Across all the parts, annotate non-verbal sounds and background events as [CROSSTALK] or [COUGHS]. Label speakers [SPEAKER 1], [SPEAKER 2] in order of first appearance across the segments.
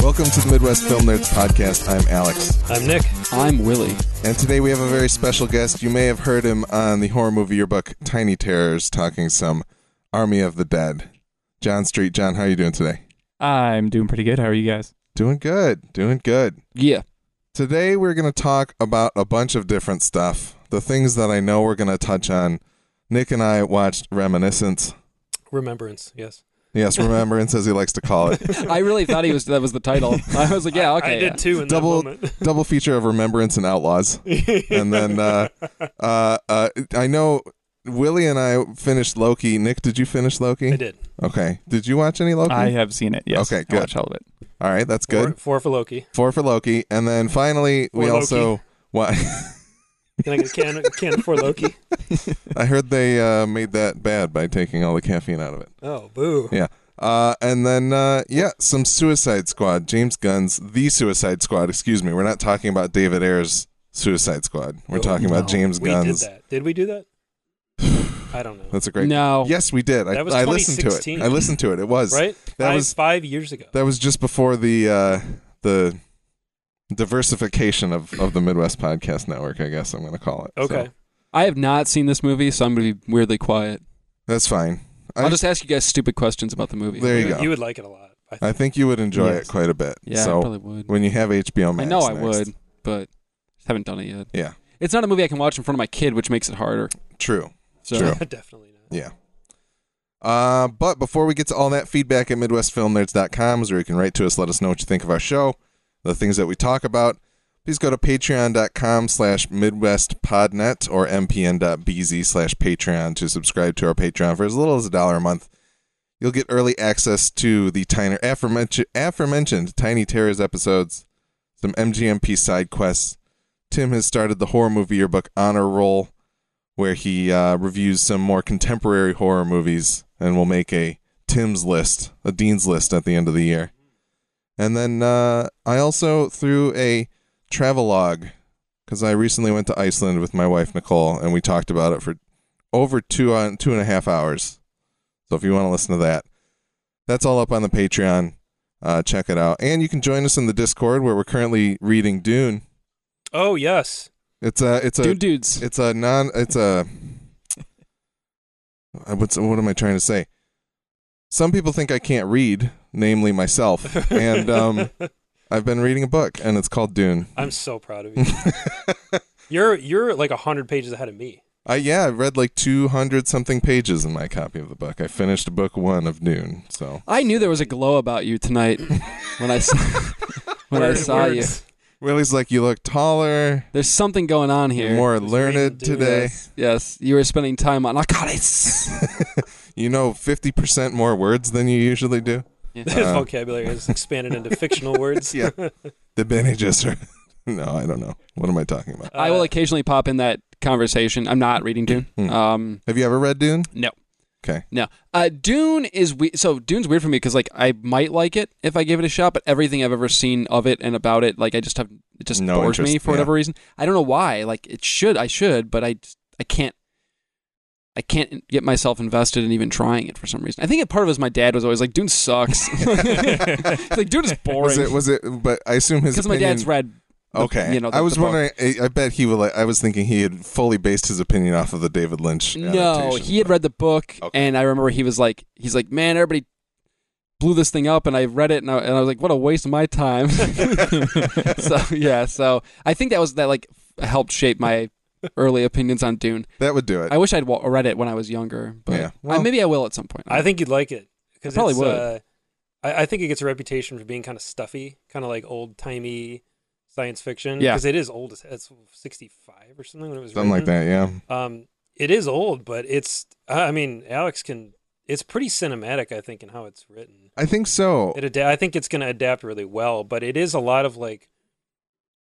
[SPEAKER 1] Welcome to the Midwest Film Nerds Podcast. I'm Alex.
[SPEAKER 2] I'm Nick.
[SPEAKER 3] I'm Willie.
[SPEAKER 1] And today we have a very special guest. You may have heard him on the horror movie yearbook Tiny Terrors talking some Army of the Dead. John Street. John, how are you doing today?
[SPEAKER 4] I'm doing pretty good. How are you guys?
[SPEAKER 1] Doing good. Doing good.
[SPEAKER 3] Yeah.
[SPEAKER 1] Today we're going to talk about a bunch of different stuff. The things that I know we're going to touch on. Nick and I watched Reminiscence.
[SPEAKER 2] Remembrance, yes.
[SPEAKER 1] [LAUGHS] Yes, Remembrance, as he likes to call it.
[SPEAKER 3] [LAUGHS] I really thought he was that was the title. I was like, yeah,
[SPEAKER 2] I-
[SPEAKER 3] okay.
[SPEAKER 2] I did too in
[SPEAKER 1] Double-
[SPEAKER 2] [LAUGHS] that
[SPEAKER 1] Double feature of Remembrance and Outlaws.
[SPEAKER 2] moment.
[SPEAKER 1] and then uh, uh, uh, I know Willie and I finished Loki. Nick, did you finish Loki?
[SPEAKER 2] I did.
[SPEAKER 1] Okay. Did you watch any Loki?
[SPEAKER 4] I have seen it. Yes.
[SPEAKER 1] Okay,
[SPEAKER 4] I
[SPEAKER 1] good.
[SPEAKER 4] watched all of it.
[SPEAKER 1] All right, that's good.
[SPEAKER 2] Four, four for Loki.
[SPEAKER 1] Four, for Loki, and then finally we
[SPEAKER 2] Four Loki.
[SPEAKER 1] also. [LAUGHS] What
[SPEAKER 2] Can I get a can, can for Loki?
[SPEAKER 1] [LAUGHS] I heard they uh, made that bad by taking all the caffeine out of it.
[SPEAKER 2] Oh, boo.
[SPEAKER 1] Yeah. Uh, and then uh, yeah, some Suicide Squad. James Gunn's The Suicide Squad. Excuse me. We're not talking about David Ayer's Suicide Squad. We're
[SPEAKER 2] Oh,
[SPEAKER 1] talking about
[SPEAKER 3] no.
[SPEAKER 1] James
[SPEAKER 2] We
[SPEAKER 1] Gunn's.
[SPEAKER 2] did that. Did we do that? I don't know.
[SPEAKER 1] [SIGHS] That's a great.
[SPEAKER 3] No.
[SPEAKER 1] Yes, we did. I,
[SPEAKER 2] That was
[SPEAKER 1] I listened to it.
[SPEAKER 2] 2016.
[SPEAKER 1] I listened to it. It was
[SPEAKER 2] Right?
[SPEAKER 1] That
[SPEAKER 2] five,
[SPEAKER 1] was
[SPEAKER 2] five years ago.
[SPEAKER 1] That was just before the uh, the diversification of, of the Midwest Podcast Network, I guess I'm going to call it. So,
[SPEAKER 2] okay.
[SPEAKER 3] I have not seen this movie, so I'm gonna be weirdly quiet.
[SPEAKER 1] that's fine. I,
[SPEAKER 3] I'll just ask you guys stupid questions about the movie.
[SPEAKER 1] there you
[SPEAKER 2] would-
[SPEAKER 1] go.
[SPEAKER 2] You would like it a lot. I
[SPEAKER 1] I
[SPEAKER 2] think.
[SPEAKER 1] think you would enjoy
[SPEAKER 4] Yes.
[SPEAKER 1] it quite a bit.
[SPEAKER 3] yeah, I
[SPEAKER 1] so
[SPEAKER 3] probably would.
[SPEAKER 1] when you have HBO
[SPEAKER 3] I
[SPEAKER 1] Max,
[SPEAKER 3] know I
[SPEAKER 1] next-
[SPEAKER 3] would, but just haven't done it yet.
[SPEAKER 1] Yeah.
[SPEAKER 3] It's not a movie I can watch in front of my kid, which makes it harder.
[SPEAKER 1] True.
[SPEAKER 3] So
[SPEAKER 1] True.
[SPEAKER 2] [LAUGHS] Definitely not.
[SPEAKER 1] Yeah. Uh, but before we get to all that, feedback at MidwestFilmNerds.com is where you can write to us, let us know what you think of our show, the things that we talk about. Please go to patreon.com slash midwestpodnet or mpn.bz slash patreon to subscribe to our Patreon for as little as a dollar a month. You'll get early access to the tiny, aforementioned, aforementioned Tiny Terrors episodes, some MGMP side quests. Tim has started the horror movie yearbook honor roll where he uh, reviews some more contemporary horror movies and we'll make a Tim's list, a Dean's list at the end of the year. And then uh, I also threw a travelogue because I recently went to Iceland with my wife Nicole and we talked about it for over two on two and a half hours. So if you want to listen to that, that's all up on the Patreon. Uh, check it out, and you can join us in the Discord where we're currently reading Dune.
[SPEAKER 2] Oh, yes.
[SPEAKER 1] It's a it's a
[SPEAKER 3] dude, dudes.
[SPEAKER 1] it's a non. It's a. I- What's what am I trying to say? Some people think I can't read, namely myself, and um, I've been reading a book, and it's called Dune.
[SPEAKER 2] [LAUGHS] I'm so proud of you. You're you're like 100 pages ahead of me.
[SPEAKER 1] I yeah, I read like two hundred something pages in my copy of the book. I finished book one of Dune, so
[SPEAKER 3] I knew there was a glow about
[SPEAKER 1] [LAUGHS]
[SPEAKER 3] you tonight when I saw when I
[SPEAKER 2] Word- [LAUGHS]
[SPEAKER 3] saw you.
[SPEAKER 2] words.
[SPEAKER 1] Willie's like, you look taller,
[SPEAKER 3] There's something going on
[SPEAKER 1] you're
[SPEAKER 3] here.
[SPEAKER 1] more
[SPEAKER 2] Just
[SPEAKER 1] learned
[SPEAKER 2] reading Dune.
[SPEAKER 1] today.
[SPEAKER 3] Yes, yes, you were spending time on oh,
[SPEAKER 1] [LAUGHS]
[SPEAKER 3] narcotics.
[SPEAKER 1] You know, fifty percent more words than you usually do.
[SPEAKER 2] His
[SPEAKER 1] Uh,
[SPEAKER 2] vocabulary has expanded into fictional words. [LAUGHS]
[SPEAKER 1] Yeah. The Bene Gesserit. [LAUGHS] no, I don't know. What am I talking about?
[SPEAKER 3] I will
[SPEAKER 2] Uh,
[SPEAKER 3] occasionally pop in that conversation. I'm not reading Dune.
[SPEAKER 1] Hmm.
[SPEAKER 3] Um,
[SPEAKER 1] Have you ever read
[SPEAKER 3] [LAUGHS]
[SPEAKER 1] Dune?
[SPEAKER 3] No.
[SPEAKER 1] Okay.
[SPEAKER 3] no. Uh, Dune is we- so Dune's weird for me because like I might like it if I give it a shot, but everything I've ever seen of it and about it, like I just have it just
[SPEAKER 1] No
[SPEAKER 3] bores me
[SPEAKER 1] interest,
[SPEAKER 3] for whatever reason. I don't know why. Like it should, I should, but I just- I can't. I can't get myself invested in even trying it for some reason. I think a part of it is my dad was always like, "Dune sucks." [LAUGHS] He's like, "Dune
[SPEAKER 1] [LAUGHS]
[SPEAKER 3] is
[SPEAKER 1] Was
[SPEAKER 3] boring."
[SPEAKER 1] it? Was it? But I assume his
[SPEAKER 3] Because my
[SPEAKER 1] opinion-
[SPEAKER 3] dad's read the-
[SPEAKER 1] Okay,
[SPEAKER 3] you know, the-
[SPEAKER 1] I was
[SPEAKER 3] the book.
[SPEAKER 1] wondering. I, I bet he would. Like, I was thinking he had fully based his opinion off of the David Lynch.
[SPEAKER 3] No,
[SPEAKER 1] adaptation,
[SPEAKER 3] he had
[SPEAKER 1] but-
[SPEAKER 3] read the book,
[SPEAKER 1] Okay.
[SPEAKER 3] and I remember he was like, he's like, man, everybody blew this thing up, and I read it, and I, and I was like, what a waste of my time. [LAUGHS] so yeah, so I think that was that like helped shape my early opinions on Dune.
[SPEAKER 1] That would do it.
[SPEAKER 3] I wish I'd wa- read it when I was younger, but
[SPEAKER 1] Yeah.
[SPEAKER 3] I-
[SPEAKER 1] Well-
[SPEAKER 3] maybe I will at some point.
[SPEAKER 2] I think you'd like it because
[SPEAKER 3] I probably
[SPEAKER 2] it's,
[SPEAKER 3] would.
[SPEAKER 2] Uh, I, I think it gets a reputation for being kind of stuffy, kind of like old timey science fiction.
[SPEAKER 3] Yeah.
[SPEAKER 2] because it is old. as- It's sixty five or something when it was
[SPEAKER 1] Something like
[SPEAKER 2] written.
[SPEAKER 1] that. Yeah.
[SPEAKER 2] Um, it is old, but it's. I I mean, Alex can. It's pretty cinematic, I think, in how it's written.
[SPEAKER 1] I think so.
[SPEAKER 2] It ada- I think it's going to adapt really well, but it is a lot of like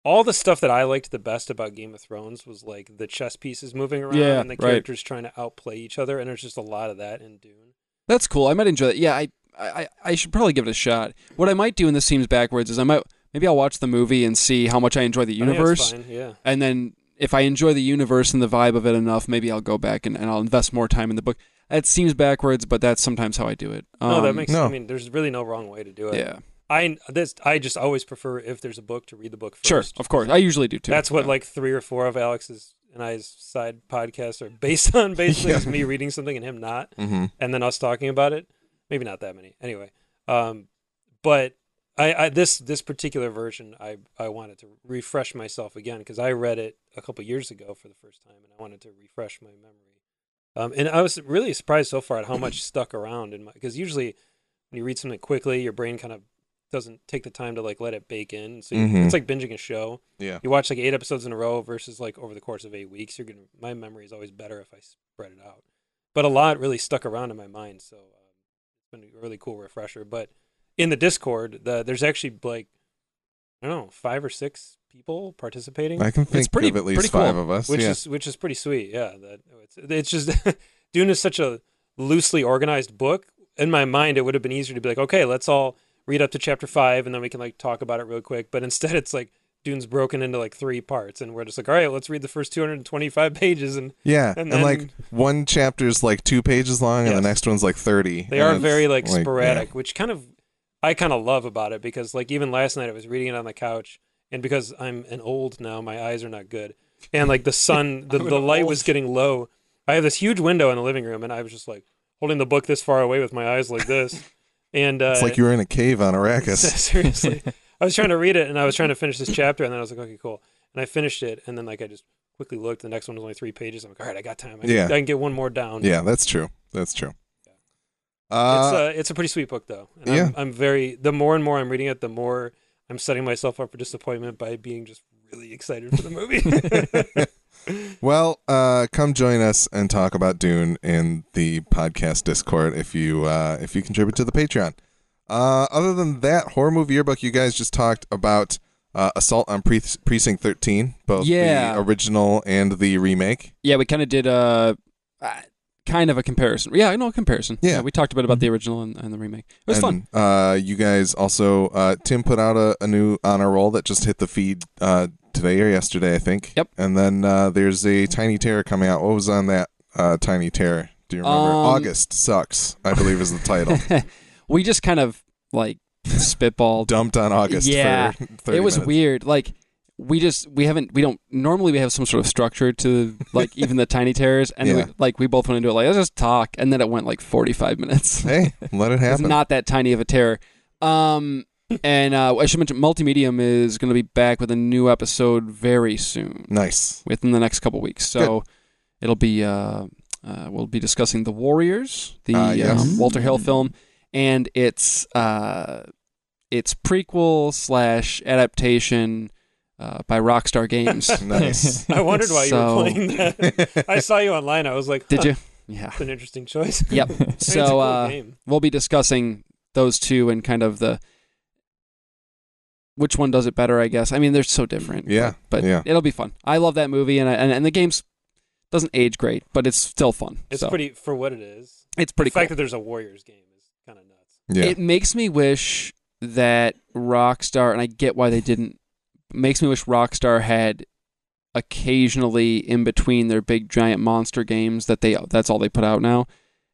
[SPEAKER 2] all the stuff that I liked the best about Game of Thrones was like the chess pieces moving around
[SPEAKER 3] Yeah,
[SPEAKER 2] and the
[SPEAKER 3] right.
[SPEAKER 2] characters trying to outplay each other, and there's just a lot of that in Dune.
[SPEAKER 3] That's cool. I might enjoy that. Yeah, I, I, I should probably give it a shot. What I might do, and this seems backwards, is I might maybe I'll watch the movie and see how much I enjoy the
[SPEAKER 2] I think that's
[SPEAKER 3] universe.
[SPEAKER 2] fine, yeah.
[SPEAKER 3] and then if I enjoy the universe and the vibe of it enough, maybe I'll go back and, and I'll invest more time in the book. It seems backwards, but that's sometimes how I do it.
[SPEAKER 2] no, that
[SPEAKER 3] Um,
[SPEAKER 2] makes.
[SPEAKER 1] no.
[SPEAKER 2] I mean, there's really no wrong way to do it.
[SPEAKER 3] yeah.
[SPEAKER 2] I this I just always prefer if there's a book to read the book first.
[SPEAKER 3] Sure, of course. I usually do too.
[SPEAKER 2] That's what
[SPEAKER 3] Yeah.
[SPEAKER 2] like three or four of Alex's and I's side podcasts are based [LAUGHS] on. Basically,
[SPEAKER 1] Yeah.
[SPEAKER 2] is me reading something and him not,
[SPEAKER 1] Mm-hmm.
[SPEAKER 2] and then us talking about it. Maybe not that many. Anyway, um, but I, I this this particular version, I I wanted to refresh myself again because I read it a couple years ago for the first time, and I wanted to refresh my memory. Um, and I was really surprised so far at how much stuck around in my because usually when you read something quickly, your brain kind of doesn't take the time to like let it bake in. So you,
[SPEAKER 1] Mhm.
[SPEAKER 2] it's like binging a show
[SPEAKER 1] Yeah.
[SPEAKER 2] you watch like eight episodes in a row versus like over the course of eight weeks you're gonna my memory is always better if i spread it out but a lot really stuck around in my mind so um, it's been a really cool refresher but in the discord the, there's actually like i don't know five or six people participating
[SPEAKER 1] I can think
[SPEAKER 3] pretty-
[SPEAKER 1] of at
[SPEAKER 3] pretty
[SPEAKER 1] least
[SPEAKER 3] cool,
[SPEAKER 1] five of us.
[SPEAKER 2] which
[SPEAKER 1] yeah.
[SPEAKER 2] is which is pretty sweet yeah that oh, it's, it's just [LAUGHS] dune is such a loosely organized book in my mind it would have been easier to be like okay let's all read up to chapter five and then we can like talk about it real quick but instead it's like Dune's broken into like three parts, and we're just like, all right, let's read the first 225 pages, and
[SPEAKER 1] yeah.
[SPEAKER 2] and
[SPEAKER 1] And,
[SPEAKER 2] then-
[SPEAKER 1] like one chapter's like two pages long, and
[SPEAKER 2] Yes.
[SPEAKER 1] the next one's like thirty.
[SPEAKER 2] they
[SPEAKER 1] and
[SPEAKER 2] are
[SPEAKER 1] it's,
[SPEAKER 2] very like,
[SPEAKER 1] yeah.
[SPEAKER 2] sporadic, which kind of I kind of love about it because like even last night I was reading it on the couch, and because I'm an old now, my eyes are not good, and like
[SPEAKER 1] [LAUGHS]
[SPEAKER 2] the sun, the,
[SPEAKER 3] I'm an
[SPEAKER 2] the light was
[SPEAKER 3] old.
[SPEAKER 2] getting low. I have this huge window in the living room, and I was just like holding the book this far away with my eyes
[SPEAKER 1] [LAUGHS]
[SPEAKER 2] like this, and uh,
[SPEAKER 1] It's
[SPEAKER 2] [LAUGHS]
[SPEAKER 1] like you were in a cave on
[SPEAKER 3] [LAUGHS]
[SPEAKER 1] Arrakis. [LAUGHS]
[SPEAKER 2] Seriously. I was trying to read it and I was trying to finish this chapter and then I was like, okay, cool. And I finished it and then like I just quickly looked. The next one was only three pages. I'm like, all right, I got time. I,
[SPEAKER 1] Yeah.
[SPEAKER 2] I can get one more down.
[SPEAKER 1] yeah, that's true. That's true.
[SPEAKER 2] It's
[SPEAKER 1] Uh,
[SPEAKER 2] a, it's a pretty sweet book though. And
[SPEAKER 1] yeah.
[SPEAKER 2] I'm, I'm very, the more and more I'm reading it, the more I'm setting myself up for disappointment by being just really excited for the movie. [LAUGHS]
[SPEAKER 1] well, uh, come join us and talk about Dune in the podcast Discord if you uh, if you contribute to the Patreon. Uh, other than that horror movie yearbook, you guys just talked about uh, Assault on Pre- Precinct Thirteen, both
[SPEAKER 3] Yeah.
[SPEAKER 1] the original and the remake.
[SPEAKER 3] Yeah, we kind of did a uh, kind of a comparison. Yeah, I know a comparison.
[SPEAKER 1] Yeah. Mm-hmm.
[SPEAKER 3] we talked a bit about the original and, and the remake. It was fun.
[SPEAKER 1] and, Uh, you guys also uh, Tim put out a, a new honor roll that just hit the feed uh, today or yesterday, I think.
[SPEAKER 3] Yep.
[SPEAKER 1] And then uh, there's a Tiny Terror coming out. What was on that uh, Tiny Terror? Do you remember?
[SPEAKER 3] Um,
[SPEAKER 1] August sucks, I believe, is the
[SPEAKER 3] [LAUGHS]
[SPEAKER 1] title.
[SPEAKER 3] we just kind of like
[SPEAKER 1] [LAUGHS]
[SPEAKER 3] spitballed.
[SPEAKER 1] Dumped on August. [LAUGHS]
[SPEAKER 3] Yeah.
[SPEAKER 1] For 30
[SPEAKER 3] it was
[SPEAKER 1] minutes.
[SPEAKER 3] weird. Like we just we haven't we don't normally we have some sort of structure to like even the tiny terrors
[SPEAKER 1] [LAUGHS]
[SPEAKER 3] and
[SPEAKER 1] Yeah.
[SPEAKER 3] we, like we both went into it like let's just talk and then it went like forty five minutes.
[SPEAKER 1] Hey, let it
[SPEAKER 3] [LAUGHS] It's
[SPEAKER 1] happen.
[SPEAKER 3] not that tiny of a terror. Um, and uh, I should mention, Multimedium is going to be back with a new episode very soon,
[SPEAKER 1] nice.
[SPEAKER 3] [LAUGHS] within the next couple weeks. So it'll be uh, uh, we'll be discussing the Warriors, the
[SPEAKER 1] Ah, yes.
[SPEAKER 3] um, Walter Hill
[SPEAKER 4] Mm.
[SPEAKER 3] film, and its uh, its prequel slash adaptation uh, by
[SPEAKER 1] [LAUGHS]
[SPEAKER 3] Rockstar Games.
[SPEAKER 1] Nice.
[SPEAKER 2] I wondered why you
[SPEAKER 3] So-
[SPEAKER 2] were playing
[SPEAKER 3] [LAUGHS]
[SPEAKER 2] that.
[SPEAKER 1] [LAUGHS]
[SPEAKER 2] I saw you online. I was like,
[SPEAKER 3] Did
[SPEAKER 2] huh,
[SPEAKER 3] you? Yeah.
[SPEAKER 2] It's an interesting choice. [LAUGHS]
[SPEAKER 3] Yep.
[SPEAKER 2] I mean, it's a
[SPEAKER 3] So
[SPEAKER 2] cool
[SPEAKER 3] uh,
[SPEAKER 2] game.
[SPEAKER 3] we'll be discussing those two and kind of the which one does it better. I guess. I mean, they're so different.
[SPEAKER 1] Yeah,
[SPEAKER 3] but, but
[SPEAKER 1] yeah.
[SPEAKER 3] it'll be fun. I love that movie, and I, and, and the game's doesn't age great, but it's still fun.
[SPEAKER 2] it's
[SPEAKER 3] so
[SPEAKER 2] pretty for what it is.
[SPEAKER 3] It's pretty
[SPEAKER 2] the fact that
[SPEAKER 3] cool.
[SPEAKER 2] there's a Warriors game is kind of nuts.
[SPEAKER 1] Yeah.
[SPEAKER 3] It makes me wish that Rockstar, and I get why they didn't. Makes me wish Rockstar had occasionally in between their big giant monster games that they that's all they put out now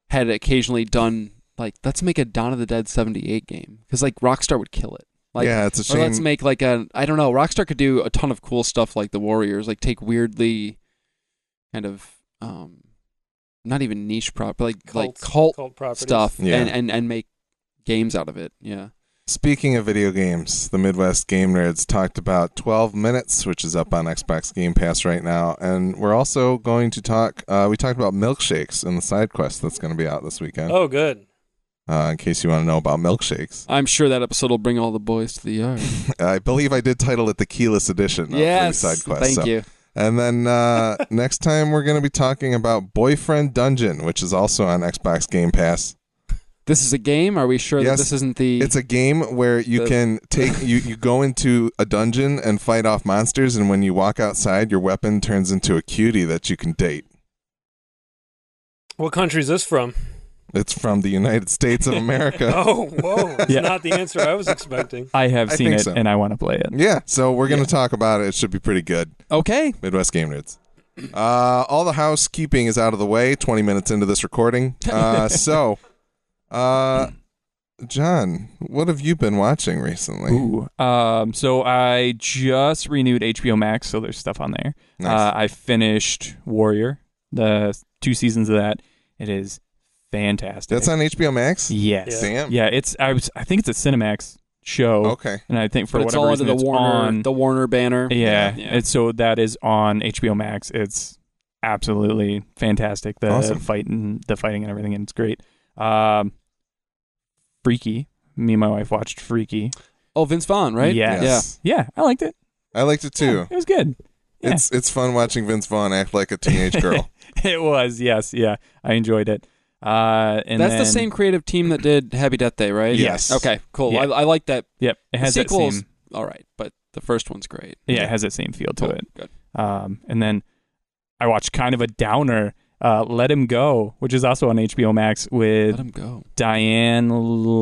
[SPEAKER 3] had occasionally done like let's make a Dawn of the Dead 78 game because like Rockstar would kill it like
[SPEAKER 1] yeah, it's a
[SPEAKER 3] or let's
[SPEAKER 1] shame.
[SPEAKER 3] make like a I don't know. Rockstar could do a ton of cool stuff like the Warriors, like take weirdly kind of um not even niche prop, but like like cult,
[SPEAKER 2] cult properties.
[SPEAKER 3] stuff
[SPEAKER 1] Yeah.
[SPEAKER 3] and, and and make games out of it. Yeah.
[SPEAKER 1] Speaking of video games, the Midwest Game Nerds talked about 12 Minutes, which is up on Xbox Game Pass right now. And we're also going to talk, uh, we talked about milkshakes in the side quest that's going to be out this weekend.
[SPEAKER 2] Oh, good.
[SPEAKER 1] Uh, in case you want to know about
[SPEAKER 3] [LAUGHS]
[SPEAKER 1] milkshakes,
[SPEAKER 3] I'm sure that episode will bring all the boys to
[SPEAKER 1] [LAUGHS]
[SPEAKER 3] the yard.
[SPEAKER 1] I believe I did title it the Keyless Edition of
[SPEAKER 3] yes.
[SPEAKER 1] the side quest.
[SPEAKER 3] Thank
[SPEAKER 1] so-
[SPEAKER 3] you.
[SPEAKER 1] And then uh, [LAUGHS] next time we're going to be talking about Boyfriend Dungeon, which is also on Xbox Game Pass.
[SPEAKER 3] This is a game. Are we sure
[SPEAKER 1] Yes,
[SPEAKER 3] that this isn't the
[SPEAKER 1] It's a game where you
[SPEAKER 3] The-
[SPEAKER 1] can
[SPEAKER 2] [LAUGHS]
[SPEAKER 1] take you you go into a dungeon and fight off monsters, and when you walk outside, your weapon turns into a cutie that you can date.
[SPEAKER 2] What country is this from?
[SPEAKER 1] It's from the United States of America.
[SPEAKER 2] [LAUGHS] Oh,
[SPEAKER 3] [LAUGHS]
[SPEAKER 2] whoa. That's
[SPEAKER 4] Yeah.
[SPEAKER 2] not the answer I was expecting.
[SPEAKER 4] I have
[SPEAKER 1] I
[SPEAKER 4] seen
[SPEAKER 1] think
[SPEAKER 4] it
[SPEAKER 1] so.
[SPEAKER 4] and I want to play it.
[SPEAKER 1] Yeah, so we're gonna talk about it. It should be pretty good.
[SPEAKER 3] Okay.
[SPEAKER 1] Midwest Game Nerds. Uh, all the housekeeping
[SPEAKER 2] [LAUGHS]
[SPEAKER 1] is out of the way. Twenty minutes into this recording, uh, so uh, John, what have you been watching recently?
[SPEAKER 4] Ooh. Um, so I just renewed HBO Max, so there's stuff on there.
[SPEAKER 1] nice.
[SPEAKER 4] Uh, I finished Warrior, the two seasons of that. It is fantastic.
[SPEAKER 1] That's on HBO Max.
[SPEAKER 4] yes.
[SPEAKER 2] Yeah.
[SPEAKER 1] Damn.
[SPEAKER 4] Yeah, it's I was I think it's a Cinemax show,
[SPEAKER 1] Okay.
[SPEAKER 4] and I think for
[SPEAKER 3] but it's
[SPEAKER 4] whatever
[SPEAKER 3] all under
[SPEAKER 4] reason
[SPEAKER 3] the
[SPEAKER 4] it's
[SPEAKER 3] Warner,
[SPEAKER 4] on.
[SPEAKER 3] the Warner banner.
[SPEAKER 4] yeah,
[SPEAKER 3] Yeah.
[SPEAKER 4] and so that is on HBO Max. It's absolutely fantastic. The
[SPEAKER 1] Awesome.
[SPEAKER 4] fight and the fighting and everything, and it's great. Um, Freaky, me and my wife watched Freaky.
[SPEAKER 3] Oh, Vince Vaughn, right?
[SPEAKER 4] Yes. Yeah, I liked it.
[SPEAKER 1] I liked it
[SPEAKER 4] Yeah,
[SPEAKER 1] too.
[SPEAKER 4] it was good. [LAUGHS] Yeah.
[SPEAKER 1] It's it's fun watching Vince Vaughn act like a teenage girl.
[SPEAKER 4] [LAUGHS] it was. Yes. Yeah, I enjoyed it. Uh, and
[SPEAKER 3] That's the
[SPEAKER 4] then-
[SPEAKER 3] same creative team that did Happy Death Day, right?
[SPEAKER 1] Yes.
[SPEAKER 3] Okay, cool.
[SPEAKER 4] Yeah.
[SPEAKER 3] I, I like that.
[SPEAKER 4] Yep. It has
[SPEAKER 3] the
[SPEAKER 4] that
[SPEAKER 3] sequel's
[SPEAKER 4] same.
[SPEAKER 3] all right, but the first one's great.
[SPEAKER 4] Yeah, it has that same feel to
[SPEAKER 3] Cool,
[SPEAKER 4] it.
[SPEAKER 3] Good.
[SPEAKER 4] Um, and then I watched kind of a downer, uh, Let Him Go, which is also on HBO Max with
[SPEAKER 3] Let him go.
[SPEAKER 4] Diane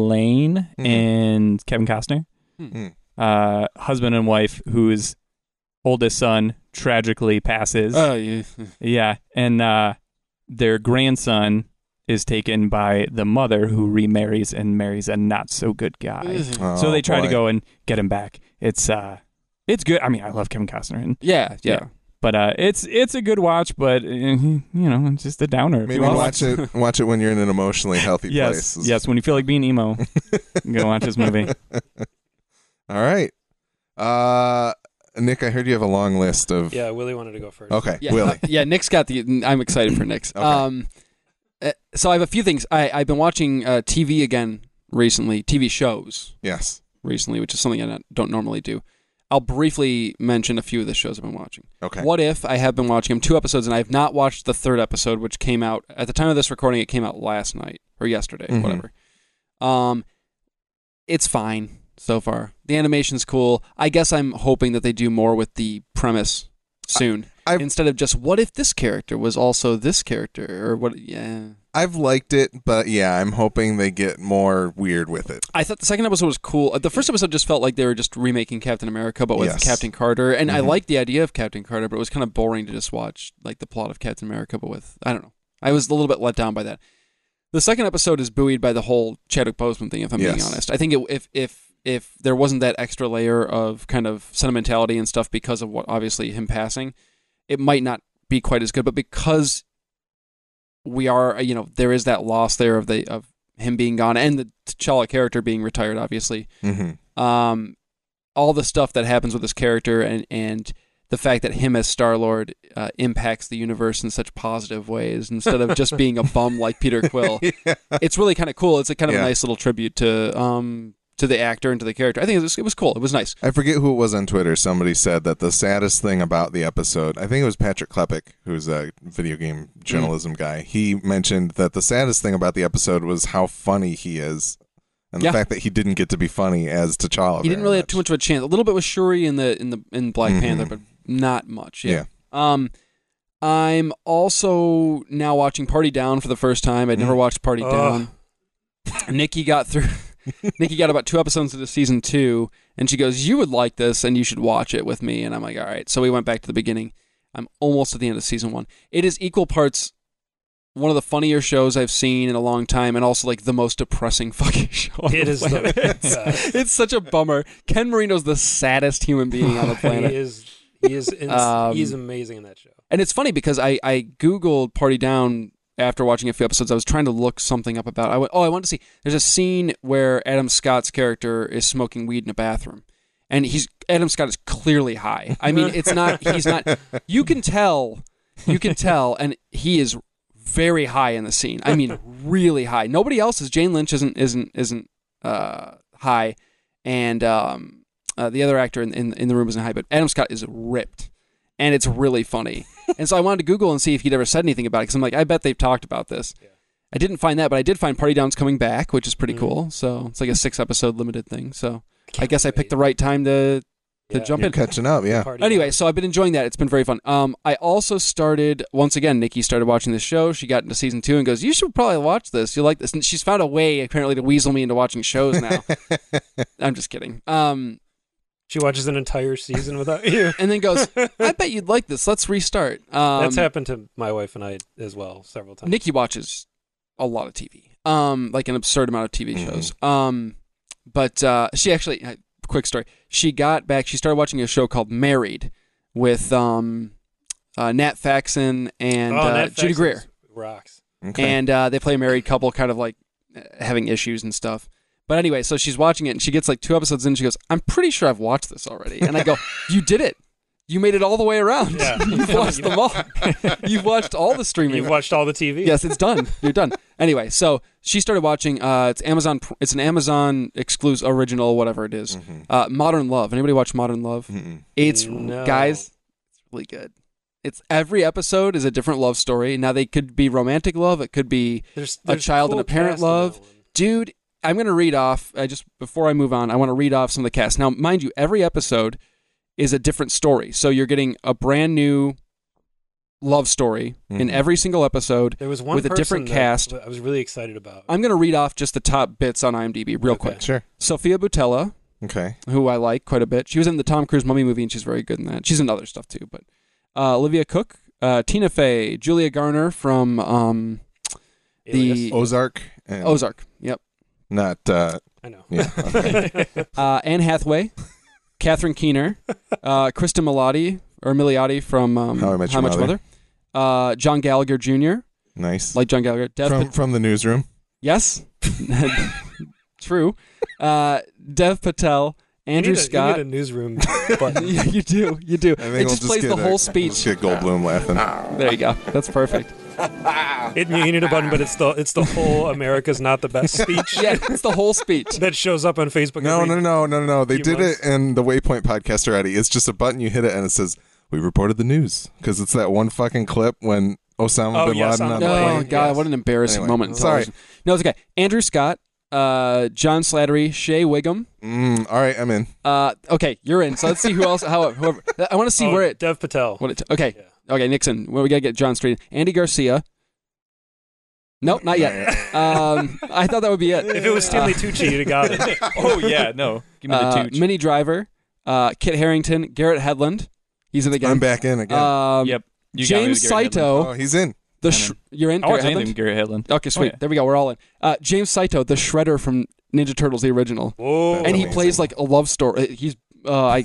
[SPEAKER 4] Lane
[SPEAKER 1] Mhm.
[SPEAKER 4] and Kevin Costner,
[SPEAKER 1] Hmm.
[SPEAKER 4] uh, husband and wife, whose oldest son tragically passes.
[SPEAKER 1] Uh.
[SPEAKER 3] Oh, yeah.
[SPEAKER 4] yeah, and uh, their grandson is taken by the mother, who remarries and marries a not so good guy.
[SPEAKER 1] Oh,
[SPEAKER 4] so they try to
[SPEAKER 1] boy.
[SPEAKER 4] go and get him back. It's uh, it's good. I mean, I love Kevin Costner, and,
[SPEAKER 3] [LAUGHS] yeah, yeah.
[SPEAKER 4] Yeah. but uh, it's it's a good watch, but uh, you know, it's just a downer.
[SPEAKER 1] Maybe
[SPEAKER 4] You wanna
[SPEAKER 1] watch
[SPEAKER 4] [LAUGHS]
[SPEAKER 1] it watch it when you're in an emotionally healthy
[SPEAKER 4] Yes,
[SPEAKER 1] place.
[SPEAKER 4] yes. When you feel like being emo, go watch
[SPEAKER 1] [LAUGHS]
[SPEAKER 4] this movie.
[SPEAKER 1] All right. Uh, Nick, I heard you have a long list of.
[SPEAKER 2] Yeah, Willie wanted to go first.
[SPEAKER 1] Okay,
[SPEAKER 3] Yeah,
[SPEAKER 1] Willie.
[SPEAKER 3] uh, yeah, Nick's got the. I'm excited for Nick's.
[SPEAKER 1] Okay.
[SPEAKER 3] Um, uh, so I have a few things. I, I've been watching uh, TV again recently, TV shows
[SPEAKER 1] yes.
[SPEAKER 3] recently, which is something I not, don't normally do. I'll briefly mention a few of the shows I've been watching.
[SPEAKER 1] Okay.
[SPEAKER 3] What if I have been watching them two episodes and I have not watched the third episode, which came out at the time of this recording. It came out last night or yesterday,
[SPEAKER 1] Mhm.
[SPEAKER 3] whatever. Um, it's fine so far. The animation's cool. I guess I'm hoping that they do more with the premise soon
[SPEAKER 1] I've-
[SPEAKER 3] instead of just what if this character was also this character or what? Yeah,
[SPEAKER 1] I've liked it, but yeah, I'm hoping they get more weird with it.
[SPEAKER 3] I thought the second episode was cool. Uh, The first episode just felt like they were just remaking Captain America, but with
[SPEAKER 1] Yes.
[SPEAKER 3] Captain Carter. And I
[SPEAKER 1] Mhm.
[SPEAKER 3] liked the idea of Captain Carter, but it was kind of boring to just watch like the plot of Captain America, but with I don't know. I was a little bit let down by that. The second episode is buoyed by the whole Chadwick Boseman thing. If I'm being
[SPEAKER 1] Yes.
[SPEAKER 3] honest, I think it, if if if there wasn't that extra layer of kind of sentimentality and stuff because of what obviously him passing, it might not be quite as good. But because we are, you know, there is that loss there of the of him being gone and the T'Challa character being retired, obviously.
[SPEAKER 1] Mm-hmm.
[SPEAKER 3] Um, all the stuff that happens with his character and and the fact that him as Star Lord uh, impacts the universe in such positive ways instead of just being a bum like Peter
[SPEAKER 1] [LAUGHS]
[SPEAKER 3] Quill. It's really kind of cool. It's a kind of
[SPEAKER 1] Yeah.
[SPEAKER 3] a nice little tribute to um to the actor and to the character. I think it was, it was cool. It was nice.
[SPEAKER 1] I forget who it was on Twitter. Somebody said that the saddest thing about the episode, I think it was Patrick Klepek, who's a video game
[SPEAKER 3] Mm-hmm.
[SPEAKER 1] journalism guy. He mentioned that the saddest thing about the episode was how funny he is, and
[SPEAKER 3] Yeah.
[SPEAKER 1] the fact that he didn't get to be funny as T'Challa.
[SPEAKER 3] He didn't
[SPEAKER 1] very
[SPEAKER 3] really have
[SPEAKER 1] much.
[SPEAKER 3] too much of a chance. A little bit with Shuri in the in the in Black
[SPEAKER 1] Mhm.
[SPEAKER 3] Panther, but not much. Yeah. Um, I'm also now watching Party Down for the first time. I'd never
[SPEAKER 1] Mm.
[SPEAKER 3] watched Party
[SPEAKER 2] Ugh.
[SPEAKER 3] Down. Nikki
[SPEAKER 2] [LAUGHS]
[SPEAKER 3] got through. Nikki got about two episodes into season two, and she goes, "You would like this, and you should watch it with me." And I'm like, "All right." So we went back to the beginning. I'm almost at the end of season one. It is equal parts one of the funnier shows I've seen in a long time, and also like the most depressing [LAUGHS] fucking show. on
[SPEAKER 2] It
[SPEAKER 3] the [LAUGHS]
[SPEAKER 2] is the [LAUGHS]
[SPEAKER 3] planet.
[SPEAKER 2] best.
[SPEAKER 3] it's such a bummer. Ken Marino's the saddest human
[SPEAKER 2] [LAUGHS]
[SPEAKER 3] being on the planet.
[SPEAKER 2] He is he is ins-
[SPEAKER 3] Um,
[SPEAKER 2] he's amazing in that show.
[SPEAKER 3] And it's funny because I, I Googled Party Down after watching a few episodes. I was trying to look something up about. I went, oh, I want to see. There's a scene where Adam Scott's character is smoking weed in a bathroom, and he's Adam Scott is clearly high. I mean, it's not.
[SPEAKER 1] [LAUGHS]
[SPEAKER 3] He's not.
[SPEAKER 2] [LAUGHS]
[SPEAKER 3] You can tell. You can tell, and he is very high in the scene.
[SPEAKER 2] [LAUGHS]
[SPEAKER 3] I mean, really high. Nobody else is. Jane Lynch isn't isn't isn't uh, high, and um, uh, the other actor in, in in the room isn't high, but Adam Scott is ripped, and it's
[SPEAKER 2] [LAUGHS]
[SPEAKER 3] really funny. and so I wanted to Google and see if he'd ever said anything about it because I'm like, I bet they've talked about this.
[SPEAKER 2] Yeah.
[SPEAKER 3] I didn't find that, but I did find Party Down's coming back, which is pretty
[SPEAKER 2] Mhm.
[SPEAKER 3] cool. So it's like a six episode limited thing. So I
[SPEAKER 2] can't
[SPEAKER 3] guess I
[SPEAKER 2] wait.
[SPEAKER 3] picked the right time to to
[SPEAKER 2] Yeah.
[SPEAKER 3] jump
[SPEAKER 1] You're
[SPEAKER 3] in.
[SPEAKER 1] catching up,
[SPEAKER 3] [LAUGHS]
[SPEAKER 1] yeah.
[SPEAKER 2] Party
[SPEAKER 3] Anyway,
[SPEAKER 2] Down.
[SPEAKER 3] so I've been enjoying that. It's been very fun. Um, I also started once again. Nikki started watching this show. She got into season two and goes, "You should probably watch this. You will like this." And she's found a way apparently to weasel me into watching shows
[SPEAKER 2] [LAUGHS]
[SPEAKER 3] now. I'm just kidding. Um,
[SPEAKER 2] she watches an entire season without you.
[SPEAKER 3] [LAUGHS] and
[SPEAKER 2] [LAUGHS]
[SPEAKER 3] then goes, "I bet you'd like this. Let's restart." Um,
[SPEAKER 2] That's happened to my wife and I as well several times.
[SPEAKER 3] Nikki watches a lot of TV. um, like an absurd amount of TV
[SPEAKER 2] Mm-hmm.
[SPEAKER 3] shows. Um, but uh, she actually, uh, quick story. She got back. She started watching a show called Married with um, uh, Nat Faxon and
[SPEAKER 2] Oh,
[SPEAKER 3] uh,
[SPEAKER 2] Nat
[SPEAKER 3] Judy
[SPEAKER 2] Faxon's
[SPEAKER 3] Greer,
[SPEAKER 2] rocks.
[SPEAKER 1] [LAUGHS] Okay.
[SPEAKER 3] and uh, they play a married couple, kind of like uh, having issues and stuff. But anyway, so she's watching it and she gets like two episodes in. And she goes, "I'm pretty sure I've watched this already." And
[SPEAKER 1] [LAUGHS]
[SPEAKER 3] I go, "You did it." You made it all the way around.
[SPEAKER 2] Yeah.
[SPEAKER 3] [LAUGHS] You've watched them all. You've watched all the streaming.
[SPEAKER 2] You've watched all the TV.
[SPEAKER 3] Yes, it's done. You're done. Anyway, so she started watching. Uh, it's Amazon. pr- It's an Amazon exclusive original, whatever it
[SPEAKER 1] Mm.
[SPEAKER 3] is.
[SPEAKER 1] Mm-hmm.
[SPEAKER 3] Uh, Modern Love. Anybody watch Modern Love?
[SPEAKER 1] Mm-mm.
[SPEAKER 3] It's
[SPEAKER 2] No.
[SPEAKER 3] guys. It's really good. It's every episode is a different love story. Now they could be romantic love. It could be
[SPEAKER 2] There's,
[SPEAKER 3] a
[SPEAKER 2] there's
[SPEAKER 3] child
[SPEAKER 2] cool
[SPEAKER 3] and a parent
[SPEAKER 2] cast in
[SPEAKER 3] love.
[SPEAKER 2] that one.
[SPEAKER 3] Dude, I'm going to read off, I just before I move on, I want to read off some of the cast. Now, mind you, every episode is a different story. So you're getting a brand new love story in
[SPEAKER 1] Mhm.
[SPEAKER 3] every single episode
[SPEAKER 2] There was one
[SPEAKER 3] with a
[SPEAKER 2] person
[SPEAKER 3] different
[SPEAKER 2] that
[SPEAKER 3] cast.
[SPEAKER 2] I was really excited about.
[SPEAKER 3] I'm going to read off just the top bits on IMDb real
[SPEAKER 2] Okay.
[SPEAKER 3] quick.
[SPEAKER 1] Sure.
[SPEAKER 3] Sophia Butella,
[SPEAKER 1] Okay.
[SPEAKER 3] who I like quite a bit. She was in the Tom Cruise Mummy movie, and she's very good in that. She's in other stuff too, but uh, Olivia Cook, uh, Tina Fey, Julia Garner from um, the-
[SPEAKER 2] Alias.
[SPEAKER 1] Ozark. And
[SPEAKER 3] Ozark. Yep.
[SPEAKER 1] Not. Uh,
[SPEAKER 2] I know. [LAUGHS]
[SPEAKER 1] yeah. okay.
[SPEAKER 3] [LAUGHS] Uh, Anne Hathaway, Catherine Keener, uh, Krista Milotti or Milioti from um,
[SPEAKER 1] How I Met Your Mother.
[SPEAKER 3] Uh, John Gallagher Jr.
[SPEAKER 1] nice.
[SPEAKER 3] Like John Gallagher. Dev
[SPEAKER 1] from
[SPEAKER 3] Pat-
[SPEAKER 1] from the
[SPEAKER 3] [LAUGHS]
[SPEAKER 1] newsroom.
[SPEAKER 3] yes. True. Uh, Dev Patel, Andrew
[SPEAKER 2] you need a-
[SPEAKER 3] Scott.
[SPEAKER 2] you need a newsroom button.
[SPEAKER 3] [LAUGHS] Yeah, you do. You do.
[SPEAKER 1] I think
[SPEAKER 3] It
[SPEAKER 1] we'll
[SPEAKER 3] just plays
[SPEAKER 1] get
[SPEAKER 3] the
[SPEAKER 1] a-
[SPEAKER 3] whole
[SPEAKER 1] Just
[SPEAKER 3] speech.
[SPEAKER 1] get Goldblum laughing.
[SPEAKER 2] [LAUGHS]
[SPEAKER 3] There you go. That's perfect.
[SPEAKER 2] It, you need a button, but it's the it's the whole America's not the
[SPEAKER 3] [LAUGHS]
[SPEAKER 2] best speech
[SPEAKER 3] Yeah, it's the whole speech.
[SPEAKER 2] that shows up on Facebook.
[SPEAKER 1] [LAUGHS] No,
[SPEAKER 2] every-
[SPEAKER 1] no, no, no, no. They
[SPEAKER 2] few
[SPEAKER 1] did
[SPEAKER 2] months.
[SPEAKER 1] it in the Waypoint podcast already. It's just a button you hit it and it says, "We reported the news" because it's that one fucking clip when Osama
[SPEAKER 2] Oh,
[SPEAKER 1] bin
[SPEAKER 2] yes,
[SPEAKER 1] Laden
[SPEAKER 2] on
[SPEAKER 1] [LAUGHS] on
[SPEAKER 2] the
[SPEAKER 1] the
[SPEAKER 3] Oh
[SPEAKER 1] plane.
[SPEAKER 2] plane.
[SPEAKER 3] God,
[SPEAKER 2] yes.
[SPEAKER 3] what an embarrassing
[SPEAKER 1] Anyway,
[SPEAKER 3] moment. in
[SPEAKER 1] sorry.
[SPEAKER 3] television. No, it's okay. Andrew Scott, uh, John Slattery, Shay Wiggum.
[SPEAKER 1] Mm, all right, I'm in.
[SPEAKER 3] Uh, okay, you're in. So let's see who else. How whoever. I want to see
[SPEAKER 2] Oh,
[SPEAKER 3] where it.
[SPEAKER 2] Dev Patel.
[SPEAKER 3] What it. Okay. Okay, Nixon. Well, we gotta get John Street. Andy Garcia. Nope, not yet. Um, I thought that would be it.
[SPEAKER 2] If it was Stanley Tucci, you'd have got
[SPEAKER 3] [LAUGHS]
[SPEAKER 2] it.
[SPEAKER 4] oh yeah, no. Give me the
[SPEAKER 3] Uh,
[SPEAKER 4] tooch.
[SPEAKER 3] Mini Driver, uh, Kit Harrington, Garrett Headland. He's in the game.
[SPEAKER 1] I'm back in again.
[SPEAKER 3] Um,
[SPEAKER 4] Yep. You got me
[SPEAKER 3] James
[SPEAKER 4] with Garrett Hedlund.
[SPEAKER 1] oh,
[SPEAKER 3] Saito.
[SPEAKER 1] he's in.
[SPEAKER 3] The sh- you're in.
[SPEAKER 4] I watch
[SPEAKER 3] Garrett
[SPEAKER 4] anything
[SPEAKER 3] Hedlund?
[SPEAKER 4] with Garrett Hedlund.
[SPEAKER 3] Okay, sweet.
[SPEAKER 4] yeah.
[SPEAKER 3] There we go. We're all in. Uh, James Saito, the Shredder from Ninja Turtles, the original,
[SPEAKER 2] Whoa.
[SPEAKER 1] That's
[SPEAKER 3] and he
[SPEAKER 1] amazing.
[SPEAKER 3] plays like a love story. He's uh, I,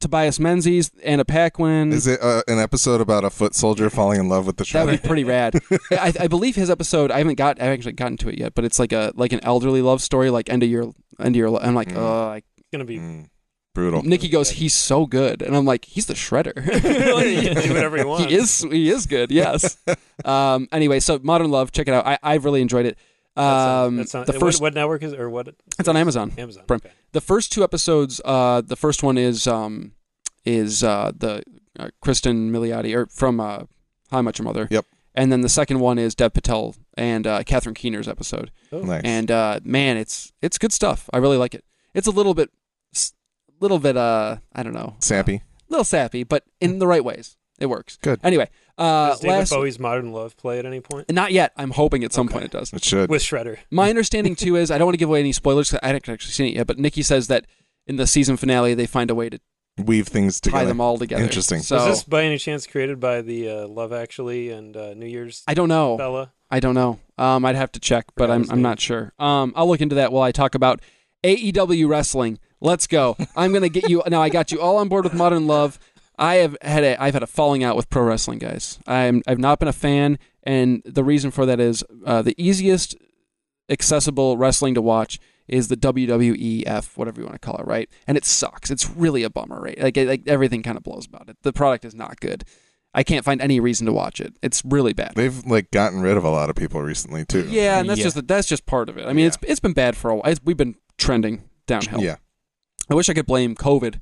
[SPEAKER 3] Tobias Menzies, Anna Paquin.
[SPEAKER 1] Is it uh, an episode about a foot soldier falling in love with the
[SPEAKER 3] That would
[SPEAKER 1] shredder?
[SPEAKER 3] be
[SPEAKER 1] [LAUGHS]
[SPEAKER 3] pretty rad. I, I believe his episode. I haven't got. I've actually gotten to it yet, but it's like a like an elderly love story, like end of your end of your. li- I'm like,
[SPEAKER 1] Mm.
[SPEAKER 3] uh, like,
[SPEAKER 2] It's gonna
[SPEAKER 3] [LAUGHS]
[SPEAKER 2] be [LAUGHS]
[SPEAKER 1] Mm, brutal.
[SPEAKER 3] Nikki goes, he's so good, and I'm like, he's the shredder. [LAUGHS]
[SPEAKER 2] he can do whatever he wants.
[SPEAKER 3] he is. He is good. Yes. um. Anyway, so Modern Love, check it out. I I've really enjoyed it.
[SPEAKER 2] That's on-
[SPEAKER 3] Um.
[SPEAKER 2] that's on-
[SPEAKER 3] the
[SPEAKER 2] what-
[SPEAKER 3] first.
[SPEAKER 2] what, network is or what?
[SPEAKER 3] it's on Amazon.
[SPEAKER 2] Amazon.
[SPEAKER 3] Prime.
[SPEAKER 2] okay.
[SPEAKER 3] The first two episodes. Uh. The first one is um, is uh the uh, Kristen Milioti or from uh, How I Met Your Mother.
[SPEAKER 1] Yep.
[SPEAKER 3] And then the second one is Dev Patel and uh, Catherine Keener's episode.
[SPEAKER 2] Oh.
[SPEAKER 1] Nice.
[SPEAKER 3] and uh, man, it's it's good stuff. I really like it. It's a little bit, s- little bit uh, I don't know,
[SPEAKER 1] Sappy.
[SPEAKER 3] little sappy, but in the right ways, it works.
[SPEAKER 1] Good.
[SPEAKER 3] Anyway, uh,
[SPEAKER 2] Does David
[SPEAKER 3] last
[SPEAKER 2] Bowie's Modern Love play at any point
[SPEAKER 3] not yet. I'm hoping at some
[SPEAKER 2] Okay.
[SPEAKER 3] point it does.
[SPEAKER 1] It should.
[SPEAKER 2] with Shredder?
[SPEAKER 3] My understanding too is I don't want to give away any spoilers. 'cause I haven't actually seen it yet, but Nikki says that in the season finale they find a way to
[SPEAKER 1] Weave things
[SPEAKER 3] tie
[SPEAKER 1] together.
[SPEAKER 3] them all together.
[SPEAKER 1] Interesting.
[SPEAKER 2] Was
[SPEAKER 3] So
[SPEAKER 2] this by any chance created by the uh, Love Actually and uh, New Year's
[SPEAKER 3] I don't know.
[SPEAKER 2] fella?
[SPEAKER 3] I don't know. Um, I'd have to check, but
[SPEAKER 2] Forgot
[SPEAKER 3] I'm,
[SPEAKER 2] his
[SPEAKER 3] I'm
[SPEAKER 2] name.
[SPEAKER 3] not sure. Um, I'll look into that while I talk about AEW wrestling. Let's go. I'm gonna get you. [LAUGHS] Now I got you all on board with Modern Love. I have had a I've had a falling out with pro wrestling guys. I'm I've not been a fan, and the reason for that is uh, the easiest accessible wrestling to watch is the WWEF, whatever you want to call it, right? And it sucks. It's really a bummer, right? Like, like everything kind of blows about it. The product is not good. I can't find any reason to watch it. It's really bad.
[SPEAKER 1] They've like gotten rid of a lot of people recently too.
[SPEAKER 3] Yeah, and that's
[SPEAKER 4] Yeah.
[SPEAKER 3] just that's just part of it. I mean, it's it's been bad for a while. It's, we've been trending downhill.
[SPEAKER 1] Yeah.
[SPEAKER 3] I wish I could blame COVID.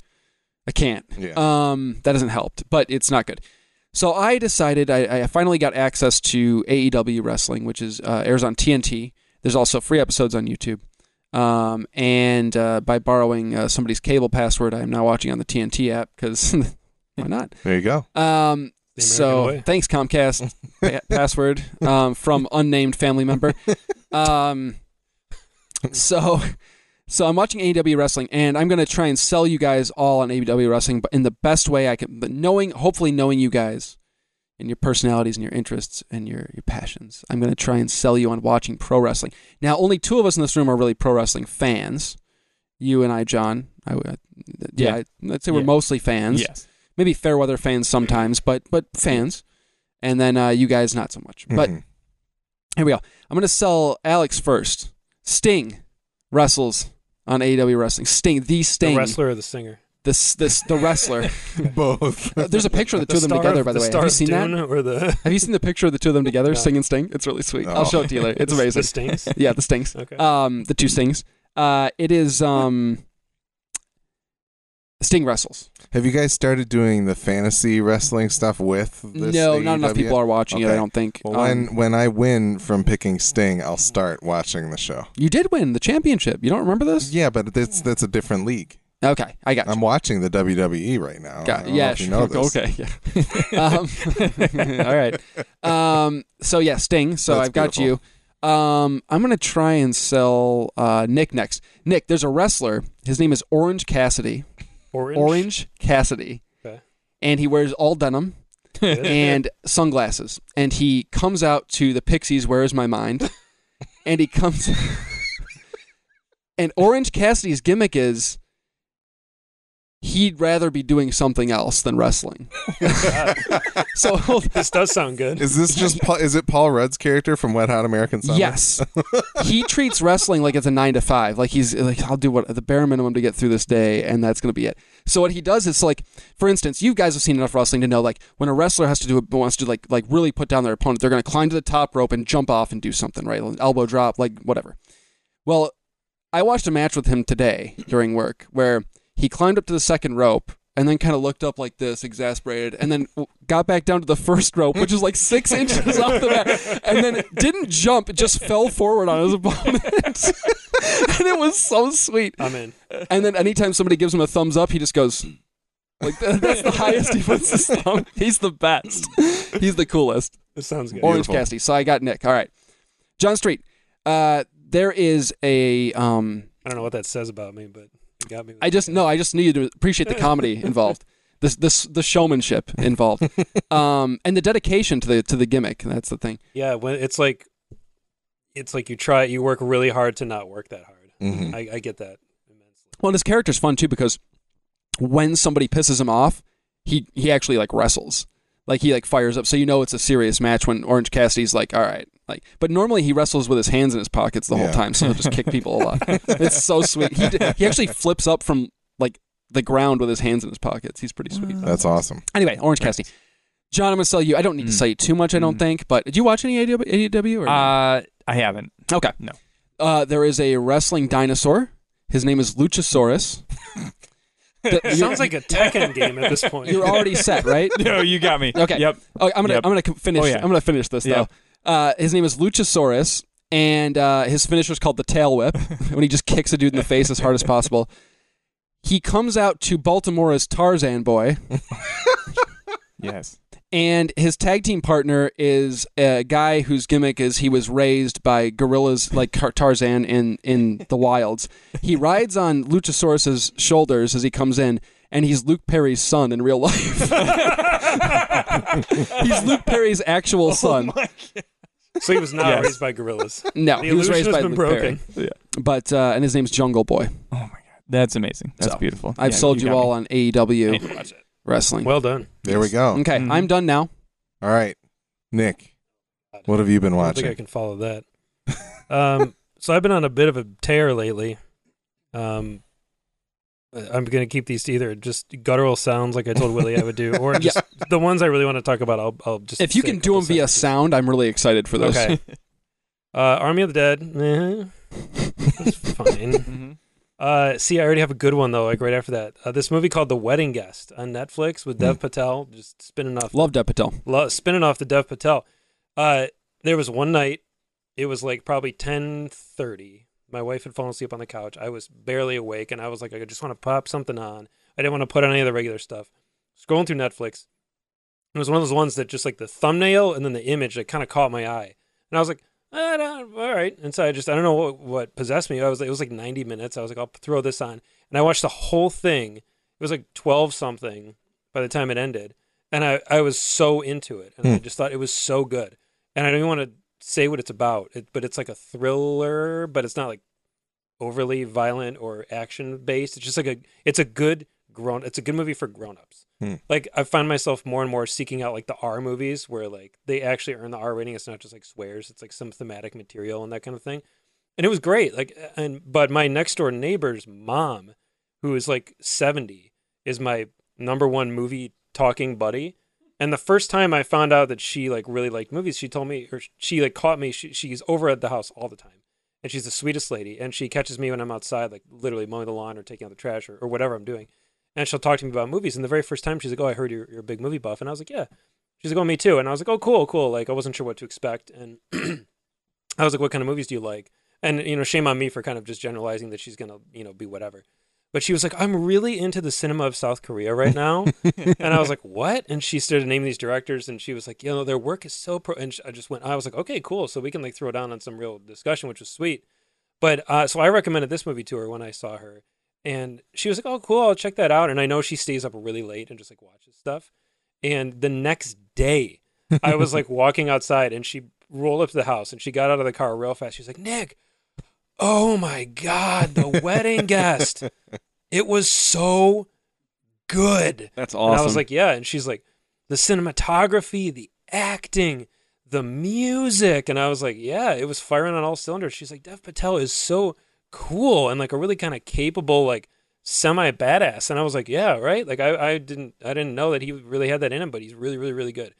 [SPEAKER 3] I can't.
[SPEAKER 1] Yeah.
[SPEAKER 3] Um, that hasn't helped, but it's not good. So I decided I, I finally got access to AEW wrestling, which is uh, airs on TNT. There's also free episodes on YouTube. Um, and uh, by borrowing uh, somebody's cable password, I am now watching on the TNT app because [LAUGHS] why not?
[SPEAKER 1] there you go.
[SPEAKER 3] Um,
[SPEAKER 2] The American
[SPEAKER 3] so
[SPEAKER 2] way.
[SPEAKER 3] thanks Comcast pa-
[SPEAKER 1] [LAUGHS]
[SPEAKER 3] password um, from unnamed family member. Um, so so I'm watching AEW wrestling, and I'm gonna try and E sell you guys all on AEW wrestling, but in the best way I can. But knowing, hopefully, knowing you guys, and your personalities and your interests and your, your passions. I'm going to try and sell you on watching pro wrestling. Now, only two of us in this room are really pro wrestling fans. You and I, John. I, would- I- yeah,
[SPEAKER 4] Yeah.
[SPEAKER 3] I, I'd say we're
[SPEAKER 4] Yeah.
[SPEAKER 3] mostly fans. [LAUGHS]
[SPEAKER 4] Yes.
[SPEAKER 3] Maybe fair weather fans sometimes, but but fans. And then uh, you guys, not so much. But
[SPEAKER 1] Mhm.
[SPEAKER 3] here we go. I'm going to sell Alex first. Sting wrestles on AEW Wrestling. Sting, the Sting.
[SPEAKER 2] The wrestler or the singer?
[SPEAKER 3] This, this,
[SPEAKER 2] [LAUGHS]
[SPEAKER 3] the wrestler.
[SPEAKER 1] [LAUGHS] both.
[SPEAKER 3] Uh, There's a picture of the two of them
[SPEAKER 2] star
[SPEAKER 3] together, by the, way.
[SPEAKER 2] star
[SPEAKER 3] Have you
[SPEAKER 2] of
[SPEAKER 3] seen that?
[SPEAKER 2] Dune Or the,
[SPEAKER 3] Have you seen the picture of the two of them together,
[SPEAKER 2] No.
[SPEAKER 3] Sting and Sting? It's really sweet.
[SPEAKER 1] Oh.
[SPEAKER 3] I'll show it to you later. [LAUGHS] It's
[SPEAKER 2] [LAUGHS]
[SPEAKER 3] amazing.
[SPEAKER 2] the Stings?
[SPEAKER 3] yeah, the Stings.
[SPEAKER 2] Okay.
[SPEAKER 3] Um, the two Stings. Uh, it is um, Sting wrestles.
[SPEAKER 1] [LAUGHS] Have you guys started doing the fantasy wrestling stuff with this?
[SPEAKER 3] no, not enough
[SPEAKER 1] AEW?
[SPEAKER 3] people are watching it. I
[SPEAKER 1] E Okay.
[SPEAKER 3] don't think.
[SPEAKER 1] Well,
[SPEAKER 3] Um,
[SPEAKER 1] when when I win from picking Sting, I'll start watching the show.
[SPEAKER 3] you did win the championship. You don't remember this?
[SPEAKER 1] Yeah, but that's that's a different league.
[SPEAKER 3] Okay, I got you.
[SPEAKER 1] I'm watching the WWE right now. Uh, I
[SPEAKER 3] Got
[SPEAKER 1] don't know
[SPEAKER 3] yeah,
[SPEAKER 1] if you
[SPEAKER 3] sure.
[SPEAKER 1] know this.
[SPEAKER 3] okay. Yeah.
[SPEAKER 1] [LAUGHS]
[SPEAKER 3] um, [LAUGHS] all right. Um, so yeah, Sting. So
[SPEAKER 1] That's
[SPEAKER 3] I've got
[SPEAKER 1] beautiful.
[SPEAKER 3] you. Um, I'm gonna try and sell uh, Nick next. Nick, there's a wrestler. His name is Orange Cassidy.
[SPEAKER 2] Orange.
[SPEAKER 3] Orange Cassidy.
[SPEAKER 2] Okay.
[SPEAKER 3] And he wears all denim and sunglasses. And he comes out to the Pixies, Where Is My Mind? And he comes. [LAUGHS] and Orange Cassidy's gimmick is he'd rather be doing something else than wrestling. [LAUGHS]
[SPEAKER 1] [LAUGHS]
[SPEAKER 3] so hold
[SPEAKER 2] this does sound
[SPEAKER 3] [LAUGHS]
[SPEAKER 2] good.
[SPEAKER 1] Is this just Paul, is it Paul Rudd's character from Wet Hot American Summer? [LAUGHS]
[SPEAKER 3] Yes. [LAUGHS] he treats wrestling like it's a nine to five. Like he's like, I'll do what the bare minimum to get through this day, and that's going to be it. So what he does is like, for instance, you guys have seen enough wrestling to know like when a wrestler has to do wants to like like really put down their opponent, they're going to climb to the top rope and jump off and do something right, An elbow drop, like whatever. Well, I watched a match with him today during work where he climbed up to the second rope. And then kind of looked up like this, exasperated, and then w- got back down to the first rope, which is like
[SPEAKER 4] [LAUGHS]
[SPEAKER 3] six inches off the mat, and then didn't jump, it just fell forward on his opponent. [LAUGHS] and it was so sweet.
[SPEAKER 2] I'm in.
[SPEAKER 3] And then anytime somebody gives him a thumbs up, he just goes like that- that's the highest he puts his thumb.
[SPEAKER 4] [LAUGHS] He's the best.
[SPEAKER 3] [LAUGHS] He's the coolest.
[SPEAKER 2] This sounds good.
[SPEAKER 3] Orange
[SPEAKER 1] Beautiful.
[SPEAKER 3] Cassidy. So I got Nick. All right, John Street. Uh, there is a um.
[SPEAKER 2] I don't know what that says about me, but it got me.
[SPEAKER 3] I just no. I just need you to appreciate the comedy involved. This this the showmanship
[SPEAKER 2] [LAUGHS]
[SPEAKER 3] involved. Um, and the dedication to the to the gimmick. That's the thing.
[SPEAKER 2] Yeah, when it's like, it's like you try, you work really hard to not work that hard.
[SPEAKER 1] Mhm.
[SPEAKER 4] Mm-hmm.
[SPEAKER 2] I, I get that immensely.
[SPEAKER 3] Well, and his character's fun too because when somebody pisses him off, he he actually like wrestles. Like he like fires up, so you know it's a serious match when Orange Cassidy's like, "All right," like. But normally he wrestles with his hands in his pockets the whole
[SPEAKER 1] Yeah.
[SPEAKER 3] time, so he'll just kick people a
[SPEAKER 1] [LAUGHS]
[SPEAKER 3] lot. It's so sweet. He d- he actually flips up from like the ground with his hands in his pockets. He's pretty sweet.
[SPEAKER 1] That's awesome.
[SPEAKER 3] Anyway, Orange
[SPEAKER 4] Nice.
[SPEAKER 3] Cassidy. John, I'm gonna sell you. I don't need to
[SPEAKER 4] Mm.
[SPEAKER 3] sell you too much, I don't
[SPEAKER 4] Mm.
[SPEAKER 3] think. But did you watch any AEW? E Or no?
[SPEAKER 4] Uh, I haven't. [LAUGHS]
[SPEAKER 3] okay.
[SPEAKER 4] no.
[SPEAKER 3] Uh, there is a wrestling dinosaur. His name is
[SPEAKER 4] [LAUGHS]
[SPEAKER 3] Luchasaurus. That-
[SPEAKER 2] It
[SPEAKER 3] [LAUGHS] you're-
[SPEAKER 2] sounds like a Tekken game at this point. [LAUGHS]
[SPEAKER 3] [LAUGHS] You're already set,
[SPEAKER 4] [LAUGHS]
[SPEAKER 3] right?
[SPEAKER 4] No, you got me.
[SPEAKER 3] Okay. [LAUGHS]
[SPEAKER 4] Yep.
[SPEAKER 3] Oh, I'm gonna
[SPEAKER 4] Yep.
[SPEAKER 3] I'm gonna co- finish.
[SPEAKER 4] Oh, yeah.
[SPEAKER 3] I'm gonna finish this
[SPEAKER 4] Yeah.
[SPEAKER 3] though. Uh, his name is Luchasaurus, and uh, his finisher is called the Tail Whip when he just kicks a dude in the face as hard as possible. He comes out to Baltimore as Tarzan Boy,
[SPEAKER 4] Yes.
[SPEAKER 3] and his tag team partner is a guy whose gimmick is he was raised by gorillas like Car- Tarzan in in the wilds. He rides on Luchasaurus's shoulders as he comes in, and he's Luke Perry's son in real life. [LAUGHS]
[SPEAKER 2] [LAUGHS]
[SPEAKER 3] he's Luke Perry's
[SPEAKER 2] Oh
[SPEAKER 3] actual son.
[SPEAKER 2] so he was not
[SPEAKER 4] Yes.
[SPEAKER 2] raised by
[SPEAKER 3] [LAUGHS]
[SPEAKER 2] gorillas.
[SPEAKER 3] No,
[SPEAKER 2] The
[SPEAKER 3] he was
[SPEAKER 2] illusion
[SPEAKER 3] raised
[SPEAKER 2] has
[SPEAKER 3] by
[SPEAKER 2] been
[SPEAKER 3] Luke
[SPEAKER 2] broken.
[SPEAKER 3] Perry. But uh, and his name's Jungle Boy.
[SPEAKER 4] Oh my god, that's amazing. That's
[SPEAKER 3] So,
[SPEAKER 4] beautiful.
[SPEAKER 3] I've
[SPEAKER 4] Yeah,
[SPEAKER 3] sold you,
[SPEAKER 4] got
[SPEAKER 3] all
[SPEAKER 4] me.
[SPEAKER 3] on AEW
[SPEAKER 4] I need to watch it.
[SPEAKER 3] wrestling.
[SPEAKER 2] Well mm-hmm. done.
[SPEAKER 1] There we go.
[SPEAKER 3] okay,
[SPEAKER 4] Mhm.
[SPEAKER 3] I'm done now.
[SPEAKER 1] All right, Nick, what have you been
[SPEAKER 2] I don't think I
[SPEAKER 1] watching?
[SPEAKER 2] can follow that. [LAUGHS] Um, so I've been on a bit of a tear lately. Um, I'm going to keep these to either just guttural sounds like I told Willie I would do,
[SPEAKER 3] [LAUGHS]
[SPEAKER 2] or just the ones I really want to talk about. I'll, I'll just
[SPEAKER 3] If you
[SPEAKER 2] say a
[SPEAKER 3] can do them
[SPEAKER 2] couple
[SPEAKER 3] via
[SPEAKER 2] sentences.
[SPEAKER 3] sound, I'm really excited for [LAUGHS] this.
[SPEAKER 2] Okay. Uh, Army of the Dead. Eh, it's fine.
[SPEAKER 4] Mhm.
[SPEAKER 2] Uh, see, I already have a good one though. Like right after that, uh, this movie called The Wedding Guest on Netflix with
[SPEAKER 3] Hmm.
[SPEAKER 2] Dev Patel, just spinning off,
[SPEAKER 3] Love Dev Patel.
[SPEAKER 2] lo- spinning off the Dev Patel. Uh, there was one night, it was like probably ten thirty. My wife had fallen asleep on the couch. I was barely awake, and I was like, I just want to pop something on. I didn't want to put on any of the regular stuff. Scrolling through Netflix, it was one of those ones that just like the thumbnail and then the image that kind of caught my eye, and I was like. "Ah, no, all right, and so I just I don't know what, what possessed me. I was it was like ninety minutes. I was like I'll throw this on, and I watched the whole thing. It was like twelve something by the time it ended, and I, I was so into it, and I just thought it was so good. And I don't even want to say what it's about, it, but it's like a thriller, but it's not like overly violent or action based. It's just like a it's a good grown it's a good movie for grown ups.
[SPEAKER 1] Hmm.
[SPEAKER 2] Like I find myself more and more seeking out like the R movies where like they actually earn the R rating. It's not just like swears. It's like some thematic material and that kind of thing. And it was great. Like and but my next door neighbor's mom, who is like seventy, is my number one movie talking buddy. And the first time I found out that she like really liked movies, she told me or she like caught me. She, she's over at the house all the time and she's the sweetest lady and she catches me when i'm outside like literally mowing the lawn or taking out the trash or, or whatever i'm doing and she'll talk to me about movies and the very first time she's like oh i heard you're, you're a big movie buff and i was like yeah she's like oh me too and i was like oh cool cool like i wasn't sure what to expect and [CLEARS THROAT] i was like what kind of movies do you like and you know shame on me for kind of just generalizing that she's gonna you know be whatever but she was like i'm really into the cinema of south korea right now and I was like, "What?" And she started naming these directors, and she was like, "You know, their work is so pro." And sh- I just went, "I was like, okay, cool. So we can like throw down on some real discussion, which was sweet." But uh, so I recommended this movie to her when I saw her, and she was like, "Oh, cool. I'll check that out." And I know she stays up really late and just like watches stuff. And the next day, I was like walking outside, and she rolled up to the house, and she got out of the car real fast. She's like, "Nick, oh my god, the wedding guest! It was so good."
[SPEAKER 3] That's
[SPEAKER 2] And I was like, yeah. And she's like, the cinematography, the acting, the music. And I was like, yeah, it was firing on all cylinders. She's like, Dev Patel is so cool and like a really kind of capable, like semi badass. And I was like, yeah, right. Like I, I didn't, I didn't know that he really had that in him, but he's really, really, really good.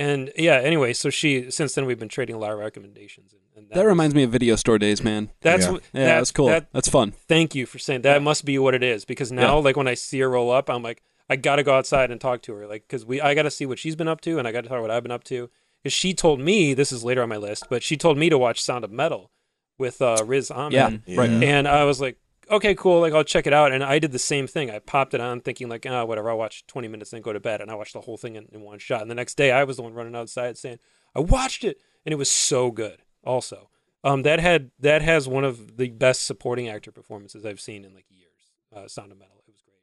[SPEAKER 2] And yeah, anyway, so she, since then we've been trading a lot of recommendations. And, and
[SPEAKER 3] that reminds me of video store days, man.
[SPEAKER 2] that's,
[SPEAKER 1] Yeah.
[SPEAKER 2] what-
[SPEAKER 3] Yeah,
[SPEAKER 2] that-
[SPEAKER 3] that's cool.
[SPEAKER 2] that-
[SPEAKER 3] that's fun.
[SPEAKER 2] thank you for saying that must be what it is because now like when i see her roll up i'm like i gotta go outside and talk to her like because we i gotta see what she's been up to and i gotta tell her what i've been up to because she told me this is later on my list but she told me to watch sound of metal with uh riz ahmed
[SPEAKER 3] Yeah,
[SPEAKER 1] Yeah.
[SPEAKER 3] right.
[SPEAKER 2] and i was like okay cool like i'll check it out and i did the same thing i popped it on thinking like ah whatever i'll watch 20 minutes and go to bed and i watched the whole thing in, in one shot and the next day i was the one running outside saying i watched it and it was so good also um, that had that has one of the best supporting actor performances I've seen in like years. Uh, Sound of Metal, it was great.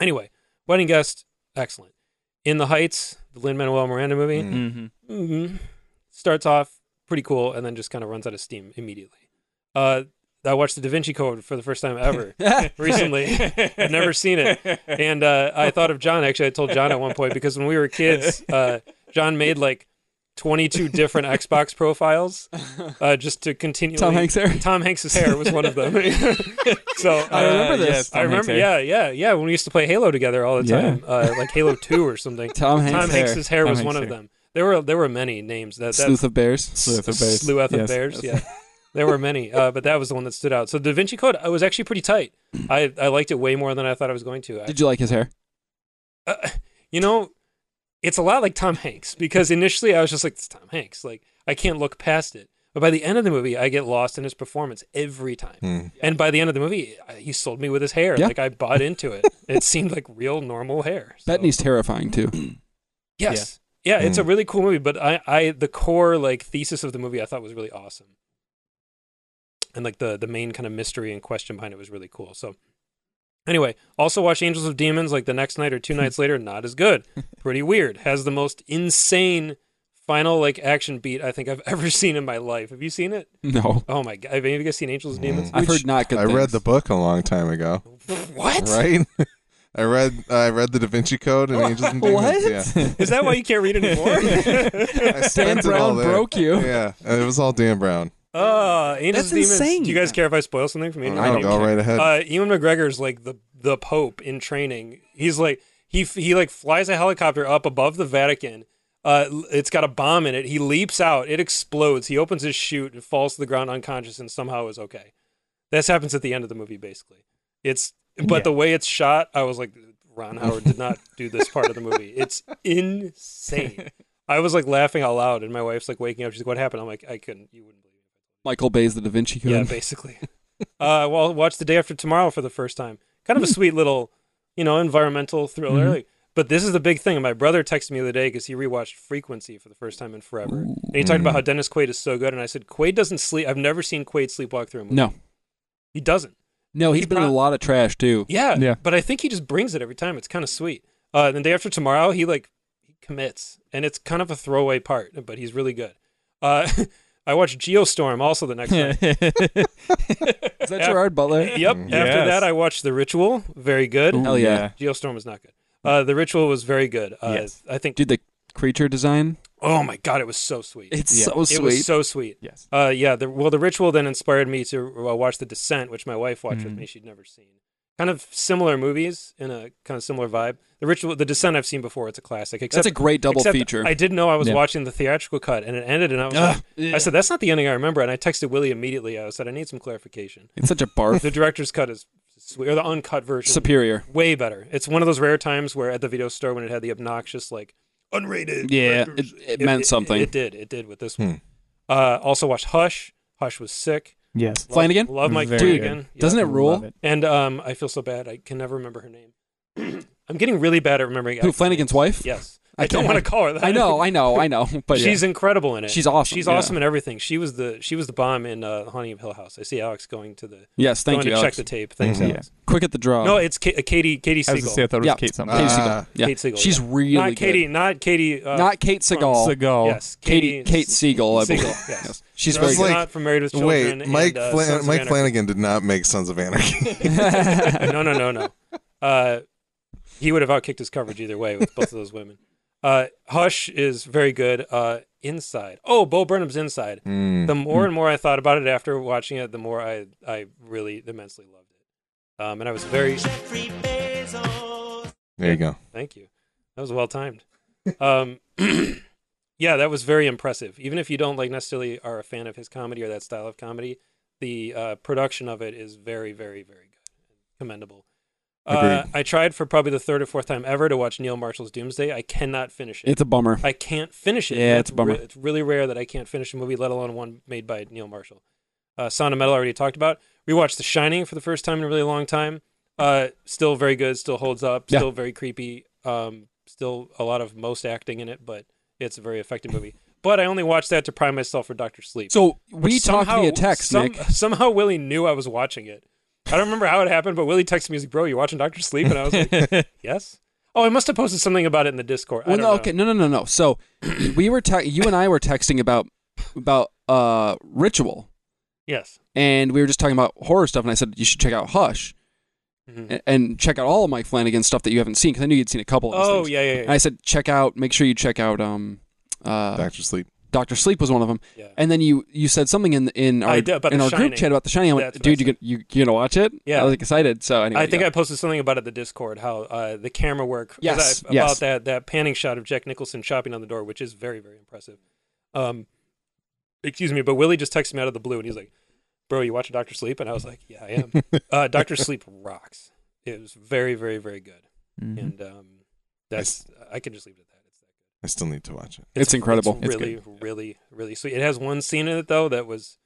[SPEAKER 2] Anyway, Wedding Guest, excellent. In the Heights, the Lin Manuel Miranda movie,
[SPEAKER 1] Mm.
[SPEAKER 4] mm-hmm.
[SPEAKER 2] mhm, starts off pretty cool and then just kind of runs out of steam immediately. Uh, I watched The Da Vinci Code for the first time
[SPEAKER 4] [LAUGHS]
[SPEAKER 2] ever [LAUGHS] recently. I've never seen it. And uh, I thought of John. Actually, I told John at one point because when we were kids, uh, John made like 22 different Xbox profiles uh, just to continue.
[SPEAKER 3] [LAUGHS] Tom Hanks there.
[SPEAKER 2] Tom Hanks's hair was one of
[SPEAKER 3] [LAUGHS]
[SPEAKER 2] them. so uh,
[SPEAKER 3] I remember this.
[SPEAKER 4] yes, Tom
[SPEAKER 2] I
[SPEAKER 4] Hanks
[SPEAKER 2] remember,
[SPEAKER 4] hair.
[SPEAKER 2] yeah, yeah, yeah. When we used to play Halo together all the
[SPEAKER 4] Yeah.
[SPEAKER 2] time, uh, like Halo Two or something.
[SPEAKER 3] [LAUGHS] Tom Hanks.
[SPEAKER 2] Tom
[SPEAKER 3] hair.
[SPEAKER 2] Hanks's hair
[SPEAKER 4] Tom
[SPEAKER 2] was
[SPEAKER 4] Hanks'
[SPEAKER 2] one of
[SPEAKER 4] hair.
[SPEAKER 2] them. There were there were many names that that
[SPEAKER 3] Sleuth of Bears.
[SPEAKER 4] Sleuth of Bears.
[SPEAKER 2] Slew F of
[SPEAKER 4] Yes.
[SPEAKER 2] Bears. Yeah, there were many, uh, but that was the one that stood out. So Da Vinci Code, I was actually pretty tight. I, I liked it way more than I thought I was going to. I,
[SPEAKER 3] Did you like his hair?
[SPEAKER 2] uh, you know, it's a lot like Tom Hanks because initially I was just like, "It's Tom Hanks." Like I can't look past it. But by the end of the movie, I get lost in his performance every time.
[SPEAKER 1] Hmm.
[SPEAKER 2] And by the end of the movie, I- he sold me with his hair.
[SPEAKER 3] Yeah.
[SPEAKER 2] Like I bought into it. it seemed like real normal hair. So-
[SPEAKER 3] Betty's
[SPEAKER 1] [CLEARS THROAT]
[SPEAKER 3] terrifying too.
[SPEAKER 2] Yes. Yeah, it's a
[SPEAKER 3] Hmm.
[SPEAKER 1] Mm.
[SPEAKER 2] really cool movie, but I, I the core like thesis of the movie I thought was really awesome. And like the the main kind of mystery and question behind it was really cool. So anyway, also watch Angels of Demons like the next night or
[SPEAKER 3] Hmm.
[SPEAKER 2] two nights later, not as good. Pretty weird. Has the most insane final like action beat I think I've [LAUGHS] ever seen in my life. Have you seen it?
[SPEAKER 3] No,
[SPEAKER 2] Oh my god. Have any of you guys seen Angels of Demons?
[SPEAKER 1] Mm.
[SPEAKER 3] I've heard not good.
[SPEAKER 1] I read
[SPEAKER 3] things.
[SPEAKER 1] the book a long time ago.
[SPEAKER 3] [LAUGHS]
[SPEAKER 2] What?
[SPEAKER 1] Right? [LAUGHS] I read I read the Da Vinci Code and Angels and Demons.
[SPEAKER 3] What?
[SPEAKER 1] Yeah.
[SPEAKER 2] Is
[SPEAKER 3] [LAUGHS]
[SPEAKER 2] that why you can't read anymore? [LAUGHS]
[SPEAKER 1] I
[SPEAKER 3] Dan
[SPEAKER 1] spent it all
[SPEAKER 3] Brown
[SPEAKER 1] there.
[SPEAKER 3] broke you.
[SPEAKER 1] Yeah, and it was all Dan Brown.
[SPEAKER 2] Oh, Angels
[SPEAKER 3] That's
[SPEAKER 2] and Demons.
[SPEAKER 3] insane.
[SPEAKER 2] Do you guys care if I spoil something from Angels?
[SPEAKER 1] I'll
[SPEAKER 2] and
[SPEAKER 1] go
[SPEAKER 2] Demons?
[SPEAKER 1] right ahead.
[SPEAKER 2] Uh, Ewan McGregor's like the the Pope in training. He's like he f- he like flies a helicopter up above the Vatican. Uh, l- it's got a bomb in it. He leaps out. It explodes. He opens his chute and falls to the ground unconscious, and somehow is okay. This happens at the end of the movie, basically. It's but
[SPEAKER 4] Yeah.
[SPEAKER 2] the way it's shot, I was like, Ron Howard did not do this part of the movie.
[SPEAKER 1] [LAUGHS]
[SPEAKER 2] It's insane. I was like laughing out loud, and my wife's like waking up. She's like, "What happened?" I'm like, "I couldn't. You wouldn't believe." it.
[SPEAKER 3] Michael Bay's The Da Vinci Code.
[SPEAKER 2] Yeah, basically. [LAUGHS] uh, well, watch the day after tomorrow for the first time. Kind
[SPEAKER 3] Hmm.
[SPEAKER 2] of a sweet little, you know, environmental
[SPEAKER 3] Mm-hmm.
[SPEAKER 2] thriller.
[SPEAKER 4] Mhm.
[SPEAKER 2] Like, but this is the big thing. My brother texted me the other day because he rewatched Frequency for the first time in forever, and he talked about how
[SPEAKER 3] Mm.
[SPEAKER 2] Dennis Quaid is so good. And I said, Quaid doesn't sleep. I've never seen Quaid sleepwalk through a movie.
[SPEAKER 3] no,
[SPEAKER 2] he doesn't.
[SPEAKER 3] no,
[SPEAKER 2] He
[SPEAKER 3] he's been in
[SPEAKER 2] pro-
[SPEAKER 3] a lot of trash too.
[SPEAKER 2] Yeah,
[SPEAKER 4] Yeah.
[SPEAKER 2] But I think he just brings it every time. It's kind of sweet. Uh, and the day after tomorrow, he like commits, and it's kind of a throwaway part, but he's really good. Uh, [LAUGHS] I watched Geostorm also the next night.
[SPEAKER 3] [LAUGHS]
[SPEAKER 2] [LAUGHS]
[SPEAKER 3] Is that Gerard Butler?
[SPEAKER 2] Yep. After
[SPEAKER 4] Yes.
[SPEAKER 2] that, I watched The Ritual. Very good.
[SPEAKER 3] Hell yeah.
[SPEAKER 2] Geostorm was not good. Uh, the Ritual was very good. Uh,
[SPEAKER 4] Yes.
[SPEAKER 2] I think.
[SPEAKER 3] Dude, the creature design.
[SPEAKER 2] Oh my god, it was so sweet.
[SPEAKER 3] It's
[SPEAKER 4] Yeah.
[SPEAKER 3] so
[SPEAKER 2] It
[SPEAKER 3] sweet.
[SPEAKER 2] was so sweet.
[SPEAKER 4] Yes.
[SPEAKER 2] Uh, yeah. The, well, the ritual then inspired me to uh, watch The Descent, which my wife watched with
[SPEAKER 3] Mm-hmm.
[SPEAKER 4] Mhm.
[SPEAKER 2] me. She'd never seen. Kind of similar movies in a kind of similar vibe. The ritual, The Descent, I've seen before. It's a classic. Except
[SPEAKER 3] That's a great double
[SPEAKER 2] except
[SPEAKER 3] feature.
[SPEAKER 2] I didn't know I was
[SPEAKER 4] Yeah.
[SPEAKER 2] watching the theatrical cut, and it ended, and I was
[SPEAKER 3] Ugh.
[SPEAKER 2] like, I said, "That's not the ending I remember." And I texted Willie immediately. I said, "I need some
[SPEAKER 3] [LAUGHS]
[SPEAKER 2] clarification."
[SPEAKER 3] it's such a barf.
[SPEAKER 2] [LAUGHS] The director's cut is sweet, or the uncut version,
[SPEAKER 3] Superior.
[SPEAKER 2] way better. It's one of those rare times where at the video store when it had the obnoxious like unrated.
[SPEAKER 3] Yeah, it,
[SPEAKER 2] director's-
[SPEAKER 3] it meant something.
[SPEAKER 2] It, did. It did with this
[SPEAKER 1] Hmm.
[SPEAKER 2] one. Uh, also watched Hush. Hush was sick.
[SPEAKER 4] Yes.
[SPEAKER 2] Love-
[SPEAKER 3] Flanagan?
[SPEAKER 2] Love Mike
[SPEAKER 4] Very
[SPEAKER 3] good.
[SPEAKER 2] Flanagan. Yeah.
[SPEAKER 3] Doesn't it
[SPEAKER 4] Love
[SPEAKER 3] rule?
[SPEAKER 4] it.
[SPEAKER 2] And um, I feel so bad. I can never remember her name. [CLEARS THROAT] I'm getting really bad at remembering.
[SPEAKER 3] Who
[SPEAKER 2] actors'
[SPEAKER 3] Flanagan's
[SPEAKER 2] names.
[SPEAKER 3] wife?
[SPEAKER 2] Yes.
[SPEAKER 3] I
[SPEAKER 2] I, don't
[SPEAKER 3] can't-
[SPEAKER 2] want to call her that.
[SPEAKER 3] [LAUGHS] I know,
[SPEAKER 2] [LAUGHS]
[SPEAKER 3] I know, I know. But
[SPEAKER 2] she's incredible in it.
[SPEAKER 3] She's awesome,
[SPEAKER 2] She's
[SPEAKER 3] yeah.
[SPEAKER 2] awesome in everything. She was the she was the bomb in uh, Haunting of Hill House. I see Alex going to the
[SPEAKER 3] yes, thank
[SPEAKER 2] going
[SPEAKER 3] you.
[SPEAKER 2] to
[SPEAKER 3] Alex.
[SPEAKER 2] check the tape. Thanks,
[SPEAKER 1] Mhm.
[SPEAKER 2] Alex.
[SPEAKER 3] Quick at the draw.
[SPEAKER 2] No, it's Ka- Katie Katie
[SPEAKER 4] I was gonna
[SPEAKER 2] Siegel.
[SPEAKER 4] say I thought it was
[SPEAKER 3] Yeah.
[SPEAKER 4] Kate something.
[SPEAKER 3] Kate
[SPEAKER 1] Ah.
[SPEAKER 3] Segal. Yeah,
[SPEAKER 2] Kate Segal,
[SPEAKER 3] she's
[SPEAKER 2] yeah.
[SPEAKER 3] really
[SPEAKER 2] not
[SPEAKER 3] good.
[SPEAKER 2] Katie, not Katie, uh,
[SPEAKER 3] not Kate Segal.
[SPEAKER 4] Segal.
[SPEAKER 2] Yes,
[SPEAKER 3] Katie, Kate Segal. I
[SPEAKER 2] Siegel,
[SPEAKER 3] [LAUGHS] believe.
[SPEAKER 2] yes.
[SPEAKER 3] she's
[SPEAKER 1] That
[SPEAKER 3] very
[SPEAKER 1] was
[SPEAKER 2] She's
[SPEAKER 1] like-
[SPEAKER 2] not from Married with Children.
[SPEAKER 1] Wait, Mike
[SPEAKER 2] and, uh,
[SPEAKER 1] Flan-
[SPEAKER 2] Sons of
[SPEAKER 1] Mike
[SPEAKER 2] Anarchy.
[SPEAKER 1] Flanagan did not make Sons of Anarchy.
[SPEAKER 3] good. [LAUGHS]
[SPEAKER 2] no, no, no, no. Uh, [LAUGHS] he would have
[SPEAKER 1] [LAUGHS]
[SPEAKER 2] outkicked his coverage either way with both of those women. Uh, Hush is very good. Uh, Inside. Oh, Bo Burnham's Inside.
[SPEAKER 1] Mm.
[SPEAKER 2] The more and more I thought about it after watching it, the more I, I really immensely loved it. Um, and I was very
[SPEAKER 1] There you go.
[SPEAKER 2] Thank you. That was well timed. Um, [CLEARS THROAT] yeah, that was very impressive. Even if you don't like necessarily are a fan of his comedy or that style of comedy, the uh, production of it is very, very, very good, commendable. Uh, I tried for probably the third or fourth time ever to watch Neil Marshall's Doomsday. I cannot finish it.
[SPEAKER 3] it's a bummer.
[SPEAKER 2] I can't finish it.
[SPEAKER 3] Yeah, it's a
[SPEAKER 2] That's
[SPEAKER 3] bummer.
[SPEAKER 2] re- it's really rare that I can't finish a movie, let alone one made by Neil Marshall. Uh, Sound of Metal already talked about. We watched The Shining for the first time in a really long time. Uh, still very good. Still holds up.
[SPEAKER 3] Yeah.
[SPEAKER 2] Still very creepy. Um, still a lot of most acting in it, but it's a very effective movie. But I only watched that to prime myself for Doctor Sleep.
[SPEAKER 3] So
[SPEAKER 2] which
[SPEAKER 3] we talked
[SPEAKER 2] somehow-
[SPEAKER 3] via text,
[SPEAKER 2] some-
[SPEAKER 3] Nick.
[SPEAKER 2] [LAUGHS] Somehow Willie knew I was watching it. I don't remember how it happened, but Willie texted me, he's like, "Bro, you watching Doctor Sleep?" And I
[SPEAKER 3] [LAUGHS]
[SPEAKER 2] was like,
[SPEAKER 4] [LAUGHS]
[SPEAKER 2] "Yes." Oh, I must have posted something about it in the Discord. I
[SPEAKER 3] Well,
[SPEAKER 2] don't
[SPEAKER 3] no,
[SPEAKER 2] know.
[SPEAKER 3] okay, no, no, no, no. So [CLEARS THROAT] we were te- you and I were texting about about uh ritual,
[SPEAKER 2] Yes.
[SPEAKER 3] and we were just talking about horror stuff, and I said you should check out Hush
[SPEAKER 2] Mhm.
[SPEAKER 3] and, and check out all of Mike Flanagan's stuff that you haven't seen because I knew you'd seen a couple. of his
[SPEAKER 2] Oh
[SPEAKER 3] things.
[SPEAKER 2] yeah, yeah, yeah.
[SPEAKER 3] And I said check out, make sure you check out um uh
[SPEAKER 1] Doctor Sleep.
[SPEAKER 3] Doctor Sleep was one of them,
[SPEAKER 2] Yeah.
[SPEAKER 3] and then you you said something in in
[SPEAKER 2] I
[SPEAKER 3] our
[SPEAKER 2] did, about
[SPEAKER 3] in
[SPEAKER 2] The
[SPEAKER 3] our
[SPEAKER 2] Shining.
[SPEAKER 3] group chat about the shining. I went,
[SPEAKER 2] That's what I
[SPEAKER 3] dude, you gonna, you you gonna watch it?
[SPEAKER 2] Yeah.
[SPEAKER 3] I was like, excited. So anyway,
[SPEAKER 2] I think
[SPEAKER 3] yeah.
[SPEAKER 2] I posted something about it in the Discord how uh, the camera work 'cause
[SPEAKER 3] Yes,
[SPEAKER 2] I- about
[SPEAKER 3] yes.
[SPEAKER 2] that that panning shot of Jack Nicholson chopping on the door, which is very very impressive. Um, excuse me, but Willie just texted me out of the blue and he's like, "Bro, you watching Doctor Sleep?" And I was like, "Yeah, I am."
[SPEAKER 3] [LAUGHS]
[SPEAKER 2] uh, Doctor Sleep rocks. It was very very very good,
[SPEAKER 4] Mhm.
[SPEAKER 3] Mm-hmm.
[SPEAKER 2] and um, that's I can just leave it at that. It's that good.
[SPEAKER 1] [LAUGHS] I still need to watch it.
[SPEAKER 3] It's incredible.
[SPEAKER 4] It's
[SPEAKER 2] really really really sweet. It has one scene in it though that was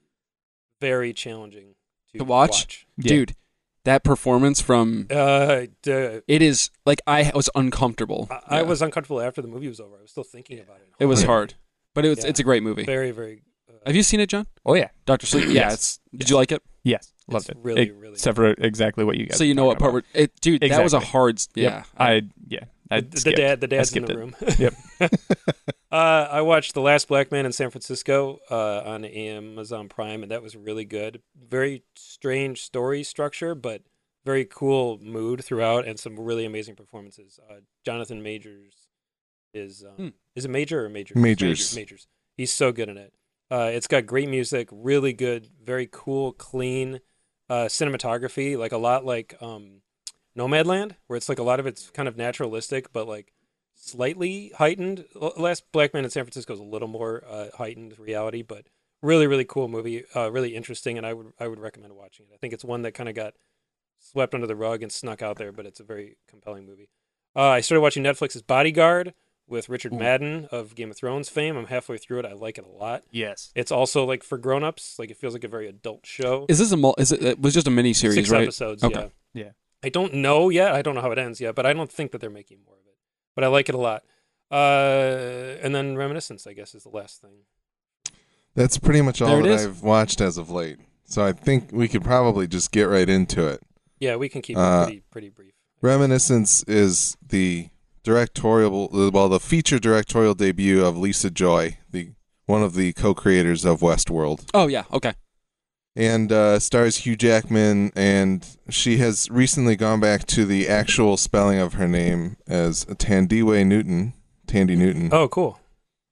[SPEAKER 2] very challenging to,
[SPEAKER 3] To watch?
[SPEAKER 4] Yeah.
[SPEAKER 3] dude, that performance from
[SPEAKER 2] Uh, d-
[SPEAKER 3] it is like I was uncomfortable.
[SPEAKER 2] I, I
[SPEAKER 3] Yeah.
[SPEAKER 2] was uncomfortable after the movie was over. I was still thinking about it.
[SPEAKER 3] It was
[SPEAKER 1] Yeah.
[SPEAKER 3] hard, but it was,
[SPEAKER 2] Yeah.
[SPEAKER 3] it's a great movie.
[SPEAKER 2] very, very. Uh,
[SPEAKER 3] Have you seen it, John?
[SPEAKER 4] Oh yeah.
[SPEAKER 2] [CLEARS THROAT]
[SPEAKER 3] Doctor Sleep. Yeah,
[SPEAKER 4] Yes.
[SPEAKER 3] it's, did you like it?
[SPEAKER 4] Yes. Loved
[SPEAKER 2] It's
[SPEAKER 4] it.
[SPEAKER 2] really,
[SPEAKER 4] Ex-
[SPEAKER 2] really
[SPEAKER 4] Except for exactly what you guys.
[SPEAKER 3] so you know
[SPEAKER 4] were
[SPEAKER 3] what part
[SPEAKER 4] talking
[SPEAKER 3] where it, dude, that was a
[SPEAKER 4] Exactly.
[SPEAKER 3] hard. s- Yeah,
[SPEAKER 4] about. I yeah. I
[SPEAKER 2] the, the
[SPEAKER 4] skipped.
[SPEAKER 2] dad, the dad's in
[SPEAKER 4] skipped
[SPEAKER 2] the
[SPEAKER 4] it.
[SPEAKER 2] room.
[SPEAKER 4] Yep.
[SPEAKER 2] [LAUGHS]
[SPEAKER 4] [LAUGHS]
[SPEAKER 2] uh, I watched The Last Black Man in San Francisco uh, on Amazon Prime, and that was really good. Very strange story structure, but very cool mood throughout, and some really amazing performances. Uh, Jonathan Majors is um,
[SPEAKER 3] Hmm.
[SPEAKER 2] is it Major or Major?
[SPEAKER 1] Majors.
[SPEAKER 2] Majors. He's so good in it. Uh, it's got great music, really good, very cool, clean uh, cinematography, like a lot like um, Nomadland, where it's like a lot of it's kind of naturalistic, but like slightly heightened. L- Last Black Man in San Francisco is a little more uh, heightened reality, but really, really cool movie, uh, really interesting, and I would I would recommend watching it. I think it's one that kind of got swept under the rug and snuck out there, but it's a very compelling movie. Uh, I started watching Netflix's Bodyguard with Richard
[SPEAKER 3] Ooh.
[SPEAKER 2] Madden of Game of Thrones fame. I'm halfway through it. I like it a lot.
[SPEAKER 4] Yes.
[SPEAKER 2] It's also like for grown-ups. Like it feels like a very adult show.
[SPEAKER 3] is this a mul- is it, it was just a mini series,
[SPEAKER 2] Six
[SPEAKER 3] right?
[SPEAKER 2] episodes.
[SPEAKER 3] Okay.
[SPEAKER 2] Yeah.
[SPEAKER 4] Yeah.
[SPEAKER 2] I don't know yet. I don't know how it ends yet, but I don't think that they're making more of it. But I like it a lot. Uh, and then Reminiscence, I guess, is the last thing.
[SPEAKER 1] That's pretty much all
[SPEAKER 3] There it
[SPEAKER 1] that
[SPEAKER 3] is.
[SPEAKER 1] I've watched as of late. So I think we could probably just get right into it.
[SPEAKER 2] Yeah, we can keep
[SPEAKER 1] Uh,
[SPEAKER 2] it pretty pretty brief.
[SPEAKER 1] Reminiscence is the directorial, well, the feature directorial debut of Lisa Joy, the one of the co-creators of Westworld,
[SPEAKER 3] Oh yeah. Okay.
[SPEAKER 1] and uh, stars Hugh Jackman. And she has recently gone back to the actual spelling of her name as Tandiwe Newton, Tandy Newton.
[SPEAKER 2] Oh, cool.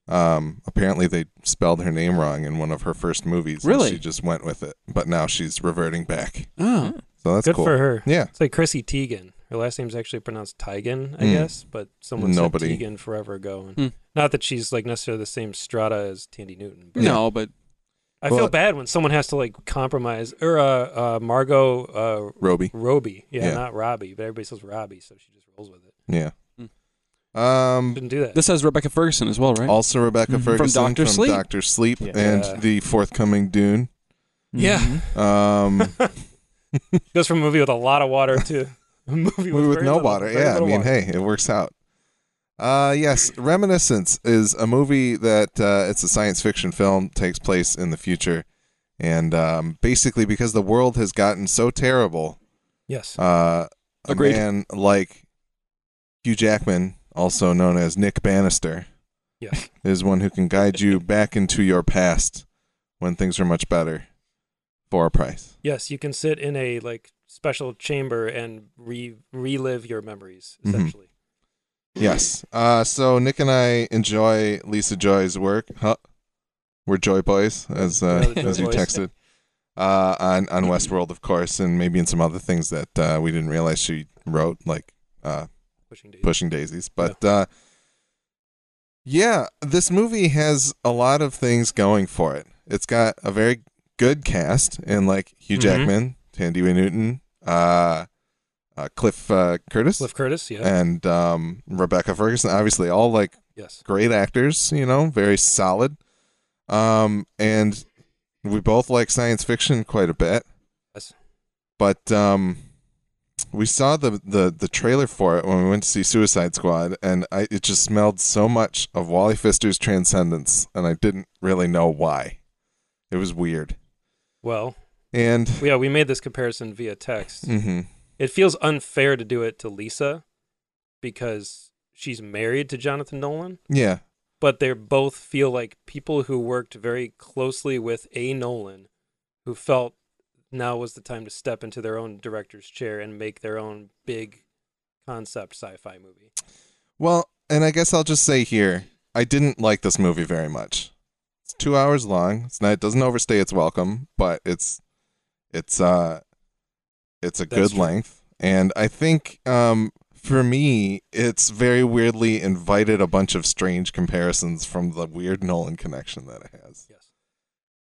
[SPEAKER 1] Um, apparently they spelled her name wrong in one of her first movies. and
[SPEAKER 3] Really?
[SPEAKER 1] she just went with it, but now she's reverting back.
[SPEAKER 3] Oh.
[SPEAKER 1] So that's
[SPEAKER 2] Good
[SPEAKER 1] cool.
[SPEAKER 2] for her.
[SPEAKER 1] Yeah.
[SPEAKER 2] It's like Chrissy Teigen. Her last name's actually pronounced Teigen, I
[SPEAKER 1] Hmm.
[SPEAKER 2] guess, but someone
[SPEAKER 1] Nobody.
[SPEAKER 2] said Teigen forever ago. And
[SPEAKER 3] Hmm.
[SPEAKER 2] Not that she's like necessarily the same strata as Tandy Newton. But
[SPEAKER 3] No, but
[SPEAKER 2] I feel
[SPEAKER 1] Well-
[SPEAKER 2] bad when someone has to like compromise or uh, uh, Margot uh,
[SPEAKER 1] Roby.
[SPEAKER 2] Robbie. Yeah,
[SPEAKER 1] Yeah.
[SPEAKER 2] not Robbie, but everybody says Robbie, so she just rolls with it.
[SPEAKER 1] Yeah. Um,
[SPEAKER 2] Shouldn't do that.
[SPEAKER 3] Hmm. this has Rebecca Ferguson as well, right?
[SPEAKER 1] also Rebecca
[SPEAKER 4] Mhm. From
[SPEAKER 1] Ferguson
[SPEAKER 3] Dr. Sleep.
[SPEAKER 1] Dr. Sleep
[SPEAKER 4] Yeah.
[SPEAKER 1] and
[SPEAKER 2] Yeah.
[SPEAKER 1] the forthcoming Dune.
[SPEAKER 2] Yeah.
[SPEAKER 4] Mhm.
[SPEAKER 1] Hmm. Um,
[SPEAKER 2] [LAUGHS]
[SPEAKER 1] [LAUGHS]
[SPEAKER 2] Goes from a movie with a lot of water to a movie with,
[SPEAKER 1] movie [LAUGHS] with
[SPEAKER 2] very
[SPEAKER 1] no
[SPEAKER 2] little-
[SPEAKER 1] water.
[SPEAKER 2] very
[SPEAKER 1] Yeah, I
[SPEAKER 2] little
[SPEAKER 1] mean,
[SPEAKER 2] water.
[SPEAKER 1] hey, it works out. Uh, yes, Reminiscence is a movie that uh, it's a science fiction film takes place in the future, and um, basically because the world has gotten so terrible,
[SPEAKER 2] Yes.
[SPEAKER 1] uh, a
[SPEAKER 3] Agreed.
[SPEAKER 1] man like Hugh Jackman, also known as Nick Bannister,
[SPEAKER 2] Yeah.
[SPEAKER 1] is one who can guide you back into your past when things are much better for a price.
[SPEAKER 2] Yes, you can sit in a like special chamber and re- relive your memories
[SPEAKER 1] Mhm.
[SPEAKER 2] essentially.
[SPEAKER 1] Yes. Uh, so Nick and I enjoy Lisa Joy's work. Huh? We're Joy Boys, as uh,
[SPEAKER 2] We're the Joy
[SPEAKER 1] as you
[SPEAKER 2] Boys.
[SPEAKER 1] texted. Uh, on on Westworld, of course, and maybe in some other things that uh, we didn't realize she wrote, like uh,
[SPEAKER 2] Pushing days.
[SPEAKER 1] pushing daisies but uh yeah this movie has a lot of things going for it it's got a very good cast and like hugh
[SPEAKER 2] Mhm.
[SPEAKER 1] jackman tandy Way newton uh, uh cliff uh, curtis
[SPEAKER 2] Cliff Curtis, yeah.
[SPEAKER 1] and um rebecca ferguson obviously all like
[SPEAKER 2] yes.
[SPEAKER 1] great actors you know very solid um and we both like science fiction quite a bit
[SPEAKER 2] Yes.
[SPEAKER 1] but um, we saw the, the the trailer for it when we went to see Suicide Squad, and I it just smelled so much of Wally Pfister's transcendence, and I didn't really know why. It was weird,
[SPEAKER 2] Well,
[SPEAKER 1] and
[SPEAKER 2] yeah, we made this comparison via text.
[SPEAKER 1] hmm
[SPEAKER 2] It feels unfair to do it to Lisa because she's married to Jonathan Nolan,
[SPEAKER 1] yeah,
[SPEAKER 2] but they both feel like people who worked very closely with a Nolan who felt now was the time to step into their own director's chair and make their own big concept sci-fi movie.
[SPEAKER 1] well, and I guess I'll just say here, I didn't like this movie very much. It's two hours long. It's not. It doesn't overstay its welcome, but it's it's uh it's a
[SPEAKER 2] That's
[SPEAKER 1] good
[SPEAKER 2] true.
[SPEAKER 1] length, and I think um for me, it's very weirdly invited a bunch of strange comparisons from the weird Nolan connection that it has.
[SPEAKER 2] Yes.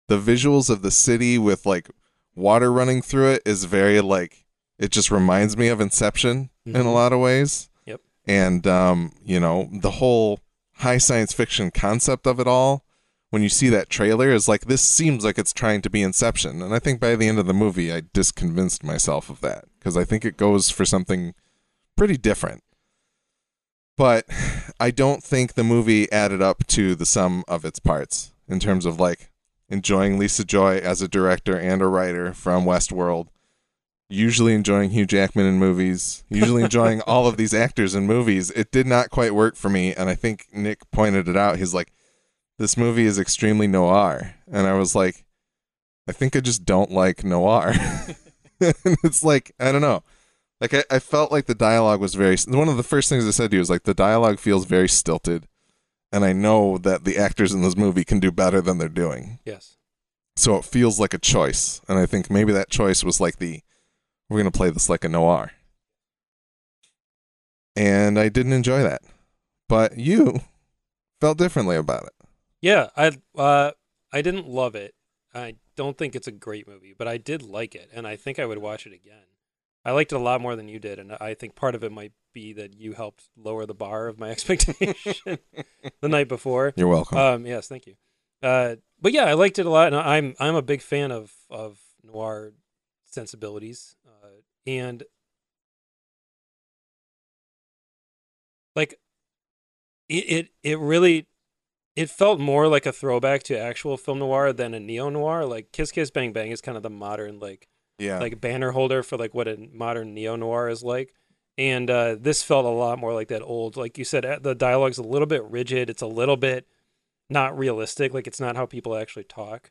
[SPEAKER 1] The visuals of the city with like water running through it is very like it just reminds me of Inception in a
[SPEAKER 2] Mhm.
[SPEAKER 1] lot of ways.
[SPEAKER 2] Yep.
[SPEAKER 1] And um, you know, the whole high science fiction concept of it all when you see that trailer is like this seems like it's trying to be Inception, and I think by the end of the movie I disconvinced myself of that because I think it goes for something pretty different. But I don't think the movie added up to the sum of its parts in terms of like enjoying Lisa Joy as a director and a writer from Westworld, usually enjoying Hugh Jackman in movies, usually enjoying all of these actors in movies. It did not quite work for me, and I think Nick pointed it out. He's like, "This movie is extremely noir," and I was like, "I think I just don't like noir." [LAUGHS] and it's like I don't know. Like I, I felt like the dialogue was very. One of the first things I said to you was like the dialogue feels very stilted, and I know that the actors in this movie can do better than they're doing
[SPEAKER 2] Yes.
[SPEAKER 1] so it feels like a choice and i think maybe that choice was like the we're going to play this like a noir and i didn't enjoy that but you [LAUGHS] felt differently about it
[SPEAKER 2] Yeah, I uh, I didn't love it. I don't think it's a great movie, but I did like it, and I think I would watch it again. I liked it a lot more than you did, and I think part of it might be that you helped lower the bar of my [LAUGHS] expectation the night before.
[SPEAKER 1] you're welcome
[SPEAKER 2] Um, yes, thank you. Uh, but yeah, I liked it a lot, and I'm I'm a big fan of of noir sensibilities, uh, and like it, it it really it felt more like a throwback to actual film noir than a neo noir. Like Kiss Kiss Bang Bang is kind of the modern like
[SPEAKER 1] yeah
[SPEAKER 2] like banner holder for like what a modern neo noir is like, and uh, this felt a lot more like that old, like you said, uh, the dialogue's a little bit rigid. It's a little bit not realistic. Like it's not how people actually talk.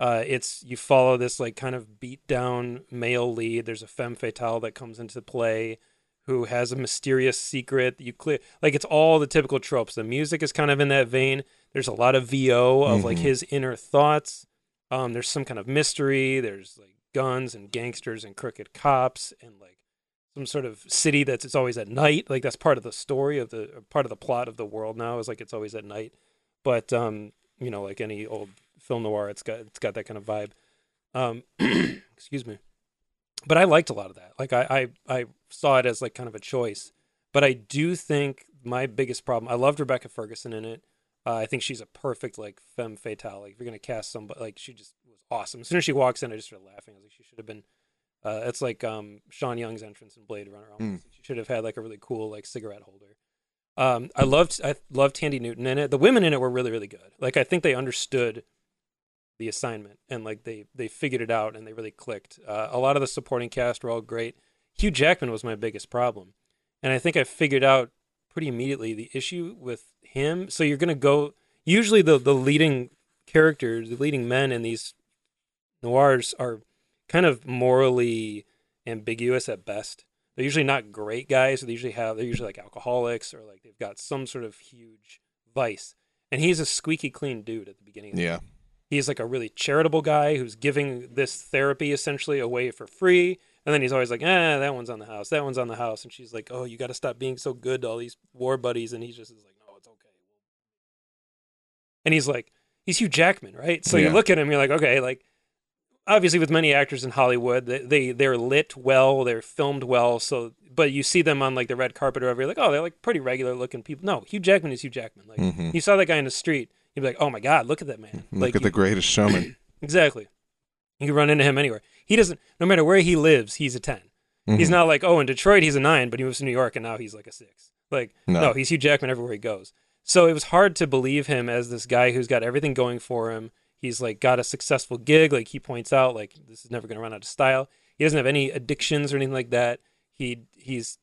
[SPEAKER 2] Uh, it's you follow this like kind of beat down male lead. There's a femme fatale that comes into play, who has a mysterious secret. That you clear like it's all the typical tropes. The music is kind of in that vein. There's a lot of VO of like
[SPEAKER 1] Mhm.
[SPEAKER 2] his inner thoughts. Um, there's some kind of mystery. There's like guns and gangsters and crooked cops and like some sort of city that's it's always at night. Like that's part of the story of the part of the plot of the world now is like it's always at night. But um, you know, like any old film noir, it's got it's got that kind of vibe. Um, [CLEARS THROAT] excuse me. But I liked a lot of that. Like I, I I saw it as like kind of a choice. But I do think my biggest problem. I loved Rebecca Ferguson in it. Uh, I think she's a perfect like femme fatale. Like if you're gonna cast somebody, like she just was awesome. As soon as she walks in, I just started laughing. I was like, she should have been. Uh, it's like um, Sean Young's entrance in Blade Runner. Almost. She should have had like a really cool like cigarette holder. Um, I loved I loved Tandy Newton in it. The women in it were really really good. Like I think they understood the assignment and like they they figured it out and they really clicked. Uh, a lot of the supporting cast were all great. Hugh Jackman was my biggest problem, and I think I figured out pretty immediately the issue with him. So you're gonna go usually the the leading characters, the leading men in these noirs are kind of morally ambiguous at best. They're usually not great guys. They usually have they're usually like alcoholics or like they've got some sort of huge vice. And he's a squeaky clean dude at the beginning. of the
[SPEAKER 1] Yeah.
[SPEAKER 2] he's like a really charitable guy who's giving this therapy essentially away for free. And then he's always like, "Ah, that one's on the house. That one's on the house." And she's like, "Oh, you got to stop being so good to all these war buddies." And he's just is like, "No, it's okay." And he's like, "He's Hugh Jackman, right?" So
[SPEAKER 1] Yeah.
[SPEAKER 2] you look at him, you're like, "Okay, like." Obviously, with many actors in Hollywood, they, they they're lit well, they're filmed well. So, but you see them on like the red carpet or whatever, you're like, oh, they're like pretty regular looking people. No, Hugh Jackman is Hugh Jackman. Like
[SPEAKER 1] Mhm.
[SPEAKER 2] you saw that guy in the street, you'd be like, oh my god, look at that man.
[SPEAKER 1] Mm-hmm. Look
[SPEAKER 2] like
[SPEAKER 1] at
[SPEAKER 2] you-
[SPEAKER 1] the greatest showman.
[SPEAKER 2] Exactly. You can run into him anywhere. He doesn't. No matter where he lives, he's a 10 [COUGHS] He's
[SPEAKER 1] Mhm.
[SPEAKER 2] not like oh in Detroit he's a nine, but he moves to New York and now he's like a six. Like
[SPEAKER 1] No.
[SPEAKER 2] no. he's Hugh Jackman everywhere he goes. So it was hard to believe him as this guy who's got everything going for him. He's like got a successful gig, like he points out, like this is never going to run out of style. He doesn't have any addictions or anything like that. He he's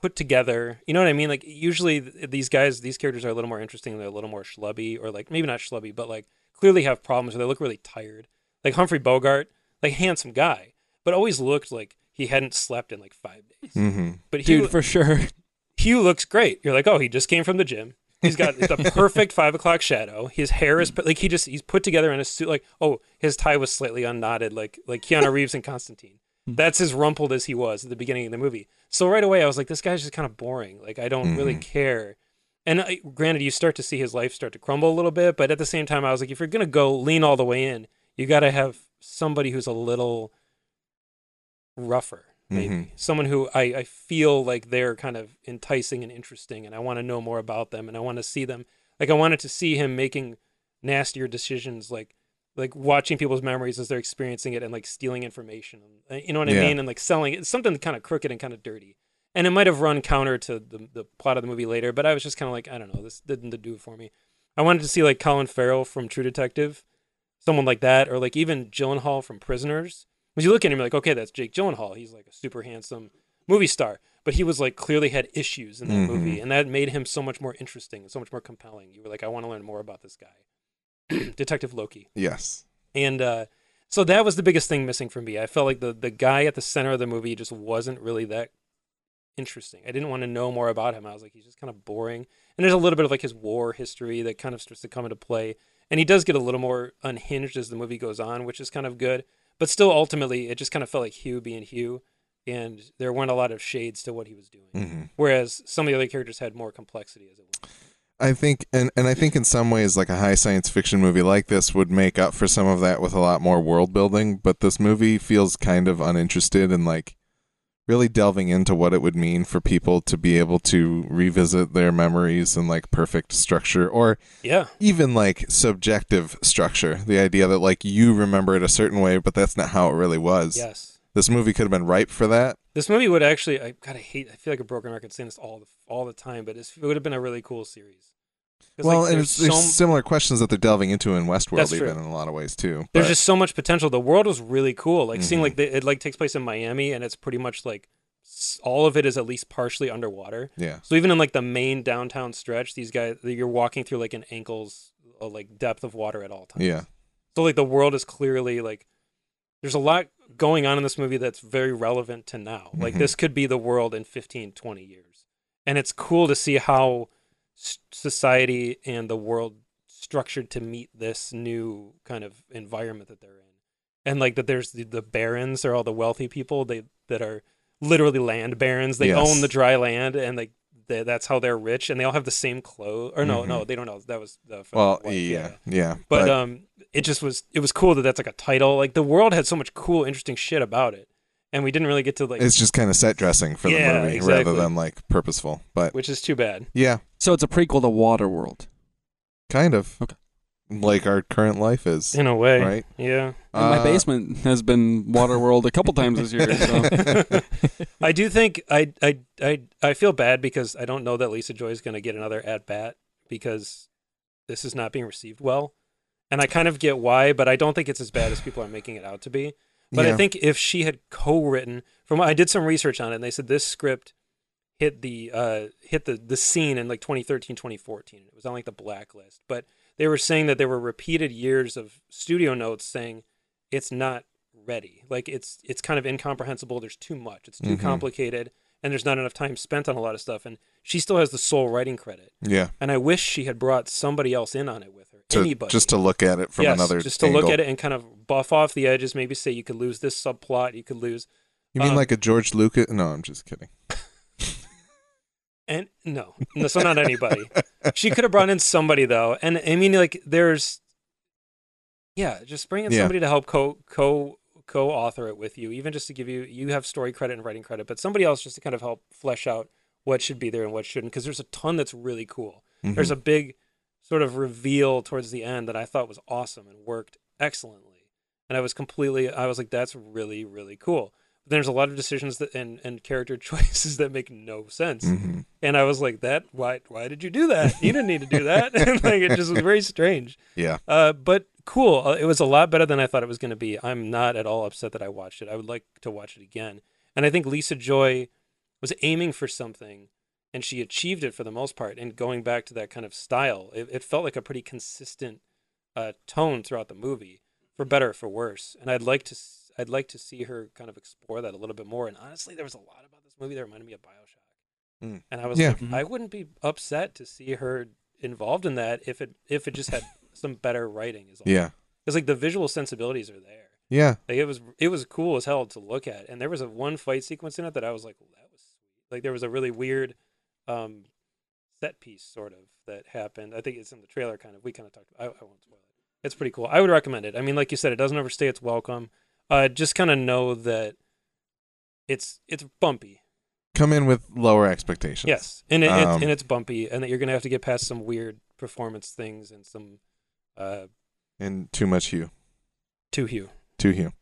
[SPEAKER 2] put together. You know what I mean? Like usually th- these guys, these characters are a little more interesting. They're a little more schlubby, or like maybe not schlubby, but like clearly have problems. Or they look really tired. Like Humphrey Bogart, like handsome guy, but always looked like he hadn't slept in like five days.
[SPEAKER 1] Mhm.
[SPEAKER 2] But he,
[SPEAKER 3] dude, for sure.
[SPEAKER 2] Hugh looks great. You're like, oh, he just came from the gym. He's got the perfect five o'clock shadow. His hair is like he just he's put together in a suit. Like oh, his tie was slightly unknotted, like like Keanu Reeves and Constantine. That's as rumpled as he was at the beginning of the movie. So right away, I was like, this guy's just kind of boring. Like I don't really
[SPEAKER 1] Mhm.
[SPEAKER 2] care. And I, granted, you start to see his life start to crumble a little bit, but at the same time, I was like, if you're gonna go lean all the way in, you got to have somebody who's a little rougher maybe
[SPEAKER 1] Mhm.
[SPEAKER 2] someone who I, I feel like they're kind of enticing and interesting and i want to know more about them and i want to see them like i wanted to see him making nastier decisions like like watching people's memories as they're experiencing it and like stealing information Uh, you know what
[SPEAKER 1] Yeah.
[SPEAKER 2] i mean and like selling it something kind of crooked and kind of dirty and it might have run counter to the, the plot of the movie later but i was just kind of like i don't know this didn't do it for me i wanted to see like colin farrell from true detective someone like that or like even gyllenhaal from prisoners when you look at him, you're like, okay, that's Jake Gyllenhaal. He's like a super handsome movie star, but he was like clearly had issues in that
[SPEAKER 1] Mhm.
[SPEAKER 2] movie, and that made him so much more interesting and so much more compelling. You were like, I want to learn more about this guy, [CLEARS THROAT] Detective Loki,
[SPEAKER 1] Yes.
[SPEAKER 2] and uh, so that was the biggest thing missing for me. I felt like the the guy at the center of the movie just wasn't really that interesting. I didn't want to know more about him. I was like, he's just kind of boring. And there's a little bit of like his war history that kind of starts to come into play. And he does get a little more unhinged as the movie goes on, which is kind of good. But still, ultimately, it just kind of felt like Hugh being Hugh, and there weren't a lot of shades to what he was doing.
[SPEAKER 1] hmm
[SPEAKER 2] Whereas some of the other characters had more complexity as it went.
[SPEAKER 1] I think, and, and I think in some ways, like a high science fiction movie like this would make up for some of that with a lot more world building. But this movie feels kind of uninterested and like really delving into what it would mean for people to be able to revisit their memories and like perfect structure or
[SPEAKER 2] Yeah,
[SPEAKER 1] even like subjective structure. The idea that like you remember it a certain way, but that's not how it really was.
[SPEAKER 2] yes.
[SPEAKER 1] This movie could have been ripe for that.
[SPEAKER 2] This movie would actually, I gotta hate. I feel like a broken record saying this all the all the time, but it's, it would have been a really cool series. 'Cause, like,
[SPEAKER 1] Well, and
[SPEAKER 2] there's
[SPEAKER 1] it's, there's
[SPEAKER 2] so m-
[SPEAKER 1] similar questions that they're delving into in Westworld,
[SPEAKER 2] That's
[SPEAKER 1] even
[SPEAKER 2] true.
[SPEAKER 1] in a lot of ways too.
[SPEAKER 2] there's
[SPEAKER 1] But-
[SPEAKER 2] just so much potential. The world was really cool. Like seeing
[SPEAKER 1] Mhm.
[SPEAKER 2] like the, it like takes place in Miami, and it's pretty much like s- all of it is at least partially underwater.
[SPEAKER 1] Yeah.
[SPEAKER 2] So even in like the main downtown stretch, these guys you're walking through like an ankle's uh, like depth of water at all times.
[SPEAKER 1] Yeah.
[SPEAKER 2] So like the world is clearly like there's a lot going on in this movie that's very relevant to now. Like
[SPEAKER 1] Mhm.
[SPEAKER 2] this could be the world in 15, 20 years. And it's cool to see how s- society and the world structured to meet this new kind of environment that they're in. And like that there's the, the barons are all the wealthy people they that are literally land barons. They
[SPEAKER 1] Yes.
[SPEAKER 2] own the dry land and like they, that's how they're rich and they all have the same clothes or no,
[SPEAKER 1] Mhm.
[SPEAKER 2] no, they don't know. That was the
[SPEAKER 1] Well,
[SPEAKER 2] like,
[SPEAKER 1] yeah. Yeah.
[SPEAKER 2] but, um it just was it was cool that that's like a title like the world had so much cool interesting shit about it and we didn't really get to like
[SPEAKER 1] it's just kind of set dressing for the
[SPEAKER 2] Yeah,
[SPEAKER 1] movie
[SPEAKER 2] exactly.
[SPEAKER 1] rather than like purposeful. But
[SPEAKER 2] which is too bad
[SPEAKER 1] yeah,
[SPEAKER 3] So it's a prequel to Waterworld.
[SPEAKER 1] kind of.
[SPEAKER 3] Okay.
[SPEAKER 1] Like our current life is.
[SPEAKER 2] in a way
[SPEAKER 1] Right?
[SPEAKER 2] yeah
[SPEAKER 3] And my
[SPEAKER 1] Uh,
[SPEAKER 3] basement has been Waterworld a couple times this year.
[SPEAKER 2] [LAUGHS]
[SPEAKER 3] So.
[SPEAKER 2] i do think i i i, I feel bad because i don't know that lisa joy is going to get another at bat because this is not being received well and i kind of get why but i don't think it's as bad as people are making it out to be But
[SPEAKER 1] yeah.
[SPEAKER 2] I think if she had co-written, from what I did some research on it, and they said this script hit the uh, hit the the scene in like 2013, 2014. It was on like the blacklist, but they were saying that there were repeated years of studio notes saying it's not ready, like it's it's kind of incomprehensible. There's too much. It's too
[SPEAKER 1] Mhm.
[SPEAKER 2] complicated, and there's not enough time spent on a lot of stuff. And she still has the sole writing credit.
[SPEAKER 1] yeah.
[SPEAKER 2] And I wish she had brought somebody else in on it with her.
[SPEAKER 1] To,
[SPEAKER 2] anybody
[SPEAKER 1] just to look at it from
[SPEAKER 2] yes,
[SPEAKER 1] another
[SPEAKER 2] just to
[SPEAKER 1] angle.
[SPEAKER 2] look at it and kind of buff off the edges maybe say you could lose this subplot you could lose
[SPEAKER 1] You mean
[SPEAKER 2] um,
[SPEAKER 1] like a George Lucas? No, I'm just kidding.
[SPEAKER 2] and no no so not
[SPEAKER 1] [LAUGHS]
[SPEAKER 2] anybody she could have brought in somebody though and i mean like there's yeah just bring in
[SPEAKER 1] Yeah.
[SPEAKER 2] somebody to help co co co-author it with you even just to give you you have story credit and writing credit but somebody else just to kind of help flesh out what should be there and what shouldn't because there's a ton that's really cool there's a big sort of reveal towards the end that I thought was awesome and worked excellently. And I was completely, I was like, that's really, really cool. But there's a lot of decisions that, and, and character [LAUGHS] choices that make no sense.
[SPEAKER 1] Mhm.
[SPEAKER 2] And I was like, that, why, why did you do that? You didn't need to do that. [LAUGHS] and like, it just was very strange.
[SPEAKER 1] Yeah.
[SPEAKER 2] Uh, but cool. Uh, It was a lot better than I thought it was going to be. I'm not at all upset that I watched it. I would like to watch it again. And I think Lisa Joy was aiming for something and she achieved it for the most part. And going back to that kind of style, it, it felt like a pretty consistent uh, tone throughout the movie, for better or for worse. And I'd like to. s- I'd like to see her kind of explore that a little bit more. And honestly, there was a lot about this movie that reminded me of Bioshock.
[SPEAKER 1] Mm.
[SPEAKER 2] And I was
[SPEAKER 1] Yeah.
[SPEAKER 2] like,
[SPEAKER 4] Mhm.
[SPEAKER 2] I wouldn't be upset to see her involved in that if it if it
[SPEAKER 1] [LAUGHS]
[SPEAKER 2] just had some better writing is all.
[SPEAKER 1] Yeah.
[SPEAKER 2] Because like the visual sensibilities are there.
[SPEAKER 1] Yeah.
[SPEAKER 2] Like it was it was cool as hell to look at. And there was a one fight sequence in it that I was like, well, that was sweet. Like there was a really weird um set piece sort of that happened. I think it's in the trailer kind of. We kind of talked I, I won't spoil it. It's pretty cool. I would recommend it. I mean, like you said, it doesn't overstay its welcome. Uh just kind of know that it's it's bumpy.
[SPEAKER 1] Come in with lower expectations.
[SPEAKER 2] Yes, and it,
[SPEAKER 1] Um,
[SPEAKER 2] it's, and it's bumpy, and that you're gonna have to get past some weird performance things and some uh,
[SPEAKER 1] And too much hue.
[SPEAKER 2] too hue.
[SPEAKER 1] Too hue.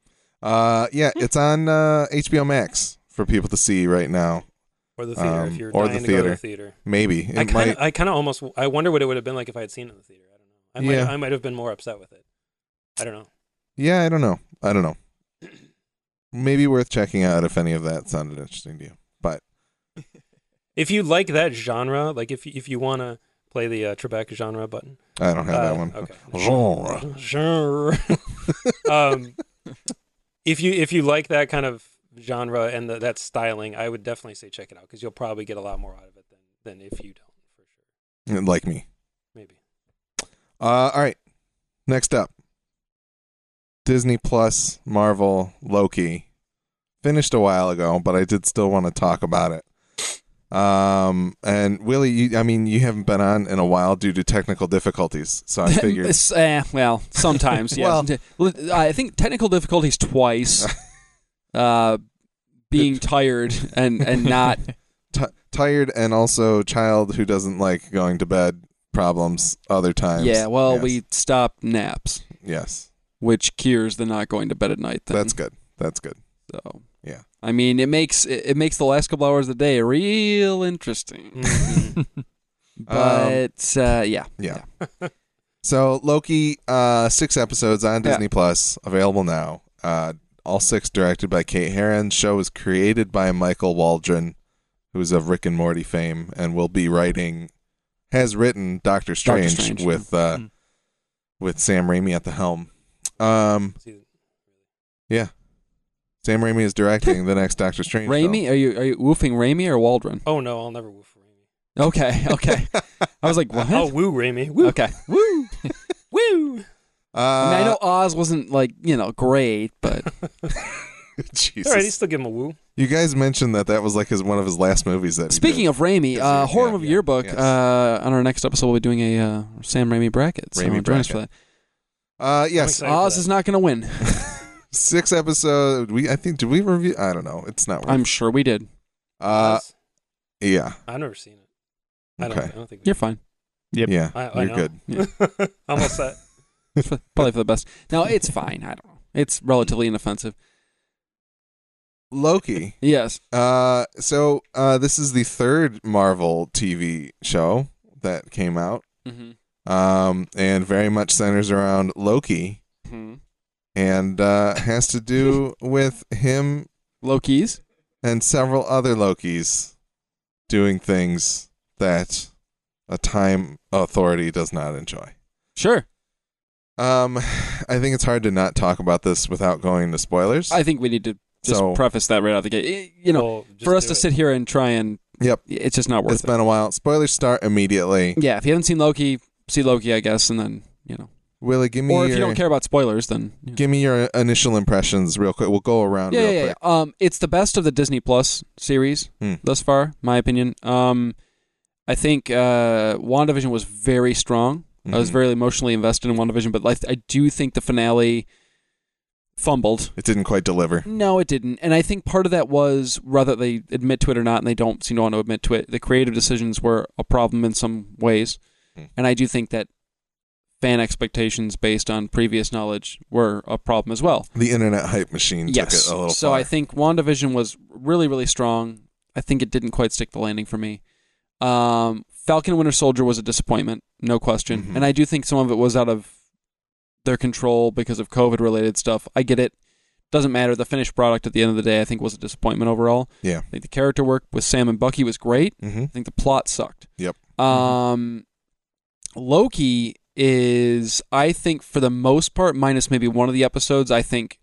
[SPEAKER 1] Uh, yeah, it's on uh, HBO Max for people to see right now.
[SPEAKER 2] Or the theater,
[SPEAKER 1] Um,
[SPEAKER 2] if you're
[SPEAKER 1] or the
[SPEAKER 2] dying to go to the theater.
[SPEAKER 1] Maybe it
[SPEAKER 2] I kind
[SPEAKER 1] might.
[SPEAKER 2] of, I kind of almost, I wonder what it would have been like if I had seen it in the theater. I don't know. I might,
[SPEAKER 1] Yeah.
[SPEAKER 2] I might have been more upset with it. I don't know.
[SPEAKER 1] Yeah, I don't know. I don't know. Maybe worth checking out if any of that sounded interesting to you.
[SPEAKER 2] If you like that genre, like if if you want to play the uh, Trebek genre button,
[SPEAKER 1] I don't have
[SPEAKER 2] uh,
[SPEAKER 1] that one.
[SPEAKER 2] Okay.
[SPEAKER 1] Genre.
[SPEAKER 2] Genre. [LAUGHS] um, if you if you like that kind of genre and the, that styling, I would definitely say check it out because you'll probably get a lot more out of it than than if you don't for sure.
[SPEAKER 1] Like me. [LAUGHS]
[SPEAKER 2] Maybe.
[SPEAKER 1] Uh, all right. Next up Disney Plus, Marvel, Loki. Finished a while ago, but I did still want to talk about it. Um, and Willie, you, I mean, you haven't been on in a while due to technical difficulties. So
[SPEAKER 2] [LAUGHS]
[SPEAKER 1] I figured.
[SPEAKER 3] It's, eh, well, sometimes, yeah. Well, I think technical difficulties twice, uh, being tired and, and not.
[SPEAKER 1] t- tired and also child who doesn't like going to bed problems other times.
[SPEAKER 3] Yeah, well,
[SPEAKER 1] Yes.
[SPEAKER 3] we stopped naps,
[SPEAKER 1] yes,
[SPEAKER 3] which cures the not going to bed at night. Thing.
[SPEAKER 1] that's good. That's good.
[SPEAKER 3] so.
[SPEAKER 1] Yeah.
[SPEAKER 3] I mean, it makes it, it makes the last couple hours of the day real
[SPEAKER 1] Mm.
[SPEAKER 3] interesting. But uh, yeah,
[SPEAKER 1] Um, Yeah. [LAUGHS] So Loki, uh, six episodes on
[SPEAKER 3] Yeah.
[SPEAKER 1] Disney Plus, available now. Uh, all six directed by Kate Herron. Show was created by Michael Waldron, who's of Rick and Morty fame, and will be writing, has written Doctor Strange,
[SPEAKER 3] Strange. Hmm.
[SPEAKER 1] with uh,
[SPEAKER 4] Mm.
[SPEAKER 1] with Sam Raimi at the helm. Um,
[SPEAKER 2] See,
[SPEAKER 1] Sam Raimi is
[SPEAKER 3] [LAUGHS]
[SPEAKER 1] directing the next Doctor Strange.
[SPEAKER 3] Raimi? Are you are you woofing Raimi or Waldron? [LAUGHS]
[SPEAKER 2] oh no, I'll never woo for Raimi.
[SPEAKER 3] Okay,
[SPEAKER 1] film. [LAUGHS]
[SPEAKER 3] okay. I was like, what?
[SPEAKER 2] I'll woo Raimi. Woo,
[SPEAKER 3] Okay.
[SPEAKER 1] Oh. Woo!
[SPEAKER 2] woo.
[SPEAKER 1] Uh,
[SPEAKER 3] I, mean, I know Oz wasn't like you know great, but
[SPEAKER 2] All right, you
[SPEAKER 1] [LAUGHS] Jesus.
[SPEAKER 2] still give him a woo.
[SPEAKER 1] You guys mentioned that that was like his one of his last movies that.
[SPEAKER 3] speaking of Raimi,
[SPEAKER 1] Yes,
[SPEAKER 3] uh,
[SPEAKER 1] yeah,
[SPEAKER 3] horror
[SPEAKER 1] yeah,
[SPEAKER 3] movie yearbook.
[SPEAKER 1] yes.
[SPEAKER 3] Uh, on our next episode, we'll be doing a uh, Sam Raimi bracket. So
[SPEAKER 1] Raimi
[SPEAKER 3] join
[SPEAKER 1] bracket.
[SPEAKER 3] us for that.
[SPEAKER 1] of uh, yes,
[SPEAKER 2] Sorry for
[SPEAKER 3] Oz
[SPEAKER 2] that.
[SPEAKER 3] is not going to win.
[SPEAKER 1] six episode. We I think did we review? I don't know. It's not. worth
[SPEAKER 3] I'm sure we did.
[SPEAKER 1] Uh,
[SPEAKER 2] Oz?
[SPEAKER 1] yeah,
[SPEAKER 2] I've never seen it. I don't.
[SPEAKER 1] Okay.
[SPEAKER 2] I don't think. We,
[SPEAKER 3] You're fine.
[SPEAKER 4] Yep.
[SPEAKER 1] yeah.
[SPEAKER 2] I, I
[SPEAKER 1] You're
[SPEAKER 2] know.
[SPEAKER 1] good.
[SPEAKER 2] good. [LAUGHS] I'm all set.
[SPEAKER 3] For- Probably for the best. No, it's fine. I don't know. It's relatively inoffensive.
[SPEAKER 1] [LAUGHS] Loki.
[SPEAKER 3] Yes.
[SPEAKER 1] Uh, so uh, this is the third Marvel TV show that came out,
[SPEAKER 3] Mm-hmm.
[SPEAKER 1] um, and very much centers around Loki,
[SPEAKER 2] Mm-hmm.
[SPEAKER 1] and uh, has to
[SPEAKER 2] [LAUGHS]
[SPEAKER 1] do with him
[SPEAKER 3] Loki's.
[SPEAKER 1] and several other Lokis doing things that a time authority does not enjoy.
[SPEAKER 3] Sure.
[SPEAKER 1] Um, [SIGHS] I think it's hard to not talk about this without going to spoilers.
[SPEAKER 3] I think we need to just
[SPEAKER 1] So-
[SPEAKER 3] preface that right out the gate. Eh, You know,
[SPEAKER 2] Well, just
[SPEAKER 3] for us
[SPEAKER 2] do
[SPEAKER 3] to
[SPEAKER 2] it.
[SPEAKER 3] sit here and try and
[SPEAKER 1] Yep.
[SPEAKER 3] it's just not worth
[SPEAKER 1] it's
[SPEAKER 3] it.
[SPEAKER 1] been a while. Spoilers start immediately.
[SPEAKER 3] Yeah, if you haven't seen Loki, see Loki, I guess, and then you know.
[SPEAKER 1] Willie, give me
[SPEAKER 3] Or
[SPEAKER 1] your
[SPEAKER 3] if you don't care about spoilers, then you know.
[SPEAKER 1] give me your initial impressions real quick. We'll go around
[SPEAKER 3] yeah,
[SPEAKER 1] real
[SPEAKER 3] yeah,
[SPEAKER 1] quick.
[SPEAKER 3] yeah. Um, it's the best of the Disney Plus series
[SPEAKER 1] Hmm.
[SPEAKER 3] thus far, my opinion. Um, I think uh, WandaVision was very strong. I
[SPEAKER 2] Mm-hmm.
[SPEAKER 3] was
[SPEAKER 1] Mhm.
[SPEAKER 3] very emotionally invested in WandaVision, but like, I do think the finale fumbled.
[SPEAKER 1] It didn't quite deliver.
[SPEAKER 3] No, it didn't. And I think part of that was whether they admit to it or not, and they don't seem to want to admit to it. The creative decisions were a problem in some ways,
[SPEAKER 1] Hmm.
[SPEAKER 3] and I do think that fan expectations based on previous knowledge were a problem as well.
[SPEAKER 1] The internet hype machine
[SPEAKER 3] yes.
[SPEAKER 1] took it a little
[SPEAKER 3] so
[SPEAKER 1] far.
[SPEAKER 3] I think WandaVision was really, really strong. I think it didn't quite stick the landing for me. Um, Falcon and Winter Soldier was a disappointment, no question.
[SPEAKER 1] Mhm.
[SPEAKER 3] And I do think some of it was out of their control because of COVID related stuff. I get it. Doesn't matter. The finished product at the end of the day, I think, was a disappointment overall.
[SPEAKER 1] Yeah.
[SPEAKER 3] I think the character work with Sam and Bucky was great.
[SPEAKER 1] hmm
[SPEAKER 3] I think the plot sucked.
[SPEAKER 1] Yep.
[SPEAKER 3] Um, Loki is, I think, for the most part, minus maybe one of the episodes, I think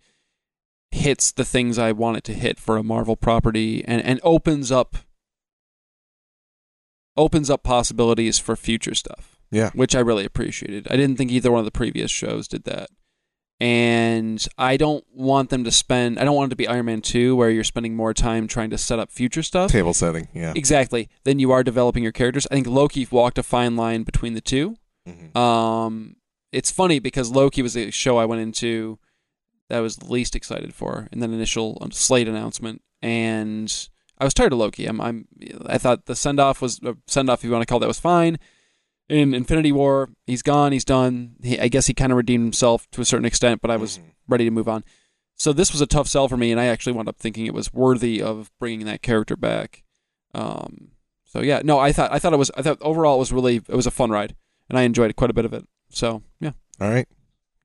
[SPEAKER 3] hits the things I want it to hit for a Marvel property and, and opens up opens up possibilities for future stuff.
[SPEAKER 1] Yeah.
[SPEAKER 3] Which I really appreciated. I didn't think either one of the previous shows did that. And I don't want them to spend I don't want it to be Iron Man 2 where you're spending more time trying to set up future stuff.
[SPEAKER 1] Table setting, yeah.
[SPEAKER 3] [LAUGHS] Exactly. Then you are developing your characters. I think Loki walked a fine line between the two.
[SPEAKER 1] Mhm.
[SPEAKER 3] Um, it's funny because Loki was a show I went into that I was the least excited for in that initial um, slate announcement, and I was tired of Loki. I'm, I'm I thought the send off was send off if you want to call that was fine. In Infinity War, he's gone, he's done. He, I guess he kind of redeemed himself to a certain extent, but I was
[SPEAKER 1] Mhm.
[SPEAKER 3] ready to move on. So this was a tough sell for me, and I actually wound up thinking it was worthy of bringing that character back. Um, so yeah, no, I thought I thought it was I thought overall it was really it was a fun ride, and I enjoyed quite a bit of it. So yeah,
[SPEAKER 1] All right.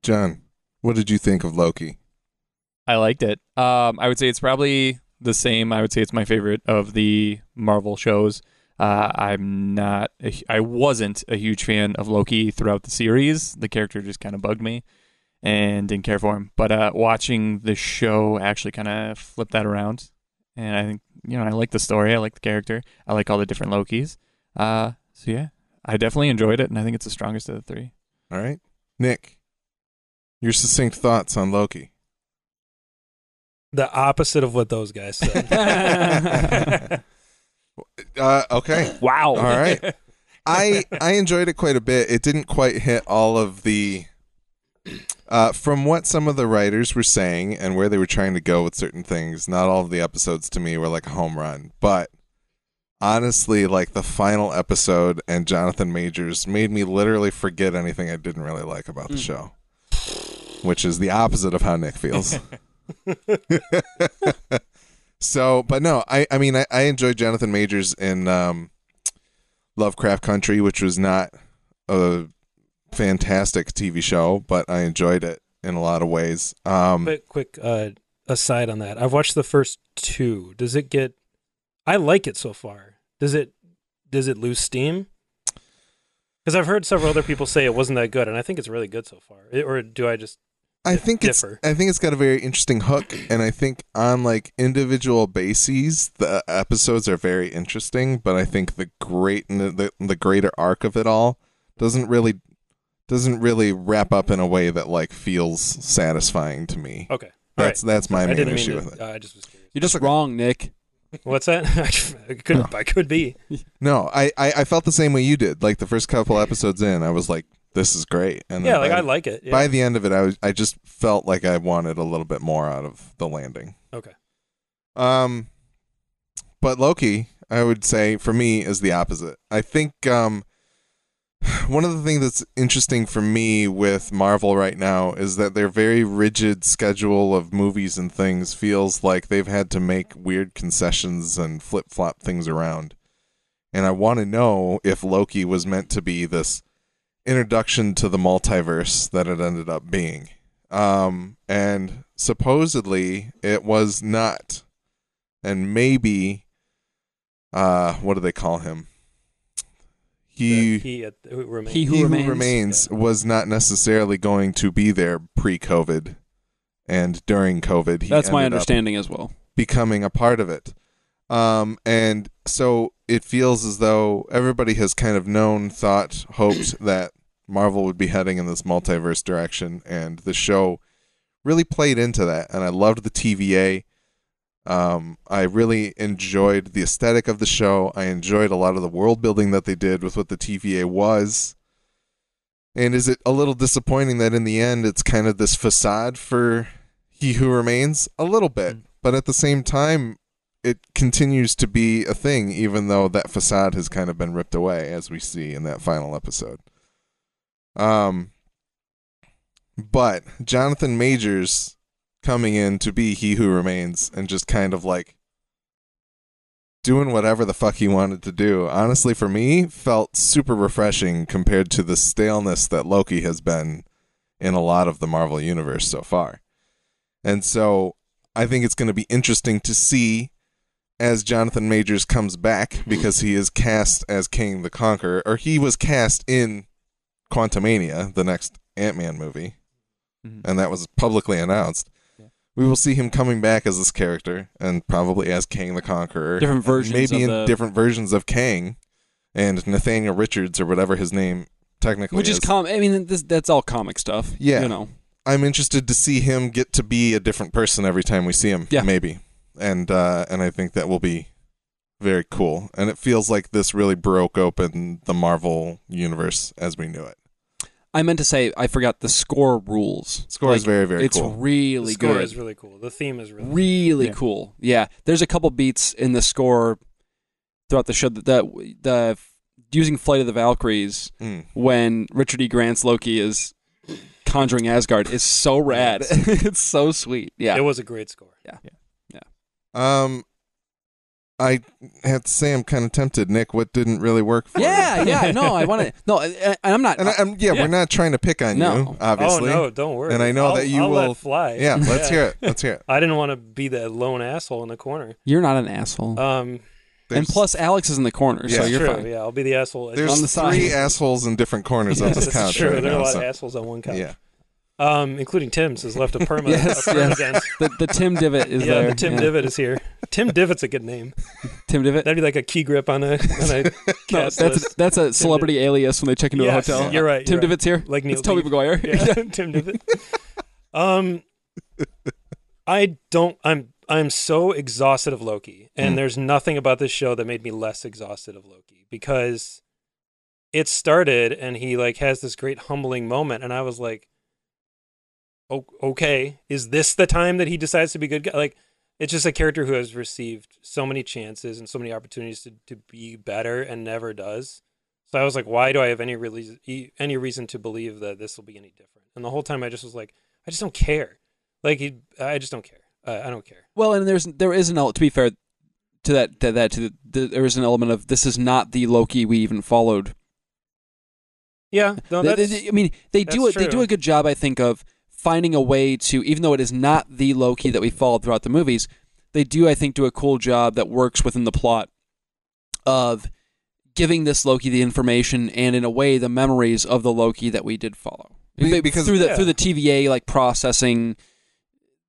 [SPEAKER 1] John, what did you think of Loki?
[SPEAKER 4] [LAUGHS] I liked it. Um, I would say it's probably the same. I would say it's my favorite of the Marvel shows. Uh, I'm not. A, hu- I wasn't a huge fan of Loki throughout the series. The character just kind of bugged me, and didn't care for him. But uh, watching the show actually kind of flipped that around, and I think you know I like the story. I like the character. I like all the different Lokis. Uh, so yeah, I definitely enjoyed it, and I think it's the strongest of the three.
[SPEAKER 1] All right. Nick, your succinct thoughts on Loki.
[SPEAKER 2] The opposite of what those guys said.
[SPEAKER 3] [LAUGHS]
[SPEAKER 1] Uh, okay.
[SPEAKER 4] Wow.
[SPEAKER 1] All right.
[SPEAKER 2] [LAUGHS]
[SPEAKER 1] I I enjoyed it quite a bit. It didn't quite hit all of the uh, from what some of the writers were saying and where they were trying to go with certain things. Not all of the episodes to me were like a home run, but honestly, like the final episode and Jonathan Majors made me literally forget anything I didn't really like about the
[SPEAKER 3] Mm.
[SPEAKER 1] show, which is the opposite of how Nick feels. so, but no, I I mean I, I enjoyed Jonathan Majors in um, Lovecraft Country, which was not a fantastic TV show, but I enjoyed it in a lot of ways. Um,
[SPEAKER 2] Quick, quick uh, aside on that, I've watched the first two. Does it get? I like it so far. Does it? Does it lose steam? Because I've heard several other people say it wasn't that good, and I think it's really good so far. It- or do I just?
[SPEAKER 1] I think it's
[SPEAKER 2] differ.
[SPEAKER 1] I think it's got a very interesting hook, and I think on like individual bases, the episodes are very interesting. But I think the great the the greater arc of it all doesn't really doesn't really wrap up in a way that like feels satisfying to me.
[SPEAKER 2] Okay, all right.
[SPEAKER 1] That's that's my
[SPEAKER 2] I
[SPEAKER 1] main
[SPEAKER 2] didn't mean
[SPEAKER 1] issue
[SPEAKER 2] to.
[SPEAKER 1] with it.
[SPEAKER 2] uh, I just was curious.
[SPEAKER 3] You're just
[SPEAKER 1] That's okay.
[SPEAKER 3] wrong,
[SPEAKER 1] [LAUGHS]
[SPEAKER 3] Nick.
[SPEAKER 2] What's that? [LAUGHS] I could. I could be.
[SPEAKER 1] No, I, I I felt the same way you did. Like the first
[SPEAKER 2] [LAUGHS]
[SPEAKER 1] couple episodes in, I was like, "This is great," and then
[SPEAKER 2] Yeah, like
[SPEAKER 1] by,
[SPEAKER 2] I like it. Yeah.
[SPEAKER 1] by the end of it, I was I just felt like I wanted a little bit more out of the landing.
[SPEAKER 2] Okay.
[SPEAKER 1] Um, but Loki, I would say for me is the opposite. I think um, [SIGHS] one of the things that's interesting for me with Marvel right now is that their very rigid schedule of movies and things feels like they've had to make weird concessions and flip flop things around. And I want to know if Loki was meant to be this introduction to the multiverse that it ended up being. Um, and supposedly it was not. And maybe, uh, what do they call him? He,
[SPEAKER 2] he, at, who remains.
[SPEAKER 3] He who
[SPEAKER 1] he
[SPEAKER 3] Remains.
[SPEAKER 1] who remains was not necessarily going to be there pre-COVID, and during COVID, he
[SPEAKER 3] That's my
[SPEAKER 1] ended up
[SPEAKER 3] understanding as well.
[SPEAKER 1] becoming a part of it. Um, and so it feels as though everybody has kind of known, thought, hoped that Marvel would be heading in this multiverse direction, and the show really played into that. And I loved the TVA. Um, I really enjoyed the aesthetic of the show. I enjoyed a lot of the world building that they did with what the TVA was. And is it a little disappointing that in the end it's kind of this facade for He Who Remains? A little bit. But at the same time, it continues to be a thing, even though that facade has kind of been ripped away, as we see in that final episode. Um, but Jonathan Majors coming in to be He Who Remains and just kind of like doing whatever the fuck he wanted to do, honestly, for me, felt super refreshing compared to the staleness that Loki has been in a lot of the Marvel Universe so far. And so I think it's going to be interesting to see as Jonathan Majors comes back because he is cast as King the Conqueror, or he was cast in Quantumania, the next Ant Man movie,
[SPEAKER 4] Mhm.
[SPEAKER 1] and that was publicly announced.
[SPEAKER 4] Yeah.
[SPEAKER 1] We will see him coming back as this character and probably as King the Conqueror.
[SPEAKER 3] Different versions
[SPEAKER 1] Maybe
[SPEAKER 3] of
[SPEAKER 1] in
[SPEAKER 3] the-
[SPEAKER 1] different versions of Kang and Nathaniel Richards or whatever his name technically
[SPEAKER 3] Which is com. I mean, this, that's all comic stuff.
[SPEAKER 1] Yeah.
[SPEAKER 3] you know.
[SPEAKER 1] I'm interested to see him get to be a different person every time we see him.
[SPEAKER 3] Yeah.
[SPEAKER 1] maybe. And uh, and I think that will be very cool. And it feels like this really broke open the Marvel universe as we knew it.
[SPEAKER 3] I meant to say I forgot the score rules.
[SPEAKER 1] Score is
[SPEAKER 3] Like,
[SPEAKER 1] very very
[SPEAKER 3] it's
[SPEAKER 1] cool.
[SPEAKER 2] The
[SPEAKER 3] really
[SPEAKER 2] score
[SPEAKER 3] good.
[SPEAKER 2] is really cool. The theme is really.
[SPEAKER 3] really
[SPEAKER 4] Yeah.
[SPEAKER 3] cool. Yeah, there's a couple beats in the score throughout the show that the, the using Flight of the Valkyries
[SPEAKER 1] Mm.
[SPEAKER 3] when Richard E. Grant's Loki is conjuring Asgard is
[SPEAKER 2] [LAUGHS]
[SPEAKER 3] so rad. [LAUGHS] it's so sweet.
[SPEAKER 2] It
[SPEAKER 3] Yeah.
[SPEAKER 2] was a great score.
[SPEAKER 1] Um, I have to say I'm kind of tempted, Nick. What didn't really work for you?
[SPEAKER 3] Yeah, yeah. No,
[SPEAKER 2] [LAUGHS]
[SPEAKER 3] I want to. No, and I'm not.
[SPEAKER 1] And I, I'm, yeah,
[SPEAKER 4] Yeah.
[SPEAKER 1] we're not trying to pick on
[SPEAKER 3] No.
[SPEAKER 1] you, obviously.
[SPEAKER 2] Oh no, don't worry.
[SPEAKER 1] And I know
[SPEAKER 2] I'll-
[SPEAKER 1] that you
[SPEAKER 2] I'll
[SPEAKER 1] will-
[SPEAKER 2] let fly.
[SPEAKER 3] [LAUGHS]
[SPEAKER 1] Yeah,
[SPEAKER 2] [LAUGHS]
[SPEAKER 1] let's hear it. Let's hear it.
[SPEAKER 2] I didn't want to be that lone asshole in the corner.
[SPEAKER 3] you're not an asshole.
[SPEAKER 2] Um,
[SPEAKER 3] and
[SPEAKER 1] There's-
[SPEAKER 3] plus, Alex is in the corner, so
[SPEAKER 1] Yeah.
[SPEAKER 2] that's
[SPEAKER 3] you're
[SPEAKER 2] true.
[SPEAKER 3] fine.
[SPEAKER 2] Yeah, I'll be the asshole.
[SPEAKER 1] there's
[SPEAKER 3] on the side.
[SPEAKER 1] three assholes in different
[SPEAKER 2] [LAUGHS]
[SPEAKER 1] corners of
[SPEAKER 2] Yes,
[SPEAKER 1] this
[SPEAKER 2] that's
[SPEAKER 1] couch.
[SPEAKER 2] true.
[SPEAKER 1] right
[SPEAKER 2] there are
[SPEAKER 1] now,
[SPEAKER 2] a lot
[SPEAKER 1] so-
[SPEAKER 2] of assholes on one couch.
[SPEAKER 1] Yeah.
[SPEAKER 2] Um, including Tim's has left a
[SPEAKER 1] [LAUGHS]
[SPEAKER 2] permanent.
[SPEAKER 3] Yes,
[SPEAKER 2] a permanent
[SPEAKER 3] yes. The, the Tim Divot is
[SPEAKER 2] yeah,
[SPEAKER 3] there.
[SPEAKER 2] the Tim
[SPEAKER 3] yeah.
[SPEAKER 2] Divot is here. Tim Divot's a good name.
[SPEAKER 3] [LAUGHS] Tim Divot.
[SPEAKER 2] That'd be like a key grip on a on
[SPEAKER 1] [LAUGHS]
[SPEAKER 2] a
[SPEAKER 3] No,
[SPEAKER 2] cast
[SPEAKER 3] that's
[SPEAKER 2] list.
[SPEAKER 3] that's a celebrity alias when they check into
[SPEAKER 2] Yes,
[SPEAKER 3] a hotel.
[SPEAKER 2] You're right.
[SPEAKER 3] Tim
[SPEAKER 2] you're right.
[SPEAKER 3] Divot's here.
[SPEAKER 2] Like Neil.
[SPEAKER 3] it's Toby
[SPEAKER 2] Deep.
[SPEAKER 3] Maguire. [LAUGHS]
[SPEAKER 2] Yeah, [LAUGHS] Tim Divot. Um, I don't. I'm. I'm so exhausted of Loki, and
[SPEAKER 1] Mm.
[SPEAKER 2] there's nothing about this show that made me less exhausted of Loki because it started and he like has this great humbling moment, and I was like, "O- okay, is this the time that he decides to be good guy? Like, it's just a character who has received so many chances and so many opportunities to, to be better and never does. So I was like, why do I have any release, e- any reason to believe that this will be any different? And the whole time I just was like, I just don't care. Like, he, I just don't care. Uh, I don't care.
[SPEAKER 3] Well, and there's there is an ele- to be fair to that to that to the, there is an element of this is not the Loki we even followed.
[SPEAKER 2] Yeah, no,
[SPEAKER 3] They- they-
[SPEAKER 2] that's,
[SPEAKER 3] I mean, they do
[SPEAKER 2] that's
[SPEAKER 3] it. They do
[SPEAKER 2] true.
[SPEAKER 3] a good job, I think, of finding a way to, even though it is not the Loki that we followed throughout the movies, they do, I think, do a cool job that works within the plot of giving this Loki the information and, in a way, the memories of the Loki that we did follow.
[SPEAKER 1] Be-
[SPEAKER 3] Be-
[SPEAKER 1] because-
[SPEAKER 3] through the
[SPEAKER 2] Yeah.
[SPEAKER 3] through the TVA like processing,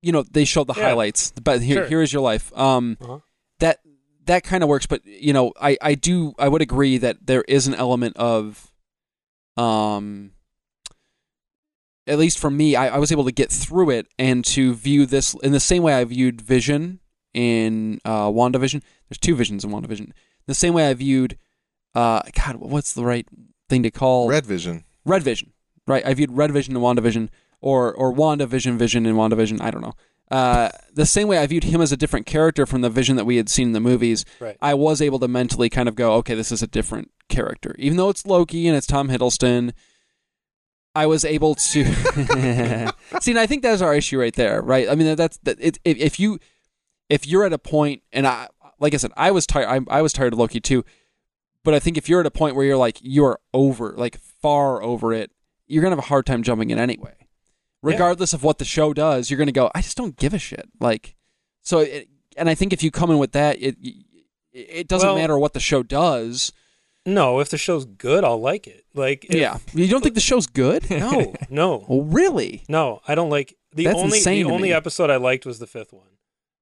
[SPEAKER 3] you know, they showed the
[SPEAKER 2] Yeah.
[SPEAKER 3] highlights. But here,
[SPEAKER 2] Sure.
[SPEAKER 3] here is your life. Um,
[SPEAKER 2] Uh-huh.
[SPEAKER 3] that that kind of works. But you know, I I do I would agree that there is an element of, um, at least for me, I, I was able to get through it and to view this in the same way I viewed Vision in uh, WandaVision. There's two visions in WandaVision. The same way I viewed, uh, God, what's the right thing to call
[SPEAKER 1] [LAUGHS] Red Vision.
[SPEAKER 3] Red Vision, right? I viewed Red Vision and WandaVision, or or WandaVision, Vision and WandaVision. I don't know. Uh, the same way I viewed him as a different character from the Vision that we had seen in the movies,
[SPEAKER 2] Right.
[SPEAKER 3] I was able to mentally kind of go, okay, this is a different character, even though it's Loki and it's Tom Hiddleston. I was
[SPEAKER 2] [LAUGHS]
[SPEAKER 3] able to see, and I think that's our issue right there, right? I mean, that's that. It, if, if you if you're at a point, and I like I said, I was tired. I, I was tired of Loki too, but I think if you're at a point where you're like you're over, like far over it, you're gonna have a hard time jumping in anyway.
[SPEAKER 2] Yeah.
[SPEAKER 3] Regardless of what the show does, you're gonna go. I just don't give a shit. Like, so, it, and I think if you come in with that, it it- it doesn't
[SPEAKER 2] Well-
[SPEAKER 3] matter what the show does.
[SPEAKER 2] No, if the show's good, I'll like it. Like if-
[SPEAKER 3] yeah, you don't think the show's good?
[SPEAKER 2] [LAUGHS] No,
[SPEAKER 3] [LAUGHS]
[SPEAKER 2] no,
[SPEAKER 3] well, really?
[SPEAKER 2] no. I don't like the
[SPEAKER 3] That's
[SPEAKER 2] only
[SPEAKER 3] insane
[SPEAKER 2] the
[SPEAKER 3] to
[SPEAKER 2] only
[SPEAKER 3] me.
[SPEAKER 2] episode I liked was the fifth one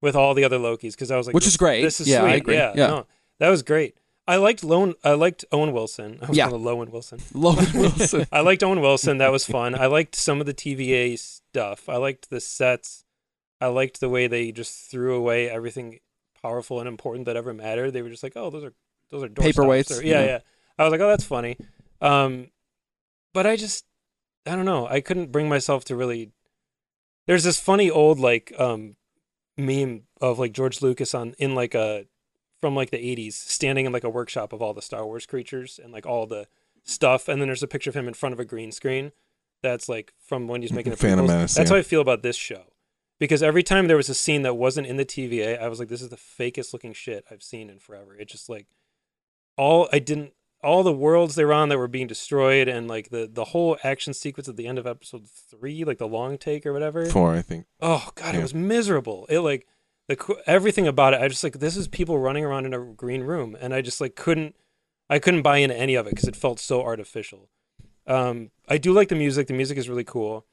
[SPEAKER 2] with all the other Lokis because I was like,
[SPEAKER 3] Which
[SPEAKER 2] this-
[SPEAKER 3] is great.
[SPEAKER 2] This is
[SPEAKER 3] Yeah, I
[SPEAKER 2] sweet.
[SPEAKER 3] agree.
[SPEAKER 2] Yeah,
[SPEAKER 3] Yeah.
[SPEAKER 2] no, that was great. I liked Lone. I liked Owen Wilson. I was
[SPEAKER 3] Yeah.
[SPEAKER 2] yeah. calling Lowen Wilson.
[SPEAKER 3] Logan Wilson.
[SPEAKER 2] [LAUGHS] I liked Owen Wilson. That was fun. I liked some of the TVA stuff. I liked the sets. I liked the way they just threw away everything powerful and important that ever mattered. They were just like, oh, those are those are door stops,"
[SPEAKER 3] Paperweights,
[SPEAKER 2] or- yeah,
[SPEAKER 3] yeah.
[SPEAKER 2] yeah. I was like, oh, that's funny. Um, but I just, I don't know. I couldn't bring myself to really. There's this funny old like um, meme of like George Lucas on in like a from like the 80s standing in like a workshop of all the Star Wars creatures and like all the stuff and then there's a picture of him in front of a green screen that's like from when he's making the
[SPEAKER 1] Phantom
[SPEAKER 2] prequels.
[SPEAKER 1] Menace,
[SPEAKER 2] that's
[SPEAKER 1] yeah.
[SPEAKER 2] how I feel about this show because every time there was a scene that wasn't in the TVA I was like this is the fakest looking shit I've seen in forever it's just like all I didn't all the worlds they were on that were being destroyed and like the the whole action sequence at the end of episode 3 like the long take or whatever
[SPEAKER 1] Four, I think.
[SPEAKER 2] Oh god,
[SPEAKER 1] Yeah.
[SPEAKER 2] it was miserable. It like the qu- everything about it. I just like this is people running around in a green room, and I just like couldn't. I couldn't buy into any of it because it felt so artificial. Um, I do like the music. The music is really cool.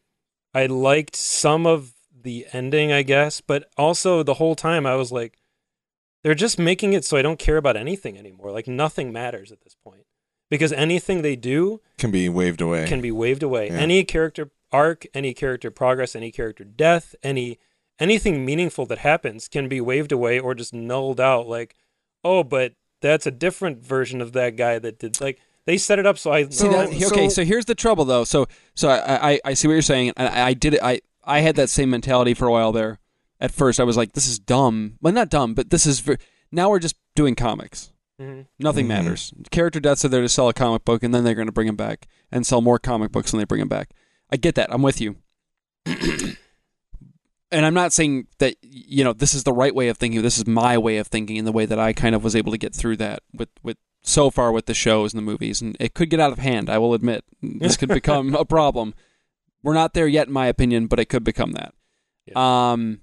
[SPEAKER 2] I liked some of the ending, I guess, but also the whole time I was like, they're just making it so I don't care about anything anymore. Like nothing matters at this point because anything they do
[SPEAKER 1] Can be waved away.
[SPEAKER 2] can be waved away.
[SPEAKER 1] Yeah.
[SPEAKER 2] Any character arc, any character progress, any character death, any anything meaningful that happens can be waved away or just nulled out. Like, oh, but that's a different version of that guy that did. Like they set it up so I.
[SPEAKER 1] So-
[SPEAKER 3] [LAUGHS] See, that-
[SPEAKER 1] so-
[SPEAKER 3] okay, so here's the trouble though. So so I, I, I see what you're saying, and I, I did it. I I had that same mentality for a while there. At first, I was like, "This is dumb." Well, not dumb, but this is. Ver- now we're just doing comics.
[SPEAKER 2] Mhm.
[SPEAKER 3] Nothing
[SPEAKER 1] Mhm.
[SPEAKER 3] matters. Character deaths are there to sell a comic book, and then they're going to bring them back and sell more comic books when they bring them back. I get that. I'm with you. [CLEARS THROAT] and I'm not saying that you know this is the right way of thinking. This is my way of thinking, in the way that I kind of was able to get through that with with so far with the shows and the movies, and it could get out of hand. I will admit this could become a problem. We're not there yet, in my opinion, but it could become that. Um,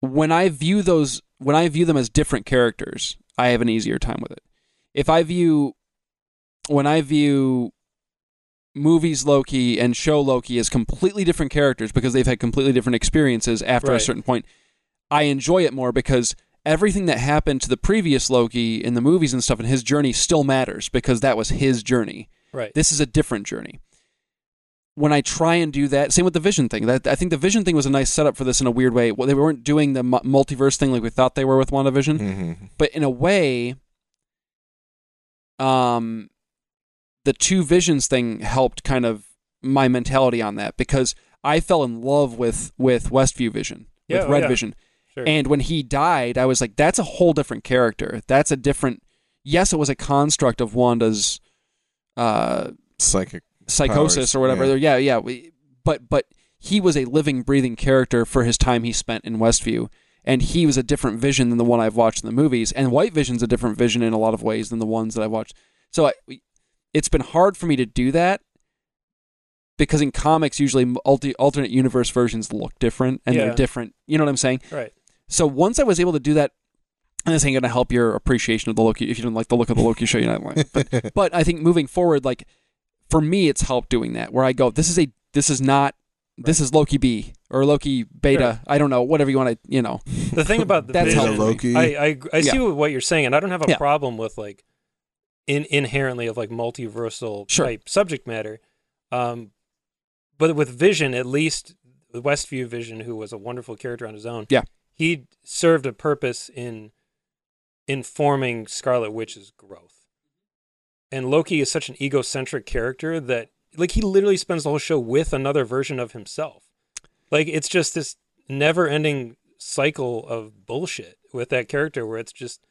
[SPEAKER 3] when I view those, when I view them as different characters, I have an easier time with it. If I view, when I view movies Loki and show Loki as completely different characters because they've had completely different experiences after a
[SPEAKER 2] Right.
[SPEAKER 3] certain point, I enjoy it more because everything that happened to the previous Loki in the movies and stuff and his journey still matters because that was his journey
[SPEAKER 2] Right.
[SPEAKER 3] this is a different journey. When I try and do that, same with the vision thing. That I think the vision thing was a nice setup for this in a weird way. Well, they weren't doing the mu- multiverse thing like we thought they were with WandaVision,
[SPEAKER 1] Mhm.
[SPEAKER 3] but in a way, um, the two visions thing helped kind of my mentality on that because I fell in love with with Westview Vision,
[SPEAKER 2] Yeah,
[SPEAKER 3] with
[SPEAKER 2] oh
[SPEAKER 3] Red
[SPEAKER 2] yeah.
[SPEAKER 3] Vision,
[SPEAKER 2] sure.
[SPEAKER 3] and when he died, I was like, that's a whole different character. That's a different. Yes, it was a construct of Wanda's. Uh,
[SPEAKER 1] Psychic.
[SPEAKER 3] psychosis
[SPEAKER 1] powers,
[SPEAKER 3] or whatever.
[SPEAKER 1] yeah.
[SPEAKER 3] Yeah, yeah. we- but but he was a living, breathing character for his time he spent in Westview, and he was a different vision than the one I've watched in the movies. And White Vision's a different vision in a lot of ways than the ones that I've watched. So I, we- it's been hard for me to do that. because in comics usually multi- alternate universe versions look different and
[SPEAKER 2] Yeah.
[SPEAKER 3] they're different. You know what I'm saying?
[SPEAKER 2] Right.
[SPEAKER 3] So once I was able to do that, and this ain't gonna help your appreciation of the Loki. If you don't like the look of the Loki show, you're not like. [LAUGHS] But, but I think moving forward, like for me, it's helped doing that. Where I go, this is a this is not this is Loki B or Loki Beta. I don't know, whatever you want to, you know.
[SPEAKER 2] The thing about the
[SPEAKER 3] [LAUGHS] That's
[SPEAKER 1] Beta
[SPEAKER 2] vision,
[SPEAKER 3] helpful.
[SPEAKER 1] Loki.
[SPEAKER 2] I I, I see
[SPEAKER 3] Yeah.
[SPEAKER 2] what you're saying, and I don't have a
[SPEAKER 3] Yeah.
[SPEAKER 2] problem with like in inherently of like multiversal
[SPEAKER 3] Sure.
[SPEAKER 2] type subject matter. Um, but with Vision, at least the Westview Vision, who was a wonderful character on his own,
[SPEAKER 3] Yeah.
[SPEAKER 2] he served a purpose in informing Scarlet Witch's growth. And Loki is such an egocentric character that like he literally spends the whole show with another version of himself. Like it's just this never-ending cycle of bullshit with that character where it's just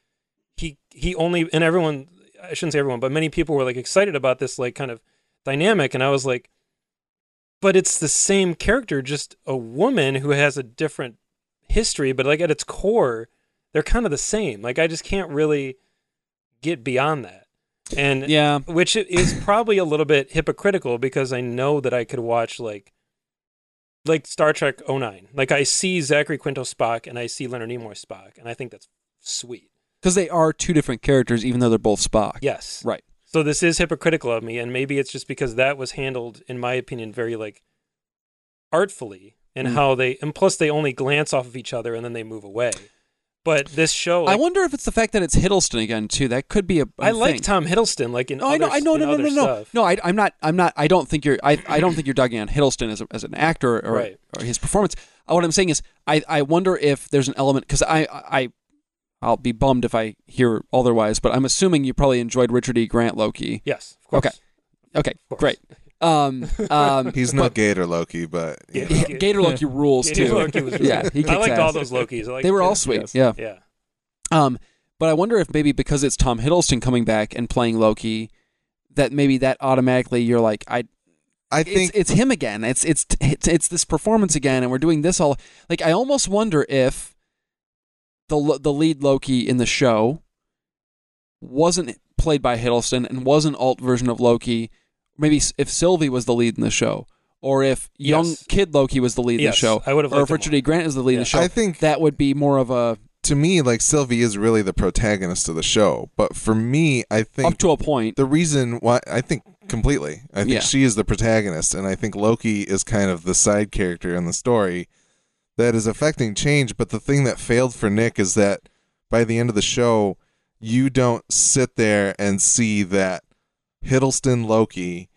[SPEAKER 2] he he only and everyone I shouldn't say everyone, but many people were like excited about this like kind of dynamic and I was like but it's the same character just a woman who has a different history but like at its core they're kind of the same. Like I just can't really get beyond that. And
[SPEAKER 3] Yeah.
[SPEAKER 2] which is probably a little bit hypocritical because I know that I could watch like like Star Trek 09. Like I see Zachary Quinto Spock and I see Leonard Nimoy Spock and I think that's sweet.
[SPEAKER 3] Because they are two different characters, even though they're both Spock.
[SPEAKER 2] Yes.
[SPEAKER 3] Right.
[SPEAKER 2] So this is hypocritical of me and maybe it's just because that was handled in my opinion very like artfully and
[SPEAKER 3] Mm.
[SPEAKER 2] how they and plus they only glance off of each other and then they move away. But this show
[SPEAKER 3] I
[SPEAKER 2] like,
[SPEAKER 3] wonder if it's the fact that it's Hiddleston again too. That could be a. a
[SPEAKER 2] I like
[SPEAKER 3] thing.
[SPEAKER 2] Tom Hiddleston like in
[SPEAKER 3] No, I know,
[SPEAKER 2] other-
[SPEAKER 3] I know,
[SPEAKER 2] in
[SPEAKER 3] no, no,
[SPEAKER 2] other
[SPEAKER 3] no, no,
[SPEAKER 2] stuff.
[SPEAKER 3] no. I, I'm not. I'm not. I don't think you're. I, I don't think you're dugging on Hiddleston as, a, as an actor or,
[SPEAKER 2] Right.
[SPEAKER 3] or his performance. Uh, what I'm saying is, I, I wonder if there's an element because I, I, I'll be bummed if I hear otherwise. But I'm assuming you probably enjoyed Richard E. Grant Loki.
[SPEAKER 2] Yes, of course.
[SPEAKER 3] Okay. Okay,
[SPEAKER 2] course.
[SPEAKER 3] great. Um,
[SPEAKER 2] [LAUGHS]
[SPEAKER 3] um, [LAUGHS]
[SPEAKER 1] He's no Gator Loki, but you
[SPEAKER 2] Yeah.
[SPEAKER 1] know.
[SPEAKER 3] yeah, Gator Loki rules
[SPEAKER 2] Yeah,
[SPEAKER 3] too.
[SPEAKER 2] Loki was really
[SPEAKER 3] yeah,
[SPEAKER 2] good.
[SPEAKER 3] he
[SPEAKER 2] I
[SPEAKER 3] kicks
[SPEAKER 2] liked
[SPEAKER 3] ass.
[SPEAKER 2] all those Lokis. I liked,
[SPEAKER 3] They were
[SPEAKER 2] yeah.
[SPEAKER 3] all sweet.
[SPEAKER 4] Yes.
[SPEAKER 3] Yeah.
[SPEAKER 2] Yeah.
[SPEAKER 3] Um, but I wonder if maybe because it's Tom Hiddleston coming back and playing Loki, that maybe that automatically you're like, I
[SPEAKER 1] I
[SPEAKER 3] it's,
[SPEAKER 1] think
[SPEAKER 3] it's him again. It's, it's it's it's this performance again, and we're doing this all. Like I almost wonder if the lo- the lead Loki in the show wasn't played by Hiddleston and was an alt version of Loki. Maybe s- if Sylvie was the lead in the show, or if young
[SPEAKER 2] Yes.
[SPEAKER 3] kid Loki was the lead
[SPEAKER 2] Yes,
[SPEAKER 3] in the show,
[SPEAKER 2] I would have
[SPEAKER 3] or
[SPEAKER 2] liked
[SPEAKER 3] if
[SPEAKER 2] it
[SPEAKER 3] Richard
[SPEAKER 2] more.
[SPEAKER 3] E. Grant is the lead in
[SPEAKER 2] Yeah.
[SPEAKER 3] the show.
[SPEAKER 1] I think-
[SPEAKER 3] that would be more of a
[SPEAKER 1] to me, like Sylvie is really the protagonist of the show. But for me, I
[SPEAKER 3] up
[SPEAKER 1] think
[SPEAKER 3] to a point.
[SPEAKER 1] the reason why I think completely, I think
[SPEAKER 3] Yeah.
[SPEAKER 1] she is the protagonist, and I think Loki is kind of the side character in the story that is affecting change. But the thing that failed for Nick is that by the end of the show, you don't sit there and see that Hiddleston Loki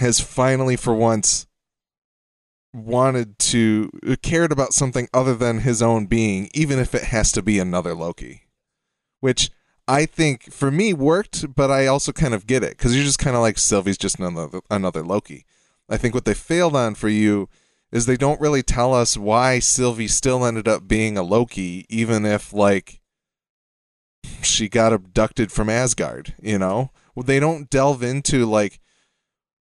[SPEAKER 1] has finally, for once, wanted to cared about something other than his own being, even if it has to be another Loki, which I think for me worked, but I also kind of get it because you're just kind of like Sylvie's just another another Loki. I think what they failed on for you is they don't really tell us why Sylvie still ended up being a Loki, even if like she got abducted from Asgard. You know, Well, they don't delve into like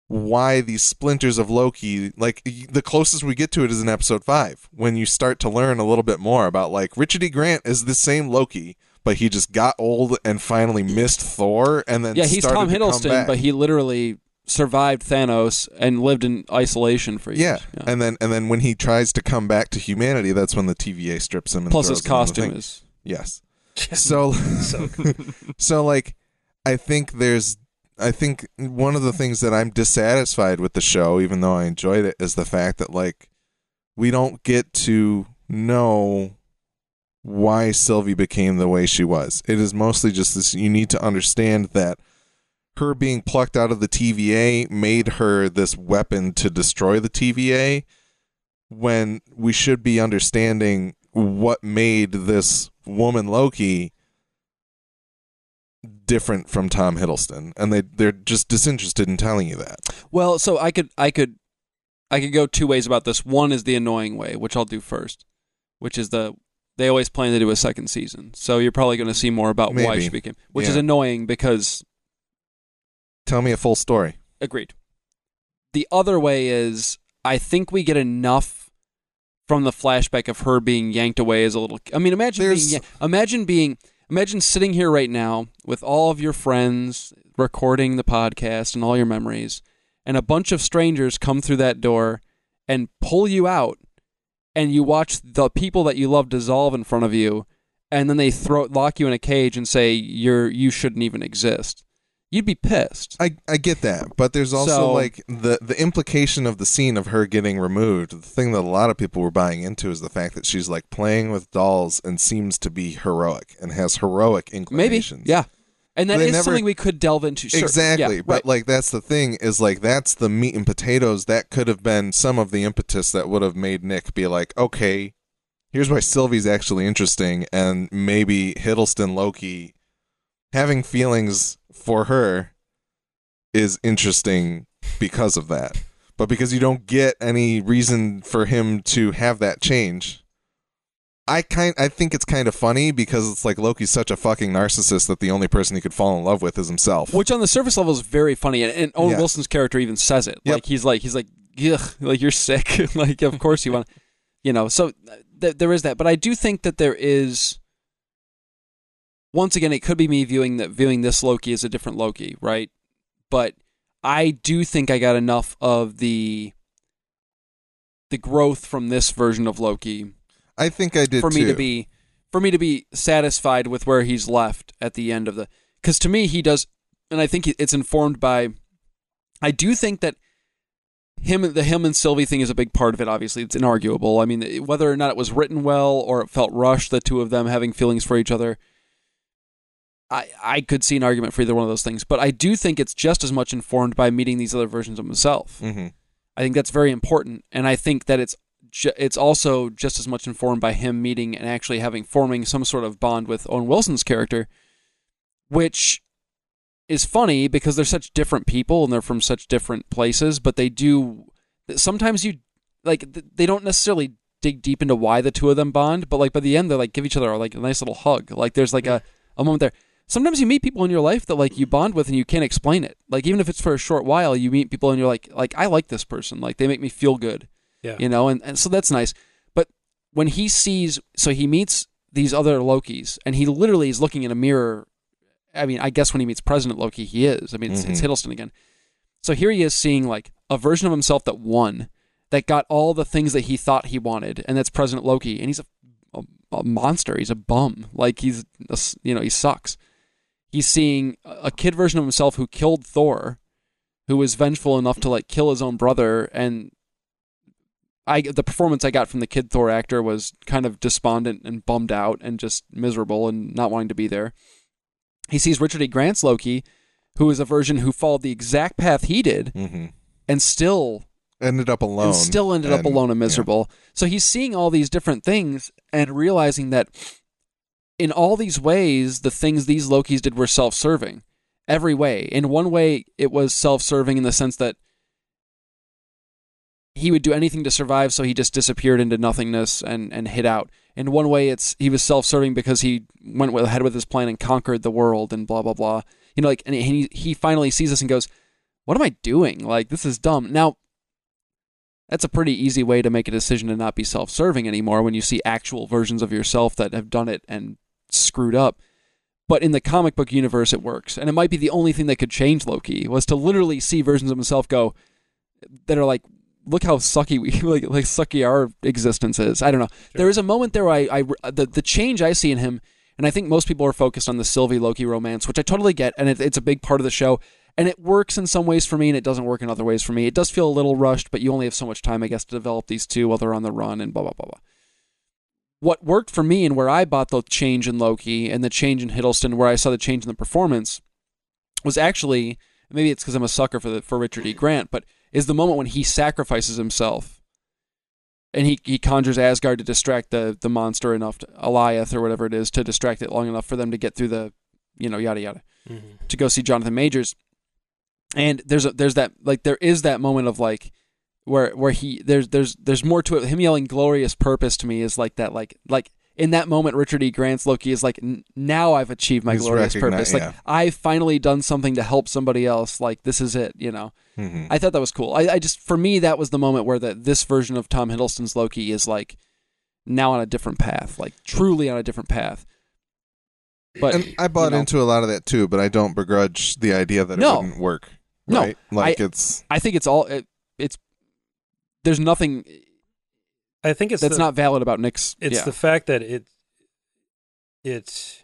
[SPEAKER 1] why these splinters of Loki. Like y- the closest we get to it is in episode five when you start to learn a little bit more about like Richard E. Grant is the same Loki. But he just got old and finally missed Thor, and then
[SPEAKER 3] Yeah, he's
[SPEAKER 1] started
[SPEAKER 3] Tom
[SPEAKER 1] to come
[SPEAKER 3] Hiddleston,
[SPEAKER 1] back.
[SPEAKER 3] but he literally survived Thanos and lived in isolation for years.
[SPEAKER 1] Yeah. and then and then when he tries to come back to humanity, that's when the TVA strips him. And
[SPEAKER 3] Plus, his
[SPEAKER 1] throws him in the thing.
[SPEAKER 3] costume is
[SPEAKER 1] yes.
[SPEAKER 2] [LAUGHS]
[SPEAKER 3] [LAUGHS]
[SPEAKER 1] So [LAUGHS]
[SPEAKER 2] So
[SPEAKER 1] so like, I think there's I think one of the things that I'm dissatisfied with the show, even though I enjoyed it, is the fact that like we don't get to know why Sylvie became the way she was. It is mostly just this you need to understand that her being plucked out of the TVA made her this weapon to destroy the TVA when we should be understanding what made this woman Loki different from Tom Hiddleston and they they're just disinterested in telling you that.
[SPEAKER 3] Well, so I could I could I could go two ways about this. One is the annoying way, which I'll do first, which is the they always plan to do a second season. So you're probably going to see more about why
[SPEAKER 1] Maybe.
[SPEAKER 3] she became, which
[SPEAKER 1] Yeah.
[SPEAKER 3] is annoying because
[SPEAKER 1] Tell me a full story.
[SPEAKER 3] agreed. The other way is I think we get enough from the flashback of her being yanked away as a little. I mean, imagine being,
[SPEAKER 1] There's-
[SPEAKER 3] ya- imagine being imagine sitting here right now with all of your friends recording the podcast and all your memories, and a bunch of strangers come through that door and pull you out and you watch the people that you love dissolve in front of you and then they throw lock you in a cage and say you're you shouldn't even exist you'd be pissed
[SPEAKER 1] I, I get that, but there's also
[SPEAKER 3] So-
[SPEAKER 1] like the the implication of the scene of her getting removed. The thing that a lot of people were buying into is the fact that she's like playing with dolls and seems to be heroic and has heroic
[SPEAKER 3] maybe
[SPEAKER 1] inclinations.
[SPEAKER 3] yeah and that
[SPEAKER 1] They
[SPEAKER 3] is
[SPEAKER 1] never-
[SPEAKER 3] something we could delve into sure.
[SPEAKER 1] Exactly,
[SPEAKER 3] yeah,
[SPEAKER 1] but
[SPEAKER 3] right.
[SPEAKER 1] like that's the thing is like that's the meat and potatoes that could have been some of the impetus that would have made Nick be like, okay, here's why Sylvie's actually interesting, and maybe Hiddleston Loki having feelings for her is interesting because of that. But because you don't get any reason for him to have that change, I kind I think it's kind of funny because it's like Loki's such a fucking narcissist that the only person he could fall in love with is himself.
[SPEAKER 3] which on the surface level is very funny and, and owen
[SPEAKER 1] Yeah.
[SPEAKER 3] wilson's character even says it
[SPEAKER 1] Yep.
[SPEAKER 3] like he's like he's like Ugh, like you're sick [LAUGHS] like of course you want you know so uh, th- there is that but i do think that there is once again it could be me viewing that viewing this loki as a different loki right but i do think i got enough of the the growth from this version of loki
[SPEAKER 1] I think I did
[SPEAKER 3] for me
[SPEAKER 1] too.
[SPEAKER 3] to be for me to be satisfied with where he's left at the end of the because to me he does and i think it's informed by i do think that him the him and sylvie thing is a big part of it obviously it's inarguable i mean whether or not it was written well or it felt rushed the two of them having feelings for each other I, I could see an argument for either one of those things, but I do think it's just as much informed by meeting these other versions of himself.
[SPEAKER 1] hmm
[SPEAKER 3] I think that's very important, and I think that it's ju- it's also just as much informed by him meeting and actually having forming some sort of bond with Owen Wilson's character, which is funny because they're such different people and they're from such different places, but they do sometimes you like th- they don't necessarily dig deep into why the two of them bond, but like by the end they like give each other like a nice little hug. Like there's like a a moment there. Sometimes you meet people in your life that like you bond with and you can't explain it. Like even if it's for a short while, you meet people and you're like like I like this person. Like they make me feel good.
[SPEAKER 2] Yeah.
[SPEAKER 3] You know, and, and so that's nice. But when he sees so he meets these other Lokis and he literally is looking in a mirror. I mean, I guess when he meets President Loki, he is. I mean, it's, it's
[SPEAKER 1] Mhm.
[SPEAKER 3] Hiddleston again. So here he is seeing like a version of himself that won, that got all the things that he thought he wanted, and that's President Loki, and he's a, a, a monster. He's a bum. Like he's a s you know he sucks. He's seeing a a kid version of himself who killed Thor, who was vengeful enough to like kill his own brother, and I the performance I got from the kid Thor actor was kind of despondent and bummed out and just miserable and not wanting to be there. He sees Richard E. Grant's Loki, who is a version who followed the exact path he did
[SPEAKER 1] hmm
[SPEAKER 3] and still
[SPEAKER 1] Ended up alone.
[SPEAKER 3] and still ended
[SPEAKER 1] and-
[SPEAKER 3] up alone and
[SPEAKER 1] yeah.
[SPEAKER 3] miserable. So he's seeing all these different things and realizing that in all these ways, the things these Lokis did were self serving. Every way. In one way, it was self serving in the sense that he would do anything to survive, so he just disappeared into nothingness and, and hid out. In one way, it's he was self serving because he went with- ahead with his plan and conquered the world and blah, blah, blah. You know, like, and he, he finally sees this and goes, What am I doing? Like, this is dumb. Now, that's a pretty easy way to make a decision to not be self serving anymore when you see actual versions of yourself that have done it and screwed up. But in the comic book universe, it works. And it might be the only thing that could change Loki was to literally see versions of himself go that are like, look how sucky we [LAUGHS] like, like sucky our existence is. I don't know. There is a moment there where I, I the, the change I see in him, and I think most people are focused on the Sylvie Loki romance, which I totally get, and it, it's a big part of the show. And it works in some ways for me, and it doesn't work in other ways for me. It does feel a little rushed, but you only have so much time, I guess, to develop these two while they're on the run and blah blah blah blah. What worked for me and where I bought the change in Loki and the change in Hiddleston, where I saw the change in the performance, was actually maybe it's because I'm a sucker for the for Richard E. Grant, but is the moment when he sacrifices himself and he, he conjures Asgard to distract the the monster enough, to, Eliath or whatever it is, to distract it long enough for them to get through the, you know, yada yada,
[SPEAKER 2] Mhm.
[SPEAKER 3] to go see Jonathan Majors. And there's a, there's that like there is that moment of like where where he there's there's there's more to it. Him yelling "glorious purpose" to me is like that like like in that moment Richard E. Grant's Loki is like "N- now I've achieved my
[SPEAKER 1] He's
[SPEAKER 3] glorious
[SPEAKER 1] recogni-
[SPEAKER 3] purpose. Like
[SPEAKER 1] yeah.
[SPEAKER 3] I've finally done something to help somebody else. Like this is it, you know.
[SPEAKER 1] Mhm.
[SPEAKER 3] I thought that was cool. I, I just for me that was the moment where that this version of Tom Hiddleston's Loki is like now on a different path, like truly on a different path. But
[SPEAKER 1] and I bought
[SPEAKER 3] you know.
[SPEAKER 1] into a lot of that too, but I don't begrudge the idea that
[SPEAKER 3] No.
[SPEAKER 1] it wouldn't work.
[SPEAKER 3] No,
[SPEAKER 1] right? like it's
[SPEAKER 3] I think it's all it, it's. There's nothing
[SPEAKER 2] I think it's
[SPEAKER 3] that's
[SPEAKER 2] the,
[SPEAKER 3] not valid about Nick's.
[SPEAKER 2] It's
[SPEAKER 3] yeah.
[SPEAKER 2] the fact that it it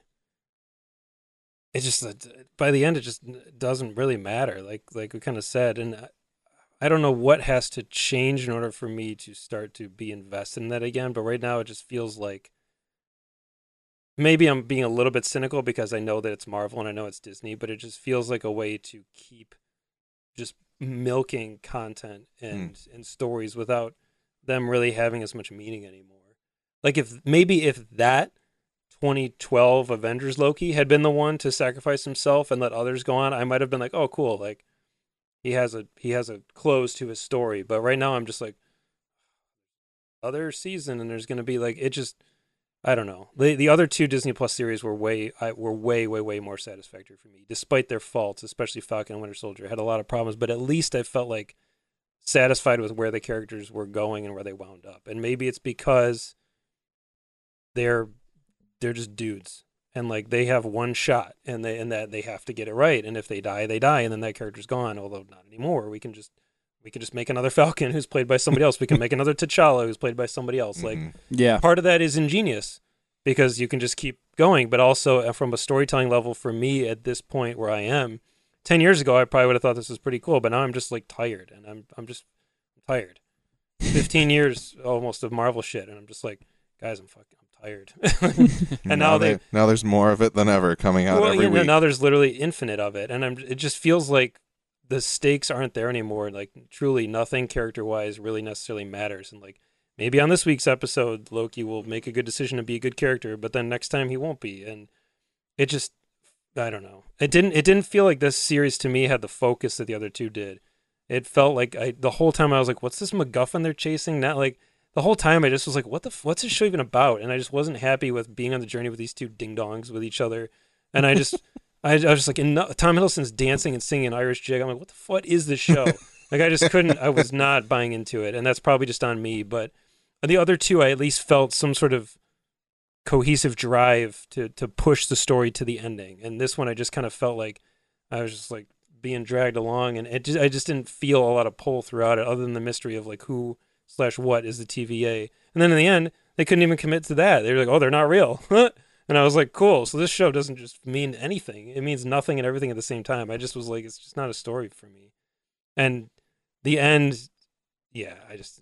[SPEAKER 2] it just by the end it just doesn't really matter. Like like we kind of said, and I, I don't know what has to change in order for me to start to be invested in that again. But right now it just feels like maybe I'm being a little bit cynical because I know that it's Marvel and I know it's Disney, but it just feels like a way to keep just milking content and and stories without them really having as much meaning anymore. Like if maybe if that 2012 Avengers Loki had been the one to sacrifice himself and let others go on, I might have been like, "Oh, cool, like he has a he has a close to his story." But right now I'm just like other season and there's going to be like it just I don't know. The the other two Disney Plus series were way I, were way way way more satisfactory for me despite their faults, especially Falcon and Winter Soldier. I had a lot of problems, but at least I felt like satisfied with where the characters were going and where they wound up. And maybe it's because they're they're just dudes and like they have one shot and they and that they have to get it right. And if they die, they die and then that character's gone, although not anymore. We can just we can just make another [LAUGHS] Falcon who's played by somebody else. We can make another T'Challa who's played by somebody else. Like
[SPEAKER 1] mhm.
[SPEAKER 3] yeah.
[SPEAKER 2] part of that is ingenious because you can just keep going but also uh, from a storytelling level for me at this point where i am 10 years ago i probably would have thought this was pretty cool but now i'm just like tired and i'm i'm just tired 15 years almost of marvel shit and i'm just like guys i'm fucking i'm tired [LAUGHS] and now they
[SPEAKER 1] now there's more of it than ever coming out
[SPEAKER 2] well,
[SPEAKER 1] every
[SPEAKER 2] yeah, no,
[SPEAKER 1] week.
[SPEAKER 2] now there's literally infinite of it, and I'm. It just feels like the stakes aren't there anymore. Like truly, nothing character wise really necessarily matters. And like maybe on this week's episode, Loki will make a good decision to be a good character, but then next time he won't be. And it just, I don't know. It didn't. It didn't feel like this series to me had the focus that the other two did. It felt like I the whole time I was like, "What's this MacGuffin they're chasing?" Not like the whole time I just was like, "What the? F- what's this show even about?" And I just wasn't happy with being on the journey with these two ding dongs with each other. And I just, I, I was just like, enough, Tom Hiddleston's dancing and singing an Irish jig. I'm like, what the fuck is this show? like, I just couldn't,
[SPEAKER 1] [LAUGHS]
[SPEAKER 2] I was not buying into it. And that's probably just on me. But the other two, I at least felt some sort of cohesive drive to, to push the story to the ending. And this one, I just kind of felt like I was just like being dragged along. And it just, I just didn't feel a lot of pull throughout it other than the mystery of like who slash what is the TVA. And then in the end, they couldn't even commit to that. They were like, oh, they're not real. [LAUGHS] And I was like, cool. So this show doesn't just mean anything. It means nothing and everything at the same time. I just was like, it's just not a story for me. And the end, yeah, I just,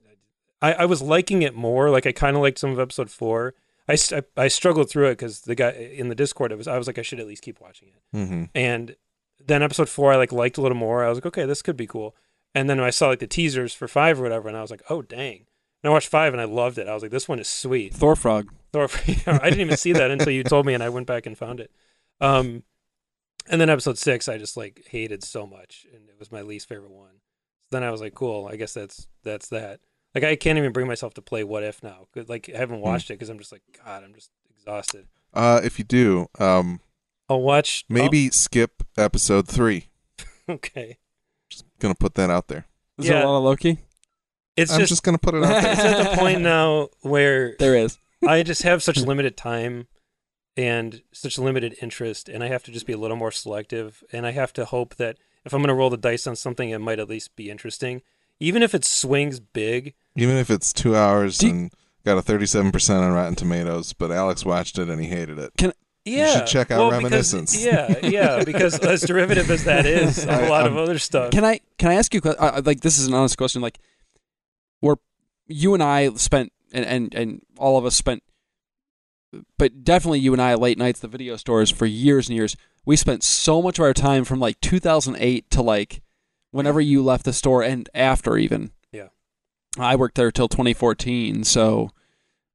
[SPEAKER 2] I, I was liking it more. Like I kind of liked some of episode four. I, s- I- I struggled through it because the guy in the Discord, it was, I was like, I should at least keep watching it.
[SPEAKER 1] Mhm.
[SPEAKER 2] And then episode four, I like liked a little more. I was like, okay, this could be cool. And then I saw like the teasers for five or whatever, and I was like, oh dang. And I watched five and I loved it. I was like, this one is sweet.
[SPEAKER 3] [LAUGHS] Thor frog.
[SPEAKER 2] Thor. [LAUGHS] I didn't even see that until you told me, and I went back and found it. Um, and then episode six, I just like hated so much, and it was my least favorite one. So then I was like, cool. I guess that's that's that. Like I can't even bring myself to play What If now. 'cause, Like I
[SPEAKER 1] Hmm.
[SPEAKER 2] haven't watched it because I'm just like, God, I'm just exhausted.
[SPEAKER 1] Uh, if you do, um,
[SPEAKER 2] I'll watch I'll-
[SPEAKER 1] maybe skip episode three.
[SPEAKER 2] [LAUGHS] okay.
[SPEAKER 1] Gonna put that out there.
[SPEAKER 3] Is
[SPEAKER 2] Yeah.
[SPEAKER 3] there a lot of Loki?
[SPEAKER 2] It's
[SPEAKER 1] I'm
[SPEAKER 2] just,
[SPEAKER 1] just, gonna put it out there.
[SPEAKER 2] [LAUGHS] it's at the
[SPEAKER 1] [LAUGHS]
[SPEAKER 2] point uh, now where
[SPEAKER 3] [LAUGHS] There is.
[SPEAKER 2] I just have such limited time and such limited interest, and I have to just be a little more selective. And I have to hope that if I'm going to roll the dice on something, it might at least be interesting, even if it swings big.
[SPEAKER 1] Even if it's two hours
[SPEAKER 3] Do-
[SPEAKER 1] and got a 37% on Rotten Tomatoes, but Alex watched it and he hated it.
[SPEAKER 2] Yeah,
[SPEAKER 1] should check out
[SPEAKER 2] because-
[SPEAKER 1] Reminiscence.
[SPEAKER 2] [LAUGHS] yeah, yeah, because as derivative as that
[SPEAKER 3] [LAUGHS]
[SPEAKER 2] is, of a
[SPEAKER 1] I-
[SPEAKER 2] lot of
[SPEAKER 1] I'm-
[SPEAKER 2] other stuff.
[SPEAKER 3] Can I can I ask you a que- uh, uh, like this is an honest question like where you and I spent and, and and all of us spent but definitely you and I late nights at the video stores for years and years we spent so much of our time from like 2008 to like whenever you left the store and after even
[SPEAKER 2] Yeah.
[SPEAKER 3] I worked there till 2014 so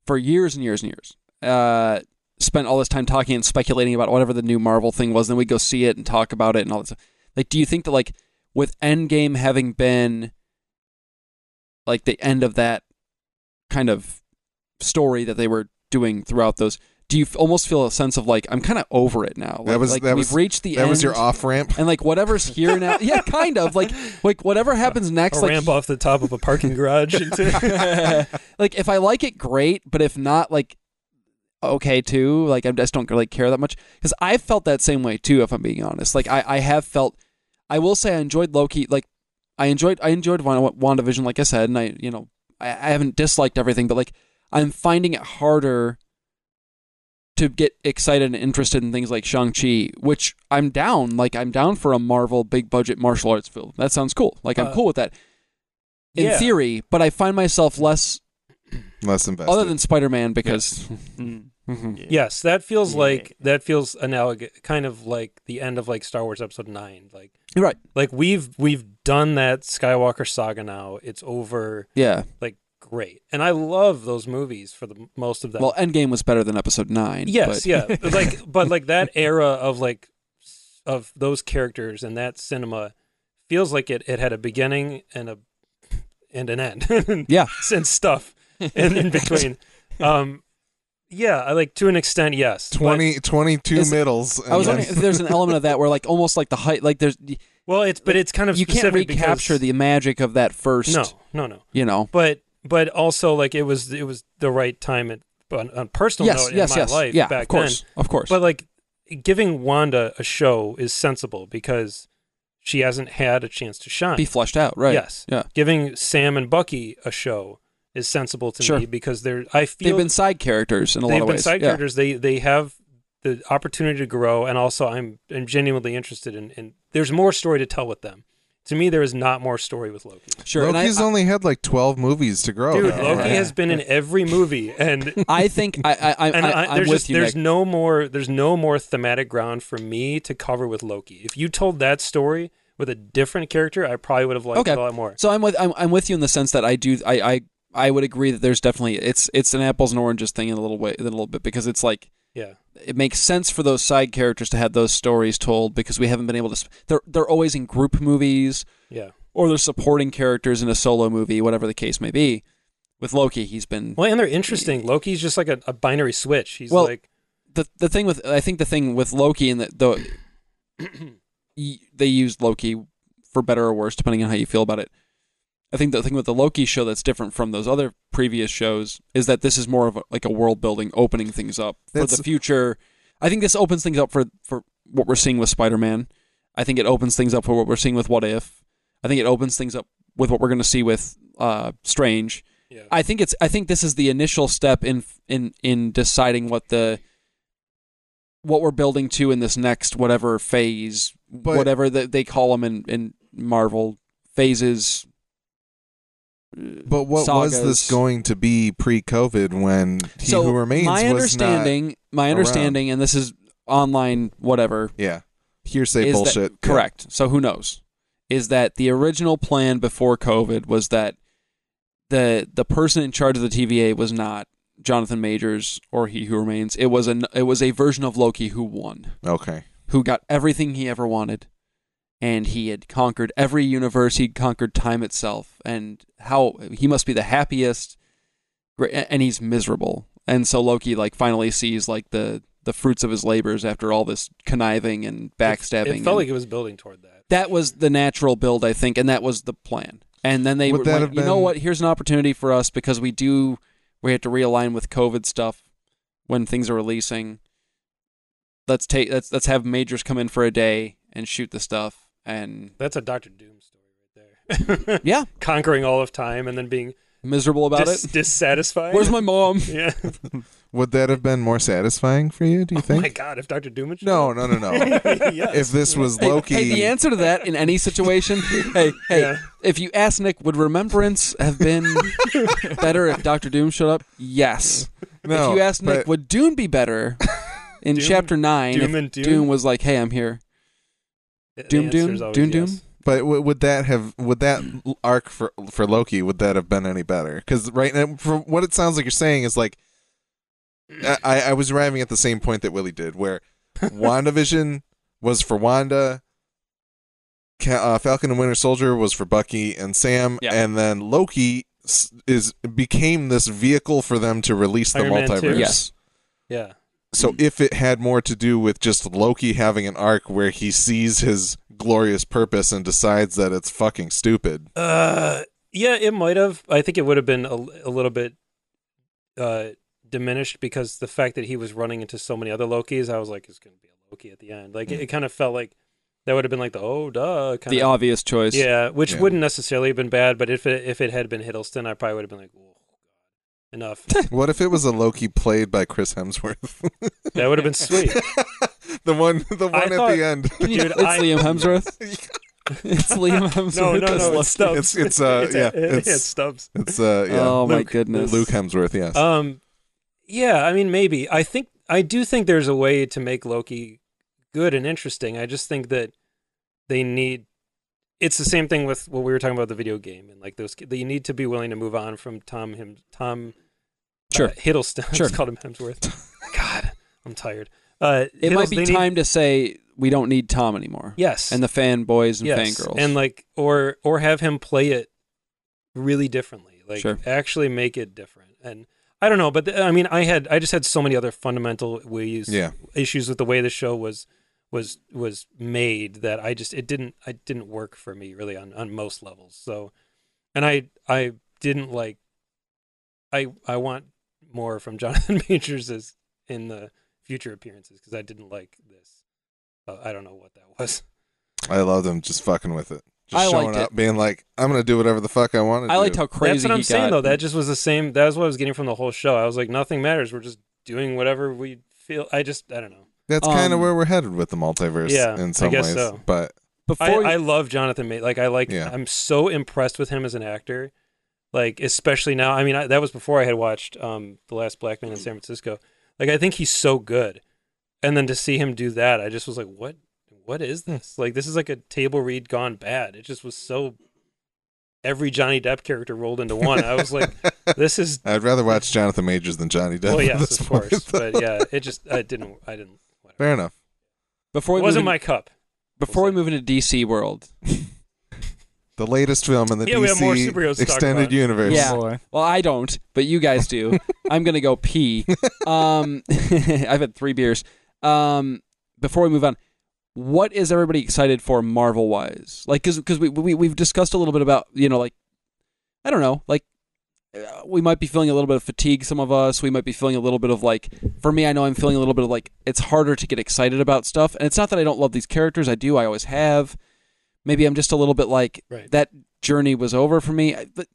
[SPEAKER 3] for years and years and years uh spent all this time talking and speculating about whatever the new Marvel thing was then we'd go see it and talk about it and all that stuff like do you think that like with Endgame having been like the end of that kind of story that they were doing throughout those, do you f- almost feel a sense of like I'm kind of over it now? Like,
[SPEAKER 1] That was-
[SPEAKER 3] like,
[SPEAKER 1] that
[SPEAKER 3] we've
[SPEAKER 1] was-
[SPEAKER 3] reached the
[SPEAKER 1] That
[SPEAKER 3] end.
[SPEAKER 1] was your off ramp.
[SPEAKER 3] and like whatever's here now, [LAUGHS] yeah, kind of like like whatever happens next,
[SPEAKER 2] a
[SPEAKER 3] like
[SPEAKER 2] ramp off the top of a parking
[SPEAKER 3] [LAUGHS]
[SPEAKER 2] garage into
[SPEAKER 3] like if I like it, great. But if not, like okay too. Like I just don't really care that much because I felt that same way too. If I'm being honest, like I I have felt I will say I enjoyed Loki. Like I enjoyed I enjoyed Wanda, WandaVision, like I said, and I you know I, I haven't disliked everything, but like I'm finding it harder to get excited and interested in things like Shang Chi, which I'm down. Like I'm down for a Marvel big budget martial arts film. That sounds cool. Like I'm
[SPEAKER 2] Uh,
[SPEAKER 3] cool with that in
[SPEAKER 2] yeah.
[SPEAKER 3] theory, but I find myself less
[SPEAKER 1] [LAUGHS] Less invested.
[SPEAKER 3] other than Spider
[SPEAKER 2] [LAUGHS]
[SPEAKER 3] Man because
[SPEAKER 2] Mm-hmm.
[SPEAKER 3] Mhm.
[SPEAKER 2] Yes, that feels
[SPEAKER 4] Mm-hmm. Yeah.
[SPEAKER 2] like that feels analogous, kind of like the end of like Star Wars Episode Nine. Like,
[SPEAKER 3] You're right.
[SPEAKER 2] like we've we've done that Skywalker saga now. It's over.
[SPEAKER 3] Yeah.
[SPEAKER 2] Like, great, and I love those movies for the m- most of them.
[SPEAKER 3] Well, Endgame was better than Episode Nine.
[SPEAKER 2] yes,
[SPEAKER 3] but- [LAUGHS]
[SPEAKER 2] yeah, like but like that era of like s- of those characters and that cinema feels like it it had a beginning and a and an end. [LAUGHS]
[SPEAKER 3] Yeah.
[SPEAKER 2] and stuff and in between. Um, yeah, I like to an extent, yes. but-
[SPEAKER 1] 20, 22
[SPEAKER 3] Is-
[SPEAKER 1] middles.
[SPEAKER 3] [LAUGHS] I was
[SPEAKER 1] and
[SPEAKER 3] wondering if
[SPEAKER 1] then-
[SPEAKER 3] there's
[SPEAKER 2] [LAUGHS]
[SPEAKER 3] an element of that where, like, almost like the height, like there's
[SPEAKER 2] well, it's but it's kind of
[SPEAKER 3] you can't
[SPEAKER 2] specific
[SPEAKER 3] recapture
[SPEAKER 2] because-
[SPEAKER 3] the magic of that first.
[SPEAKER 2] no, no, no.
[SPEAKER 3] you know,
[SPEAKER 2] But but also like it was it was the right time at, on, on a personal
[SPEAKER 3] yes,
[SPEAKER 2] note
[SPEAKER 3] yes,
[SPEAKER 2] in my
[SPEAKER 3] yes,
[SPEAKER 2] life
[SPEAKER 3] yeah,
[SPEAKER 2] back
[SPEAKER 3] of course,
[SPEAKER 2] then.
[SPEAKER 3] of course.
[SPEAKER 2] But like giving Wanda a show is sensible because she hasn't had a chance to shine.
[SPEAKER 3] be fleshed out, right?
[SPEAKER 2] Yes.
[SPEAKER 3] yeah.
[SPEAKER 2] Giving Sam and Bucky a show is sensible to
[SPEAKER 3] Sure.
[SPEAKER 2] me because they're I feel
[SPEAKER 3] They've been side characters in a lot
[SPEAKER 2] they've
[SPEAKER 3] of
[SPEAKER 2] been
[SPEAKER 3] ways.
[SPEAKER 2] side
[SPEAKER 3] yeah.
[SPEAKER 2] characters. They they have the opportunity to grow, and also I'm I'm genuinely interested in. in there's more story to tell with them. To me, there is not more story with Loki.
[SPEAKER 1] [LAUGHS]
[SPEAKER 3] Sure, and I-
[SPEAKER 1] Loki's
[SPEAKER 3] I,
[SPEAKER 1] only had like 12 movies to grow.
[SPEAKER 2] Dude,
[SPEAKER 1] now,
[SPEAKER 2] Loki
[SPEAKER 1] right?
[SPEAKER 2] has been in every movie, and
[SPEAKER 3] I think I, I, I,
[SPEAKER 2] and
[SPEAKER 3] I,
[SPEAKER 2] I,
[SPEAKER 3] am
[SPEAKER 2] there's
[SPEAKER 3] with
[SPEAKER 2] just,
[SPEAKER 3] you.
[SPEAKER 2] there's
[SPEAKER 3] Nick.
[SPEAKER 2] no more there's no more thematic ground for me to cover with Loki. If you told that story with a different character, I probably would have liked
[SPEAKER 3] Okay.
[SPEAKER 2] it a lot more.
[SPEAKER 3] So I'm with I'm, I'm with you in the sense that I do I, I I would agree that there's definitely it's it's an apples and oranges thing in a little way in a little bit because it's like
[SPEAKER 2] Yeah,
[SPEAKER 3] it makes sense for those side characters to have those stories told because we haven't been able to. Sp- they're they're always in group movies
[SPEAKER 2] yeah.
[SPEAKER 3] or they're supporting characters in a solo movie, whatever the case may be. With Loki, he's been
[SPEAKER 2] Well, and they're interesting. Loki's just like a, a binary switch. He's
[SPEAKER 3] Well,
[SPEAKER 2] like [CLEARS THROAT]
[SPEAKER 3] the the thing with I think the thing with Loki and the, the y- they used Loki for better or worse, depending on how you feel about it. I think the thing with the Loki show that's different from those other previous shows is that this is more of a, like a world building, opening things up for
[SPEAKER 1] That's-
[SPEAKER 3] the future. I think this opens things up for for what we're seeing with Spider Man. I think it opens things up for what we're seeing with What If. I think it opens things up with what we're going to see with uh, Strange.
[SPEAKER 2] yeah.
[SPEAKER 3] I think it's I think this is the initial step in in in deciding what the what we're building to in this next whatever phase,
[SPEAKER 1] But-
[SPEAKER 3] whatever that they call them in in Marvel phases.
[SPEAKER 1] But what was
[SPEAKER 3] sagas.
[SPEAKER 1] this going to be pre-COVID when He
[SPEAKER 3] so
[SPEAKER 1] Who Remains
[SPEAKER 3] my
[SPEAKER 1] was not?
[SPEAKER 3] understanding, my understanding, and this is online whatever
[SPEAKER 1] Yeah, hearsay
[SPEAKER 3] is that-
[SPEAKER 1] bullshit. Yeah.
[SPEAKER 3] correct. So who knows? Is that the original plan before COVID was that the the person in charge of the TVA was not Jonathan Majors or He Who Remains. It was an it was a version of Loki who won,
[SPEAKER 1] Okay.
[SPEAKER 3] who got everything he ever wanted, and he had conquered every universe. He'd conquered time itself, and how he must be the happiest. gra- And he's miserable, and so Loki like finally sees like the the fruits of his labors after all this conniving and backstabbing.
[SPEAKER 2] It, it
[SPEAKER 3] and-
[SPEAKER 2] felt like it was building toward that.
[SPEAKER 3] that was the natural build, I think, and that was the plan. And then they
[SPEAKER 1] Would
[SPEAKER 3] were
[SPEAKER 1] that
[SPEAKER 3] like,
[SPEAKER 1] have
[SPEAKER 3] you know
[SPEAKER 1] been-
[SPEAKER 3] what? Here's an opportunity for us because we do we have to realign with COVID stuff when things are releasing. Let's take let's let's have majors come in for a day and shoot the stuff and
[SPEAKER 2] That's a Doctor Doom story right there. [LAUGHS]
[SPEAKER 3] yeah,
[SPEAKER 2] Conquering all of time and then being
[SPEAKER 3] miserable about
[SPEAKER 2] dis-
[SPEAKER 3] it.
[SPEAKER 2] dissatisfied.
[SPEAKER 3] Where's my mom?
[SPEAKER 2] [LAUGHS] yeah?
[SPEAKER 1] Would that have been more satisfying for you? Do you
[SPEAKER 2] Oh my
[SPEAKER 1] think?
[SPEAKER 2] God! If Doctor Doom. had
[SPEAKER 1] No, no, no, no.
[SPEAKER 2] shown- [LAUGHS] yes.
[SPEAKER 1] if this was Loki,
[SPEAKER 3] Hey, the answer to that in any
[SPEAKER 2] [LAUGHS]
[SPEAKER 3] situation. hey, hey,
[SPEAKER 2] Yeah.
[SPEAKER 3] if you ask Nick, would remembrance
[SPEAKER 1] [LAUGHS]
[SPEAKER 3] have been better if Doctor Doom showed up? Yes.
[SPEAKER 1] no.
[SPEAKER 3] if you asked Nick,
[SPEAKER 1] but-
[SPEAKER 3] would Dune be better in
[SPEAKER 2] Doom-
[SPEAKER 3] chapter nine?
[SPEAKER 2] Doom
[SPEAKER 3] if
[SPEAKER 2] and Dune?
[SPEAKER 3] Dune was like, "Hey, I'm here."
[SPEAKER 2] The
[SPEAKER 3] Doom,
[SPEAKER 2] answer
[SPEAKER 3] Doom,
[SPEAKER 2] is always
[SPEAKER 3] Doom,
[SPEAKER 2] yes.
[SPEAKER 3] Doom?
[SPEAKER 1] But w- would that have would that l- arc for for Loki would that have been any better? Because right now, from what it sounds like you're saying is like, I-
[SPEAKER 3] Uh,
[SPEAKER 1] I, I was arriving at the same point that Willie did,
[SPEAKER 3] [LAUGHS]
[SPEAKER 1] where
[SPEAKER 2] [LAUGHS]
[SPEAKER 1] WandaVision was for Wanda, Ca- uh, Falcon and Winter Soldier was for Bucky and Sam,
[SPEAKER 3] Yeah.
[SPEAKER 1] and then Loki s- is became this vehicle for them to release the
[SPEAKER 2] Iron Man
[SPEAKER 1] multiverse.
[SPEAKER 2] Yes.
[SPEAKER 3] Yes.
[SPEAKER 2] Yeah.
[SPEAKER 1] So if it had more to do with just Loki having an arc where he sees his glorious purpose and decides that it's fucking stupid.
[SPEAKER 2] Uh, yeah, it might have. I think it would have been a, a little bit uh, diminished because the fact that he was running into so many other Lokis, I was like, it's going to be a Loki at the end. Like, it, it kind of felt like That would have been like the oh duh kind
[SPEAKER 3] Hmm. the
[SPEAKER 2] of
[SPEAKER 3] obvious choice. [LAUGHS]
[SPEAKER 2] yeah, which
[SPEAKER 1] Yeah.
[SPEAKER 2] wouldn't necessarily have been bad, but if it, if it had been Hiddleston, I probably would have been like, "Whoa, enough.
[SPEAKER 1] What if it was a Loki played by Chris Hemsworth? [LAUGHS]
[SPEAKER 2] That would have been
[SPEAKER 3] [LAUGHS]
[SPEAKER 2] sweet.
[SPEAKER 1] the one, the one
[SPEAKER 2] I
[SPEAKER 1] at
[SPEAKER 2] thought-
[SPEAKER 1] the end.
[SPEAKER 3] Can you-
[SPEAKER 2] Dude,
[SPEAKER 3] it's
[SPEAKER 2] I- [LAUGHS]
[SPEAKER 3] Liam Hemsworth. it's Liam [LAUGHS] Hemsworth.
[SPEAKER 2] No, no,
[SPEAKER 3] as
[SPEAKER 2] no,
[SPEAKER 3] Loki.
[SPEAKER 2] it's Stubbs.
[SPEAKER 1] It's- it's, uh, yeah,
[SPEAKER 2] it's,
[SPEAKER 1] it's-
[SPEAKER 2] Stubbs.
[SPEAKER 1] [LAUGHS] It's uh, yeah,
[SPEAKER 3] Oh my
[SPEAKER 2] Luke.
[SPEAKER 3] goodness,
[SPEAKER 1] Luke Hemsworth. Yes.
[SPEAKER 2] Um, yeah, I mean, maybe. I think I do think there's a way to make Loki good and interesting. I just think that they need. It's the same thing with what we were talking about the video game and like those. That you need to be willing to move on from Tom him Tom uh,
[SPEAKER 3] Sure.
[SPEAKER 2] Hiddleston. [LAUGHS] I
[SPEAKER 3] Sure.
[SPEAKER 2] just called him Hemsworth. God, I'm tired. Uh,
[SPEAKER 3] It might
[SPEAKER 2] Hiddleston-
[SPEAKER 3] be
[SPEAKER 2] they need-
[SPEAKER 3] time to say we don't need Tom anymore.
[SPEAKER 2] Yes,
[SPEAKER 3] And the fanboys and
[SPEAKER 2] yes,
[SPEAKER 3] fangirls.
[SPEAKER 2] and like or or have him play it really differently like
[SPEAKER 3] Sure.
[SPEAKER 2] actually make it different and i don't know but th- i mean i had i just had so many other fundamental ways
[SPEAKER 1] yeah.
[SPEAKER 2] issues with the way the show was was was made that i just it didn't it didn't work for me really on on most levels so and i i didn't like i i want more from [LAUGHS] jonathan majors as in the future appearances because i didn't like this uh, i don't know what that was
[SPEAKER 1] I love them just fucking with it. Just
[SPEAKER 3] I
[SPEAKER 1] showing
[SPEAKER 3] liked
[SPEAKER 1] up, being like, I'm gonna do whatever the fuck I want to.
[SPEAKER 3] I liked
[SPEAKER 1] do.
[SPEAKER 3] how crazy
[SPEAKER 2] That's what I'm
[SPEAKER 3] he
[SPEAKER 2] saying
[SPEAKER 3] got.
[SPEAKER 2] though. That just was the same. That's what I was getting from the whole show. I was like, nothing matters. We're just doing whatever we feel. I just, I don't know.
[SPEAKER 1] That's kind of
[SPEAKER 3] um,
[SPEAKER 1] where we're headed with the multiverse.
[SPEAKER 2] Yeah, I
[SPEAKER 1] in some
[SPEAKER 2] guess
[SPEAKER 1] ways.
[SPEAKER 2] so.
[SPEAKER 1] But
[SPEAKER 2] I,
[SPEAKER 3] Before
[SPEAKER 2] I love Jonathan May. Like, I like.
[SPEAKER 1] Yeah.
[SPEAKER 2] I'm so impressed with him as an actor. Like, especially now. I mean, I, that was before I had watched um, the Last Black Man in San Francisco. Like, I think he's so good. And then to see him do that, I just was like, what? What is
[SPEAKER 3] Hmm.
[SPEAKER 2] this? Like, this is like a table read gone bad. It just was so. Every Johnny Depp character rolled into one. I
[SPEAKER 1] [LAUGHS]
[SPEAKER 2] was
[SPEAKER 3] [LAUGHS]
[SPEAKER 2] like, this is
[SPEAKER 1] I'd rather watch Jonathan Majors than Johnny Depp.
[SPEAKER 2] Oh
[SPEAKER 1] at
[SPEAKER 2] yes,
[SPEAKER 1] [LAUGHS] this
[SPEAKER 2] of
[SPEAKER 1] point.
[SPEAKER 2] course. but yeah, it just I didn't I didn't.
[SPEAKER 1] [LAUGHS]
[SPEAKER 2] Whatever.
[SPEAKER 1] Fair enough.
[SPEAKER 3] before we
[SPEAKER 2] it wasn't
[SPEAKER 3] move
[SPEAKER 2] my cup.
[SPEAKER 3] in- before we move into DC world.
[SPEAKER 1] The latest film in the
[SPEAKER 2] Yeah, we have more superheroes
[SPEAKER 1] DC
[SPEAKER 2] to talk
[SPEAKER 1] extended
[SPEAKER 2] about.
[SPEAKER 1] universe.
[SPEAKER 3] Yeah.
[SPEAKER 4] Boy.
[SPEAKER 3] Well, I don't, but you
[SPEAKER 1] [LAUGHS]
[SPEAKER 2] [LAUGHS]
[SPEAKER 3] guys do. I'm gonna go pee. Um, [LAUGHS] I've had three beers. Um, before we move on, what is everybody excited for Marvel wise? Like, because we, we we've discussed a little bit about you know like I don't know like uh, we might be feeling a little bit of fatigue. Some of us we might be feeling a little bit of like for me I know I'm feeling a little bit of like it's harder to get excited about stuff, and it's not that I don't love these characters. I do. I always have. Maybe I'm just a little bit like
[SPEAKER 2] Right.
[SPEAKER 3] that journey was over for me. I- But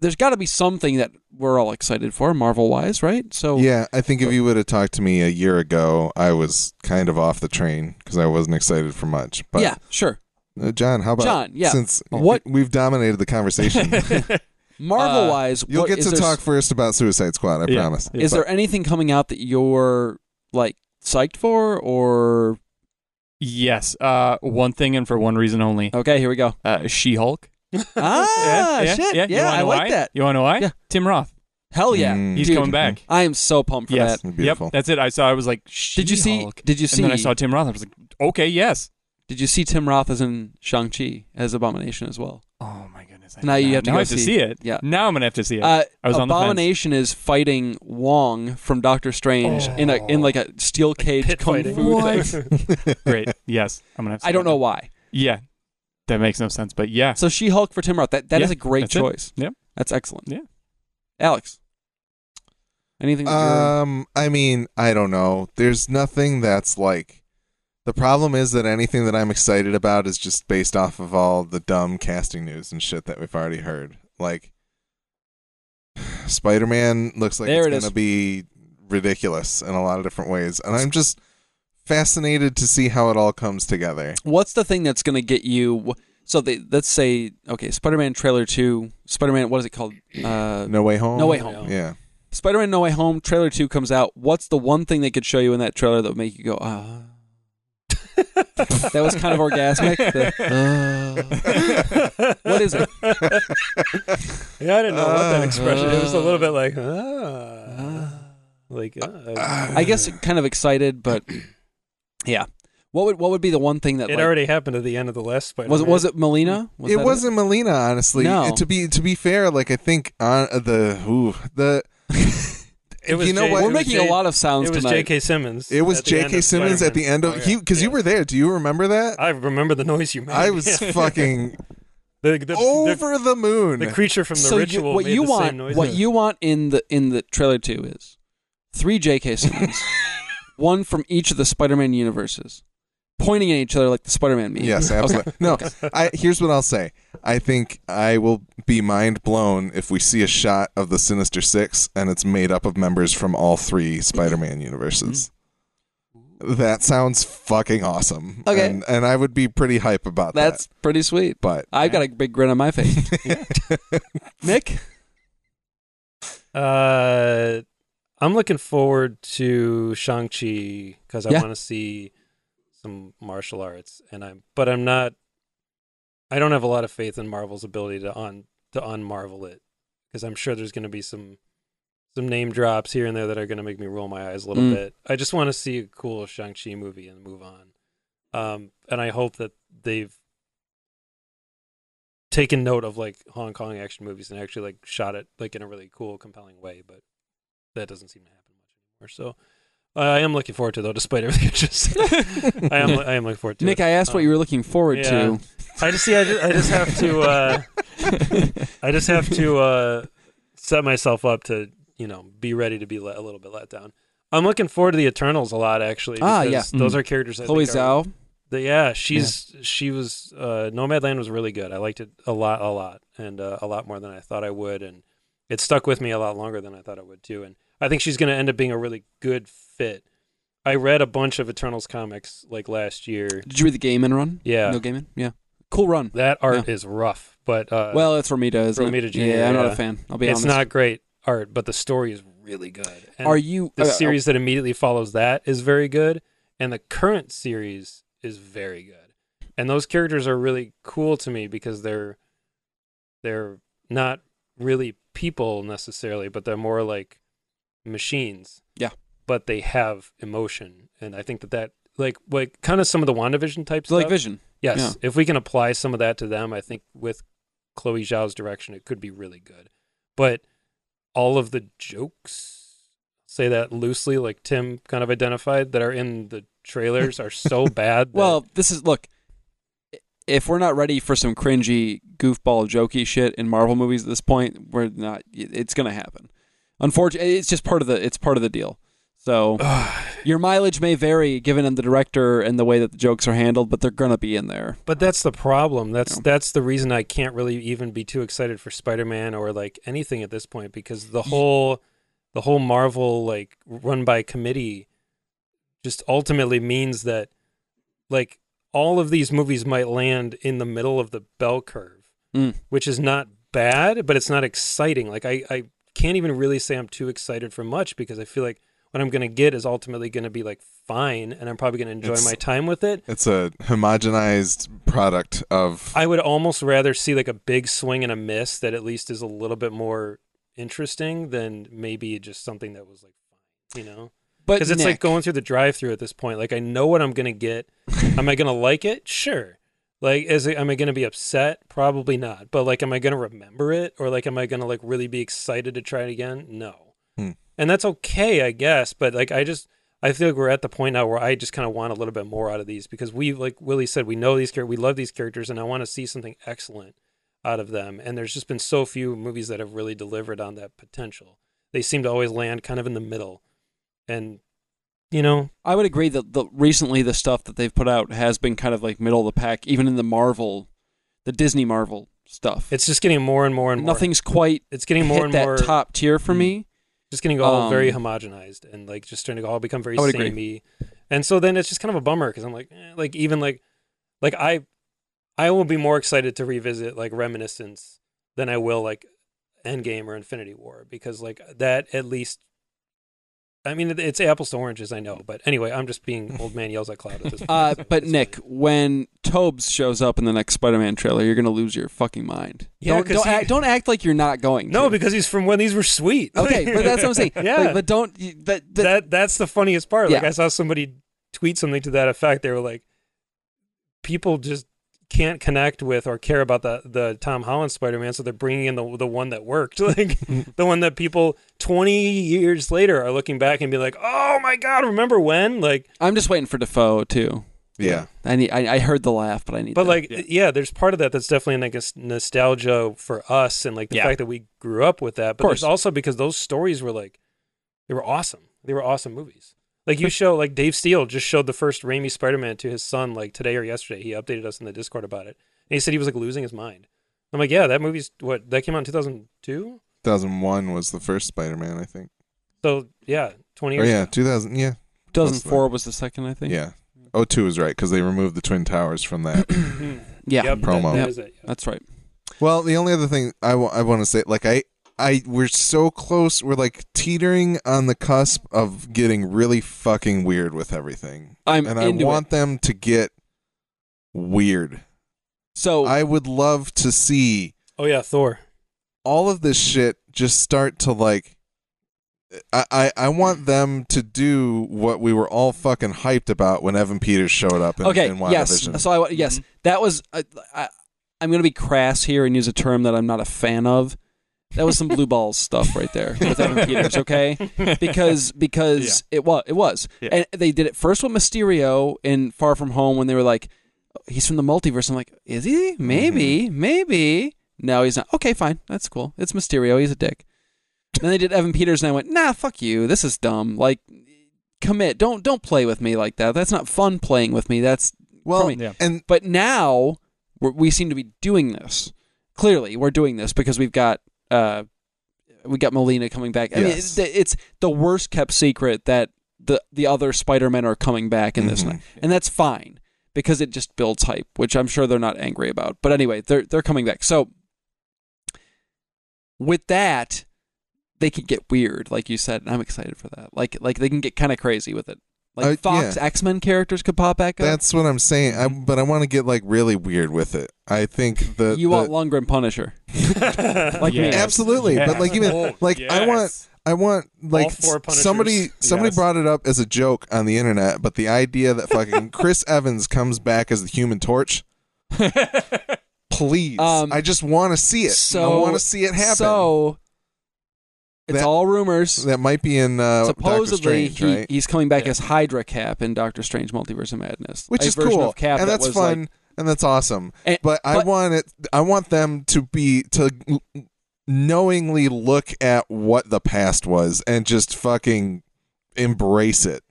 [SPEAKER 3] there's got to be something that we're all excited for, Marvel wise, right? So
[SPEAKER 1] Yeah, I think if you would have talked to me a year ago, I was kind of off the train because I wasn't excited for much. But
[SPEAKER 3] yeah, sure.
[SPEAKER 1] uh, John, how about
[SPEAKER 3] John, yeah.
[SPEAKER 1] Since
[SPEAKER 3] What-
[SPEAKER 1] [LAUGHS] we've dominated the
[SPEAKER 3] [LAUGHS]
[SPEAKER 1] conversation,
[SPEAKER 3] Marvel
[SPEAKER 4] Uh,
[SPEAKER 3] wise,
[SPEAKER 1] you'll get to talk first about Suicide Squad. I
[SPEAKER 4] Yeah.
[SPEAKER 1] promise.
[SPEAKER 4] Yeah.
[SPEAKER 3] Is there anything coming out that you're like psyched for, or
[SPEAKER 4] [LAUGHS] Yes. Uh, one thing and for one reason only.
[SPEAKER 3] okay, here we go.
[SPEAKER 4] Uh, She-Hulk.
[SPEAKER 3] [LAUGHS] Ah,
[SPEAKER 4] yeah,
[SPEAKER 3] shit,
[SPEAKER 4] yeah.
[SPEAKER 3] yeah,
[SPEAKER 4] You wanna
[SPEAKER 3] I
[SPEAKER 4] know
[SPEAKER 3] like
[SPEAKER 4] why?
[SPEAKER 3] that.
[SPEAKER 4] You want to know why?
[SPEAKER 3] Yeah.
[SPEAKER 4] Tim Roth.
[SPEAKER 3] Hell yeah,
[SPEAKER 1] Mm.
[SPEAKER 4] He's
[SPEAKER 3] Dude,
[SPEAKER 4] coming back.
[SPEAKER 3] I am so pumped for
[SPEAKER 4] Yes.
[SPEAKER 3] that.
[SPEAKER 1] Beautiful.
[SPEAKER 4] Yep. That's it. I saw. I was like,
[SPEAKER 3] Did you see?
[SPEAKER 4] She-Hulk.
[SPEAKER 3] Did you
[SPEAKER 4] And then I
[SPEAKER 3] see?
[SPEAKER 4] saw Tim Roth. I was like, okay, yes.
[SPEAKER 3] Did you see Tim Roth as in Shang Chi as Abomination as well?
[SPEAKER 4] Oh my goodness. I
[SPEAKER 3] Now
[SPEAKER 4] did
[SPEAKER 3] you
[SPEAKER 4] not-
[SPEAKER 3] have to
[SPEAKER 4] now
[SPEAKER 3] go
[SPEAKER 4] I have to
[SPEAKER 3] see-
[SPEAKER 4] see it.
[SPEAKER 3] yeah.
[SPEAKER 4] Now I'm gonna have to see it.
[SPEAKER 3] Uh,
[SPEAKER 4] I was on the fence.
[SPEAKER 3] Abomination is fighting Wong from Doctor Strange
[SPEAKER 4] Oh.
[SPEAKER 3] in a in like a steel cage
[SPEAKER 2] Pit
[SPEAKER 3] kung
[SPEAKER 2] fighting.
[SPEAKER 3] fu thing.
[SPEAKER 4] [LAUGHS]
[SPEAKER 2] [LAUGHS]
[SPEAKER 1] [LAUGHS]
[SPEAKER 4] [LAUGHS]
[SPEAKER 3] [LAUGHS]
[SPEAKER 4] Great. Yes. I'm gonna. Have to
[SPEAKER 3] I
[SPEAKER 4] see
[SPEAKER 3] don't
[SPEAKER 4] it.
[SPEAKER 3] know why.
[SPEAKER 4] Yeah. That makes no sense, but yeah.
[SPEAKER 3] So She Hulk for Tim Roth. That that is
[SPEAKER 4] Yeah,
[SPEAKER 3] a great
[SPEAKER 4] that's it.
[SPEAKER 3] choice.
[SPEAKER 4] Yep.
[SPEAKER 3] That's excellent.
[SPEAKER 4] Yeah.
[SPEAKER 3] Alex. Anything that you're-
[SPEAKER 1] Um, I mean, I don't know. There's nothing that's like. The problem is that anything that I'm excited about is just based off of all the dumb casting news and shit that we've already heard. Like, [SIGHS] Spider Man looks like
[SPEAKER 3] There
[SPEAKER 1] it's
[SPEAKER 3] it
[SPEAKER 1] going
[SPEAKER 3] is.
[SPEAKER 1] to be ridiculous in a lot of different ways. And I'm just fascinated to see how it all comes together.
[SPEAKER 3] what's the thing that's going to get you so they, let's say okay, Spider-Man trailer 2, Spider-Man what is it called? Uh
[SPEAKER 1] No Way Home?
[SPEAKER 3] No Way Home.
[SPEAKER 1] Yeah.
[SPEAKER 3] Spider-Man No Way Home trailer 2 comes out. What's the one thing they could show you in that trailer that would make you go ah? that was kind of orgasmic. The, ah.
[SPEAKER 2] Uh, [LAUGHS]
[SPEAKER 3] What is it?
[SPEAKER 1] [LAUGHS]
[SPEAKER 2] Yeah, I didn't know what that
[SPEAKER 1] Uh,
[SPEAKER 2] expression. It was a little bit like ah, like uh,
[SPEAKER 3] uh, ah." I guess kind of excited, but [CLEARS THROAT] yeah. What would what would be the one thing that
[SPEAKER 2] it
[SPEAKER 3] like,
[SPEAKER 2] already happened at the end of the last Spider.
[SPEAKER 3] was it was it Melina? Was
[SPEAKER 1] it
[SPEAKER 3] that
[SPEAKER 1] wasn't Melina, honestly.
[SPEAKER 3] No.
[SPEAKER 1] To be to be fair, like I think on the ooh, the
[SPEAKER 2] [LAUGHS] It was
[SPEAKER 1] you know
[SPEAKER 2] Jay-
[SPEAKER 1] what
[SPEAKER 2] it
[SPEAKER 3] We're
[SPEAKER 2] was
[SPEAKER 3] making
[SPEAKER 2] J-
[SPEAKER 3] a lot of
[SPEAKER 2] It
[SPEAKER 3] sounds
[SPEAKER 2] was
[SPEAKER 3] tonight.
[SPEAKER 2] J.K. Simmons.
[SPEAKER 1] It was
[SPEAKER 2] at the end
[SPEAKER 1] J.K.
[SPEAKER 2] of
[SPEAKER 1] Simmons at the
[SPEAKER 2] Spider-Man. Oh,
[SPEAKER 1] end of he because you
[SPEAKER 2] Yeah. Uh,
[SPEAKER 1] were there. Do you remember that?
[SPEAKER 2] I remember [LAUGHS] the noise you made.
[SPEAKER 1] I was
[SPEAKER 2] Yeah.
[SPEAKER 1] fucking
[SPEAKER 2] the, the, the,
[SPEAKER 1] over the moon.
[SPEAKER 2] the creature from the
[SPEAKER 3] so you-
[SPEAKER 2] ritual.
[SPEAKER 3] what
[SPEAKER 2] made
[SPEAKER 3] you
[SPEAKER 2] the
[SPEAKER 3] want,
[SPEAKER 2] same noise [LAUGHS]
[SPEAKER 3] what you want in the in the trailer two
[SPEAKER 2] [LAUGHS]
[SPEAKER 3] is three J.K. Simmons, one from each of the Spider-Man universes, pointing at each other like the Spider-Man meme.
[SPEAKER 2] [LAUGHS]
[SPEAKER 1] Yes, absolutely. No, I, here's what I'll say. I think I will be mind blown if we see a shot of the Sinister Six and it's made up of members from all three
[SPEAKER 2] Mm-hmm.
[SPEAKER 1] Spider-Man universes. That sounds fucking awesome.
[SPEAKER 3] Okay.
[SPEAKER 1] and, and I would be pretty hype about
[SPEAKER 3] That's pretty
[SPEAKER 1] that.
[SPEAKER 3] sweet.
[SPEAKER 1] But
[SPEAKER 3] I've got a big grin on
[SPEAKER 1] [LAUGHS]
[SPEAKER 3] my face. [LAUGHS] Nick,
[SPEAKER 2] Uh, I'm looking forward to Shang Chi because I
[SPEAKER 3] Yeah.
[SPEAKER 2] want to see some martial arts, and I'm but I'm not. I don't have a lot of faith in Marvel's ability to un to unmarvel it because I'm sure there's going to be some some name drops here and there that are going to make me roll my eyes a little
[SPEAKER 3] Mm.
[SPEAKER 2] bit. I just want to see a cool Shang Chi movie and move on. Um, and I hope that they've taken note of like Hong Kong action movies and actually like shot it like in a really cool, compelling way. But that doesn't seem to happen much anymore. So I am looking forward to it, though, despite everything [LAUGHS] I just said. [LAUGHS] I am I am looking forward to
[SPEAKER 3] Nick,
[SPEAKER 2] it.
[SPEAKER 3] I asked what
[SPEAKER 2] Um,
[SPEAKER 3] you were looking forward
[SPEAKER 2] yeah.
[SPEAKER 3] to.
[SPEAKER 2] I just see. I just, I just have to. Uh, I just have to uh, set myself up to you know be ready to be let, a little bit let down. I'm looking forward to the Eternals a lot actually.
[SPEAKER 3] Ah, yeah.
[SPEAKER 2] because those
[SPEAKER 4] Mm.
[SPEAKER 2] are characters. I
[SPEAKER 3] Chloe
[SPEAKER 2] think are-
[SPEAKER 3] Zhao.
[SPEAKER 2] the- yeah, she's she was uh, Nomadland was really good. I liked it a lot, a lot, and uh, a lot more than I thought I would, and it stuck with me a lot longer than I thought it would too. And I think she's going to end up being a really good fit. I read a bunch of Eternals comics like last year.
[SPEAKER 3] Did you read the Gaiman run?
[SPEAKER 2] Yeah.
[SPEAKER 3] No Gaiman. Yeah. Cool run.
[SPEAKER 2] That art is rough, but uh,
[SPEAKER 3] well, it's Romita, isn't it?
[SPEAKER 2] Romita Jr.,
[SPEAKER 3] Yeah, I'm not
[SPEAKER 2] yeah.
[SPEAKER 3] a fan. I'll be
[SPEAKER 2] it's
[SPEAKER 3] honest.
[SPEAKER 2] not great art, but the story is really good. And
[SPEAKER 3] Are you
[SPEAKER 2] the
[SPEAKER 3] uh,
[SPEAKER 2] series that immediately follows that is very good, and the current series is very good. And those characters are really cool to me because they're they're not really people necessarily, but they're more like machines.
[SPEAKER 3] Yeah.
[SPEAKER 2] But they have emotion, and I think that that like like kind of some of the WandaVision type
[SPEAKER 3] It's like
[SPEAKER 2] stuff.
[SPEAKER 3] Vision.
[SPEAKER 2] Yes, if we can apply some of that to them, I think with Chloe Zhao's direction, it could be really good. But all of the jokes, say that loosely, like Tim kind of identified, that are in the trailers are so bad. That,
[SPEAKER 3] Well, this is look. If we're not ready for some cringy, goofball, jokey shit in Marvel movies at this point, we're not. It's gonna happen. Unfortunately, it's just part of the. It's part of the deal. So
[SPEAKER 2] [LAUGHS]
[SPEAKER 3] your mileage may vary given the director and the way that the jokes are handled, but they're gonna be in there.
[SPEAKER 2] but that's the problem. That's
[SPEAKER 3] Yeah.
[SPEAKER 2] that's the reason I can't really even be too excited for Spider Man or like anything at this point because the whole the whole Marvel like run by committee just ultimately means that like all of these movies might land in the middle of the bell curve,
[SPEAKER 3] Mm.
[SPEAKER 2] which is not bad, but it's not exciting. Like I, I can't even really say I'm too excited for much because I feel like what I'm gonna get is ultimately gonna be like fine and I'm probably gonna enjoy
[SPEAKER 1] It's-
[SPEAKER 2] my time with it.
[SPEAKER 1] it's a homogenized product of
[SPEAKER 2] I would almost rather see like a big swing and a miss that at least is a little bit more interesting than maybe just something that was like fine, you know?
[SPEAKER 3] But
[SPEAKER 2] Because it's
[SPEAKER 3] Nick,
[SPEAKER 2] like going through the drive-through at this point. Like I know what I'm gonna get. am I gonna like it? Sure. Like, is it, am I gonna be upset? Probably not. But like, am I gonna remember it, or like, am I gonna like really be excited to try it again? No.
[SPEAKER 1] Hmm.
[SPEAKER 2] And that's okay, I guess. But like, I just I feel like we're at the point now where I just kind of want a little bit more out of these because we, like Willie said, we know these characters, we love these characters, and I want to see something excellent out of them. And there's just been so few movies that have really delivered on that potential. They seem to always land kind of in the middle, and you know,
[SPEAKER 3] I would agree that the, recently the stuff that they've put out has been kind of like middle of the pack, even in the Marvel, the Disney Marvel stuff.
[SPEAKER 2] it's just getting more and more and more.
[SPEAKER 3] nothing's quite
[SPEAKER 2] It's getting more
[SPEAKER 3] [LAUGHS] hit
[SPEAKER 2] and
[SPEAKER 3] that
[SPEAKER 2] more
[SPEAKER 3] top tier for
[SPEAKER 4] Mm.
[SPEAKER 3] me.
[SPEAKER 2] just getting all
[SPEAKER 3] Um,
[SPEAKER 2] very homogenized and like just starting to all become very
[SPEAKER 4] I would
[SPEAKER 2] samey.
[SPEAKER 4] agree.
[SPEAKER 2] And so then it's just kind of a bummer because I'm like, eh, like even like, like I, I will be more excited to revisit like Reminiscence than I will like Endgame or Infinity War because like that at least. I mean, it- it's apples to oranges, I know, but anyway, I'm just being
[SPEAKER 3] [LAUGHS]
[SPEAKER 2] old man yells at cloud at this point.
[SPEAKER 3] Uh,
[SPEAKER 2] so
[SPEAKER 3] but
[SPEAKER 2] it's
[SPEAKER 3] Nick,
[SPEAKER 2] fine.
[SPEAKER 3] when Tobes shows up in the next Spider-Man trailer, you're gonna lose your fucking mind.
[SPEAKER 2] [LAUGHS] Yeah,
[SPEAKER 3] don't
[SPEAKER 2] 'cause
[SPEAKER 3] don't,
[SPEAKER 2] he-
[SPEAKER 3] act, don't act like you're not going.
[SPEAKER 2] no,
[SPEAKER 3] to.
[SPEAKER 2] because [LAUGHS] he's from when these were sweet.
[SPEAKER 3] okay, but that's what I'm saying.
[SPEAKER 2] [LAUGHS] Yeah,
[SPEAKER 3] Like, but don't you- that, that,
[SPEAKER 2] that that's the funniest part. Like
[SPEAKER 3] Yeah.
[SPEAKER 2] I saw somebody tweet something to that effect. They were like, people just can't connect with or care about the the Tom Holland Spider Man, so they're bringing in the the one that worked, [LAUGHS] like the one that people twenty years later are looking back and be like, oh my god, remember when? Like,
[SPEAKER 3] I'm just waiting for Defoe too.
[SPEAKER 1] [LAUGHS] yeah.
[SPEAKER 3] I need. I, I heard the laugh, but I need.
[SPEAKER 2] but
[SPEAKER 3] that.
[SPEAKER 2] like, yeah.
[SPEAKER 4] Yeah.
[SPEAKER 2] there's part of that that's definitely like a s- nostalgia for us and like the
[SPEAKER 4] Yeah.
[SPEAKER 2] fact that we grew up with that. But there's
[SPEAKER 3] course.
[SPEAKER 2] also because those stories were like, they were awesome. They were awesome movies. Like you show, like Dave Steele just showed the first Raimi Spider-Man to his son like today or yesterday. He updated us in the Discord about it, and he said he was like losing his mind. I'm like, yeah, that movie's what that came out in 2002.
[SPEAKER 1] 2001 was the first Spider-Man, I think.
[SPEAKER 2] So yeah, 20
[SPEAKER 1] Or
[SPEAKER 2] years.
[SPEAKER 1] Oh, yeah, 2000. Yeah,
[SPEAKER 3] 2004 was the second, I think.
[SPEAKER 1] yeah. Oh, two is right because they removed the twin towers from that.
[SPEAKER 3] [CLEARS THROAT]
[SPEAKER 2] Mhm.
[SPEAKER 3] Yeah,
[SPEAKER 2] Yep, that-
[SPEAKER 1] Promo.
[SPEAKER 2] that
[SPEAKER 3] Yep.
[SPEAKER 2] is it. yeah.
[SPEAKER 3] that's right.
[SPEAKER 1] Well, the only other thing I want to say, like I, I, we're so close. We're like teetering on the cusp of getting really fucking weird with everything,
[SPEAKER 3] I'm
[SPEAKER 1] and I
[SPEAKER 3] into
[SPEAKER 1] want
[SPEAKER 3] it.
[SPEAKER 1] them to get weird.
[SPEAKER 3] So
[SPEAKER 1] I would love to see
[SPEAKER 2] Oh yeah, Thor.
[SPEAKER 1] all of this shit just start to like. I, I, I
[SPEAKER 3] Mm.
[SPEAKER 1] want them to do what we were all fucking hyped about when Evan Peters showed up in,
[SPEAKER 3] okay,
[SPEAKER 1] in
[SPEAKER 3] yes. uh,
[SPEAKER 1] WandaVision.
[SPEAKER 3] So I wa- yes,
[SPEAKER 2] Mm-hmm.
[SPEAKER 3] that was I, I, I'm going to be crass here and use a term that I'm not a fan of. [LAUGHS] That was some blue balls stuff right there with Evan Peters. Okay,
[SPEAKER 4] [LAUGHS]
[SPEAKER 3] because because it was it was,
[SPEAKER 4] Yeah.
[SPEAKER 3] and they did it first with Mysterio in Far From Home when they were like, he's from the multiverse. I'm like, is he? Maybe, maybe. No, he's not. Okay, fine, that's cool. It's Mysterio. He's a dick. then they did Evan Peters, and I went, nah, fuck you. This is dumb. Like, commit. Don't don't play with me like that. That's not fun playing with me. That's
[SPEAKER 1] well,
[SPEAKER 3] me.
[SPEAKER 4] Yeah.
[SPEAKER 1] and
[SPEAKER 3] but now we're, we seem to be doing this. Clearly, we're doing this because we've got uh, we got Molina coming back. I mean,
[SPEAKER 1] Yes.
[SPEAKER 3] it's, it's the worst kept secret that the the other Spider Men are coming back in this
[SPEAKER 1] Mhm.
[SPEAKER 3] one, and that's fine because it just builds hype, which I'm sure they're not angry about. But anyway, they're they're coming back. So with that, they can get weird, like you said, and I'm excited for that. Like like they can get kind of crazy with it. Like
[SPEAKER 1] Uh, yeah.
[SPEAKER 3] Fox X Men characters could pop back up.
[SPEAKER 1] That's what I'm saying. I, but I want to get like really weird with it. I think the
[SPEAKER 3] you
[SPEAKER 1] the-
[SPEAKER 3] want Lundgren Punisher. [LAUGHS] Like me.
[SPEAKER 4] Yes.
[SPEAKER 1] absolutely,
[SPEAKER 4] Yes.
[SPEAKER 1] but like even
[SPEAKER 2] Oh,
[SPEAKER 1] like I want I want like
[SPEAKER 2] All four
[SPEAKER 1] s-
[SPEAKER 2] Punishers.
[SPEAKER 1] somebody somebody
[SPEAKER 4] Yes.
[SPEAKER 1] brought it up as a joke on the internet. But the idea that
[SPEAKER 3] [LAUGHS]
[SPEAKER 1] fucking Chris Evans comes back as the Human Torch,
[SPEAKER 3] [LAUGHS]
[SPEAKER 1] please,
[SPEAKER 3] Um,
[SPEAKER 1] I just want to see it.
[SPEAKER 3] so-
[SPEAKER 1] I want to see it happen.
[SPEAKER 3] So it's
[SPEAKER 1] That-
[SPEAKER 3] all rumors.
[SPEAKER 1] that might be in uh, Doctor
[SPEAKER 3] Supposedly,
[SPEAKER 1] Strange,
[SPEAKER 3] he,
[SPEAKER 1] right?
[SPEAKER 3] he's coming back
[SPEAKER 2] Yeah.
[SPEAKER 3] as Hydra Cap in Doctor Strange: Multiverse of Madness,
[SPEAKER 1] Which
[SPEAKER 3] A
[SPEAKER 1] is
[SPEAKER 3] version
[SPEAKER 1] cool,
[SPEAKER 3] of Cap
[SPEAKER 1] and
[SPEAKER 3] that
[SPEAKER 1] that's
[SPEAKER 3] was
[SPEAKER 1] fun,
[SPEAKER 3] like-
[SPEAKER 1] and that's awesome.
[SPEAKER 3] and-
[SPEAKER 1] but, I
[SPEAKER 3] but-
[SPEAKER 1] want it. I want them to be to knowingly look at what the past was and just fucking embrace it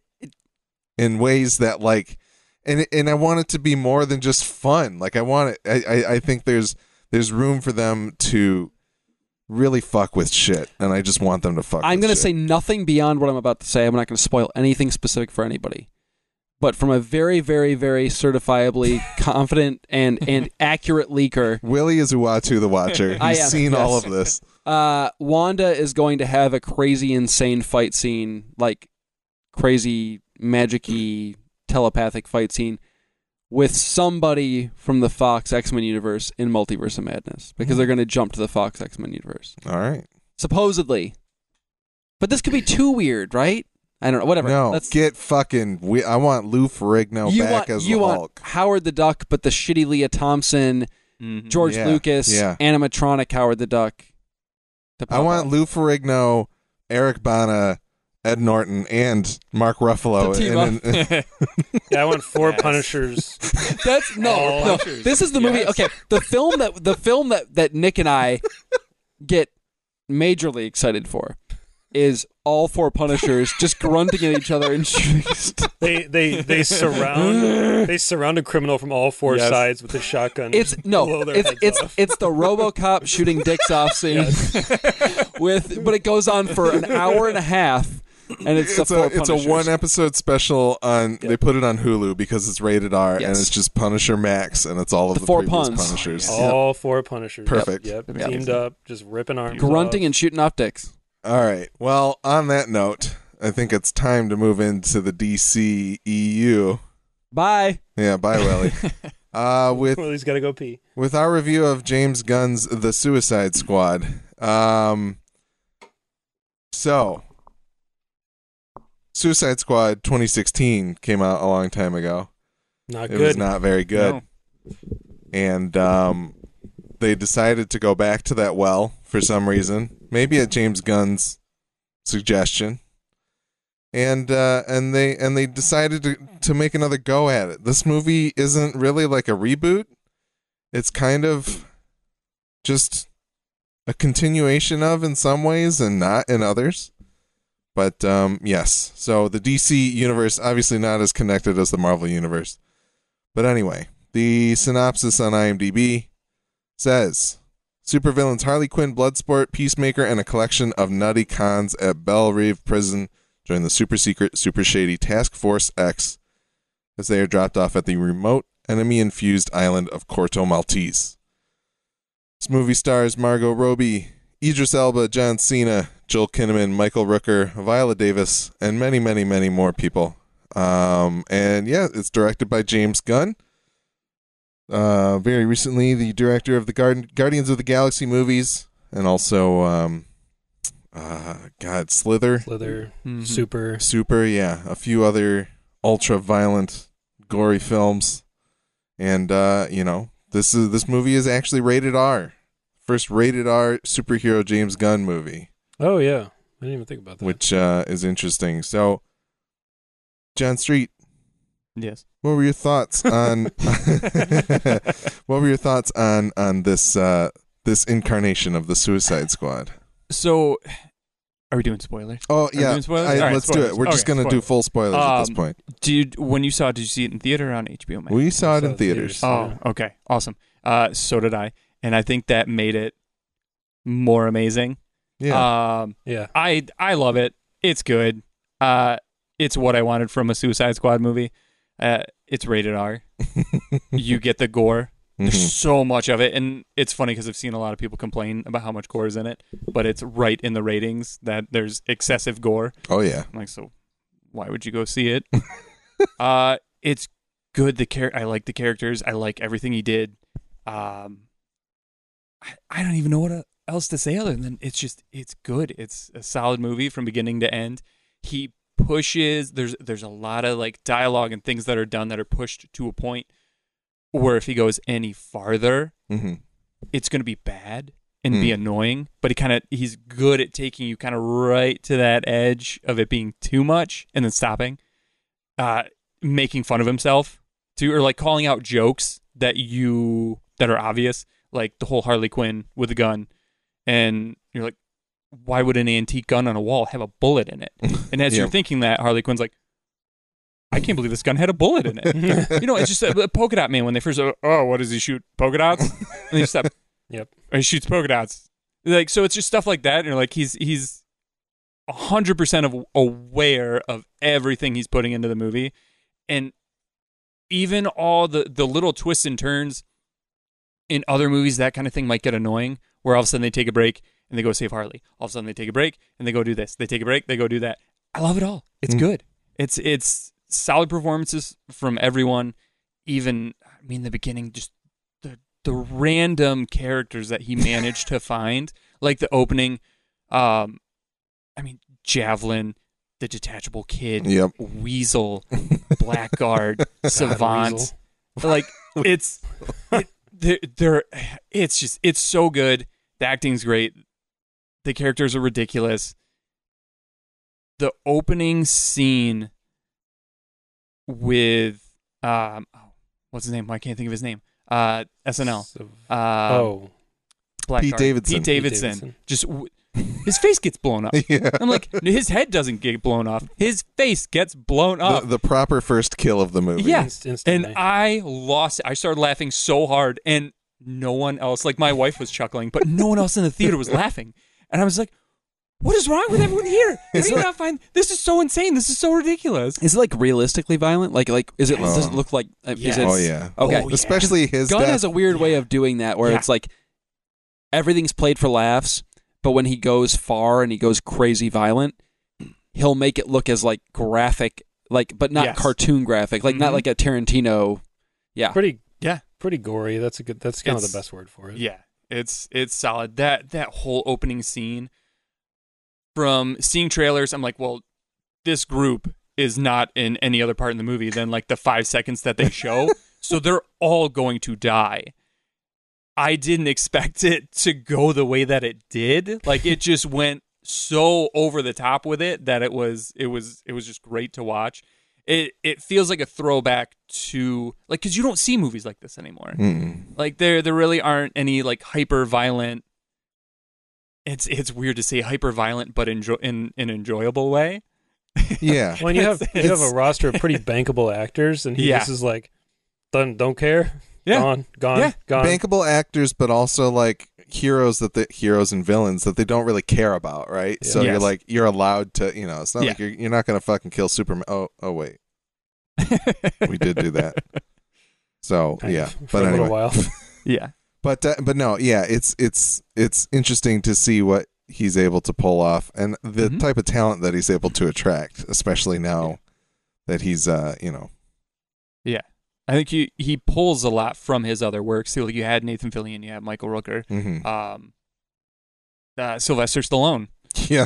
[SPEAKER 1] in ways that like, and and I want it to be more than just fun. Like I want it. I I, I think there's there's room for them to really fuck with shit, and I just want them to fuck.
[SPEAKER 3] I'm
[SPEAKER 1] with
[SPEAKER 3] going to
[SPEAKER 1] shit.
[SPEAKER 3] say nothing beyond what I'm about to say. I'm not going to spoil anything specific for anybody. But from a very, very, very certifiably [LAUGHS] confident and and accurate leaker,
[SPEAKER 1] Willie is Uatu the Watcher. He's
[SPEAKER 3] [LAUGHS] I am,
[SPEAKER 1] seen all
[SPEAKER 3] yes.
[SPEAKER 1] of
[SPEAKER 3] [LAUGHS]
[SPEAKER 1] this.
[SPEAKER 3] uh, Wanda is going to have a crazy, insane fight scene, like crazy, magic-y, telepathic fight scene with somebody from the Fox X Men universe in Multiverse of Madness because they're going to jump to the Fox X Men universe,
[SPEAKER 1] All right.
[SPEAKER 3] supposedly. But this could be too weird, right? I don't know. Whatever.
[SPEAKER 1] No,
[SPEAKER 3] Let's-
[SPEAKER 1] get fucking. We, I want Lou Ferrigno
[SPEAKER 3] you
[SPEAKER 1] back
[SPEAKER 3] want
[SPEAKER 1] as
[SPEAKER 3] you
[SPEAKER 1] the
[SPEAKER 3] want
[SPEAKER 1] Hulk.
[SPEAKER 3] Howard the Duck, but the shitty Leah Thompson, George
[SPEAKER 1] Yeah,
[SPEAKER 3] Lucas,
[SPEAKER 1] yeah.
[SPEAKER 3] animatronic Howard the Duck. to
[SPEAKER 1] I
[SPEAKER 3] pop
[SPEAKER 1] want
[SPEAKER 3] up.
[SPEAKER 1] Lou Ferrigno, Eric Bana, Ed Norton, and Mark Ruffalo.
[SPEAKER 3] To team
[SPEAKER 1] in- in-
[SPEAKER 2] [LAUGHS] Yeah, I want four
[SPEAKER 4] Yes.
[SPEAKER 2] Punishers.
[SPEAKER 3] [LAUGHS] That's no,
[SPEAKER 4] [LAUGHS] All
[SPEAKER 3] no.
[SPEAKER 4] pictures.
[SPEAKER 3] This is the movie.
[SPEAKER 4] Yes.
[SPEAKER 3] Okay, the film that the film that that Nick and I get majorly excited for is all four Punishers just grunting at each other and
[SPEAKER 2] [LAUGHS]
[SPEAKER 3] shooting. st-
[SPEAKER 2] They they they
[SPEAKER 1] [LAUGHS]
[SPEAKER 2] surround they surround a criminal from all four
[SPEAKER 4] Yes.
[SPEAKER 2] sides with a shotgun.
[SPEAKER 3] It's
[SPEAKER 2] Blow
[SPEAKER 3] no,
[SPEAKER 2] their
[SPEAKER 3] it's
[SPEAKER 2] heads
[SPEAKER 3] it's
[SPEAKER 2] off.
[SPEAKER 3] it's the RoboCop shooting dicks off scene
[SPEAKER 4] [LAUGHS]
[SPEAKER 3] with, but it goes on for an hour and a half, [LAUGHS] and
[SPEAKER 1] it's
[SPEAKER 3] it's, the four
[SPEAKER 1] a it's a
[SPEAKER 3] Punishers.
[SPEAKER 1] one episode special on. They put it on Hulu because it's rated R, and
[SPEAKER 3] Yes.
[SPEAKER 1] it's just Punisher Max, and it's all of
[SPEAKER 3] The
[SPEAKER 1] the,
[SPEAKER 3] four
[SPEAKER 1] previous
[SPEAKER 3] puns.
[SPEAKER 1] Punishers.
[SPEAKER 2] all four Punishers.
[SPEAKER 1] Perfect.
[SPEAKER 2] Yep, yep.
[SPEAKER 1] Yeah.
[SPEAKER 2] teamed up, just ripping arms.
[SPEAKER 3] grunting
[SPEAKER 2] off.
[SPEAKER 3] and shooting off dicks.
[SPEAKER 1] All right. Well, on that note, I think it's time to move into the DC EU.
[SPEAKER 3] Bye.
[SPEAKER 1] Yeah. Bye,
[SPEAKER 3] [LAUGHS]
[SPEAKER 1] Willie. uh, with
[SPEAKER 2] Well, he's got to go pee.
[SPEAKER 1] with our review of James Gunn's The Suicide Squad. Um, so, Suicide Squad 2016 came out a long time ago.
[SPEAKER 2] Not
[SPEAKER 1] it
[SPEAKER 2] good.
[SPEAKER 1] was not very good, and um, they decided to go back to that well for some reason, maybe at James Gunn's suggestion. And uh, and they and they decided to, to make another go at it. This movie isn't really like a reboot it's kind of just a continuation of in some ways and not in others. But um, yes, so the DC universe obviously not as connected as the Marvel universe. But anyway, the synopsis on IMDb says supervillains Harley Quinn, Bloodsport, Peacemaker, and a collection of nutty cons at Belle Reve Prison join the super secret, super shady Task Force X as they are dropped off at the remote, enemy infused island of Corto Maltese. This movie stars Margot Robbie, Idris Elba, John Cena, Joel Kinnaman, Michael Rooker, Viola Davis, and many, many, many more people. Um, and yeah, it's directed by James Gunn. Uh, very recently, the director of the Guard- Guardians of the Galaxy movies, and also, um, uh, God, Slither,
[SPEAKER 2] Slither,
[SPEAKER 1] Mm-hmm.
[SPEAKER 4] Mhm.
[SPEAKER 2] Super.
[SPEAKER 1] Super, yeah, a few other ultra violent, gory films, and uh, you know, this is this movie is actually rated R. First rated R superhero James Gunn movie
[SPEAKER 2] Oh yeah, I didn't even think about that.
[SPEAKER 1] which uh, is interesting. So, John Street,
[SPEAKER 4] Yes.
[SPEAKER 1] what were your thoughts [LAUGHS] on what were your thoughts on on this uh, this incarnation of the Suicide Squad?
[SPEAKER 4] So, are we doing spoilers?
[SPEAKER 1] Oh
[SPEAKER 4] Are we
[SPEAKER 1] yeah,
[SPEAKER 4] doing spoilers?
[SPEAKER 1] I-
[SPEAKER 4] All right,
[SPEAKER 1] let's do
[SPEAKER 4] spoilers.
[SPEAKER 1] it. We're just
[SPEAKER 4] Okay,
[SPEAKER 1] gonna do
[SPEAKER 4] spoilers.
[SPEAKER 1] full spoilers at this
[SPEAKER 4] Um,
[SPEAKER 1] point.
[SPEAKER 4] Did when you saw it, did you see it in theater or on HBO Max?
[SPEAKER 1] We saw it in
[SPEAKER 2] saw it in theaters.
[SPEAKER 1] theaters.
[SPEAKER 4] Oh, okay, awesome. Uh, so did I, and I think that made it more amazing.
[SPEAKER 1] Yeah, [LAUGHS]
[SPEAKER 4] Um,
[SPEAKER 2] yeah,
[SPEAKER 4] I I love it. It's good. Uh, it's what I wanted from a Suicide Squad movie. Uh, it's rated
[SPEAKER 1] [LAUGHS]
[SPEAKER 4] R. you get the gore. There's
[SPEAKER 1] Mhm.
[SPEAKER 4] so much of it, and it's funny because I've seen a lot of people complain about how much gore is in it, but it's right in the ratings that there's excessive gore.
[SPEAKER 1] oh
[SPEAKER 4] [LAUGHS]
[SPEAKER 1] yeah,
[SPEAKER 4] I'm like, so why would you go see it? uh, it's good. The char- I like the characters. I like everything he did. Um, I, I don't even know what uh, else to say other than it's just it's good. It's a solid movie from beginning to end. He pushes. There's there's a lot of like dialogue and things that are done that are pushed to a point where if he goes any farther,
[SPEAKER 1] hmm
[SPEAKER 4] it's going to be bad and be
[SPEAKER 1] Mm.
[SPEAKER 4] annoying, but he kind of he's good at taking you kind of right to that edge of it being too much and then stopping, uh, making fun of himself too, or like calling out jokes that you that are obvious, like the whole Harley Quinn with a gun, and you're like, why would an antique gun on a wall have a bullet in it? And as
[SPEAKER 1] Yeah.
[SPEAKER 4] you're thinking that, Harley Quinn's like, I can't believe this gun had a bullet in it. you know, it's just a, a polka dot man when they first, oh, what does he shoot? Polka dots? And
[SPEAKER 1] [LAUGHS]
[SPEAKER 4] they stop,
[SPEAKER 2] yep.
[SPEAKER 4] or he shoots polka dots. Like so, it's just stuff like that. And you're like, he's he's hundred percent of aware of everything he's putting into the movie, and even all the the little twists and turns in other movies. That kind of thing might get annoying, where all of a sudden they take a break and they go save Harley. All of a sudden they take a break and they go do this. They take a break, they go do that. I love it all. It's
[SPEAKER 1] Mm.
[SPEAKER 4] good. It's it's solid performances from everyone. Even I mean the beginning, just the the random characters that he managed [LAUGHS] to find, like the opening. Um, I mean Javelin, the detachable kid,
[SPEAKER 1] Yep.
[SPEAKER 4] Weasel,
[SPEAKER 1] [LAUGHS]
[SPEAKER 4] Blackguard, Savant.
[SPEAKER 2] Weasel.
[SPEAKER 4] Like it's it, they're, they're it's just it's so good. The acting's great. The characters are ridiculous. The opening scene with um oh, what's his name? Why can't I think of his name? Uh SNL.
[SPEAKER 2] So-
[SPEAKER 4] Uh
[SPEAKER 2] oh,
[SPEAKER 4] Blackguard.
[SPEAKER 1] Pete Davidson.
[SPEAKER 4] Pete Davidson.
[SPEAKER 2] Davidson.
[SPEAKER 4] Just w- his
[SPEAKER 1] [LAUGHS]
[SPEAKER 4] face gets blown up.
[SPEAKER 1] yeah.
[SPEAKER 4] I'm like his head doesn't get blown off. His face gets blown
[SPEAKER 1] the,
[SPEAKER 4] up.
[SPEAKER 1] the proper first kill of the movie.
[SPEAKER 4] Yeah.
[SPEAKER 2] Inst- instantly.
[SPEAKER 4] And uh, I lost it. I started laughing so hard, and no one else, like my wife was chuckling, but no one else in the theater was laughing. And I was like, what is wrong with everyone here? How do you not find this is so insane? This is so ridiculous.
[SPEAKER 3] Is it like realistically violent? Like like is it
[SPEAKER 1] Yes.
[SPEAKER 3] does it look like uh, is
[SPEAKER 4] Yes.
[SPEAKER 3] it
[SPEAKER 1] Oh yeah.
[SPEAKER 3] Okay.
[SPEAKER 4] Oh, yeah.
[SPEAKER 1] Especially his
[SPEAKER 3] Gunn
[SPEAKER 1] death.
[SPEAKER 3] has a weird way
[SPEAKER 4] Yeah.
[SPEAKER 3] of doing that where
[SPEAKER 4] Yeah.
[SPEAKER 3] it's like everything's played for laughs, but when he goes far and he goes crazy violent, he'll make it look as like graphic, like but not
[SPEAKER 4] Yes.
[SPEAKER 3] cartoon graphic, like
[SPEAKER 4] Mhm.
[SPEAKER 3] not like a Tarantino. Yeah,
[SPEAKER 2] pretty
[SPEAKER 4] Yeah.
[SPEAKER 2] pretty gory. That's a good. That's kind of
[SPEAKER 4] It's-
[SPEAKER 2] the best word for it.
[SPEAKER 4] Yeah, it's it's solid. That that whole opening scene from seeing trailers, I'm like, well, this group is not in any other part in the movie than like the five seconds that they show, so they're all going to die. I didn't expect it to go the way that it did. Like it just went so over the top with it that it was it was it was just great to watch. It it feels like a throwback to like cuz you don't see movies like this anymore.
[SPEAKER 1] Mm.
[SPEAKER 4] Like there there really aren't any like hyper violent it's it's weird to say hyper violent, but enjoy in an enjoyable way. [LAUGHS]
[SPEAKER 1] Yeah.
[SPEAKER 2] When you have
[SPEAKER 4] It's-
[SPEAKER 2] you have a
[SPEAKER 4] it's-
[SPEAKER 2] roster of pretty bankable actors, and he
[SPEAKER 4] Yeah.
[SPEAKER 2] just is like, done, don't care,
[SPEAKER 4] Yeah.
[SPEAKER 2] gone, gone,
[SPEAKER 4] Yeah.
[SPEAKER 2] gone.
[SPEAKER 1] bankable actors, but also like heroes that the heroes and villains that they don't really care about, right? So
[SPEAKER 4] Yeah.
[SPEAKER 1] you're
[SPEAKER 4] Yes.
[SPEAKER 1] like you're allowed to, you know, it's not
[SPEAKER 4] Yeah.
[SPEAKER 1] like you're you're not gonna fucking kill Superman. Oh, oh wait, we did do that. So
[SPEAKER 4] [LAUGHS]
[SPEAKER 2] Kind
[SPEAKER 1] yeah,
[SPEAKER 2] of, for
[SPEAKER 1] but
[SPEAKER 2] a little
[SPEAKER 1] anyway,
[SPEAKER 2] while. [LAUGHS]
[SPEAKER 4] yeah,
[SPEAKER 1] but uh, but no, yeah, it's it's it's interesting to see what he's able to pull off and the
[SPEAKER 4] Mhm.
[SPEAKER 1] type of talent that he's able to attract, especially now that he's uh you know
[SPEAKER 4] I think he he pulls a lot from his other works. So you had Nathan Fillion, you had Michael Rooker,
[SPEAKER 1] mhm.
[SPEAKER 4] um, uh, Sylvester Stallone.
[SPEAKER 1] [LAUGHS] yeah,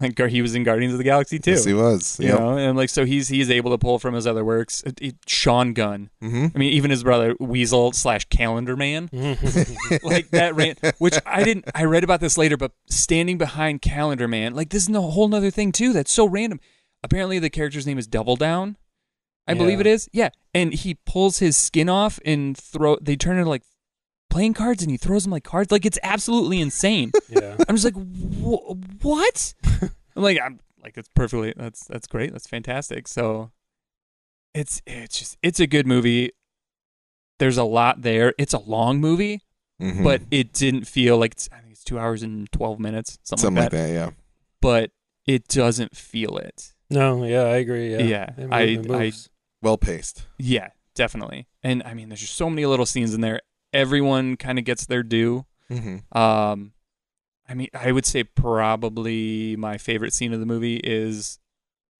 [SPEAKER 4] Like Gar- he was in Guardians of the Galaxy too.
[SPEAKER 1] yes he was
[SPEAKER 4] you know, and like so he's he's able to pull from his other works. It- it- Sean Gunn.
[SPEAKER 1] hmm
[SPEAKER 4] I mean, even his brother Weasel slash Calendar Man. [LAUGHS] like that rant, which
[SPEAKER 1] [LAUGHS]
[SPEAKER 4] I didn't. I read about this later, but standing behind Calendar Man, like this is a whole nother thing too. That's so random. Apparently, the character's name is Double Down. I believe
[SPEAKER 2] Yeah.
[SPEAKER 4] it is. Yeah, and he pulls his skin off and throw. They turn into like playing cards, and he throws them like cards. Like it's absolutely insane.
[SPEAKER 2] yeah,
[SPEAKER 4] I'm just like, "Wha- what? I'm like, I'm like, that's perfectly. That's that's great. That's fantastic. So, it's it's just it's a good movie. There's a lot there. It's a long movie
[SPEAKER 1] Mhm.
[SPEAKER 4] but it didn't feel like it's, I think it's two hours and twelve minutes, something,
[SPEAKER 1] something
[SPEAKER 4] like that.
[SPEAKER 1] yeah.
[SPEAKER 4] But it doesn't feel it.
[SPEAKER 2] no, yeah, I agree. Yeah,
[SPEAKER 4] Yeah,
[SPEAKER 2] It mo-
[SPEAKER 4] I-
[SPEAKER 2] it moves.
[SPEAKER 1] Well paced.
[SPEAKER 4] Yeah, definitely. And I mean, there's just so many little scenes in there. Everyone kind of gets their due.
[SPEAKER 1] Mm-hmm.
[SPEAKER 4] Um, I mean, I would say probably my favorite scene of the movie is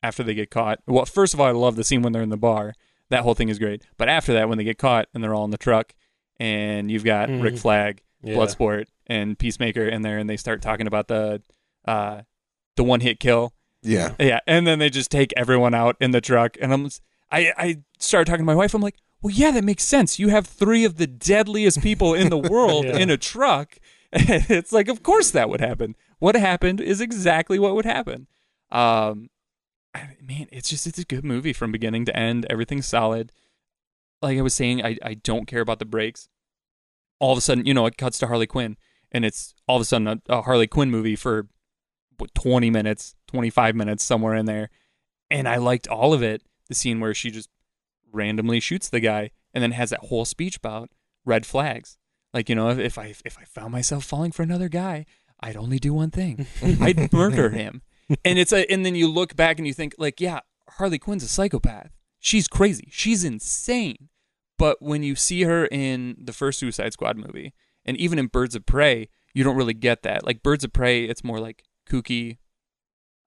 [SPEAKER 4] after they get caught. Well, first of all, I love the scene when they're in the bar. That whole thing is great. But after that, when they get caught and they're all in the truck, and you've got Rick
[SPEAKER 2] Mhm.
[SPEAKER 4] Flag
[SPEAKER 2] yeah.
[SPEAKER 4] Bloodsport and Peacemaker in there, and they start talking about the uh, the one hit kill.
[SPEAKER 1] Yeah.
[SPEAKER 4] Yeah, and then they just take everyone out in the truck, and I'm I I started talking to my wife. I'm like, well, yeah, that makes sense. You have three of the deadliest people in the world
[SPEAKER 2] Yeah.
[SPEAKER 4] in a truck. [LAUGHS] it's like, of course that would happen. What happened is exactly what would happen. Um, I mean, it's just it's a good movie from beginning to end. Everything's solid. Like I was saying, I I don't care about the breaks. All of a sudden, you know, it cuts to Harley Quinn, and it's all of a sudden a, a Harley Quinn movie for what, 20 minutes, 25 minutes, somewhere in there. And I liked all of it. The scene where she just randomly shoots the guy and then has that whole speech about red flags. Like, you know, if, if I if I found myself falling for another guy, I'd only do
[SPEAKER 2] [LAUGHS]
[SPEAKER 4] one thing. [LAUGHS] [LAUGHS] I'd murder him. And it's a and then you look back and you think, like, yeah, Harley Quinn's a psychopath. She's crazy. She's insane. But when you see her in the first Suicide Squad movie, and even in Birds of Prey, you don't really get that. Like Birds of Prey, it's more like kooky.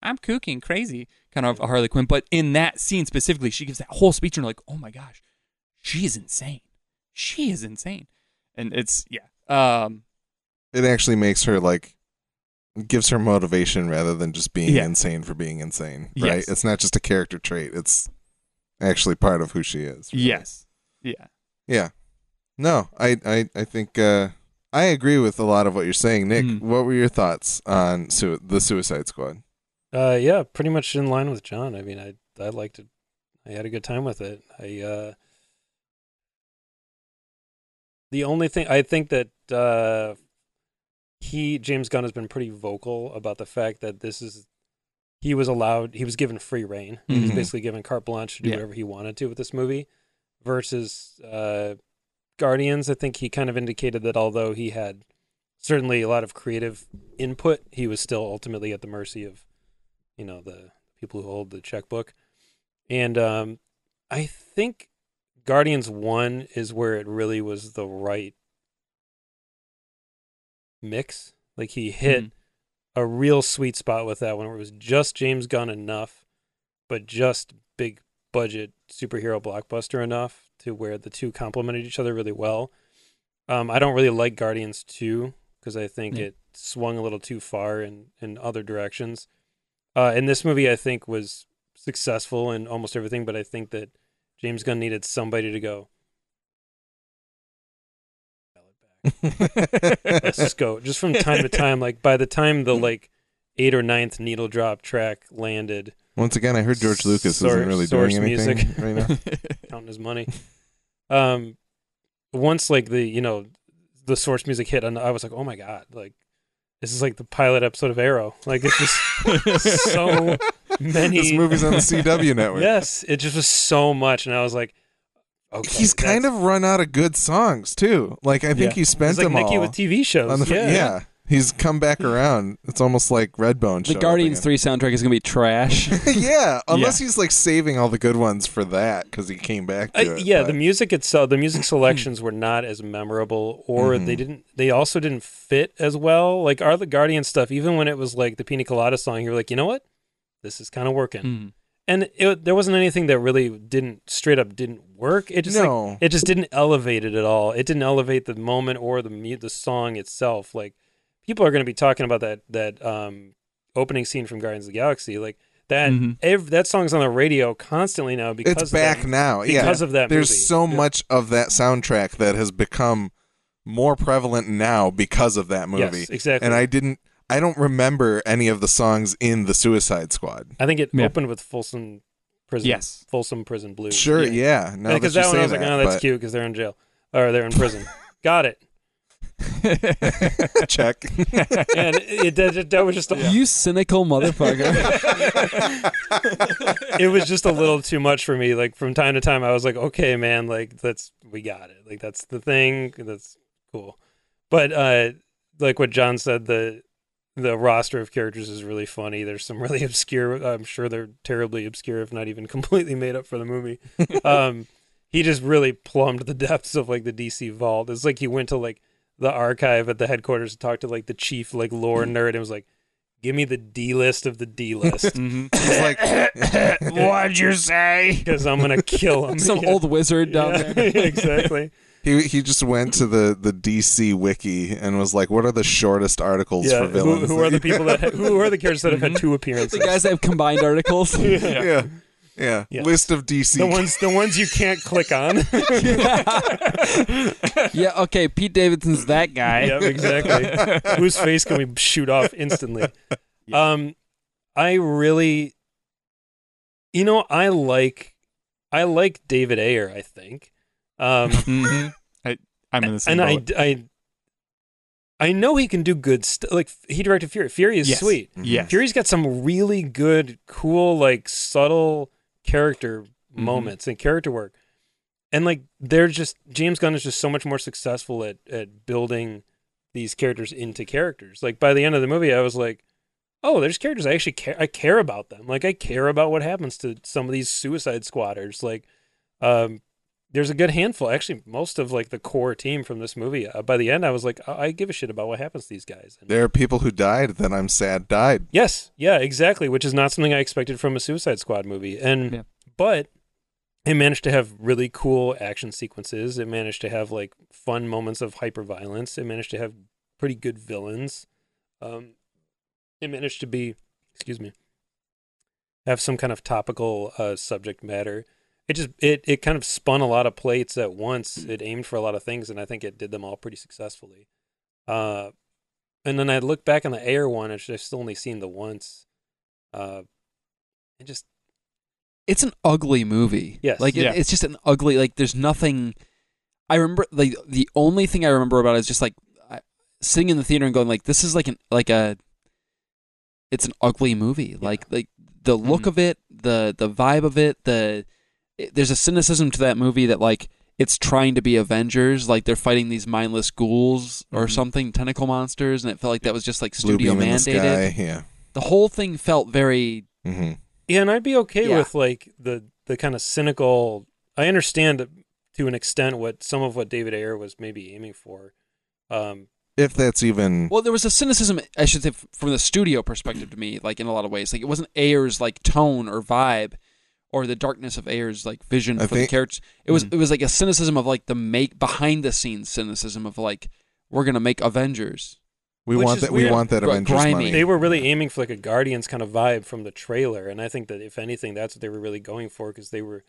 [SPEAKER 4] I'm kooky and crazy, kind of a Harley Quinn. But in that scene specifically, she gives that whole speech, and you're like, oh my gosh, she is insane. She is insane, and it's yeah. Um,
[SPEAKER 1] It actually makes her like gives her motivation rather than just being
[SPEAKER 4] Yeah.
[SPEAKER 1] insane for being insane.
[SPEAKER 4] Yes.
[SPEAKER 1] Right? It's not just a character trait. It's actually part of who she is. really.
[SPEAKER 4] yes, yeah,
[SPEAKER 1] Yeah. No, I I, I think uh I agree with a lot of what you're saying, Nick.
[SPEAKER 4] Mm.
[SPEAKER 1] What were your thoughts on su- the Suicide Squad? [LAUGHS]
[SPEAKER 2] Uh, yeah, pretty much in line with John. I mean, I I liked it. I had a good time with it. I uh, the only thing I think that uh, he James Gunn has been pretty vocal about the fact that this is he was allowed he was given free reign. He was
[SPEAKER 1] Mhm.
[SPEAKER 2] basically given carte blanche to do
[SPEAKER 4] Yeah.
[SPEAKER 2] whatever he wanted to with this movie. Versus uh, Guardians, I think he kind of indicated that although he had certainly a lot of creative input, he was still ultimately at the mercy of, you know, the people who hold the checkbook. And um, I think Guardians 1 is where it really was the right mix. Like he hit
[SPEAKER 4] Mhm.
[SPEAKER 2] a real sweet spot with that one where it was just James Gunn enough, but just big budget superhero blockbuster enough to where the two complemented each other really well. Um, I don't really like Guardians 2 because I think
[SPEAKER 4] Yeah.
[SPEAKER 2] it swung a little too far in, in other directions. Uh, and this movie, I think, was successful in almost everything, but I think that James Gunn needed somebody to go, let's just go just from time to time like by the time the like eight or ninth needle drop track landed
[SPEAKER 1] Once again, I heard George Lucas
[SPEAKER 2] Source-
[SPEAKER 1] isn't really
[SPEAKER 2] source
[SPEAKER 1] doing anything
[SPEAKER 2] music.
[SPEAKER 1] right
[SPEAKER 4] [LAUGHS]
[SPEAKER 1] now.
[SPEAKER 2] counting his money um once like the you know the source music hit and i was like oh my god like This is like the pilot episode of Arrow. Like it's
[SPEAKER 1] [LAUGHS]
[SPEAKER 2] just so many.
[SPEAKER 1] This movie's on the
[SPEAKER 4] [LAUGHS]
[SPEAKER 1] CW network.
[SPEAKER 2] yes, it just was so much, and I was like, okay.
[SPEAKER 1] He's kind of run out of good songs too. Like I think
[SPEAKER 4] Yeah.
[SPEAKER 1] he spent
[SPEAKER 2] it's like
[SPEAKER 1] them
[SPEAKER 2] Nikki
[SPEAKER 1] all.
[SPEAKER 2] with TV shows.
[SPEAKER 1] on the fr-
[SPEAKER 2] yeah,
[SPEAKER 1] He's come back around. It's almost like Redbone.
[SPEAKER 3] The Guardians Three soundtrack is gonna be trash.
[SPEAKER 1] Three. [LAUGHS]
[SPEAKER 2] [LAUGHS]
[SPEAKER 1] yeah, unless he's like saving all the good ones for that because he came back to
[SPEAKER 2] I,
[SPEAKER 1] it.
[SPEAKER 2] yeah.
[SPEAKER 1] but-
[SPEAKER 2] The music itself, the
[SPEAKER 1] [CLEARS THROAT]
[SPEAKER 2] music selections were not as memorable, or
[SPEAKER 1] Mm-hmm.
[SPEAKER 2] they didn't. They also didn't fit as well. Like are the Guardian stuff, even when it was like the Pina Colada song, you were like, you know what, this is kind of working.
[SPEAKER 4] Mm.
[SPEAKER 2] And it, there wasn't anything that really didn't straight up didn't work. It just like,
[SPEAKER 1] no.
[SPEAKER 2] it just didn't elevate it at all. It didn't elevate the moment or the mu- the song itself. Like people are going to be talking about that that um, opening scene from Guardians of the Galaxy. Like that
[SPEAKER 4] Mhm.
[SPEAKER 2] ev- that song's on the radio constantly now because
[SPEAKER 1] it's
[SPEAKER 2] of
[SPEAKER 1] back
[SPEAKER 2] that,
[SPEAKER 1] now.
[SPEAKER 2] because
[SPEAKER 1] yeah.
[SPEAKER 2] of that.
[SPEAKER 1] There's
[SPEAKER 2] movie.
[SPEAKER 1] so
[SPEAKER 2] Yeah.
[SPEAKER 1] much of that soundtrack that has become more prevalent now because of that movie.
[SPEAKER 2] Yes, exactly.
[SPEAKER 1] And I didn't. I don't remember any of the songs in the Suicide Squad.
[SPEAKER 2] I think it
[SPEAKER 4] Yeah.
[SPEAKER 2] opened with Folsom Prison.
[SPEAKER 4] Yes.
[SPEAKER 2] Folsom Prison Blues.
[SPEAKER 1] Sure, yeah. No,
[SPEAKER 2] because that,
[SPEAKER 1] you
[SPEAKER 2] one
[SPEAKER 1] say
[SPEAKER 2] I was like,
[SPEAKER 1] that,
[SPEAKER 2] oh, that's
[SPEAKER 1] but-
[SPEAKER 2] cute because they're in jail or they're
[SPEAKER 1] [LAUGHS]
[SPEAKER 2] in prison. Got it.
[SPEAKER 1] [LAUGHS] Check.
[SPEAKER 2] [LAUGHS] And it, that, that was just a,
[SPEAKER 3] You cynical motherfucker. [LAUGHS]
[SPEAKER 2] it was just a little too much for me. Like from time to time, I was like, okay, man, like that's we got it. Like that's the thing. That's cool. But uh, like what John said, the the roster of characters is really funny. There's some really [LAUGHS] obscure. I'm sure they're terribly obscure, if not even completely made up for the movie. um, he just really plumbed the [LAUGHS] depths of like the DC vault. It's like he went to like the archive at the headquarters and talked to like the chief like lore nerd and was like, "Give me the D list of the D list."
[SPEAKER 4] Mhm.
[SPEAKER 1] It's like, [LAUGHS]
[SPEAKER 4] What'd you say?
[SPEAKER 2] because I'm gonna
[SPEAKER 3] [LAUGHS]
[SPEAKER 2] kill him.
[SPEAKER 3] Some
[SPEAKER 2] Yeah.
[SPEAKER 3] old wizard down
[SPEAKER 2] Yeah,
[SPEAKER 3] there.
[SPEAKER 2] [LAUGHS] exactly.
[SPEAKER 1] he he just went to the the DC wiki and was like, "What are the shortest articles
[SPEAKER 2] Yeah,
[SPEAKER 1] for
[SPEAKER 2] who,
[SPEAKER 1] villains?"
[SPEAKER 2] who are the
[SPEAKER 1] [LAUGHS]
[SPEAKER 2] people that who are the characters that have had two
[SPEAKER 3] The
[SPEAKER 2] appearances? [LAUGHS]
[SPEAKER 3] guys that have combined articles.
[SPEAKER 1] yeah.
[SPEAKER 4] Yeah.
[SPEAKER 1] yeah.
[SPEAKER 2] Yeah.
[SPEAKER 1] list of DC. [LAUGHS]
[SPEAKER 2] The ones the ones you can't click on.
[SPEAKER 3] [LAUGHS]
[SPEAKER 2] [LAUGHS]
[SPEAKER 3] yeah, okay, Pete Davidson's that guy.
[SPEAKER 2] yep, exactly. Whose face can we shoot off instantly? Um, I really, you know, I like I like David Ayer. I think. Um,
[SPEAKER 4] hmm I, I'm [LAUGHS] in the same
[SPEAKER 2] and I,
[SPEAKER 4] boat.
[SPEAKER 2] I I know he can do good stuff. Like he directed Fury. Fury is
[SPEAKER 4] Yes.
[SPEAKER 2] sweet.
[SPEAKER 4] Yes. [LAUGHS]
[SPEAKER 2] Fury's got some really good, cool, like subtle character moments and character work. And like they're just James Gunn is just so much more successful at at building these characters into characters. Like by the end of the movie I was like, "Oh, there's characters I actually care I care about them. Like I care about what happens to some of these suicide squatters. Like um there's a good handful, actually most of like the core team from this movie. Uh, by the end I was like, I-, I give a shit about what happens to these guys." And-
[SPEAKER 1] there are people who died that I'm sad died.
[SPEAKER 2] Yes, yeah, exactly, which is not something I expected from a Suicide Squad movie. And
[SPEAKER 4] Yeah.
[SPEAKER 2] but it managed to have really cool action sequences. It managed to have like fun moments of hyper violence. It managed to have pretty good villains. Um, it managed to be, excuse me, have some kind of topical uh, subject matter. It just it it kind of spun a lot of plates at once. It aimed for a lot of things, and I think it did them all pretty successfully. Uh, and then I look back on the air one, which I've still only seen the once. Uh, and just
[SPEAKER 3] it's an ugly movie.
[SPEAKER 2] Yes.
[SPEAKER 3] Like it,
[SPEAKER 4] Yeah.
[SPEAKER 3] it's just an ugly like there's nothing I remember like the only thing I remember about it is just like I, sitting in the theater and going like this is like an like a it's an ugly movie. Like like the look
[SPEAKER 4] Mhm.
[SPEAKER 3] of it, the the vibe of it, the it, there's a cynicism to that movie that like it's trying to be Avengers, like they're fighting these mindless ghouls or
[SPEAKER 4] Mhm.
[SPEAKER 3] something, tentacle monsters, and it felt like that was just like
[SPEAKER 1] Blue
[SPEAKER 3] studio
[SPEAKER 1] beam in the
[SPEAKER 3] mandated.
[SPEAKER 1] sky. Yeah.
[SPEAKER 3] The whole thing felt very
[SPEAKER 1] hmm
[SPEAKER 2] yeah, and I'd be okay
[SPEAKER 3] Yeah.
[SPEAKER 2] with like the the kind of cynical. I understand to an extent what some of what David Ayer was maybe aiming for. Um,
[SPEAKER 1] If that's even
[SPEAKER 3] Well, there was a cynicism, I should say, f- from the studio perspective to me, like in a lot of ways. Like it wasn't Ayer's like tone or vibe, or the darkness of Ayer's like vision
[SPEAKER 1] I
[SPEAKER 3] for the
[SPEAKER 1] think-
[SPEAKER 3] characters. It was
[SPEAKER 1] Mm.
[SPEAKER 4] Mhm.
[SPEAKER 3] it was like a cynicism of like the make behind the scenes cynicism of like we're gonna make Avengers.
[SPEAKER 1] we
[SPEAKER 2] Which
[SPEAKER 1] want
[SPEAKER 2] is
[SPEAKER 1] that we
[SPEAKER 2] weird.
[SPEAKER 1] want that
[SPEAKER 3] Gr-
[SPEAKER 1] Avengers
[SPEAKER 3] grimy.
[SPEAKER 1] money.
[SPEAKER 2] they were really aiming for like a Guardians kind of vibe from the trailer, and I think that if anything, that's what they were really going for because they were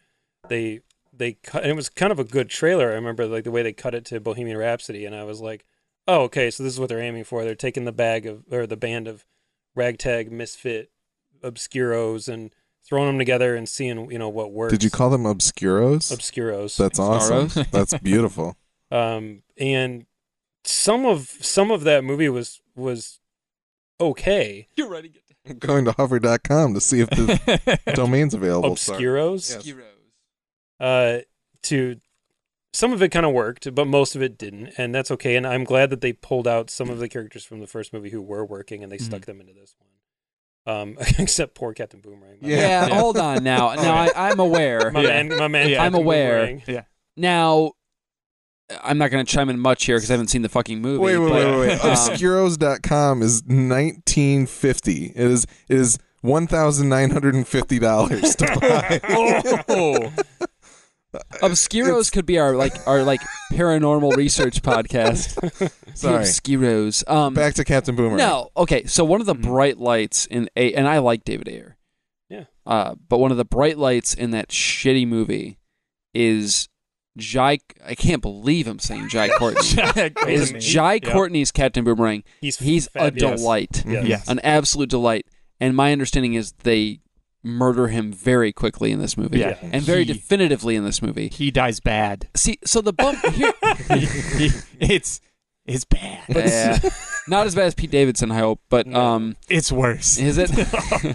[SPEAKER 2] they they cut and it was kind of a good trailer. I remember like the way they cut it to Bohemian Rhapsody, and I was like, oh, okay, so this is what they're aiming for. They're taking the bag of or the band of ragtag misfit obscuros and throwing them together and seeing you know what works.
[SPEAKER 1] Did you call them obscuros?
[SPEAKER 2] obscuros?
[SPEAKER 1] that's awesome.
[SPEAKER 3] Sorrows?
[SPEAKER 1] That's
[SPEAKER 2] [LAUGHS]
[SPEAKER 1] beautiful.
[SPEAKER 2] um, and some of some of that movie was was okay.
[SPEAKER 3] You're writing it.
[SPEAKER 1] I'm going to hover.com to see if
[SPEAKER 2] [LAUGHS]
[SPEAKER 1] the domain's available. Sorry.
[SPEAKER 2] Obscuros.
[SPEAKER 1] Yes.
[SPEAKER 2] Uh, to some of it kind of worked, but most of it didn't, and that's okay. And I'm glad that they pulled out some of the characters from the first movie who were working, and they stuck them into this one. Um, [LAUGHS] except poor Captain Boomerang.
[SPEAKER 1] [LAUGHS]
[SPEAKER 2] My
[SPEAKER 1] Yeah.
[SPEAKER 3] Yeah, hold on now. Now I, I'm aware.
[SPEAKER 2] man- My
[SPEAKER 4] Yeah.
[SPEAKER 2] man, my man.
[SPEAKER 4] Yeah.
[SPEAKER 2] Captain
[SPEAKER 3] I'm aware.
[SPEAKER 2] Boomerang.
[SPEAKER 3] [LAUGHS] Now, I'm not going to chime in much here because I haven't seen the fucking movie.
[SPEAKER 1] Wait, wait,
[SPEAKER 3] but,
[SPEAKER 1] wait, wait,
[SPEAKER 3] [LAUGHS]
[SPEAKER 1] wait.
[SPEAKER 3] um,
[SPEAKER 1] Obscuros.com is 1950. It is it is $1,950
[SPEAKER 3] [LAUGHS]
[SPEAKER 1] to buy.
[SPEAKER 4] oh, [LAUGHS]
[SPEAKER 3] Obscuros could be our like our like
[SPEAKER 1] [LAUGHS]
[SPEAKER 3] paranormal research podcast. The
[SPEAKER 1] Sorry.
[SPEAKER 3] Obscuros. Um,
[SPEAKER 1] Back to Captain Boomerang. Mm-hmm.
[SPEAKER 3] no, okay. So one of the
[SPEAKER 4] Mhm.
[SPEAKER 3] bright lights in a, and I like David Ayer.
[SPEAKER 2] Yeah.
[SPEAKER 3] Uh, but one of the bright lights in that shitty movie is Jai. I can't believe I'm saying Jai Courtney.
[SPEAKER 4] Jack
[SPEAKER 3] is
[SPEAKER 4] Courtney.
[SPEAKER 3] Jai
[SPEAKER 4] Yep.
[SPEAKER 3] Courtney's Captain Boomerang?
[SPEAKER 2] [LAUGHS] He's
[SPEAKER 3] He's a
[SPEAKER 2] fabulous.
[SPEAKER 3] delight.
[SPEAKER 1] Yes.
[SPEAKER 4] Yes.
[SPEAKER 3] an absolute delight. And my understanding is they murder him very quickly in this movie,
[SPEAKER 4] Yeah.
[SPEAKER 3] and very
[SPEAKER 4] He-
[SPEAKER 3] definitively in this movie.
[SPEAKER 4] He dies bad.
[SPEAKER 3] See, so the bump
[SPEAKER 1] [LAUGHS]
[SPEAKER 3] here,
[SPEAKER 4] it's it's bad.
[SPEAKER 3] Yeah. [LAUGHS] not as bad as Pete Davidson, I hope, but
[SPEAKER 2] No.
[SPEAKER 3] um,
[SPEAKER 4] It's
[SPEAKER 3] [LAUGHS]
[SPEAKER 4] worse.
[SPEAKER 3] is
[SPEAKER 4] [LAUGHS]
[SPEAKER 3] it?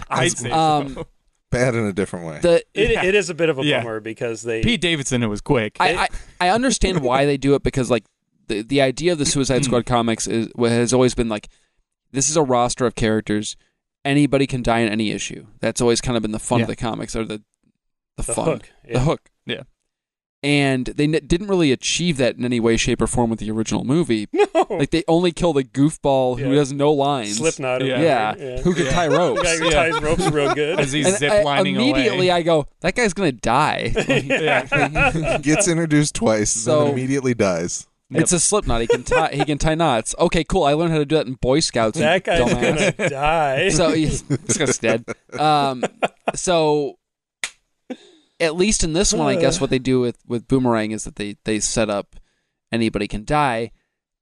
[SPEAKER 4] I'd say
[SPEAKER 3] Um,
[SPEAKER 4] so.
[SPEAKER 1] Bad in a different way.
[SPEAKER 3] The
[SPEAKER 2] It,
[SPEAKER 4] Yeah.
[SPEAKER 2] it is a bit of a
[SPEAKER 4] Yeah.
[SPEAKER 2] bummer because they
[SPEAKER 4] Pete Davidson. It was quick.
[SPEAKER 3] I, I I understand why they do it because like the the idea of the Suicide
[SPEAKER 4] [CLEARS THROAT]
[SPEAKER 3] Squad comics is has always been like this is a roster of characters. Anybody can die in any issue. That's always kind of been the fun
[SPEAKER 4] Yeah.
[SPEAKER 3] of the comics or the the,
[SPEAKER 2] the
[SPEAKER 3] fun.
[SPEAKER 2] hook.
[SPEAKER 3] the
[SPEAKER 2] Yeah.
[SPEAKER 3] hook.
[SPEAKER 4] Yeah.
[SPEAKER 3] And they n- didn't really achieve that in any way, shape, or form with the original movie.
[SPEAKER 2] [LAUGHS] No.
[SPEAKER 3] Like they only kill the goofball who
[SPEAKER 2] Yeah.
[SPEAKER 3] has no lines.
[SPEAKER 2] Slipknot. or
[SPEAKER 4] Yeah.
[SPEAKER 3] Yeah.
[SPEAKER 2] whatever.
[SPEAKER 3] Who can
[SPEAKER 4] Yeah. [LAUGHS]
[SPEAKER 3] tie
[SPEAKER 2] The
[SPEAKER 3] ropes?
[SPEAKER 2] guy who
[SPEAKER 4] Yeah.
[SPEAKER 2] ties ropes real
[SPEAKER 4] as
[SPEAKER 2] good.
[SPEAKER 4] he's
[SPEAKER 3] And
[SPEAKER 4] zip
[SPEAKER 3] I-
[SPEAKER 4] lining
[SPEAKER 3] immediately, I
[SPEAKER 4] away.
[SPEAKER 3] go, "That guy's gonna die."
[SPEAKER 2] [LAUGHS]
[SPEAKER 3] Like,
[SPEAKER 2] yeah.
[SPEAKER 1] Gets introduced twice and
[SPEAKER 3] So-
[SPEAKER 1] then immediately dies.
[SPEAKER 3] It's a Slipknot. He can tie. He can tie knots. Okay, cool. I learned how to do that in Boy Scouts. you
[SPEAKER 2] that guy's
[SPEAKER 3] dumbass.
[SPEAKER 2] gonna die.
[SPEAKER 3] so he's disgusted. Um, so at least in this one, I guess what they do with, with boomerang is that they they set up anybody can die,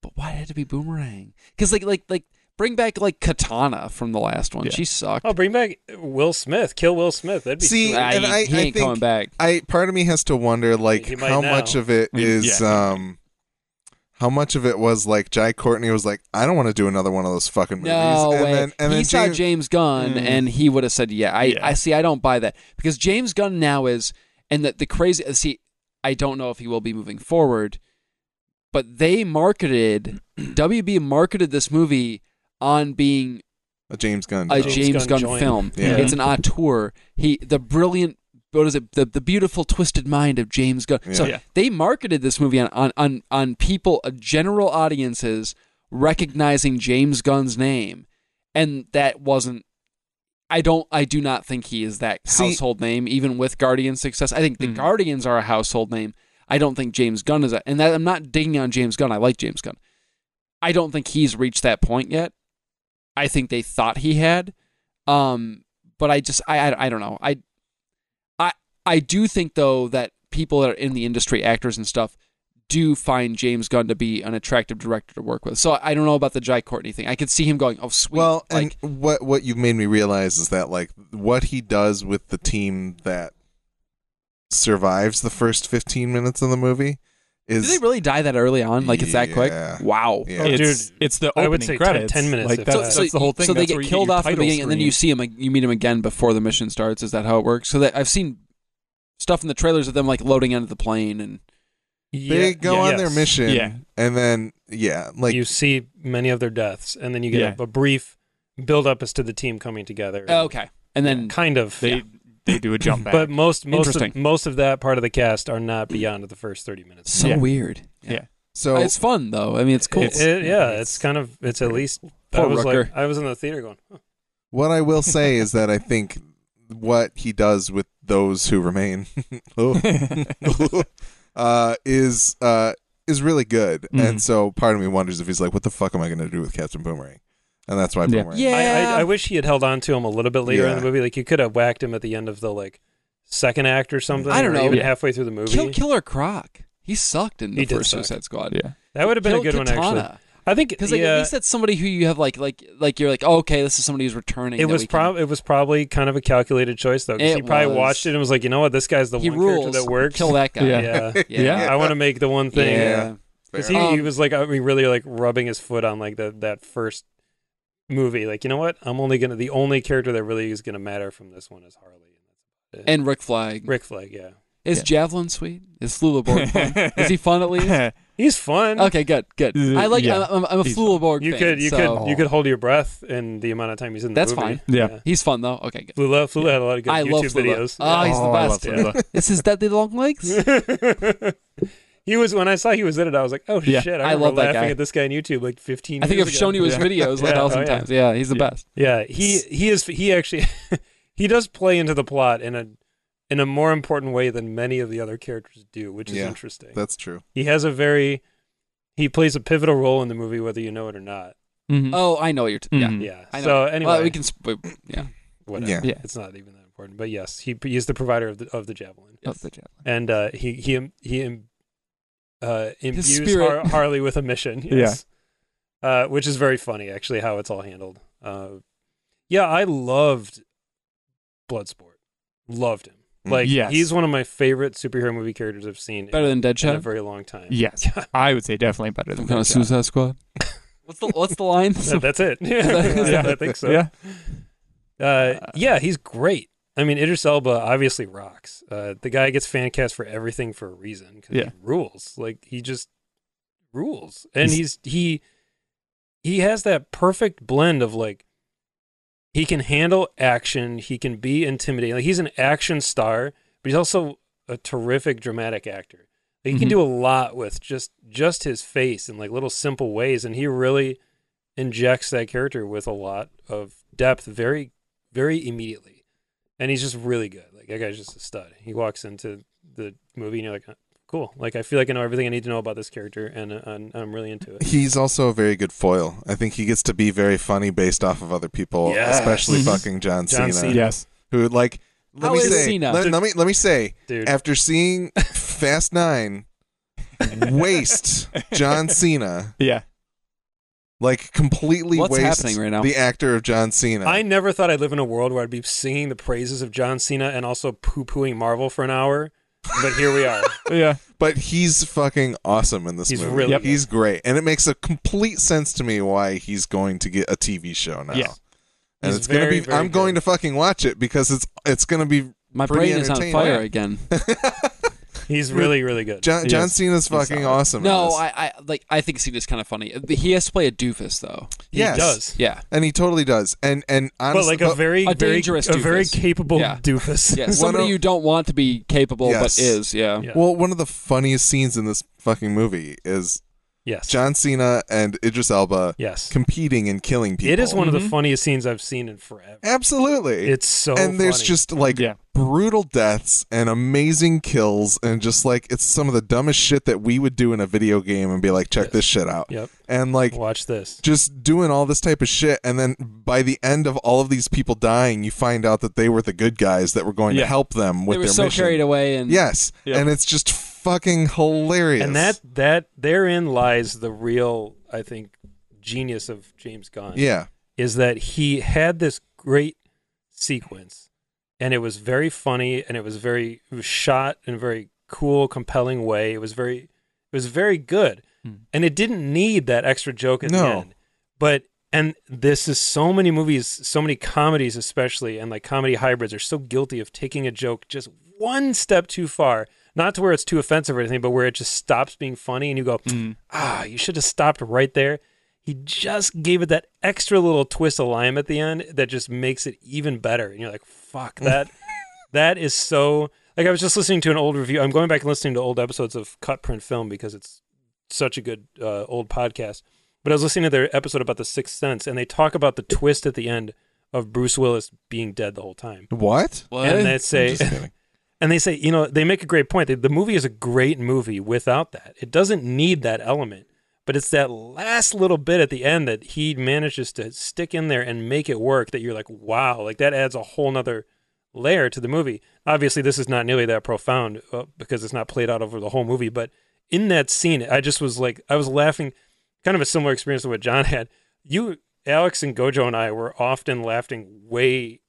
[SPEAKER 3] but why did it have to be boomerang? Because like like like bring back like katana from the last one.
[SPEAKER 4] Yeah.
[SPEAKER 3] She sucked.
[SPEAKER 2] Oh, bring back Will Smith. Kill Will Smith. That'd be
[SPEAKER 1] See,
[SPEAKER 2] sweet.
[SPEAKER 3] Ah,
[SPEAKER 1] and
[SPEAKER 3] he,
[SPEAKER 1] I-
[SPEAKER 3] he
[SPEAKER 1] I
[SPEAKER 3] ain't
[SPEAKER 1] think-
[SPEAKER 3] coming back.
[SPEAKER 1] I part of me has to wonder
[SPEAKER 2] He
[SPEAKER 1] like
[SPEAKER 2] might
[SPEAKER 1] how
[SPEAKER 2] now.
[SPEAKER 1] much of it
[SPEAKER 4] I
[SPEAKER 2] [LAUGHS]
[SPEAKER 4] mean,
[SPEAKER 1] is
[SPEAKER 4] yeah.
[SPEAKER 1] um how much of it was like Jai Courtney was like, I don't want to do another one of those fucking movies.
[SPEAKER 3] No
[SPEAKER 1] and
[SPEAKER 3] way.
[SPEAKER 1] then and
[SPEAKER 3] he
[SPEAKER 1] then
[SPEAKER 3] saw
[SPEAKER 1] James-
[SPEAKER 3] James Gunn,
[SPEAKER 4] Mm.
[SPEAKER 3] and he would have said, "Yeah, I,
[SPEAKER 4] Yeah.
[SPEAKER 3] I see. I don't buy that because James Gunn now is, and the the crazy. See, I don't know if he will be moving forward, but they marketed [CLEARS THROAT] WB marketed this movie on being
[SPEAKER 1] a uh, James Gunn.
[SPEAKER 3] a
[SPEAKER 1] film.
[SPEAKER 3] James,
[SPEAKER 2] Gunn
[SPEAKER 3] Gunn,
[SPEAKER 2] joint.
[SPEAKER 3] film.
[SPEAKER 1] Yeah.
[SPEAKER 3] It's an auteur. He the brilliant. What is it? The, the beautiful twisted mind of James Gunn. So
[SPEAKER 4] Yeah. Yeah.
[SPEAKER 3] they marketed this movie on on on, on people, uh, general audiences recognizing James Gunn's name, and that wasn't. I don't. I do not think he is that
[SPEAKER 1] See-
[SPEAKER 3] household name, even with Guardians' success. I think the
[SPEAKER 4] Mhm.
[SPEAKER 3] Guardians are a household name. I don't think James Gunn is a, and that I'm not digging on James Gunn. I like James Gunn. I don't think he's reached that point yet. I think they thought he had, um, but I just I, I I don't know. I I I do think though that people that are in the industry, actors and stuff, do find James Gunn to be an attractive director to work with. So I don't know about the Jai Courtney thing. I could see him going, oh sweet,
[SPEAKER 1] Well,
[SPEAKER 3] like
[SPEAKER 1] and what what you've made me realize is that like what he does with the team that survives the first 15 minutes of the movie
[SPEAKER 3] do
[SPEAKER 1] is
[SPEAKER 3] they really die that early on? Like it's that
[SPEAKER 1] Yeah.
[SPEAKER 3] quick? Wow.
[SPEAKER 1] yeah.
[SPEAKER 2] Oh,
[SPEAKER 4] it's,
[SPEAKER 2] dude.
[SPEAKER 4] it's the opening
[SPEAKER 2] I would say 10
[SPEAKER 4] credits.
[SPEAKER 2] 10 minutes
[SPEAKER 4] Like
[SPEAKER 2] if
[SPEAKER 4] that's,
[SPEAKER 2] that.
[SPEAKER 4] that's
[SPEAKER 2] So-
[SPEAKER 4] the whole thing.
[SPEAKER 3] So they
[SPEAKER 4] That's
[SPEAKER 3] get
[SPEAKER 4] where you
[SPEAKER 3] killed
[SPEAKER 4] your
[SPEAKER 3] off at the
[SPEAKER 4] title
[SPEAKER 3] beginning, and then you
[SPEAKER 4] screen.
[SPEAKER 3] see him. You meet him again before the mission starts. Is that how it works? So that I've seen stuff in the trailers of them like loading onto the plane, and
[SPEAKER 1] they go on their
[SPEAKER 2] yes.
[SPEAKER 1] mission
[SPEAKER 4] Yeah.
[SPEAKER 1] and then yeah like
[SPEAKER 2] you see many of their deaths, and then you get
[SPEAKER 4] Yeah.
[SPEAKER 2] a, a brief build up as to the team coming together.
[SPEAKER 3] Oh, okay, and then
[SPEAKER 2] Kind of.
[SPEAKER 4] they they do a jump
[SPEAKER 2] [LAUGHS]
[SPEAKER 4] back.
[SPEAKER 2] But most most of,
[SPEAKER 3] Interesting.
[SPEAKER 2] most of that part of the cast are not beyond the first thirty minutes.
[SPEAKER 3] so
[SPEAKER 4] Yeah.
[SPEAKER 3] weird.
[SPEAKER 4] Yeah.
[SPEAKER 1] so
[SPEAKER 3] it's fun though. I mean, it's cool.
[SPEAKER 2] It- it- yeah,
[SPEAKER 4] It's-
[SPEAKER 2] it's, kind of it's at least. I
[SPEAKER 3] Poor
[SPEAKER 2] was
[SPEAKER 3] Rooker.
[SPEAKER 2] like, I was in the theater going, huh,
[SPEAKER 1] what I will say is that I think what he does with those who remain [LAUGHS] oh, uh, is uh, is really good
[SPEAKER 4] Mhm.
[SPEAKER 1] and so part of me wonders if he's like what the fuck am I going to do with Captain Boomerang and that's why
[SPEAKER 4] Yeah.
[SPEAKER 1] Boomerang
[SPEAKER 3] yeah,
[SPEAKER 2] I, I, I wish he had held on to him a little bit later in
[SPEAKER 1] Yeah.
[SPEAKER 2] the movie. Like you could have whacked him at the end of the like second act or something.
[SPEAKER 3] I don't
[SPEAKER 2] or
[SPEAKER 3] know.
[SPEAKER 2] Even
[SPEAKER 4] Yeah.
[SPEAKER 2] halfway through the movie,
[SPEAKER 3] Kill Killer Croc. He sucked in the
[SPEAKER 2] He did
[SPEAKER 3] first
[SPEAKER 2] suck.
[SPEAKER 3] Suicide Squad.
[SPEAKER 4] yeah.
[SPEAKER 2] that would have been a
[SPEAKER 3] Kill
[SPEAKER 2] good one actually.
[SPEAKER 3] Katana.
[SPEAKER 2] I think
[SPEAKER 3] Because like,
[SPEAKER 2] yeah,
[SPEAKER 3] at least that's somebody who you have like like like you're like oh, okay, this is somebody who's returning.
[SPEAKER 2] it
[SPEAKER 3] that
[SPEAKER 2] was
[SPEAKER 3] we can-
[SPEAKER 2] probably it was probably kind of a calculated choice though. 'cause
[SPEAKER 3] It
[SPEAKER 2] He probably
[SPEAKER 3] was.
[SPEAKER 2] watched it and was like, you know what, this guy's the
[SPEAKER 3] he
[SPEAKER 2] one
[SPEAKER 3] rules.
[SPEAKER 2] character that works.
[SPEAKER 3] Kill that guy.
[SPEAKER 4] Yeah.
[SPEAKER 2] Yeah.
[SPEAKER 1] [LAUGHS]
[SPEAKER 3] yeah.
[SPEAKER 4] Yeah.
[SPEAKER 2] I want to make the one thing.
[SPEAKER 3] [LAUGHS] Yeah. Um,
[SPEAKER 2] Because
[SPEAKER 1] Fair
[SPEAKER 2] he,
[SPEAKER 1] enough.
[SPEAKER 2] he was like, I mean, really like rubbing his foot on like the, that first movie. Like, you know what? I'm only gonna the only character that really is gonna matter from this one is Harley.
[SPEAKER 3] And Rick Flag.
[SPEAKER 2] Rick Flag, yeah,
[SPEAKER 3] Is
[SPEAKER 4] Yeah.
[SPEAKER 3] Javelin sweet? Is Flulaborg fun? Is he fun [LAUGHS] at least?
[SPEAKER 2] he's fun.
[SPEAKER 3] Okay, good, good. I like.
[SPEAKER 4] Yeah.
[SPEAKER 3] I'm, I'm a
[SPEAKER 4] He's
[SPEAKER 3] Flulaborg
[SPEAKER 2] You
[SPEAKER 3] fan,
[SPEAKER 2] could you
[SPEAKER 3] so-
[SPEAKER 2] could you could hold your breath in the amount of time he's in the
[SPEAKER 3] That's
[SPEAKER 2] movie.
[SPEAKER 3] fine.
[SPEAKER 4] Yeah.
[SPEAKER 3] He's fun though. Okay, good.
[SPEAKER 2] Flula Flula had a lot of good
[SPEAKER 3] I
[SPEAKER 2] YouTube
[SPEAKER 3] love Flula.
[SPEAKER 2] videos.
[SPEAKER 3] Oh, he's the
[SPEAKER 4] I
[SPEAKER 3] best.
[SPEAKER 4] love Flula.
[SPEAKER 3] This is that the long legs.
[SPEAKER 2] [LAUGHS] he was when I saw he was in it, I was like, oh
[SPEAKER 4] Yeah.
[SPEAKER 2] shit! I,
[SPEAKER 3] I
[SPEAKER 2] remember
[SPEAKER 3] love that
[SPEAKER 2] laughing
[SPEAKER 3] guy.
[SPEAKER 2] at this guy on YouTube like 15.
[SPEAKER 3] I think I've
[SPEAKER 2] years
[SPEAKER 3] shown
[SPEAKER 2] ago.
[SPEAKER 3] you his
[SPEAKER 4] Yeah.
[SPEAKER 3] videos like
[SPEAKER 2] Yeah,
[SPEAKER 3] a thousand
[SPEAKER 2] oh, yeah.
[SPEAKER 3] times. Yeah, he's the best.
[SPEAKER 2] Yeah, he he is he actually [LAUGHS] he does play into the plot in a in a more important way than many of the other characters do, which is
[SPEAKER 1] Yeah.
[SPEAKER 2] interesting.
[SPEAKER 1] Oh, That's true.
[SPEAKER 2] he has a very he plays a pivotal role in the movie, whether you know it or not.
[SPEAKER 4] Mhm.
[SPEAKER 3] Oh, I know what you're. T- yeah.
[SPEAKER 4] Mhm.
[SPEAKER 2] Yeah.
[SPEAKER 3] I know.
[SPEAKER 2] So anyway,
[SPEAKER 3] Well, we can. Sp- yeah.
[SPEAKER 2] whatever.
[SPEAKER 1] Mm. Yeah.
[SPEAKER 4] Yeah.
[SPEAKER 2] It's not even that important, but yes, he he is the provider of the of the javelin.
[SPEAKER 3] Yes.
[SPEAKER 4] Love the Javelin.
[SPEAKER 2] and uh, he he im- he im- uh, imbues
[SPEAKER 3] spirit.
[SPEAKER 2] Har- Harley with a mission. Yes. Uh, which is very funny, actually, how it's all handled. Uh, yeah, I loved Bloodsport. Loved him.
[SPEAKER 1] Mm.
[SPEAKER 2] Like,
[SPEAKER 4] Yes.
[SPEAKER 2] he's one of my favorite superhero movie characters I've seen in,
[SPEAKER 3] Better than
[SPEAKER 2] in a
[SPEAKER 3] Deadshot.
[SPEAKER 2] very long time.
[SPEAKER 4] [LAUGHS] Yes, I would say definitely better
[SPEAKER 3] Some
[SPEAKER 4] than
[SPEAKER 3] kind of
[SPEAKER 4] Deadshot.
[SPEAKER 3] Suicide Squad. [LAUGHS] What's the What's the line?
[SPEAKER 2] That- that's it. [LAUGHS]
[SPEAKER 3] Yeah.
[SPEAKER 2] I think so.
[SPEAKER 4] Yeah,
[SPEAKER 2] Uh, yeah, he's great. I mean, Idris Elba obviously rocks. Uh, the guy gets fan cast for everything for a reason because
[SPEAKER 4] Yeah.
[SPEAKER 2] he rules. Like he just rules, and he's,
[SPEAKER 4] He's-
[SPEAKER 2] he he has that perfect blend of like he can handle action, he can be intimidating. Like he's an action star, but he's also a terrific dramatic actor. Like, he can
[SPEAKER 4] Mhm.
[SPEAKER 2] do a lot with just just his face and like little simple ways, and he really injects that character with a lot of depth very very immediately and he's just really good like that guy's just a stud he walks into the movie and you're like cool like i feel like i know everything i need to know about this character and uh, I'm, I'm really
[SPEAKER 1] [LAUGHS]
[SPEAKER 2] into it
[SPEAKER 1] He's also a very good foil. I think he gets to be very funny based off of other people,
[SPEAKER 2] Yes.
[SPEAKER 1] especially
[SPEAKER 4] Mhm.
[SPEAKER 1] fucking John,
[SPEAKER 2] Mm-hmm. John Cena. [LAUGHS]
[SPEAKER 4] Yes.
[SPEAKER 1] who like. Let
[SPEAKER 3] How
[SPEAKER 1] me
[SPEAKER 3] is
[SPEAKER 1] say.
[SPEAKER 3] Cena?
[SPEAKER 1] Let, let me let me say.
[SPEAKER 2] dude
[SPEAKER 1] After seeing Fast
[SPEAKER 2] [LAUGHS]
[SPEAKER 1] Nine waste John Cena,
[SPEAKER 4] Yeah.
[SPEAKER 1] like completely
[SPEAKER 3] What's
[SPEAKER 1] waste
[SPEAKER 3] happening right now?
[SPEAKER 1] the actor of John Cena.
[SPEAKER 2] i never thought i'd live in a world where i'd be singing the praises of john cena and also poo-pooing marvel for an hour but here
[SPEAKER 1] [LAUGHS]
[SPEAKER 2] we are
[SPEAKER 4] Yeah.
[SPEAKER 1] But he's fucking awesome in this
[SPEAKER 2] He's
[SPEAKER 1] movie.
[SPEAKER 2] really Yep.
[SPEAKER 1] He's great, and it makes a complete sense to me why he's going to get a TV show now.
[SPEAKER 4] Yes.
[SPEAKER 1] And
[SPEAKER 2] He's
[SPEAKER 1] it's gonna
[SPEAKER 2] very,
[SPEAKER 1] be.
[SPEAKER 2] very
[SPEAKER 1] I'm going to
[SPEAKER 2] good.
[SPEAKER 1] fucking watch it because it's it's gonna be
[SPEAKER 3] [LAUGHS] My
[SPEAKER 1] Pretty
[SPEAKER 3] brain is on
[SPEAKER 1] entertaining.
[SPEAKER 3] fire
[SPEAKER 1] Yeah.
[SPEAKER 3] again.
[SPEAKER 1] [LAUGHS]
[SPEAKER 2] he's really really good
[SPEAKER 1] John
[SPEAKER 4] Yes.
[SPEAKER 1] John Cena's
[SPEAKER 4] He's
[SPEAKER 1] fucking
[SPEAKER 4] solid.
[SPEAKER 1] awesome. in
[SPEAKER 3] No,
[SPEAKER 1] this.
[SPEAKER 3] I, I like. I think Cena's kind of funny. He has to play a doofus though.
[SPEAKER 2] he
[SPEAKER 1] yes.
[SPEAKER 2] does
[SPEAKER 3] Yeah.
[SPEAKER 1] and he totally does. And and uh, honestly,
[SPEAKER 2] but like a very
[SPEAKER 3] A
[SPEAKER 2] very
[SPEAKER 3] dangerous
[SPEAKER 2] a very
[SPEAKER 3] doofus.
[SPEAKER 2] capable
[SPEAKER 3] Yeah.
[SPEAKER 2] doofus
[SPEAKER 3] Yeah.
[SPEAKER 1] One
[SPEAKER 3] Somebody
[SPEAKER 1] of-
[SPEAKER 3] you don't want to be capable,
[SPEAKER 1] Yes.
[SPEAKER 3] but is. Yeah.
[SPEAKER 2] [LAUGHS] Yeah.
[SPEAKER 1] Um, well, one of the funniest scenes in this fucking movie is
[SPEAKER 2] yes
[SPEAKER 1] John Cena and Idris Elba
[SPEAKER 2] yes
[SPEAKER 1] competing and killing people.
[SPEAKER 2] It is one
[SPEAKER 3] Mm-hmm.
[SPEAKER 2] of the
[SPEAKER 4] Mhm.
[SPEAKER 2] funniest scenes I've seen in forever.
[SPEAKER 1] absolutely.
[SPEAKER 2] It's so
[SPEAKER 1] and there's
[SPEAKER 2] funny.
[SPEAKER 1] just like
[SPEAKER 4] Yeah.
[SPEAKER 1] brutal deaths and amazing kills and just like it's some of the dumbest shit that we would do in a video game and be like check
[SPEAKER 2] Yes.
[SPEAKER 1] this shit out
[SPEAKER 2] yep.
[SPEAKER 1] and like
[SPEAKER 2] Watch this.
[SPEAKER 1] just doing all this type of shit and then by the end of all of these people dying you find out that they were the good guys that were going
[SPEAKER 4] Yeah.
[SPEAKER 1] to help them with
[SPEAKER 3] They were
[SPEAKER 1] their
[SPEAKER 3] so
[SPEAKER 1] mission
[SPEAKER 3] carried away, and
[SPEAKER 1] yes
[SPEAKER 4] Yeah.
[SPEAKER 1] and it's just fucking hilarious
[SPEAKER 2] And that that therein lies the real, I think, genius of James Gunn.
[SPEAKER 1] yeah
[SPEAKER 2] Is that he had this great sequence, and it was very funny, and it was very it was shot in a very cool, compelling way. It was very it was very good,
[SPEAKER 4] Mm.
[SPEAKER 2] and it didn't need that extra joke at the
[SPEAKER 1] No.
[SPEAKER 2] end. But and this is so many movies, so many comedies, especially, and like comedy hybrids are so guilty of taking a joke just one step too far, not to where it's too offensive or anything, but where it just stops being funny and you go,
[SPEAKER 4] Mm.
[SPEAKER 2] ah, you should have stopped right there. He just gave it that extra little twist of lime at the end that just makes it even better. And you're like, fuck, that that is so like I was just listening to an old review. I'm going back and listening to old episodes of Cut Print Film because it's such a good uh, old podcast. But I was listening to their episode about the Sixth Sense, and they talk about the twist at the end of Bruce Willis being dead the whole time.
[SPEAKER 1] what
[SPEAKER 3] What?
[SPEAKER 2] And they
[SPEAKER 1] I'm
[SPEAKER 2] say,
[SPEAKER 1] just
[SPEAKER 2] [LAUGHS]
[SPEAKER 1] kidding.
[SPEAKER 2] and they say, you know, they make a great point. The, the movie is a great movie without that. It doesn't need that element, but it's that last little bit at the end that he manages to stick in there and make it work that you're like, wow, like that adds a whole nother layer to the movie. Obviously, this is not nearly that profound uh, because it's not played out over the whole movie, but in that scene, I just was like, I was laughing, kind of a similar experience to what John had. You, Alex, and Gojo and I were often laughing way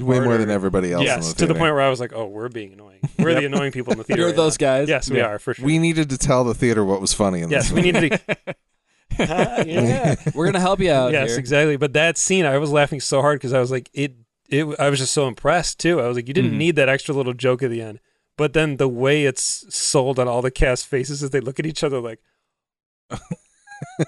[SPEAKER 1] way more
[SPEAKER 2] harder.
[SPEAKER 1] than everybody else in the
[SPEAKER 2] Yes, to the
[SPEAKER 1] theater.
[SPEAKER 2] point where I was like, "Oh, we're being annoying. We're the annoying people in the theater."
[SPEAKER 3] You're
[SPEAKER 2] right
[SPEAKER 3] those
[SPEAKER 2] now."
[SPEAKER 3] guys.
[SPEAKER 2] Yes, we
[SPEAKER 4] Yeah.
[SPEAKER 2] are for sure.
[SPEAKER 1] we needed to tell the theater what was funny in
[SPEAKER 2] [LAUGHS] yes,
[SPEAKER 1] this
[SPEAKER 2] we
[SPEAKER 1] movie.
[SPEAKER 2] need to. Ah, yeah.
[SPEAKER 3] We're gonna help you out
[SPEAKER 2] yes,
[SPEAKER 3] here.
[SPEAKER 2] exactly. But that scene, I was laughing so hard because I was like, it, it. I was just so impressed too. I was like, you didn't
[SPEAKER 4] Mhm.
[SPEAKER 2] need that extra little joke at the end. But then the way it's sold on all the cast faces as they look at each other, like,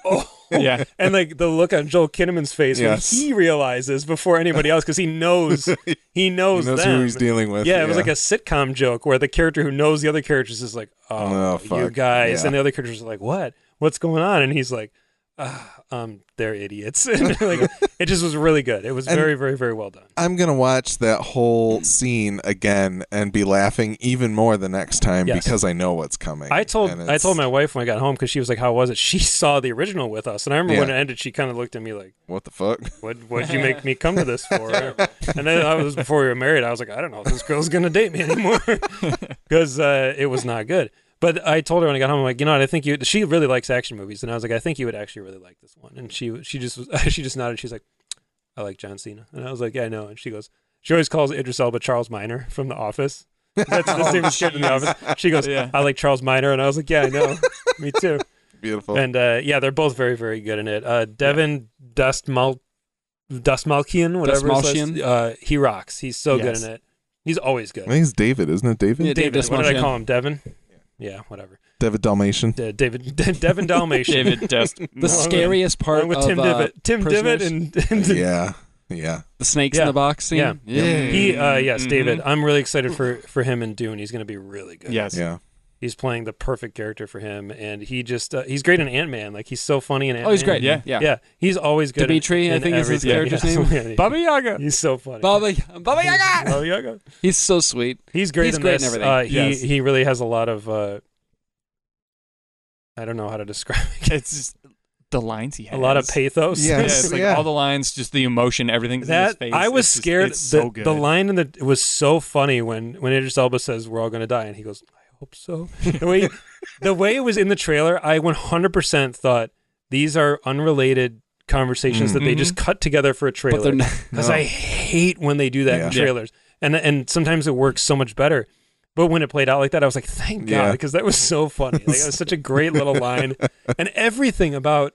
[SPEAKER 2] oh, [LAUGHS]
[SPEAKER 4] yeah.
[SPEAKER 2] and like the look on Joel Kinnaman's face
[SPEAKER 1] Yes.
[SPEAKER 2] when he realizes before anybody else because
[SPEAKER 1] [LAUGHS]
[SPEAKER 2] he knows he knows,
[SPEAKER 1] He knows
[SPEAKER 2] them.
[SPEAKER 1] who he's dealing with.
[SPEAKER 2] yeah, it was like a sitcom joke where the character who knows the other characters is like,
[SPEAKER 1] Oh,
[SPEAKER 2] "Oh, you
[SPEAKER 1] fuck.
[SPEAKER 2] guys,"
[SPEAKER 1] Yeah.
[SPEAKER 2] and the other characters are like, "What? What's going on?" And he's like, ah, "Um, they're idiots." [LAUGHS] And, like, it just was really good. It was
[SPEAKER 1] And-
[SPEAKER 2] very, very, very well done.
[SPEAKER 1] [LAUGHS] I'm gonna watch that whole scene again and be laughing even more the next time
[SPEAKER 2] Yes.
[SPEAKER 1] because I know what's coming.
[SPEAKER 2] I told
[SPEAKER 1] And
[SPEAKER 2] I
[SPEAKER 1] it's-
[SPEAKER 2] told my wife when I got home because she was like, "How was it?" [LAUGHS] She saw the original with us, and I remember when it
[SPEAKER 1] Yeah.
[SPEAKER 2] ended, she kind of looked at me like,
[SPEAKER 1] what the fuck.
[SPEAKER 2] "What? What'd you make me come to this
[SPEAKER 1] [LAUGHS]
[SPEAKER 3] [LAUGHS]
[SPEAKER 2] for?" and then I was before we were married. I was like, "I don't know if this girl's gonna date me
[SPEAKER 3] [LAUGHS]
[SPEAKER 2] anymore," because uh, it was not good. But I told her when I got home, I'm like, you know what? I think you. She really likes action movies, and I was like, I think you would actually really like this one. And she she just was, [LAUGHS] she just nodded. She's like, I like John Cena, and I was like, yeah, I know. And she goes, she always calls Idris Elba Charles Minor from The Office. That's the same shit in The Office. She goes,
[SPEAKER 4] Yeah.
[SPEAKER 2] I like Charles Minor, and I was like, yeah,
[SPEAKER 1] [LAUGHS]
[SPEAKER 2] I know, me too.
[SPEAKER 1] Beautiful.
[SPEAKER 2] And uh, yeah, they're both very very good in it. Uh, Devin Dustmal Dustmalkian, whatever his last-
[SPEAKER 3] Dustmalchian?
[SPEAKER 2] uh, he rocks. He's so
[SPEAKER 4] Yes.
[SPEAKER 2] good in it. He's always good.
[SPEAKER 1] I think it's David, isn't it? David.
[SPEAKER 3] Yeah,
[SPEAKER 2] David, what did I
[SPEAKER 3] Dustmalchian.
[SPEAKER 2] call him? Devin. Yeah, whatever.
[SPEAKER 1] David Dalmatian.
[SPEAKER 2] D- David [LAUGHS] D- Devin Dalmatian.
[SPEAKER 4] David
[SPEAKER 2] [LAUGHS]
[SPEAKER 4] Dest.
[SPEAKER 3] The scariest part
[SPEAKER 2] Along with
[SPEAKER 3] of
[SPEAKER 2] Tim
[SPEAKER 3] uh,
[SPEAKER 2] Divitt. Tim Divitt
[SPEAKER 3] Prisoners?
[SPEAKER 2] and, and
[SPEAKER 1] yeah. Yeah.
[SPEAKER 3] the snakes
[SPEAKER 2] Yeah.
[SPEAKER 3] in the box scene.
[SPEAKER 2] Yeah.
[SPEAKER 3] yeah.
[SPEAKER 2] [LAUGHS] he. Uh, yes,
[SPEAKER 4] Mhm.
[SPEAKER 3] Mm-hmm.
[SPEAKER 2] David. I'm really excited for for him in Dune. He's going to be really good.
[SPEAKER 4] Yes.
[SPEAKER 1] Yeah.
[SPEAKER 2] he's playing the perfect character for him, and he just uh, he's great in Ant Man. Like he's so funny in Ant Man.
[SPEAKER 3] oh, he's great.
[SPEAKER 4] Yeah.
[SPEAKER 3] Yeah, yeah.
[SPEAKER 2] Yeah, he's always good. in-
[SPEAKER 3] Dimitri, I
[SPEAKER 2] in
[SPEAKER 3] think is his
[SPEAKER 2] everything.
[SPEAKER 3] character's
[SPEAKER 2] [LAUGHS] Yes.
[SPEAKER 4] Baba Yaga.
[SPEAKER 2] He's so funny.
[SPEAKER 3] Baba,
[SPEAKER 2] [LAUGHS]
[SPEAKER 3] Baba Yaga.
[SPEAKER 2] Baba Yaga.
[SPEAKER 3] He's so sweet.
[SPEAKER 2] He's great
[SPEAKER 3] He's
[SPEAKER 2] in
[SPEAKER 3] great in
[SPEAKER 2] this.
[SPEAKER 3] everything.
[SPEAKER 2] Uh, he
[SPEAKER 4] Yes.
[SPEAKER 2] he really has a lot of. Uh, I don't know how to describe it. [LAUGHS]
[SPEAKER 4] It's just the lines he has.
[SPEAKER 2] A lot of pathos. [LAUGHS]
[SPEAKER 4] Yeah,
[SPEAKER 1] Yes,
[SPEAKER 4] it's like
[SPEAKER 1] yeah.
[SPEAKER 4] all the lines, just the emotion, everything. in his
[SPEAKER 2] That
[SPEAKER 4] face.
[SPEAKER 2] I was
[SPEAKER 4] It's just-
[SPEAKER 2] scared.
[SPEAKER 4] it's
[SPEAKER 2] the,
[SPEAKER 4] so good.
[SPEAKER 2] the line in the it was so funny when when Idris Elba says we're all gonna die and he goes I hope so. The way the way it was in the trailer, I 100% thought these are unrelated conversations
[SPEAKER 1] Mm.
[SPEAKER 2] that they
[SPEAKER 4] Mhm.
[SPEAKER 2] just cut together for a
[SPEAKER 3] But they're
[SPEAKER 2] trailer.
[SPEAKER 3] not.
[SPEAKER 2] Because
[SPEAKER 1] No.
[SPEAKER 2] I hate when they do that
[SPEAKER 1] Yeah.
[SPEAKER 2] in
[SPEAKER 4] Yeah.
[SPEAKER 2] trailers, and and sometimes it works so much better. But when it played out like that, I was like, thank God,
[SPEAKER 1] Yeah.
[SPEAKER 2] because that was so funny. Like, it was such a great little line, and everything about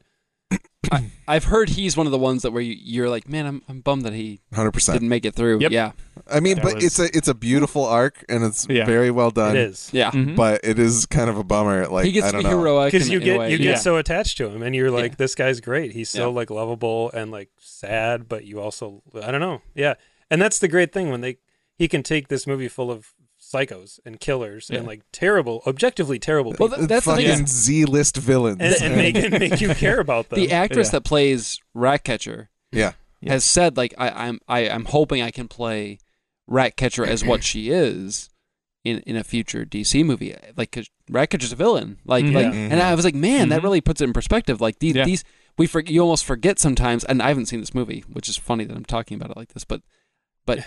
[SPEAKER 3] I've heard he's one of the ones that where you, you're like, man, I'm, I'm bummed that he
[SPEAKER 1] Hundred percent.
[SPEAKER 3] didn't make it through.
[SPEAKER 4] Yep.
[SPEAKER 3] Yeah,
[SPEAKER 1] I mean,
[SPEAKER 4] That
[SPEAKER 1] but
[SPEAKER 4] was-
[SPEAKER 1] it's a it's a beautiful arc and it's
[SPEAKER 4] Yeah.
[SPEAKER 1] very well done.
[SPEAKER 2] it is. Hmm?
[SPEAKER 3] yeah.
[SPEAKER 4] Mhm.
[SPEAKER 1] But it is kind of a bummer. Like
[SPEAKER 3] he
[SPEAKER 1] I
[SPEAKER 3] gets to
[SPEAKER 1] don't
[SPEAKER 3] be
[SPEAKER 1] know.
[SPEAKER 3] heroic
[SPEAKER 2] because
[SPEAKER 3] in-
[SPEAKER 2] you
[SPEAKER 3] in a
[SPEAKER 2] get
[SPEAKER 3] way.
[SPEAKER 2] you get
[SPEAKER 4] Yeah.
[SPEAKER 2] so attached to him, and you're like,
[SPEAKER 3] Yeah.
[SPEAKER 2] this guy's great. He's so
[SPEAKER 3] Yeah.
[SPEAKER 2] like lovable and like sad, but you also I don't know, yeah. And that's the great thing when they he can take this movie full of psychos and killers and
[SPEAKER 4] Yeah.
[SPEAKER 2] like terrible, objectively terrible,
[SPEAKER 3] Well,
[SPEAKER 2] people,
[SPEAKER 3] th- that's the
[SPEAKER 1] fucking
[SPEAKER 3] thing. is
[SPEAKER 1] Z-list villains.
[SPEAKER 2] and, and make and make
[SPEAKER 3] [LAUGHS]
[SPEAKER 2] you care about them.
[SPEAKER 3] the actress
[SPEAKER 4] Yeah.
[SPEAKER 3] that plays Ratcatcher
[SPEAKER 1] [LAUGHS] yeah.
[SPEAKER 4] Yeah.
[SPEAKER 3] has said like I, I'm I, I'm hoping I can play Ratcatcher as what she is in in a future DC movie like because Ratcatcher's a villain like
[SPEAKER 4] Mhm.
[SPEAKER 3] like
[SPEAKER 1] Yeah.
[SPEAKER 3] and I was like man that
[SPEAKER 4] Mhm.
[SPEAKER 3] really puts it in perspective like these
[SPEAKER 4] Yeah.
[SPEAKER 3] these we for, you almost forget sometimes and I haven't seen this movie which is funny that I'm talking about it like this but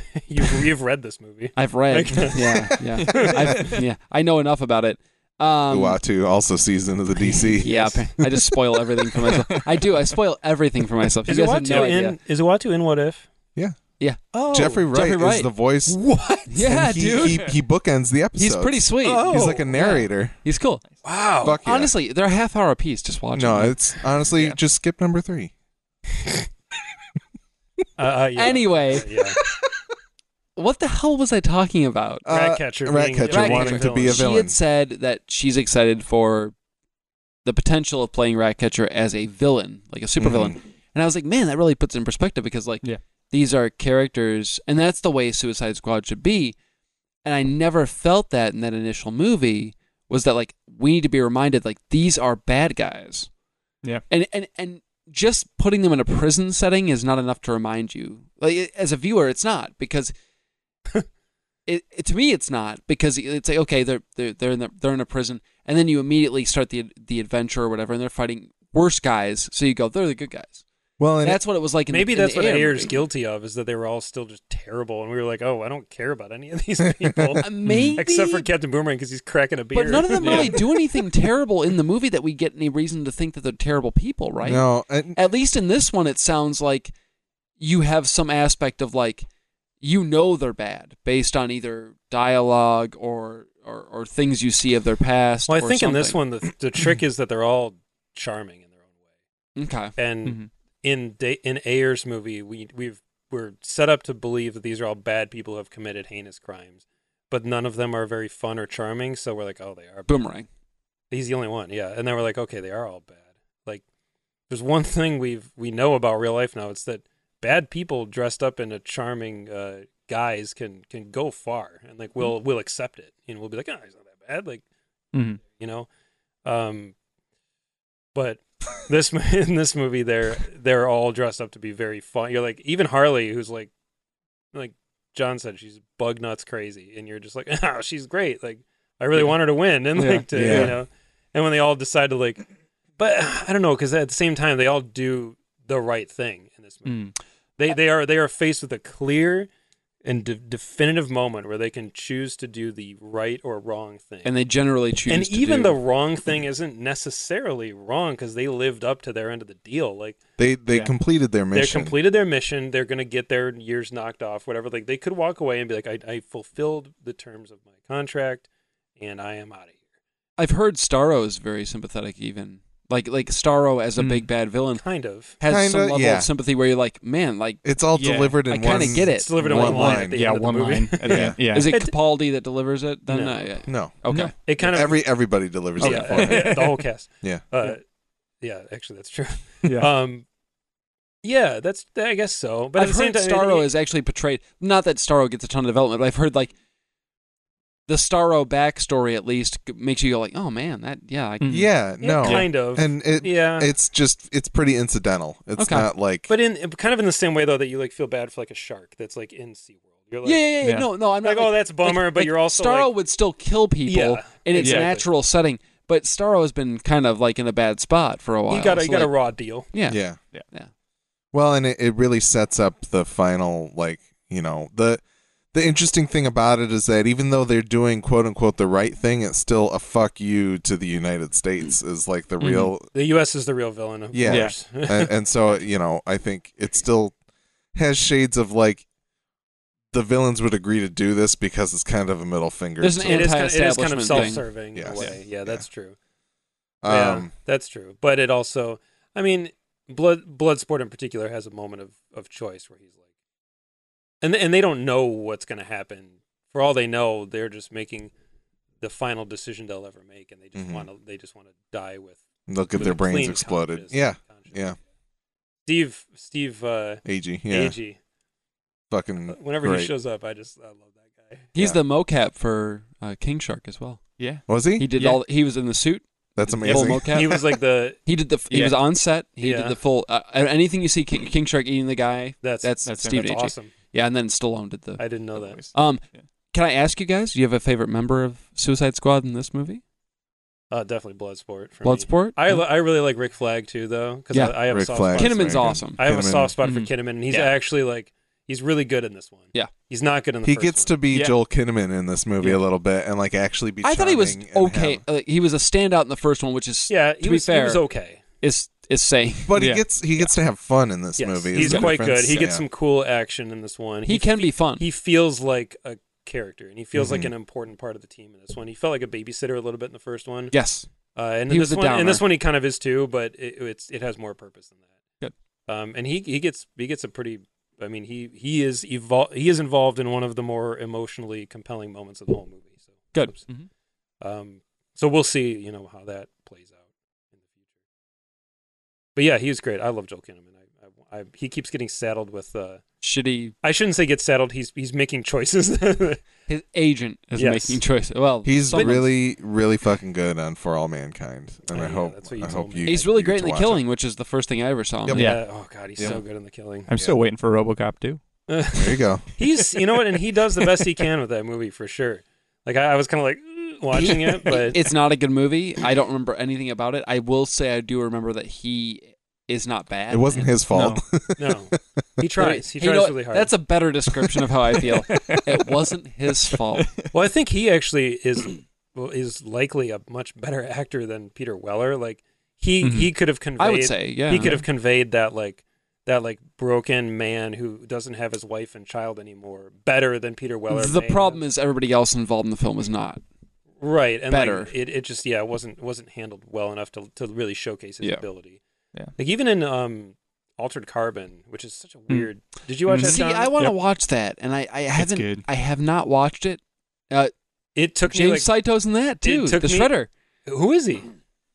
[SPEAKER 2] [LAUGHS] you've, you've read this movie.
[SPEAKER 3] I've read
[SPEAKER 2] Okay.
[SPEAKER 3] yeah yeah I've, yeah I know enough about it um
[SPEAKER 1] Uatu also season of the DC.
[SPEAKER 3] [LAUGHS] yeah I just spoil everything for myself I do I spoil everything for myself
[SPEAKER 2] Is
[SPEAKER 3] you guys have
[SPEAKER 2] Uatu
[SPEAKER 3] no
[SPEAKER 2] in?
[SPEAKER 3] idea
[SPEAKER 2] Is Uatu in What If?
[SPEAKER 1] Yeah.
[SPEAKER 3] Yeah.
[SPEAKER 2] Oh,
[SPEAKER 1] Jeffrey, Wright
[SPEAKER 3] Jeffrey Wright.
[SPEAKER 1] is the voice.
[SPEAKER 2] What?
[SPEAKER 3] yeah
[SPEAKER 1] and he,
[SPEAKER 3] dude
[SPEAKER 1] He, he bookends the episode.
[SPEAKER 3] he's pretty sweet
[SPEAKER 2] Oh.
[SPEAKER 1] He's like a narrator.
[SPEAKER 3] he's cool
[SPEAKER 2] Wow.
[SPEAKER 1] Fuck yeah.
[SPEAKER 3] Honestly, they're a half hour a piece. Just watch
[SPEAKER 1] No,
[SPEAKER 3] it.
[SPEAKER 1] it's honestly
[SPEAKER 4] Yeah.
[SPEAKER 1] just skip number three.
[SPEAKER 2] Uh, uh, yeah.
[SPEAKER 3] Anyway,
[SPEAKER 2] Yeah.
[SPEAKER 3] what the hell was I talking about?
[SPEAKER 1] Uh,
[SPEAKER 2] Ratcatcher being-
[SPEAKER 1] Ratcatcher
[SPEAKER 3] Ratcatcher
[SPEAKER 1] wanting to be a
[SPEAKER 2] villain.
[SPEAKER 3] She
[SPEAKER 1] villain.
[SPEAKER 3] had said that she's excited for the potential of playing Ratcatcher as a villain, like a
[SPEAKER 1] Mm-hmm.
[SPEAKER 3] supervillain. And I was like, man, that really puts it in perspective because like
[SPEAKER 4] Yeah.
[SPEAKER 3] these are characters, and that's the way Suicide Squad should be. And I never felt that in that initial movie was that like we need to be reminded like these are bad guys.
[SPEAKER 4] Yeah.
[SPEAKER 3] And and and just putting them in a prison setting is not enough to remind you. Like as a viewer, it's not
[SPEAKER 1] [LAUGHS]
[SPEAKER 3] because it, it to me it's not because it's like okay they're they're they're in the, they're in a prison and then you immediately start the the adventure or whatever and they're fighting worse guys so you go they're the good guys.
[SPEAKER 1] Well, and
[SPEAKER 3] that's what it was like. In
[SPEAKER 2] Maybe
[SPEAKER 3] the,
[SPEAKER 2] that's
[SPEAKER 3] in
[SPEAKER 2] what
[SPEAKER 3] the Air
[SPEAKER 2] Ayer's
[SPEAKER 3] movie.
[SPEAKER 2] guilty of is that they were all still just terrible, and we were like, oh, I don't care about any of these [LAUGHS] people
[SPEAKER 3] Uh,
[SPEAKER 2] [LAUGHS]
[SPEAKER 3] maybe,
[SPEAKER 2] except for Captain Boomerang because he's cracking a beer.
[SPEAKER 3] but none of them
[SPEAKER 4] Yeah.
[SPEAKER 3] really do anything terrible in the movie that we get any reason to think that they're terrible people, right?
[SPEAKER 1] no, and,
[SPEAKER 3] At least in this one, it sounds like you have some aspect of like you know they're bad based on either dialogue or or, or things you see of their past.
[SPEAKER 2] well, I
[SPEAKER 3] or
[SPEAKER 2] think in this
[SPEAKER 3] something.
[SPEAKER 2] one the the trick is that they're all charming in their own way.
[SPEAKER 3] Okay.
[SPEAKER 2] and
[SPEAKER 4] Mhm.
[SPEAKER 2] in da- in Ayer's movie, we we've we're set up to believe that these are all bad people who have committed heinous crimes, but none of them are very fun or charming. So we're like, oh, they are.
[SPEAKER 3] Boomerang.
[SPEAKER 2] He's the only one, yeah. And then we're like, okay, they are all bad. Like, there's one [LAUGHS] thing we've we know about real life now. It's that bad people dressed up in a charming uh, guise can can go far, and like we'll we'll accept it, and we'll be like, oh, he's not that bad. Like,
[SPEAKER 4] Mhm.
[SPEAKER 2] you know, um, but this [LAUGHS] mo- in this movie they're they're all dressed up to be very fun. You're like even Harley who's like like John said she's bug nuts crazy and you're just like [LAUGHS] oh she's great like I really
[SPEAKER 3] Yeah.
[SPEAKER 2] want her to win and
[SPEAKER 3] Yeah.
[SPEAKER 2] like to
[SPEAKER 1] Yeah.
[SPEAKER 2] you know and when they all decide to like but I don't know cuz at the same time they all do the right thing in this movie.
[SPEAKER 4] Mm.
[SPEAKER 2] They they are they are faced with a clear and de- definitive moment where they can choose to do the right or wrong thing
[SPEAKER 3] And they generally choose.
[SPEAKER 2] and
[SPEAKER 3] to
[SPEAKER 2] even
[SPEAKER 3] do-
[SPEAKER 2] the wrong thing isn't necessarily wrong because they lived up to their end of the deal like
[SPEAKER 1] They they
[SPEAKER 4] Yeah.
[SPEAKER 1] completed their
[SPEAKER 2] they
[SPEAKER 1] mission.
[SPEAKER 2] completed their mission they're going to get their years knocked off whatever like they could walk away and be like I, I fulfilled the terms of my contract and i am out of here
[SPEAKER 3] I've heard Starro is very sympathetic. Even like like Starro as a
[SPEAKER 2] Hmm.
[SPEAKER 4] Mm.
[SPEAKER 3] big bad villain
[SPEAKER 2] kind of
[SPEAKER 3] has some
[SPEAKER 1] Kinda,
[SPEAKER 3] level
[SPEAKER 1] yeah.
[SPEAKER 3] of sympathy where you're like, man, like
[SPEAKER 1] it's all
[SPEAKER 4] Yeah.
[SPEAKER 1] delivered in
[SPEAKER 3] I
[SPEAKER 1] one.
[SPEAKER 3] kind of get it.
[SPEAKER 2] it's delivered in
[SPEAKER 1] one
[SPEAKER 2] one, line,
[SPEAKER 1] line.
[SPEAKER 2] at the
[SPEAKER 4] Yeah,
[SPEAKER 2] end of the
[SPEAKER 4] one
[SPEAKER 2] movie.
[SPEAKER 4] line. at the
[SPEAKER 1] Yeah.
[SPEAKER 4] end. yeah.
[SPEAKER 3] Is it
[SPEAKER 2] It-
[SPEAKER 3] Capaldi that delivers it? Then
[SPEAKER 2] No.
[SPEAKER 3] I- I-
[SPEAKER 1] No,
[SPEAKER 3] okay.
[SPEAKER 4] No.
[SPEAKER 2] [LAUGHS] it kind of Oh,
[SPEAKER 1] every everybody delivers
[SPEAKER 2] [LAUGHS] yeah,
[SPEAKER 1] it. in
[SPEAKER 2] [LAUGHS]
[SPEAKER 1] one line.
[SPEAKER 2] the whole
[SPEAKER 1] [LAUGHS]
[SPEAKER 2] cast
[SPEAKER 1] Yeah.
[SPEAKER 2] uh, yeah actually that's true
[SPEAKER 4] Yeah.
[SPEAKER 2] um yeah that's i guess so but
[SPEAKER 3] I've
[SPEAKER 2] at the
[SPEAKER 3] heard
[SPEAKER 2] same time
[SPEAKER 3] Starro is actually portrayed. Not that Starro gets a ton of development, but I've heard like the Starro backstory at least g- makes you go like, oh man, that yeah,
[SPEAKER 2] [LAUGHS]
[SPEAKER 3] I,
[SPEAKER 4] Mm.
[SPEAKER 1] Yeah,
[SPEAKER 2] yeah,
[SPEAKER 1] no,
[SPEAKER 2] kind of
[SPEAKER 1] and it
[SPEAKER 2] yeah
[SPEAKER 1] it's just it's pretty incidental. It's
[SPEAKER 3] Okay.
[SPEAKER 1] not like
[SPEAKER 2] But in kind of in the same way though that you like feel bad for like a shark that's like in SeaWorld. You're like
[SPEAKER 3] yeah, yeah, yeah,
[SPEAKER 4] Yeah.
[SPEAKER 3] No, no, I'm not
[SPEAKER 2] like, oh that's a bummer,
[SPEAKER 3] like-
[SPEAKER 2] but
[SPEAKER 3] like,
[SPEAKER 2] you're also
[SPEAKER 3] Starro
[SPEAKER 2] like,
[SPEAKER 3] would still kill people
[SPEAKER 2] Yeah,
[SPEAKER 3] in its
[SPEAKER 2] exactly.
[SPEAKER 3] natural setting, but Starro has been kind of like in a bad spot for a while.
[SPEAKER 2] you got a,
[SPEAKER 3] so,
[SPEAKER 2] you got a
[SPEAKER 3] like,
[SPEAKER 2] raw deal.
[SPEAKER 3] yeah,
[SPEAKER 1] yeah.
[SPEAKER 4] Yeah.
[SPEAKER 3] Yeah.
[SPEAKER 1] Well, and it, it really sets up the final like, you know, the the interesting thing about it is that even though they're doing quote unquote the right thing, it's still a fuck you to the United States is like the
[SPEAKER 2] Mm-hmm.
[SPEAKER 4] Mhm.
[SPEAKER 1] real
[SPEAKER 2] The U.S. is the real villain, of
[SPEAKER 1] Yeah.
[SPEAKER 2] course. [LAUGHS]
[SPEAKER 1] and, and so, you know, I think it still has shades of like the villains would agree to do this because it's kind of a middle finger.
[SPEAKER 3] There's an
[SPEAKER 1] to-
[SPEAKER 2] [LAUGHS] it is kind of, it is kind
[SPEAKER 3] Anti-establishment
[SPEAKER 2] of
[SPEAKER 3] thing.
[SPEAKER 2] self-serving in
[SPEAKER 1] Yes.
[SPEAKER 2] a way. Yeah,
[SPEAKER 1] Yeah.
[SPEAKER 2] that's true. yeah,
[SPEAKER 1] um,
[SPEAKER 2] that's true. But it also, I mean, blood Bloodsport in particular has a moment of of choice where he's like, and and they don't know what's going to happen. For all they know, they're just making the final decision they'll ever make, and they just
[SPEAKER 1] Mhm.
[SPEAKER 2] want to they just want to die with
[SPEAKER 1] they'll get
[SPEAKER 2] with
[SPEAKER 1] their
[SPEAKER 2] a
[SPEAKER 1] brains
[SPEAKER 2] clean
[SPEAKER 1] exploded.
[SPEAKER 2] conscious-
[SPEAKER 1] Yeah.
[SPEAKER 2] conscious.
[SPEAKER 1] Yeah.
[SPEAKER 2] Steve Steve uh,
[SPEAKER 1] AG. Yeah.
[SPEAKER 2] Agee.
[SPEAKER 1] Fucking
[SPEAKER 2] Whenever
[SPEAKER 1] great.
[SPEAKER 2] he shows up, I just I love that guy.
[SPEAKER 3] He's
[SPEAKER 1] Yeah.
[SPEAKER 3] the mocap for uh, King Shark as well.
[SPEAKER 4] yeah.
[SPEAKER 1] Was he?
[SPEAKER 3] He did
[SPEAKER 4] Yeah.
[SPEAKER 3] all. He was in the suit.
[SPEAKER 1] That's
[SPEAKER 3] did the full
[SPEAKER 1] amazing.
[SPEAKER 3] mocap.
[SPEAKER 2] He was
[SPEAKER 1] [LAUGHS]
[SPEAKER 2] like the
[SPEAKER 3] He did the. f- He
[SPEAKER 4] Yeah.
[SPEAKER 3] was on set. He
[SPEAKER 2] Yeah.
[SPEAKER 3] did the full. Uh, anything you see King, King Shark eating the guy.
[SPEAKER 2] [LAUGHS] that's
[SPEAKER 3] That's,
[SPEAKER 4] That's him.
[SPEAKER 3] Steve
[SPEAKER 2] that's
[SPEAKER 3] Agee.
[SPEAKER 2] awesome.
[SPEAKER 3] Yeah, and then Stallone did the.
[SPEAKER 2] I didn't know that.
[SPEAKER 3] Um,
[SPEAKER 4] Yeah.
[SPEAKER 3] can I ask you guys? Do you have a favorite member of Suicide Squad in this movie?
[SPEAKER 2] Uh, definitely Bloodsport. For me.
[SPEAKER 3] Bloodsport.
[SPEAKER 2] I,
[SPEAKER 3] Yeah.
[SPEAKER 2] li- I really like Rick Flag too though because
[SPEAKER 3] Yeah.
[SPEAKER 2] I, I have a
[SPEAKER 1] Rick
[SPEAKER 2] soft
[SPEAKER 1] Flag.
[SPEAKER 2] spot.
[SPEAKER 1] Kinnaman-
[SPEAKER 3] Kinnaman's
[SPEAKER 1] very good.
[SPEAKER 3] awesome.
[SPEAKER 2] I have a
[SPEAKER 1] Kinnaman.
[SPEAKER 2] soft spot for
[SPEAKER 3] Mhm.
[SPEAKER 2] Kinnaman, and he's
[SPEAKER 4] Yeah.
[SPEAKER 2] actually like he's really good in this one.
[SPEAKER 3] Yeah.
[SPEAKER 2] he's not good in the.
[SPEAKER 1] he
[SPEAKER 2] first
[SPEAKER 1] gets to
[SPEAKER 2] one.
[SPEAKER 1] be
[SPEAKER 4] Yeah.
[SPEAKER 1] Joel Kinnaman in this movie a little bit and like actually be.
[SPEAKER 3] I thought he was
[SPEAKER 1] charming and
[SPEAKER 3] okay.
[SPEAKER 1] have-
[SPEAKER 3] Like, he was a standout in the first one, which is
[SPEAKER 2] Yeah,
[SPEAKER 3] to
[SPEAKER 2] he
[SPEAKER 3] be
[SPEAKER 2] was, he
[SPEAKER 3] fair,
[SPEAKER 2] was okay.
[SPEAKER 3] is is saying
[SPEAKER 1] but he
[SPEAKER 4] Yeah.
[SPEAKER 1] gets he gets to have fun in this
[SPEAKER 2] Yes,
[SPEAKER 1] movie. is
[SPEAKER 2] he's
[SPEAKER 1] the
[SPEAKER 2] quite
[SPEAKER 1] difference.
[SPEAKER 2] good. He gets
[SPEAKER 1] Yeah.
[SPEAKER 2] some cool action in this one.
[SPEAKER 3] he, can be fun.
[SPEAKER 2] he feels like a character, and he feels like
[SPEAKER 1] Mhm.
[SPEAKER 3] Mm-hmm.
[SPEAKER 2] an important part of the team in this one. He felt like a babysitter a little bit in the first one.
[SPEAKER 3] yes,
[SPEAKER 2] Uh, and
[SPEAKER 3] He
[SPEAKER 2] in
[SPEAKER 3] was
[SPEAKER 2] this
[SPEAKER 3] a
[SPEAKER 2] one, and this
[SPEAKER 3] downer.
[SPEAKER 2] one, he kind of is too, but it, it's it has more purpose than that.
[SPEAKER 4] Good.
[SPEAKER 2] Um, and he he gets he gets a pretty. I mean, he he is evol- he is involved in one of the more emotionally compelling moments of the whole movie. So
[SPEAKER 3] Good.
[SPEAKER 4] Mhm.
[SPEAKER 2] Um, so we'll see, you know, how that plays out in the future. But yeah, he was great. I love Joel Kinnaman. I, I, I he keeps getting saddled with. Uh,
[SPEAKER 3] shitty.
[SPEAKER 2] I shouldn't say get saddled. He's he's making choices. [LAUGHS]
[SPEAKER 3] His agent is
[SPEAKER 2] Yes.
[SPEAKER 3] making choices. Well,
[SPEAKER 1] He's
[SPEAKER 3] someone's-
[SPEAKER 1] really really fucking good on For All Mankind, and
[SPEAKER 2] Oh,
[SPEAKER 1] I
[SPEAKER 2] yeah,
[SPEAKER 1] hope
[SPEAKER 2] that's what you
[SPEAKER 1] I
[SPEAKER 2] told
[SPEAKER 1] hope
[SPEAKER 2] me.
[SPEAKER 1] you.
[SPEAKER 3] he's really
[SPEAKER 1] you
[SPEAKER 3] great
[SPEAKER 1] to
[SPEAKER 3] in the
[SPEAKER 1] watch it.
[SPEAKER 3] killing, which is the first thing I ever saw.
[SPEAKER 1] Yep.
[SPEAKER 3] him. in.
[SPEAKER 4] Yeah.
[SPEAKER 2] Oh god, he's
[SPEAKER 1] Yeah.
[SPEAKER 2] so good in the killing.
[SPEAKER 3] [LAUGHS]
[SPEAKER 4] I'm still waiting for RoboCop too.
[SPEAKER 1] There you go.
[SPEAKER 2] [LAUGHS] he's you know what, and he does the best he can with that movie for sure. Like I, I was kind of like "Mm," watching
[SPEAKER 3] [LAUGHS]
[SPEAKER 2] it, but
[SPEAKER 3] it's not a good movie. I don't remember anything about it. I will say I do remember that he is not bad.
[SPEAKER 1] It wasn't his [LAUGHS]
[SPEAKER 4] [LAUGHS]
[SPEAKER 1] fault. [LAUGHS]
[SPEAKER 2] no, he tries. He
[SPEAKER 3] Hey, you
[SPEAKER 2] tries
[SPEAKER 3] know what?
[SPEAKER 2] really hard.
[SPEAKER 3] That's a better description of how I
[SPEAKER 2] [LAUGHS]
[SPEAKER 3] feel. it wasn't his fault.
[SPEAKER 2] well, I think he actually is well, is likely a much better actor than Peter Weller. Like he
[SPEAKER 4] Mhm.
[SPEAKER 2] he could have conveyed.
[SPEAKER 3] Mm-hmm. I would say, yeah.
[SPEAKER 2] he could have conveyed that like that like broken man who doesn't have his wife and child anymore better than Peter Weller.
[SPEAKER 3] the problem is everybody else involved in the film is not.
[SPEAKER 2] right and like,
[SPEAKER 3] better.
[SPEAKER 2] it, it just yeah it wasn't wasn't handled well enough to to really showcase his
[SPEAKER 3] Yeah.
[SPEAKER 2] ability. Like even in um, Altered Carbon, which is such a weird. Did you watch
[SPEAKER 4] Mm.
[SPEAKER 2] that?
[SPEAKER 4] That's
[SPEAKER 3] See,
[SPEAKER 2] John?
[SPEAKER 3] I want to
[SPEAKER 4] Yep.
[SPEAKER 3] watch that, and I, I haven't.
[SPEAKER 4] good.
[SPEAKER 3] I have not watched it. Uh,
[SPEAKER 2] It took me like.
[SPEAKER 3] James Saito's in that too.
[SPEAKER 2] took
[SPEAKER 3] The
[SPEAKER 2] me-
[SPEAKER 3] Shredder.
[SPEAKER 2] who is he?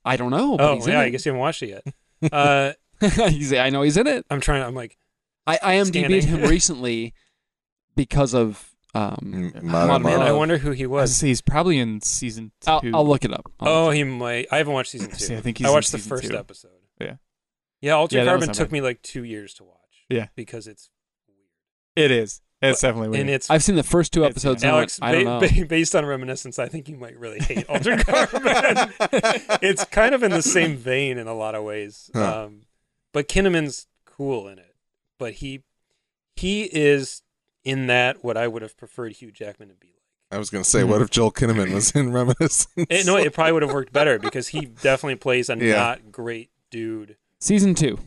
[SPEAKER 3] I don't know. But
[SPEAKER 2] Oh,
[SPEAKER 3] he's in
[SPEAKER 2] yeah.
[SPEAKER 3] it.
[SPEAKER 2] I guess you haven't watched it
[SPEAKER 4] [LAUGHS]
[SPEAKER 2] yet. Uh,
[SPEAKER 3] [LAUGHS] He's- I know he's in it.
[SPEAKER 2] I'm trying. I'm like,
[SPEAKER 3] I I IMDb'd him
[SPEAKER 2] [LAUGHS] Scanning.
[SPEAKER 3] recently because of
[SPEAKER 4] Mm,
[SPEAKER 3] um.
[SPEAKER 1] M- Modern
[SPEAKER 2] man,
[SPEAKER 1] Love.
[SPEAKER 2] I wonder who he
[SPEAKER 4] uh, I was gonna
[SPEAKER 2] was.
[SPEAKER 4] say he's probably in season 2
[SPEAKER 3] I'll, I'll look it up.
[SPEAKER 2] Oh,
[SPEAKER 3] I'll-
[SPEAKER 2] he might. I haven't watched season two.
[SPEAKER 4] See, I think he's
[SPEAKER 2] I
[SPEAKER 4] in
[SPEAKER 2] watched the
[SPEAKER 4] season
[SPEAKER 2] first
[SPEAKER 4] two.
[SPEAKER 2] episode.
[SPEAKER 4] Yeah.
[SPEAKER 2] Yeah, Altered
[SPEAKER 4] Yeah, that was
[SPEAKER 2] Carbon
[SPEAKER 4] not
[SPEAKER 2] took
[SPEAKER 4] bad.
[SPEAKER 2] me like two years to watch.
[SPEAKER 4] Yeah.
[SPEAKER 2] Because it's
[SPEAKER 4] It is. It's
[SPEAKER 2] But-
[SPEAKER 4] definitely weird.
[SPEAKER 2] and it's
[SPEAKER 3] I've seen the first two
[SPEAKER 4] It's-
[SPEAKER 3] episodes. and I
[SPEAKER 2] Alex.
[SPEAKER 3] went, I don't
[SPEAKER 2] ba-
[SPEAKER 3] know.
[SPEAKER 2] ba- based on reminiscence, I think you might really hate
[SPEAKER 4] [LAUGHS]
[SPEAKER 2] Altered Carbon. it's kind of in the same vein in a lot of ways.
[SPEAKER 1] Huh.
[SPEAKER 2] Um, but Kinnaman's cool in it. But he he is in that what I would have preferred Hugh Jackman to be like.
[SPEAKER 1] I was gonna say, what if Joel Kinnaman was in [LAUGHS] Reminiscence?
[SPEAKER 2] It, Eh, no, it probably would have worked better because he definitely plays a
[SPEAKER 1] Yeah.
[SPEAKER 2] not great dude.
[SPEAKER 3] Season two.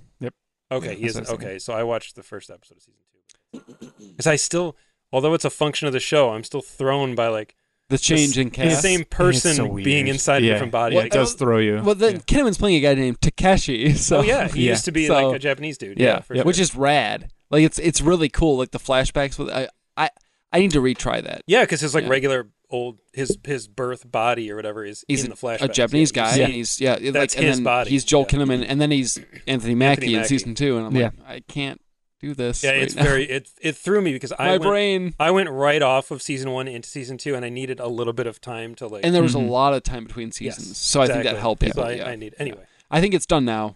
[SPEAKER 2] Okay, he
[SPEAKER 4] that's what
[SPEAKER 2] isn't.
[SPEAKER 4] I was thinking.
[SPEAKER 2] Okay, so I watched the first episode of season two. Because I still, although it's a function of the show, I'm still thrown by like
[SPEAKER 3] The change
[SPEAKER 2] s-
[SPEAKER 3] in cast.
[SPEAKER 2] the same person being inside a
[SPEAKER 4] Yeah.
[SPEAKER 2] different body.
[SPEAKER 3] Well,
[SPEAKER 2] Like,
[SPEAKER 4] it does throw you.
[SPEAKER 3] Well, then Kinnaman's playing a guy named Takeshi. [LAUGHS] So
[SPEAKER 2] oh yeah, he
[SPEAKER 4] yeah.
[SPEAKER 2] used to be
[SPEAKER 3] So-
[SPEAKER 2] like a Japanese dude. Yeah,
[SPEAKER 3] yeah,
[SPEAKER 2] for
[SPEAKER 3] which
[SPEAKER 2] sure.
[SPEAKER 3] is rad. Like it's it's really cool. Like the flashbacks with I I, I need to retry that.
[SPEAKER 2] yeah, because his like
[SPEAKER 3] Yeah.
[SPEAKER 2] regular old his his birth body or whatever is
[SPEAKER 3] He's
[SPEAKER 2] in the
[SPEAKER 3] a-
[SPEAKER 2] flashback.
[SPEAKER 3] a Japanese guy,
[SPEAKER 4] Yeah.
[SPEAKER 3] and he's yeah, it-
[SPEAKER 2] That's
[SPEAKER 3] like, and
[SPEAKER 2] his
[SPEAKER 3] then
[SPEAKER 2] body.
[SPEAKER 3] He's Joel
[SPEAKER 2] Yeah.
[SPEAKER 3] Kinnaman, and then he's Anthony Mackie in
[SPEAKER 2] Mackie.
[SPEAKER 3] season two, and I'm like, I can't do this.
[SPEAKER 2] Yeah,
[SPEAKER 3] right
[SPEAKER 2] it's
[SPEAKER 3] now.
[SPEAKER 2] very it it threw me because I
[SPEAKER 3] [LAUGHS] my
[SPEAKER 2] went,
[SPEAKER 3] brain.
[SPEAKER 2] I went right off of season one into season two, and I needed a little bit of time to like.
[SPEAKER 3] And there was
[SPEAKER 1] Mm-hmm.
[SPEAKER 4] Mhm.
[SPEAKER 3] a lot of time between
[SPEAKER 2] yes,
[SPEAKER 3] seasons, so I think that
[SPEAKER 2] exactly.
[SPEAKER 3] helped
[SPEAKER 2] So
[SPEAKER 3] people.
[SPEAKER 2] I,
[SPEAKER 3] yeah.
[SPEAKER 2] I need anyway.
[SPEAKER 3] I think it's done now.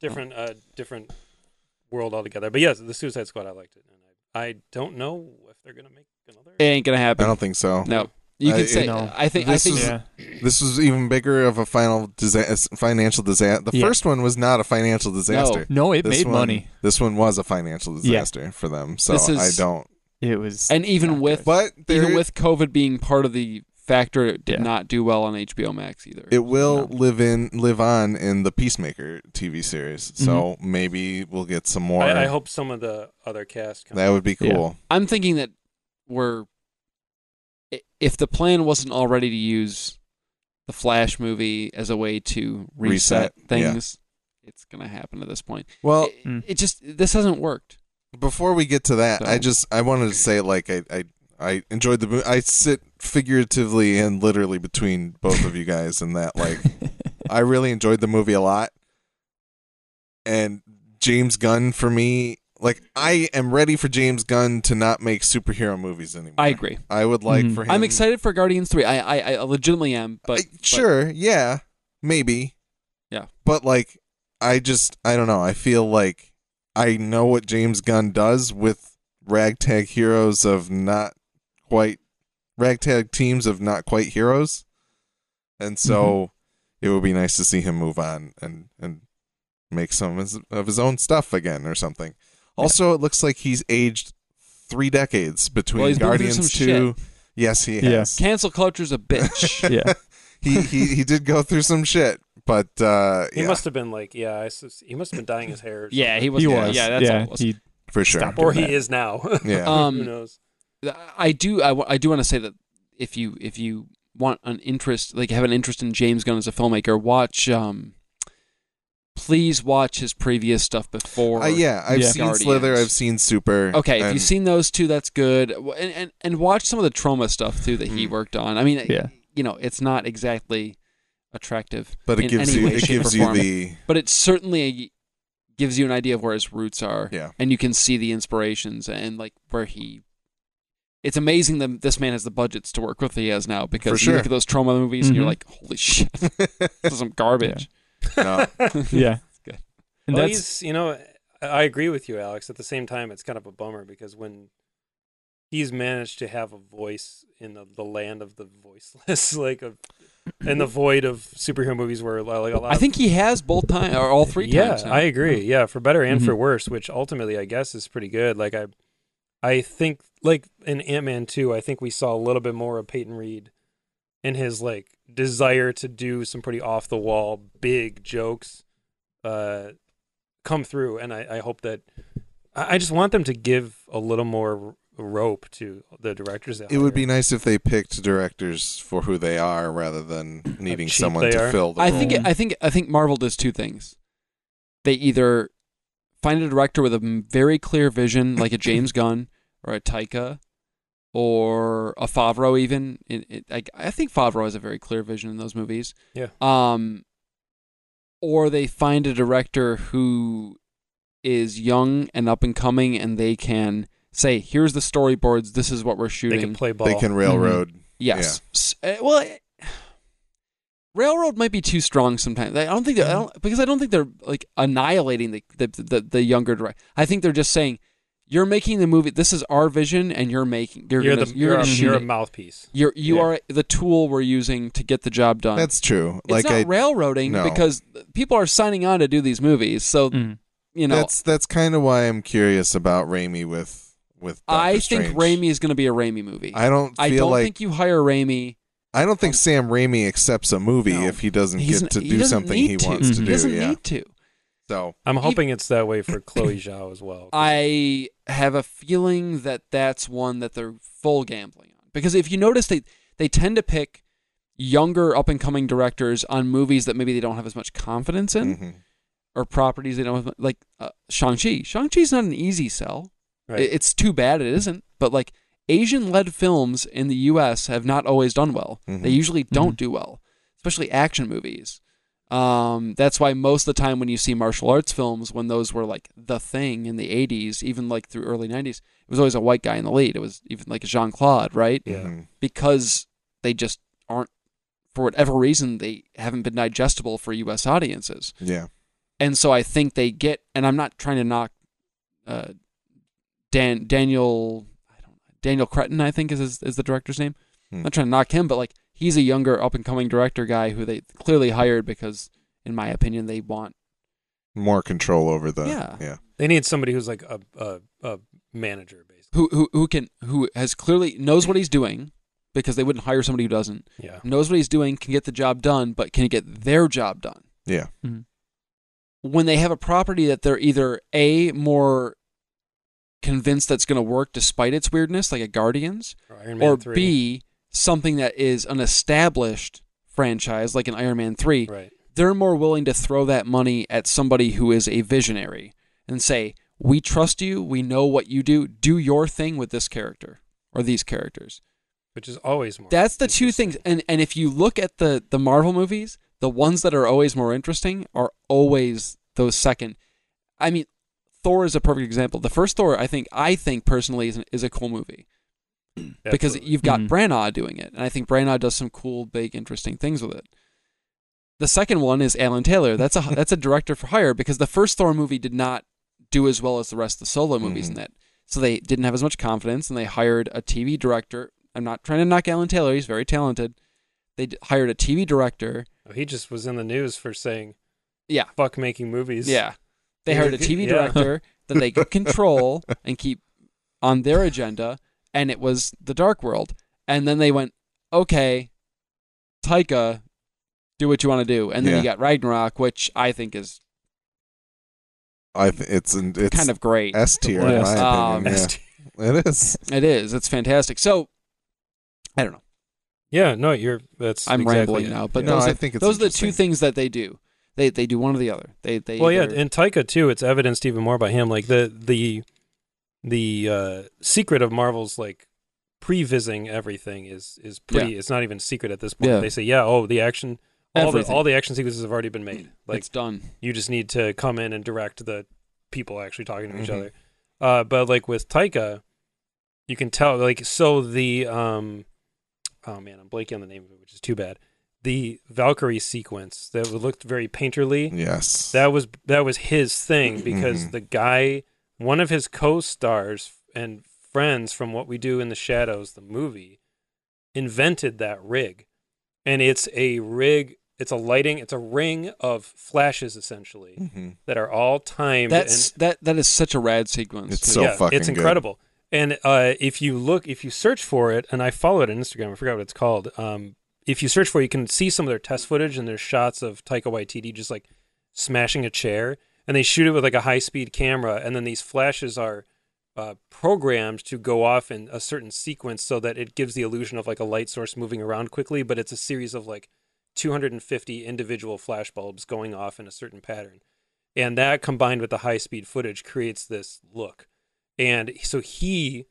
[SPEAKER 2] different uh different world altogether. But yes, the Suicide Squad I liked it, and I, I don't know if they're gonna make another.
[SPEAKER 3] It ain't gonna
[SPEAKER 1] I
[SPEAKER 3] happen.
[SPEAKER 1] don't think so.
[SPEAKER 3] No, you
[SPEAKER 1] I-
[SPEAKER 3] can say.
[SPEAKER 4] no.
[SPEAKER 3] I think.
[SPEAKER 1] This
[SPEAKER 3] I think.
[SPEAKER 1] is-
[SPEAKER 4] yeah.
[SPEAKER 1] This was even bigger of a final disa- financial disaster. The
[SPEAKER 4] Yeah.
[SPEAKER 1] first one was not a financial disaster.
[SPEAKER 4] No, it
[SPEAKER 1] This
[SPEAKER 4] made
[SPEAKER 1] one-
[SPEAKER 4] money.
[SPEAKER 1] This one was a financial
[SPEAKER 4] Yeah.
[SPEAKER 1] disaster for them. So
[SPEAKER 3] This is-
[SPEAKER 1] I don't.
[SPEAKER 4] It was.
[SPEAKER 3] And even
[SPEAKER 4] not
[SPEAKER 3] with-
[SPEAKER 4] good.
[SPEAKER 1] But there,
[SPEAKER 3] even with COVID being part of the factor, it did
[SPEAKER 4] Yeah.
[SPEAKER 3] not do well on HBO Max either.
[SPEAKER 1] it will
[SPEAKER 4] No.
[SPEAKER 1] live in live on in the Peacemaker TV series. So
[SPEAKER 3] Mm-hmm.
[SPEAKER 1] maybe we'll get some more.
[SPEAKER 2] I, I hope some of the other cast. Come
[SPEAKER 1] that would be
[SPEAKER 4] Yeah.
[SPEAKER 1] cool.
[SPEAKER 3] I'm thinking that we're i- if the plan wasn't already to use the Flash movie as a way to
[SPEAKER 1] Reset,
[SPEAKER 3] reset,
[SPEAKER 1] yeah.
[SPEAKER 3] things, it's gonna happen at this point.
[SPEAKER 1] Well,
[SPEAKER 3] it,
[SPEAKER 4] Mm.
[SPEAKER 3] it just this hasn't worked.
[SPEAKER 1] before we get to that, I
[SPEAKER 3] So-
[SPEAKER 1] just I wanted to say like I I, I enjoyed the movie. I sit figuratively and literally between both of you guys in that
[SPEAKER 3] [LAUGHS]
[SPEAKER 1] like I really enjoyed the movie a lot. And James Gunn for me, like I am ready for James Gunn to not make superhero movies anymore.
[SPEAKER 3] [LAUGHS] I agree.
[SPEAKER 1] I would like
[SPEAKER 4] Mhm.
[SPEAKER 1] for him.
[SPEAKER 3] I'm excited for Guardians Three. I I, I legitimately am, but
[SPEAKER 1] I- Uh, sure, yeah, maybe.
[SPEAKER 3] Yeah.
[SPEAKER 1] But like, I just I don't know. I feel like I know what James Gunn does with ragtag heroes of not quite ragtag teams of not quite heroes, and so
[SPEAKER 3] Mm-hmm.
[SPEAKER 1] it would be nice to see him move on and and make some of his, of his own stuff again or something. Also, it looks like he's aged three decades between
[SPEAKER 3] Well, he's been through
[SPEAKER 1] Guardians
[SPEAKER 3] some
[SPEAKER 1] Two. Yes, he
[SPEAKER 4] Yeah.
[SPEAKER 1] has
[SPEAKER 3] but cancel culture's
[SPEAKER 1] [LAUGHS]
[SPEAKER 3] a bitch.
[SPEAKER 4] yeah.
[SPEAKER 1] he he he did go through some shit, but uh,
[SPEAKER 2] He
[SPEAKER 1] yeah,
[SPEAKER 2] must have been like, yeah, I sus- he must have been dyeing
[SPEAKER 3] [LAUGHS]
[SPEAKER 2] his hair. or
[SPEAKER 3] yeah, he was.
[SPEAKER 4] He was.
[SPEAKER 3] Yeah, that's
[SPEAKER 4] yeah,
[SPEAKER 3] all it was. [LAUGHS]
[SPEAKER 4] He,
[SPEAKER 1] for sure.
[SPEAKER 4] Stop.
[SPEAKER 2] something. or he
[SPEAKER 4] Yeah.
[SPEAKER 2] is now. [LAUGHS]
[SPEAKER 1] Yeah,
[SPEAKER 2] Who
[SPEAKER 3] Um,
[SPEAKER 2] knows?
[SPEAKER 3] I do. I, wa- I do want to say that if you if you want an interest, like have an interest in James Gunn as a filmmaker, watch. Um, please watch his previous stuff before.
[SPEAKER 1] uh, yeah. I've
[SPEAKER 4] Yeah.
[SPEAKER 1] seen Slither.
[SPEAKER 3] Guardians.
[SPEAKER 1] I've seen Super.
[SPEAKER 3] Okay, if
[SPEAKER 1] and-
[SPEAKER 3] you've seen those two, that's good. W- And and, and watch some of the trauma stuff too that he
[SPEAKER 1] Hmm.
[SPEAKER 3] worked on. I mean,
[SPEAKER 4] Yeah.
[SPEAKER 3] you know, it's not exactly attractive,
[SPEAKER 1] but it
[SPEAKER 3] in
[SPEAKER 1] gives
[SPEAKER 3] any
[SPEAKER 1] you
[SPEAKER 3] way,
[SPEAKER 1] it
[SPEAKER 3] shape, or
[SPEAKER 1] gives you
[SPEAKER 3] form.
[SPEAKER 1] the
[SPEAKER 3] but it certainly gives you an idea of where his roots are.
[SPEAKER 1] yeah.
[SPEAKER 3] and you can see the inspirations and like where he it's amazing that this man has the budgets to work with he has now because
[SPEAKER 1] sure.
[SPEAKER 3] you look at those trauma movies and you're
[SPEAKER 4] Mhm.
[SPEAKER 2] Mm-hmm.
[SPEAKER 3] like holy shit [LAUGHS] this is some
[SPEAKER 1] [LAUGHS]
[SPEAKER 3] garbage
[SPEAKER 2] [LAUGHS]
[SPEAKER 1] No.
[SPEAKER 4] yeah.
[SPEAKER 3] good.
[SPEAKER 4] And
[SPEAKER 2] well, Oh,
[SPEAKER 4] that's
[SPEAKER 2] he's, you know, I I agree with you, Alex. At the same time, it's kind of a bummer because when he's managed to have a voice in the, the land of the voiceless, [LAUGHS] like of in the void of superhero movies, where like a lot.
[SPEAKER 3] i
[SPEAKER 2] of-
[SPEAKER 3] think he has both time or all three
[SPEAKER 2] yeah,
[SPEAKER 3] times now. Mm-hmm.
[SPEAKER 2] I agree. Yeah, for better and for
[SPEAKER 4] Mhm.
[SPEAKER 2] worse, which ultimately I guess is pretty good. Like I, I think like in Ant Man two, I think we saw a little bit more of Peyton Reed in his like desire to do some pretty off the wall big jokes, uh, come through, and I, I hope that I, I just want them to give a little more r- rope to the directors. that
[SPEAKER 1] It would be
[SPEAKER 2] hire.
[SPEAKER 1] nice if they picked directors for who they are rather than needing
[SPEAKER 2] cheap
[SPEAKER 1] someone
[SPEAKER 2] they
[SPEAKER 1] to
[SPEAKER 2] are.
[SPEAKER 1] fill the
[SPEAKER 3] I
[SPEAKER 1] role.
[SPEAKER 3] think
[SPEAKER 4] Yeah.
[SPEAKER 3] i think i think marvel does two things they either find a director with a m- very clear vision, like
[SPEAKER 2] [COUGHS]
[SPEAKER 3] a James Gunn or a Taika or a Favreau. Even it, it, I, I think Favreau has a very clear vision in those movies.
[SPEAKER 2] Yeah.
[SPEAKER 3] Um, or they find a director who is young and up and coming, and they can say, "Here's the storyboards. This is what we're
[SPEAKER 2] They
[SPEAKER 3] shooting."
[SPEAKER 2] can play ball.
[SPEAKER 1] They can
[SPEAKER 3] Mm-hmm.
[SPEAKER 1] railroad.
[SPEAKER 3] Yes. S- uh, well, I- railroad might be too strong sometimes. I don't think they're, I
[SPEAKER 2] Mm-hmm.
[SPEAKER 3] don't, because I don't think they're like annihilating the the, the, the younger director. I think they're just saying you're making the movie. This is our vision, and you're making you're
[SPEAKER 2] You're,
[SPEAKER 3] gonna,
[SPEAKER 2] the
[SPEAKER 3] you're,
[SPEAKER 2] you're, a,
[SPEAKER 3] gonna shoot
[SPEAKER 2] you're a
[SPEAKER 3] it.
[SPEAKER 2] mouthpiece.
[SPEAKER 3] You're you
[SPEAKER 2] yeah.
[SPEAKER 3] are the tool we're using to get the job done.
[SPEAKER 1] That's true.
[SPEAKER 3] it's
[SPEAKER 1] like
[SPEAKER 3] not
[SPEAKER 1] I,
[SPEAKER 3] railroading
[SPEAKER 1] no.
[SPEAKER 3] because people are signing on to do these movies. So
[SPEAKER 4] [LAUGHS] Mm.
[SPEAKER 3] you know,
[SPEAKER 1] that's that's kind of why I'm curious about Raimi with with. Doctor
[SPEAKER 3] I
[SPEAKER 1] Strange.
[SPEAKER 3] think Raimi is going to be a Raimi movie.
[SPEAKER 1] I don't feel
[SPEAKER 3] I don't
[SPEAKER 1] like
[SPEAKER 3] think you hire Raimi.
[SPEAKER 1] I don't think Sam Raimi accepts a movie
[SPEAKER 3] No.
[SPEAKER 1] if he doesn't
[SPEAKER 3] He's
[SPEAKER 1] get to
[SPEAKER 3] n- he
[SPEAKER 1] do
[SPEAKER 3] doesn't
[SPEAKER 1] something
[SPEAKER 3] need
[SPEAKER 1] he
[SPEAKER 3] to. Mm-hmm.
[SPEAKER 1] wants to
[SPEAKER 2] Mm-hmm.
[SPEAKER 3] He
[SPEAKER 1] do.
[SPEAKER 3] doesn't
[SPEAKER 1] yeah.
[SPEAKER 3] need to.
[SPEAKER 1] So
[SPEAKER 2] I'm hoping it's that way for Chloe Zhao as well.
[SPEAKER 3] I have a feeling that that's one that they're full gambling on because if you notice they they tend to pick younger up and coming directors on movies that maybe they don't have as much confidence in
[SPEAKER 1] mhm.
[SPEAKER 3] or properties they don't have, like uh, Shang-Chi. Shang-Chi's not an easy sell.
[SPEAKER 2] Right.
[SPEAKER 3] It- It's too bad it isn't, but like Asian led films in the US have not always done well.
[SPEAKER 2] Mm-hmm.
[SPEAKER 1] Mhm.
[SPEAKER 3] They usually don't
[SPEAKER 4] Mhm.
[SPEAKER 3] do well, especially action movies. Um, that's why most of the time when you see martial arts films, when those were like the thing in the 80s, even like through early 90s, it was always a white guy in the lead. It was even like Jean Claude, right?
[SPEAKER 2] yeah.
[SPEAKER 1] Mhm.
[SPEAKER 3] Because they just aren't, for whatever reason, they haven't been digestible for US audiences.
[SPEAKER 1] yeah,
[SPEAKER 3] And so I think they get, and I'm not trying to knock uh, Dan Daniel I don't know, Daniel Cretton I think is his, is the director's name.
[SPEAKER 1] Hmm.
[SPEAKER 3] I'm not trying to knock him, but like he's a younger up and coming director guy who they clearly hired because, in my opinion, they want
[SPEAKER 1] more control over the
[SPEAKER 3] Yeah.
[SPEAKER 1] yeah.
[SPEAKER 2] They need somebody who's like a a, a manager, basically.
[SPEAKER 3] who who who can who has clearly knows what he's doing because they wouldn't hire somebody who doesn't
[SPEAKER 2] Yeah.
[SPEAKER 3] knows what he's doing can get the job done, but can get their job done.
[SPEAKER 1] Yeah.
[SPEAKER 4] Mhm.
[SPEAKER 3] when they have a property that they're either a more convinced that's going to work despite its weirdness, like a Guardians,
[SPEAKER 2] Or Iron Man
[SPEAKER 3] or
[SPEAKER 2] 3.
[SPEAKER 3] b something that is an established franchise like an Iron Man three,
[SPEAKER 2] Right.
[SPEAKER 3] they're more willing to throw that money at somebody who is a visionary and say, "We trust you. We know what you do. Do your thing with this character or these characters."
[SPEAKER 2] Which is always more.
[SPEAKER 3] That's the two
[SPEAKER 2] interesting.
[SPEAKER 3] things. And and if you look at the the Marvel movies, the ones that are always more interesting are always those second. I mean, Thor is a perfect example. The first Thor, I think, I think personally is, an, is a cool movie because
[SPEAKER 2] Absolutely.
[SPEAKER 3] you've got
[SPEAKER 4] Mhm.
[SPEAKER 3] Branagh doing it, and I think Branagh does some cool, big, interesting things with it. The second one is Alan Taylor. That's a that's a director for hire because the first Thor movie did not do as well as the rest of the solo movies
[SPEAKER 1] Mhm.
[SPEAKER 3] in that. So they didn't have as much confidence, and they hired a TV director. I'm not trying to knock Alan Taylor; he's very talented. They d- hired a TV director.
[SPEAKER 2] He just was in the news for saying
[SPEAKER 3] Yeah,
[SPEAKER 2] fuck making movies.
[SPEAKER 3] yeah. They
[SPEAKER 2] Yeah,
[SPEAKER 3] hired a
[SPEAKER 2] good-
[SPEAKER 3] TV
[SPEAKER 1] [LAUGHS]
[SPEAKER 2] yeah.
[SPEAKER 3] director that they could control and keep on their agenda, and it was The Dark World. And then they went, okay, Taika, do what you want to do. And then
[SPEAKER 1] Yeah.
[SPEAKER 3] you got Ragnarok, which I think is
[SPEAKER 1] I th- it's an, it's
[SPEAKER 3] kind of great.
[SPEAKER 1] S tier in
[SPEAKER 4] Yes.
[SPEAKER 1] my
[SPEAKER 3] Um,
[SPEAKER 1] opinion.
[SPEAKER 2] Yeah.
[SPEAKER 1] yeah. It is.
[SPEAKER 3] It is. It's fantastic. So I don't know.
[SPEAKER 2] [LAUGHS] Yeah, no, you're. That's.
[SPEAKER 3] I'm
[SPEAKER 2] exactly
[SPEAKER 3] rambling
[SPEAKER 2] it.
[SPEAKER 3] now, [LAUGHS] but
[SPEAKER 1] No,
[SPEAKER 3] those,
[SPEAKER 1] I
[SPEAKER 3] are,
[SPEAKER 1] think it's
[SPEAKER 3] those are the two
[SPEAKER 1] interesting.
[SPEAKER 3] things that they do. They they do one or the other. They they
[SPEAKER 2] well, yeah,
[SPEAKER 3] either-
[SPEAKER 2] and Taika too. It's evidenced even more by him. Like the the the uh, secret of Marvel's like prevising everything is is pretty. It's not even secret at this point.
[SPEAKER 3] Yeah.
[SPEAKER 2] They say, yeah, oh, the action, all the,
[SPEAKER 3] Everything.
[SPEAKER 2] all the action sequences have already been made. Like
[SPEAKER 3] it's done.
[SPEAKER 2] you just need to come in and direct the people actually talking to each
[SPEAKER 1] Mhm.
[SPEAKER 2] other. Uh, but like with Taika, you can tell like so the um oh man, I'm blanking on the name of it, which is too bad. The Valkyrie sequence that looked very painterly.
[SPEAKER 1] Yes.
[SPEAKER 2] That was that was his thing because
[SPEAKER 1] Mhm.
[SPEAKER 2] the guy, one of his co-stars and friends from What We Do in the Shadows, the movie, invented that rig, and it's a rig. It's a lighting. It's a ring of flashes essentially
[SPEAKER 1] Mhm.
[SPEAKER 2] that are all timed.
[SPEAKER 3] That's that that is such a rad sequence.
[SPEAKER 1] It's
[SPEAKER 3] too.
[SPEAKER 1] so
[SPEAKER 2] and, yeah,
[SPEAKER 1] fucking
[SPEAKER 2] it's
[SPEAKER 1] good.
[SPEAKER 2] incredible. And uh, if you look, if you search for it, and I follow it on Instagram, I forgot what it's called. Um, if you search for it, you can see some of their test footage and there's shots of Taika Waititi just like smashing a chair, and they shoot it with like a high speed camera, and then these flashes are uh, programmed to go off in a certain sequence so that it gives the illusion of like a light source moving around quickly, but it's a series of like 250 individual flash bulbs going off in a certain pattern. and that combined with the high speed footage creates this look. And so he,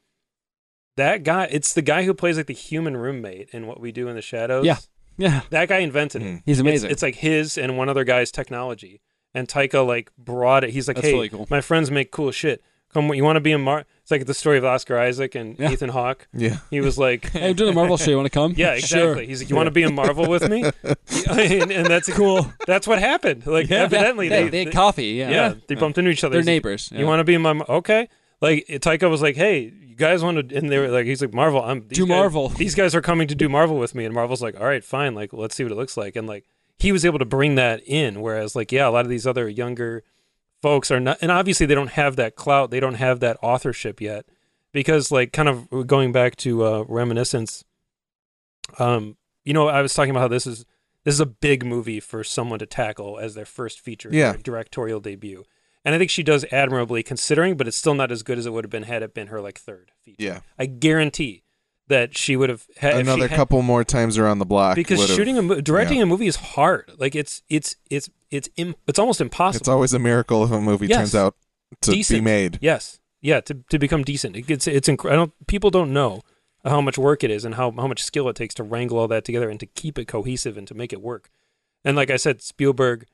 [SPEAKER 2] that guy, it's the guy who plays like the human roommate in What We Do in the Shadows.
[SPEAKER 3] Yeah. Yeah.
[SPEAKER 2] that guy invented it.
[SPEAKER 1] Hmm.
[SPEAKER 3] He's amazing.
[SPEAKER 2] It's, it's like his and one other guy's technology. And Taika like brought it. He's like,
[SPEAKER 3] That's
[SPEAKER 2] hey,
[SPEAKER 3] really cool.
[SPEAKER 2] my friends make cool shit. Come, you want to be a Mar? It's like the story of Oscar Isaac and
[SPEAKER 3] Yeah.
[SPEAKER 2] Ethan Hawke.
[SPEAKER 1] Yeah.
[SPEAKER 2] He was like,
[SPEAKER 3] hey, I'm doing a Marvel show. You want to come?
[SPEAKER 2] [LAUGHS] yeah, exactly.
[SPEAKER 3] [LAUGHS] Sure.
[SPEAKER 2] He's like, you want to be in Marvel
[SPEAKER 1] [LAUGHS]
[SPEAKER 2] with me? [LAUGHS] and, and that's cool. That's what happened. Like
[SPEAKER 4] Yeah.
[SPEAKER 2] evidently
[SPEAKER 3] Yeah,
[SPEAKER 2] they,
[SPEAKER 3] had coffee. Yeah.
[SPEAKER 2] yeah, they bumped into each other.
[SPEAKER 3] They're
[SPEAKER 2] He's like,
[SPEAKER 3] neighbors.
[SPEAKER 2] You want to be in my Mar- okay? Like Taika was like, hey, you guys want to? And they were like, he's like, Marvel. I'm these
[SPEAKER 3] do
[SPEAKER 2] guys-
[SPEAKER 3] Marvel? [LAUGHS]
[SPEAKER 2] these guys are coming to do Marvel with me, and Marvel's like, all right, fine, like let's see what it looks like, and like he was able to bring that in, whereas like yeah, a lot of these other younger folks are not, and obviously they don't have that clout, they don't have that authorship yet, because like kind of going back to uh, reminiscence, um, you know, I was talking about how this is this is a big movie for someone to tackle as their first feature,
[SPEAKER 1] Yeah.
[SPEAKER 2] their directorial debut. And I think she does admirably considering, but it's still not as good as it would have been had it been her like third feature.
[SPEAKER 1] Yeah.
[SPEAKER 2] I guarantee that she would have had if she
[SPEAKER 1] Another
[SPEAKER 2] had-
[SPEAKER 1] couple more times around the block.
[SPEAKER 2] because
[SPEAKER 1] would've-
[SPEAKER 2] shooting a mo- directing
[SPEAKER 1] yeah.
[SPEAKER 2] a movie is hard. Like it's it's it's it's im- it's almost impossible.
[SPEAKER 1] It's always a miracle if a movie
[SPEAKER 2] Yes.
[SPEAKER 1] turns out to
[SPEAKER 2] Decent.
[SPEAKER 1] be made.
[SPEAKER 2] yes, yeah, to to become decent, it, it's it's inc- I don't people don't know how much work it is and how how much skill it takes to wrangle all that together and to keep it cohesive and to make it work. And like I said, Spielberg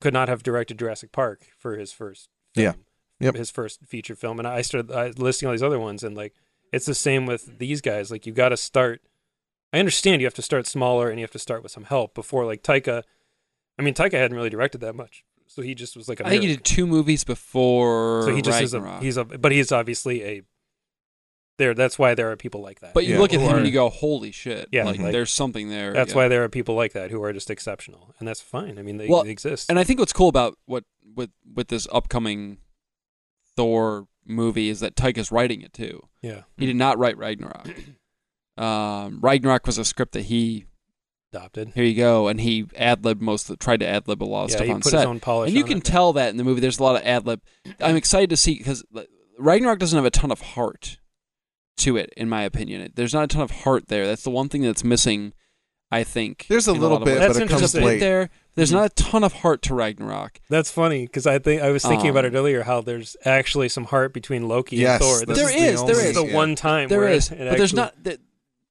[SPEAKER 2] could not have directed Jurassic Park for his first film,
[SPEAKER 1] Yeah. Yep.
[SPEAKER 2] his first feature film. And I started I, listing all these other ones, and like it's the same with these guys. Like you got to start. I understand you have to start smaller and you have to start with some help before like Taika. I mean, Taika hadn't really directed that much, so he just was like. A
[SPEAKER 3] I think he
[SPEAKER 2] miracle.
[SPEAKER 3] did two movies before.
[SPEAKER 2] So he just is a
[SPEAKER 3] Ragnarok.
[SPEAKER 2] he's a but he's obviously a there. That's why there are people like that.
[SPEAKER 3] But you
[SPEAKER 1] Yeah.
[SPEAKER 3] look at him
[SPEAKER 2] Or-
[SPEAKER 3] and you go, "Holy shit!"
[SPEAKER 2] Yeah,
[SPEAKER 3] like,
[SPEAKER 1] like-
[SPEAKER 3] there's something there.
[SPEAKER 2] that's
[SPEAKER 3] Yeah.
[SPEAKER 2] why there are people like that who are just exceptional, and that's fine. I mean, they,
[SPEAKER 3] Well,
[SPEAKER 2] they exist.
[SPEAKER 3] And I think what's cool about what with with this upcoming Thor movie is that Tyke is writing it too.
[SPEAKER 2] yeah,
[SPEAKER 3] He did not write
[SPEAKER 2] [CLEARS THROAT]
[SPEAKER 3] Ragnarok. Um, Ragnarok was a script that he
[SPEAKER 2] adopted.
[SPEAKER 3] here you go, and he ad libbed most of, tried to ad lib a lot of
[SPEAKER 2] yeah,
[SPEAKER 3] stuff
[SPEAKER 2] he
[SPEAKER 3] on
[SPEAKER 2] put
[SPEAKER 3] set.
[SPEAKER 2] his own polish.
[SPEAKER 3] and you
[SPEAKER 2] on
[SPEAKER 3] can
[SPEAKER 2] it.
[SPEAKER 3] tell that in the movie. There's a lot of ad lib. I'm excited to see because Ragnarok doesn't have a ton of heart to it, in my opinion. It- There's not a ton of heart there. That's the one thing that's missing. I think
[SPEAKER 1] There's a
[SPEAKER 3] in
[SPEAKER 1] little
[SPEAKER 3] lot of
[SPEAKER 1] bit,
[SPEAKER 3] ways.
[SPEAKER 2] That's
[SPEAKER 1] but it comes
[SPEAKER 3] There's a bit
[SPEAKER 2] interesting.
[SPEAKER 1] late. Mm-hmm.
[SPEAKER 3] there. There's not a ton of heart to Ragnarok.
[SPEAKER 2] That's funny because I think I was thinking about
[SPEAKER 3] Um,
[SPEAKER 2] it earlier how there's actually some heart between Loki
[SPEAKER 1] Yes,
[SPEAKER 2] and Thor.
[SPEAKER 1] this
[SPEAKER 3] There
[SPEAKER 1] the
[SPEAKER 2] is,
[SPEAKER 3] is,
[SPEAKER 1] only-
[SPEAKER 3] there
[SPEAKER 2] this
[SPEAKER 3] is.
[SPEAKER 2] is the
[SPEAKER 1] yeah.
[SPEAKER 2] one time
[SPEAKER 3] There
[SPEAKER 2] where
[SPEAKER 3] is,
[SPEAKER 2] it
[SPEAKER 3] but there's
[SPEAKER 2] actually-
[SPEAKER 3] not th-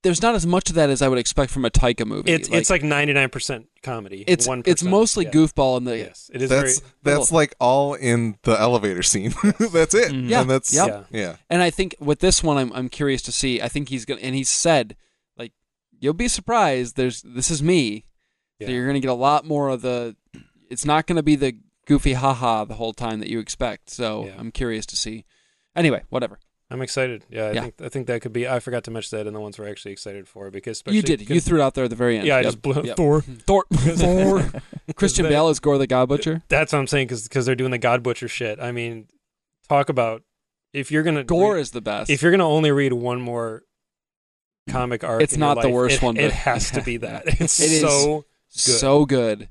[SPEAKER 3] there's not as much of that as I would expect from a Taika movie.
[SPEAKER 2] It's it's like ninety nine percent comedy.
[SPEAKER 3] it's
[SPEAKER 2] 1%.
[SPEAKER 3] it's mostly
[SPEAKER 2] yeah.
[SPEAKER 3] goofball and the
[SPEAKER 2] Yes, it is.
[SPEAKER 1] That's
[SPEAKER 2] very,
[SPEAKER 1] that's like all in the elevator scene. [LAUGHS] that's it.
[SPEAKER 4] Mhm.
[SPEAKER 3] Mm-hmm. Yeah,
[SPEAKER 1] And that's
[SPEAKER 3] yep.
[SPEAKER 2] yeah.
[SPEAKER 1] yeah.
[SPEAKER 3] and I think with this one I'm I'm curious to see. I think he's gonna and he said like you'll be surprised. There's this is me.
[SPEAKER 2] yeah.
[SPEAKER 3] So you're gonna get a lot more of the. It's not gonna be the goofy haha the whole time that you expect. So
[SPEAKER 2] Yeah.
[SPEAKER 3] I'm curious to see. Anyway, whatever.
[SPEAKER 2] I'm excited. Yeah, I
[SPEAKER 3] Yeah.
[SPEAKER 2] think I think that could be. I forgot to mention that in the ones we're actually excited for because
[SPEAKER 3] you
[SPEAKER 2] especially
[SPEAKER 3] did. it. You
[SPEAKER 2] because-
[SPEAKER 3] threw it out there at the very end.
[SPEAKER 2] yeah, I
[SPEAKER 3] Yep.
[SPEAKER 2] just blew
[SPEAKER 3] Yep.
[SPEAKER 2] Thor.
[SPEAKER 3] Thor. Thor. [LAUGHS]
[SPEAKER 2] [LAUGHS]
[SPEAKER 3] Christian
[SPEAKER 2] that-
[SPEAKER 3] Bale is Gore the God Butcher.
[SPEAKER 2] That's what I'm saying because they're doing the God Butcher shit. I mean, talk about if you're gonna
[SPEAKER 3] Gore
[SPEAKER 2] re-
[SPEAKER 3] is the best.
[SPEAKER 2] if you're gonna only read one more comic arc,
[SPEAKER 3] It's
[SPEAKER 2] in your
[SPEAKER 3] not the
[SPEAKER 2] life,
[SPEAKER 3] worst
[SPEAKER 2] it-
[SPEAKER 3] one,
[SPEAKER 2] It
[SPEAKER 3] but-
[SPEAKER 2] has
[SPEAKER 3] [LAUGHS]
[SPEAKER 2] to be that. It's
[SPEAKER 3] It is.
[SPEAKER 2] so.
[SPEAKER 3] so good.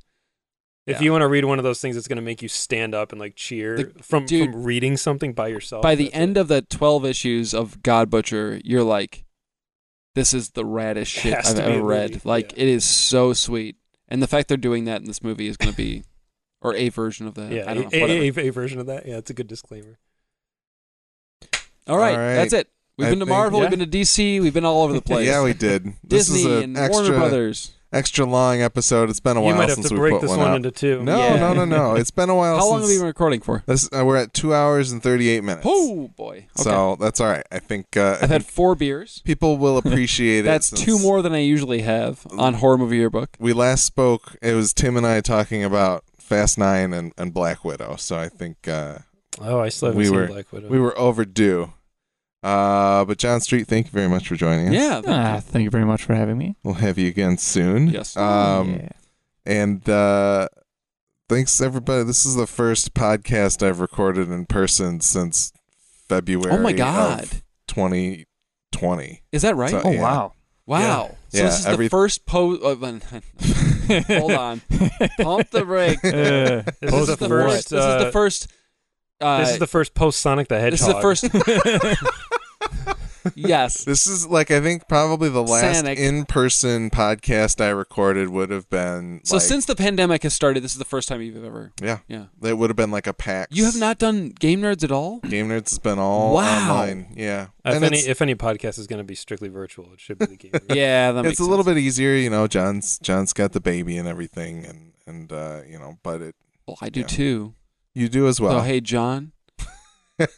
[SPEAKER 2] If
[SPEAKER 3] Yeah.
[SPEAKER 2] you want to read one of those things, it's gonna make you stand up and like cheer
[SPEAKER 3] The-
[SPEAKER 2] from
[SPEAKER 3] dude,
[SPEAKER 2] from reading something by yourself.
[SPEAKER 3] By the
[SPEAKER 2] That's
[SPEAKER 3] end
[SPEAKER 2] it.
[SPEAKER 3] of the 12 issues of God Butcher, you're like, this is the raddest shit
[SPEAKER 2] has
[SPEAKER 3] I've
[SPEAKER 2] to be
[SPEAKER 3] ever
[SPEAKER 2] a
[SPEAKER 3] read.
[SPEAKER 2] movie,
[SPEAKER 3] Like,
[SPEAKER 2] yeah.
[SPEAKER 3] it is so sweet. And the fact they're doing that in this movie is going to be, or a version of that.
[SPEAKER 2] yeah,
[SPEAKER 3] I don't
[SPEAKER 2] a,
[SPEAKER 3] know. whatever.
[SPEAKER 2] a- a- a version of that. Yeah, it's a good disclaimer.
[SPEAKER 3] All right,
[SPEAKER 1] All right.
[SPEAKER 3] that's it. We've
[SPEAKER 1] I
[SPEAKER 3] been to
[SPEAKER 1] think-
[SPEAKER 3] Marvel,
[SPEAKER 2] yeah.
[SPEAKER 3] we've been to DC, we've been
[SPEAKER 1] [LAUGHS]
[SPEAKER 3] all over the place.
[SPEAKER 1] Yeah, we
[SPEAKER 3] [LAUGHS]
[SPEAKER 1] did. this
[SPEAKER 3] Disney
[SPEAKER 1] is an
[SPEAKER 3] and Warner
[SPEAKER 1] extra
[SPEAKER 3] Brothers.
[SPEAKER 1] extra long episode. It's been a
[SPEAKER 2] you
[SPEAKER 1] while
[SPEAKER 2] might have
[SPEAKER 1] since
[SPEAKER 2] to
[SPEAKER 1] we
[SPEAKER 2] break
[SPEAKER 1] put
[SPEAKER 2] this
[SPEAKER 1] one,
[SPEAKER 2] one,
[SPEAKER 1] out.
[SPEAKER 2] into two.
[SPEAKER 1] No,
[SPEAKER 3] Yeah.
[SPEAKER 1] no, no,
[SPEAKER 3] [LAUGHS]
[SPEAKER 1] no. It's been a while
[SPEAKER 3] How long have
[SPEAKER 1] since
[SPEAKER 3] we been recording for?
[SPEAKER 1] this, uh, we're at 2 hours and 38 minutes.
[SPEAKER 3] Oh boy! Okay.
[SPEAKER 1] So, that's all right. I think uh, I
[SPEAKER 3] I've had
[SPEAKER 1] think
[SPEAKER 3] four beers.
[SPEAKER 1] people
[SPEAKER 3] [LAUGHS]
[SPEAKER 1] will appreciate it.
[SPEAKER 3] That's
[SPEAKER 1] since
[SPEAKER 3] two more than I usually have on horror movie yearbook.
[SPEAKER 1] We last spoke, it was Tim and I talking about Fast 9 and, and Black Widow. So, I think uh,
[SPEAKER 2] Oh, I still haven't
[SPEAKER 1] We
[SPEAKER 2] seen
[SPEAKER 1] were-
[SPEAKER 2] Black Widow.
[SPEAKER 1] we were overdue. Uh, but John Street, thank you very much for joining us.
[SPEAKER 3] Yeah.
[SPEAKER 4] [LAUGHS] Ah, thank you very much for having me.
[SPEAKER 1] We'll have you again soon.
[SPEAKER 3] Yes.
[SPEAKER 1] Um,
[SPEAKER 4] Oh, Yeah.
[SPEAKER 1] And uh, thanks, everybody. This is the first podcast I've recorded in person since February.
[SPEAKER 3] oh my
[SPEAKER 1] of
[SPEAKER 3] god!
[SPEAKER 1] [LAUGHS] 2020.
[SPEAKER 3] Is that right?
[SPEAKER 1] So-
[SPEAKER 4] Oh
[SPEAKER 1] yeah.
[SPEAKER 4] wow.
[SPEAKER 3] wow! So
[SPEAKER 1] Yeah,
[SPEAKER 3] this is
[SPEAKER 1] every-
[SPEAKER 3] the first post. hold
[SPEAKER 4] [LAUGHS]
[SPEAKER 3] on. [LAUGHS] Pump the brake.
[SPEAKER 4] Uh,
[SPEAKER 2] This
[SPEAKER 3] [LAUGHS] This
[SPEAKER 2] is
[SPEAKER 3] is
[SPEAKER 2] the
[SPEAKER 3] the
[SPEAKER 2] first,
[SPEAKER 3] first. This is
[SPEAKER 2] uh,
[SPEAKER 3] the first. Uh, [LAUGHS]
[SPEAKER 2] this is the first post Sonic the Hedgehog.
[SPEAKER 3] this is the first. yes.
[SPEAKER 1] This is like I think probably the last
[SPEAKER 3] Sanic.
[SPEAKER 1] in-person podcast I recorded would have been
[SPEAKER 3] So
[SPEAKER 1] like,
[SPEAKER 3] since the pandemic has started, this is the first time you've ever.
[SPEAKER 1] yeah
[SPEAKER 3] Yeah.
[SPEAKER 1] that would have been like a PAX.
[SPEAKER 3] You have not done game nerds at all.
[SPEAKER 1] Game Nerds has been all
[SPEAKER 3] Wow.
[SPEAKER 1] online. Yeah,
[SPEAKER 2] Uh, If
[SPEAKER 1] and
[SPEAKER 2] any,
[SPEAKER 1] it's,
[SPEAKER 2] if any podcast is going to be strictly virtual, it should be the game. Room.
[SPEAKER 3] [LAUGHS] [LAUGHS] Yeah, that
[SPEAKER 1] it's a little bit easier, you know. John's John's got the baby and everything, and and uh, you know, but it
[SPEAKER 3] Well, I do
[SPEAKER 1] Yeah.
[SPEAKER 3] too.
[SPEAKER 1] you do as well.
[SPEAKER 3] so hey, John,
[SPEAKER 1] [LAUGHS]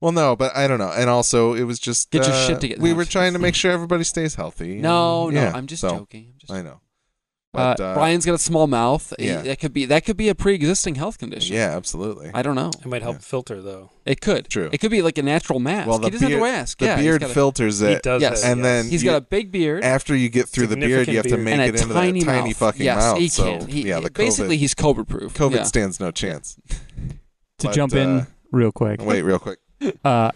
[SPEAKER 1] well, no, but I don't know. And also, it was just
[SPEAKER 3] Get your
[SPEAKER 1] uh,
[SPEAKER 3] shit together.
[SPEAKER 1] We were trying to make sure everybody stays healthy.
[SPEAKER 3] No,
[SPEAKER 1] and-
[SPEAKER 3] no,
[SPEAKER 1] yeah,
[SPEAKER 3] I'm just
[SPEAKER 1] so,
[SPEAKER 3] joking. I'm just
[SPEAKER 1] I know. But, uh,
[SPEAKER 3] Brian's got a small mouth.
[SPEAKER 1] yeah.
[SPEAKER 3] Yeah. That could be that could be a pre-existing health condition.
[SPEAKER 1] yeah, absolutely.
[SPEAKER 3] I don't know.
[SPEAKER 2] It might help
[SPEAKER 1] Yeah.
[SPEAKER 2] filter though.
[SPEAKER 3] It could.
[SPEAKER 1] True.
[SPEAKER 3] It could be like a natural mask.
[SPEAKER 1] Well, the
[SPEAKER 3] he doesn't
[SPEAKER 1] beard-
[SPEAKER 3] have to ask.
[SPEAKER 1] the
[SPEAKER 3] yeah, he's
[SPEAKER 1] beard
[SPEAKER 3] got a-
[SPEAKER 1] filters
[SPEAKER 2] He
[SPEAKER 1] it.
[SPEAKER 2] does.
[SPEAKER 3] Yes.
[SPEAKER 2] that,
[SPEAKER 1] And then
[SPEAKER 2] yes.
[SPEAKER 3] He's
[SPEAKER 1] you-
[SPEAKER 3] got a big beard
[SPEAKER 1] After you get through the beard, you have to
[SPEAKER 2] Significant
[SPEAKER 1] make
[SPEAKER 2] beard.
[SPEAKER 1] it
[SPEAKER 3] and
[SPEAKER 1] into
[SPEAKER 3] a tiny,
[SPEAKER 1] that tiny
[SPEAKER 3] mouth.
[SPEAKER 1] fucking
[SPEAKER 3] yes,
[SPEAKER 1] mouth.
[SPEAKER 3] He
[SPEAKER 1] so
[SPEAKER 3] can. He,
[SPEAKER 1] yeah, the COVID,
[SPEAKER 3] basically he's COVID proof.
[SPEAKER 1] COVID
[SPEAKER 3] yeah.
[SPEAKER 1] stands no chance.
[SPEAKER 4] to
[SPEAKER 1] But,
[SPEAKER 4] jump in
[SPEAKER 1] uh,
[SPEAKER 4] real quick.
[SPEAKER 1] Wait, real quick.
[SPEAKER 4] Uh,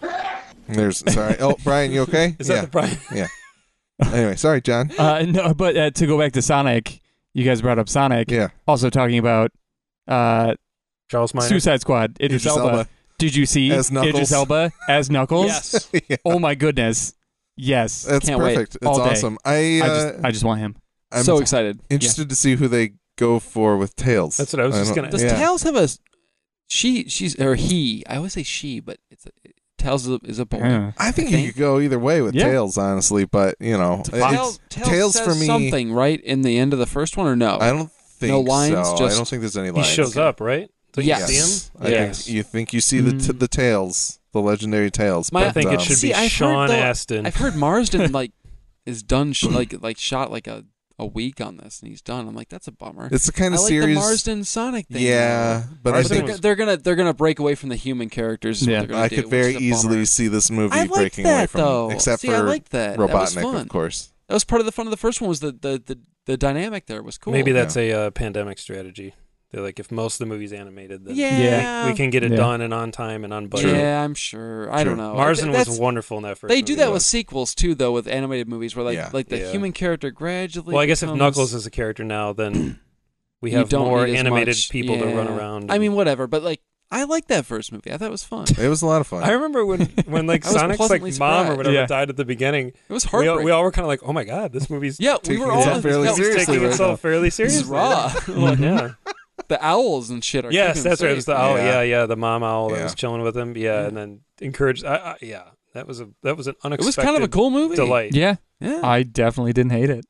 [SPEAKER 1] There's sorry.
[SPEAKER 2] [LAUGHS]
[SPEAKER 1] Oh, Brian, you okay?
[SPEAKER 2] Is that
[SPEAKER 1] yeah.
[SPEAKER 2] the Brian?
[SPEAKER 1] anyway, sorry, John.
[SPEAKER 4] uh, no, but uh, to go back to Sonic, you guys brought up Sonic.
[SPEAKER 1] Yeah.
[SPEAKER 4] Also talking about uh,
[SPEAKER 2] Charles Minor.
[SPEAKER 4] Suicide Squad. Idris,
[SPEAKER 1] Idris
[SPEAKER 4] Elba.
[SPEAKER 1] Elba.
[SPEAKER 4] Did you see
[SPEAKER 1] As Knuckles.
[SPEAKER 4] Idris Elba as Knuckles?
[SPEAKER 3] Yes.
[SPEAKER 1] [LAUGHS] yeah.
[SPEAKER 4] Oh my goodness. Yes.
[SPEAKER 1] That's
[SPEAKER 3] Can't wait.
[SPEAKER 1] perfect. It's
[SPEAKER 4] All day.
[SPEAKER 1] awesome. I, uh,
[SPEAKER 4] I just I just want him.
[SPEAKER 1] I'm
[SPEAKER 3] so excited.
[SPEAKER 1] interested to see who they go for with tails.
[SPEAKER 2] That's what I was just
[SPEAKER 1] don't-
[SPEAKER 2] gonna-
[SPEAKER 3] Does
[SPEAKER 1] yeah.
[SPEAKER 3] Tails have a? She she's or he. I always say she, but it's a, Tails is a, is a boy.
[SPEAKER 1] [LAUGHS]
[SPEAKER 4] Yeah.
[SPEAKER 1] I think
[SPEAKER 3] I
[SPEAKER 1] you
[SPEAKER 3] think-
[SPEAKER 1] could go either way with
[SPEAKER 4] Yeah.
[SPEAKER 1] tails, honestly. But you know,
[SPEAKER 4] It's a
[SPEAKER 1] Uh, it's-
[SPEAKER 3] Tails, Tails,
[SPEAKER 1] Tails
[SPEAKER 3] says
[SPEAKER 1] for me-
[SPEAKER 3] something right in the end of the first one or no?
[SPEAKER 1] I don't think
[SPEAKER 3] No lines,
[SPEAKER 1] so. I
[SPEAKER 3] just-
[SPEAKER 1] don't think there's any
[SPEAKER 2] he
[SPEAKER 1] lines.
[SPEAKER 2] shows up, right? Don't
[SPEAKER 3] Yes.
[SPEAKER 2] you see him?
[SPEAKER 1] I
[SPEAKER 3] Yes.
[SPEAKER 1] think you think you see the t-
[SPEAKER 4] Mm.
[SPEAKER 1] the tails, the legendary tails. um,
[SPEAKER 3] My-
[SPEAKER 2] I think it should
[SPEAKER 3] See,
[SPEAKER 2] be
[SPEAKER 3] I've heard
[SPEAKER 2] Sean
[SPEAKER 3] the-
[SPEAKER 2] Astin.
[SPEAKER 3] I've heard Marsden [LAUGHS] like is done sh- like like shot like a, a week on this and he's done. I'm like that's a bummer.
[SPEAKER 1] It's the kind
[SPEAKER 3] I
[SPEAKER 1] of
[SPEAKER 3] like
[SPEAKER 1] series.
[SPEAKER 3] the Marsden Sonic thing.
[SPEAKER 1] yeah, but I
[SPEAKER 2] Marsden
[SPEAKER 1] think
[SPEAKER 2] was-
[SPEAKER 3] they're, they're gonna they're gonna break away from the human characters. is what
[SPEAKER 4] Yeah.
[SPEAKER 3] they're gonna
[SPEAKER 1] I
[SPEAKER 3] do,
[SPEAKER 1] could
[SPEAKER 3] which
[SPEAKER 1] very
[SPEAKER 3] is a
[SPEAKER 1] easily
[SPEAKER 3] bummer.
[SPEAKER 1] see this movie
[SPEAKER 3] I liked
[SPEAKER 1] breaking
[SPEAKER 3] that
[SPEAKER 1] away from
[SPEAKER 3] though.
[SPEAKER 1] except
[SPEAKER 3] See,
[SPEAKER 1] for
[SPEAKER 3] I liked that. That was
[SPEAKER 1] Robotnik,
[SPEAKER 3] fun.
[SPEAKER 1] of course.
[SPEAKER 3] That was part of the fun of the first one was the the the, the dynamic there was cool.
[SPEAKER 2] Maybe
[SPEAKER 1] that-
[SPEAKER 2] that's a uh, pandemic strategy. They're like, if most of the movie's animated, then
[SPEAKER 3] yeah.
[SPEAKER 4] Yeah.
[SPEAKER 2] we can get it
[SPEAKER 4] Yeah.
[SPEAKER 2] done and on time and on budget.
[SPEAKER 3] Yeah, I'm sure. I
[SPEAKER 1] True.
[SPEAKER 3] don't know.
[SPEAKER 2] Marsden
[SPEAKER 3] Th-
[SPEAKER 2] was
[SPEAKER 3] that's-
[SPEAKER 2] wonderful in that first.
[SPEAKER 3] They do
[SPEAKER 2] movie.
[SPEAKER 3] that with sequels too, though, with animated movies where like
[SPEAKER 1] Yeah.
[SPEAKER 3] like the
[SPEAKER 2] Yeah.
[SPEAKER 3] human character gradually.
[SPEAKER 2] Well, I guess if
[SPEAKER 3] becomes-
[SPEAKER 2] Knuckles is a character now,
[SPEAKER 3] [CLEARS THROAT]
[SPEAKER 2] then we
[SPEAKER 3] You
[SPEAKER 2] have
[SPEAKER 3] don't
[SPEAKER 2] more
[SPEAKER 3] need as
[SPEAKER 2] animated
[SPEAKER 3] much-
[SPEAKER 2] people to run
[SPEAKER 3] yeah.
[SPEAKER 2] around.
[SPEAKER 3] I
[SPEAKER 2] and-
[SPEAKER 3] mean, whatever. But like, I liked that first movie. I thought it was fun.
[SPEAKER 1] It was a lot of fun.
[SPEAKER 2] I remember
[SPEAKER 3] [LAUGHS]
[SPEAKER 2] when when like
[SPEAKER 3] I was
[SPEAKER 2] Sonic's like
[SPEAKER 3] pleasantly
[SPEAKER 2] mom or
[SPEAKER 3] surprised.
[SPEAKER 2] whatever
[SPEAKER 4] Yeah.
[SPEAKER 2] died at the beginning.
[SPEAKER 3] It was
[SPEAKER 2] [LAUGHS] We all,
[SPEAKER 3] heartbreaking.
[SPEAKER 2] we all were kind of like, oh my god, this movie's
[SPEAKER 3] yeah, we
[SPEAKER 1] taking
[SPEAKER 3] were all
[SPEAKER 1] itself fairly
[SPEAKER 3] yeah, we were
[SPEAKER 1] seriously
[SPEAKER 2] taking
[SPEAKER 1] right
[SPEAKER 3] [LAUGHS] taking
[SPEAKER 2] itself fairly
[SPEAKER 3] This
[SPEAKER 2] seriously.
[SPEAKER 3] is raw. Mm-hmm.
[SPEAKER 2] Well,
[SPEAKER 4] Mm-hmm.
[SPEAKER 2] yeah.
[SPEAKER 3] the owls and shit are.
[SPEAKER 2] yes,
[SPEAKER 3] keeping
[SPEAKER 2] that's
[SPEAKER 3] him
[SPEAKER 2] right. It was the
[SPEAKER 3] safe.
[SPEAKER 2] owl.
[SPEAKER 1] Yeah.
[SPEAKER 2] Yeah, yeah, the mom owl that
[SPEAKER 1] Yeah.
[SPEAKER 2] was chilling with him. Yeah,
[SPEAKER 3] Yeah.
[SPEAKER 2] and then encouraged. I, I, yeah, that was a that was an
[SPEAKER 3] It
[SPEAKER 2] unexpected.
[SPEAKER 3] was kind of a cool movie.
[SPEAKER 2] delight.
[SPEAKER 4] Yeah.
[SPEAKER 3] Yeah.
[SPEAKER 4] I definitely didn't hate it.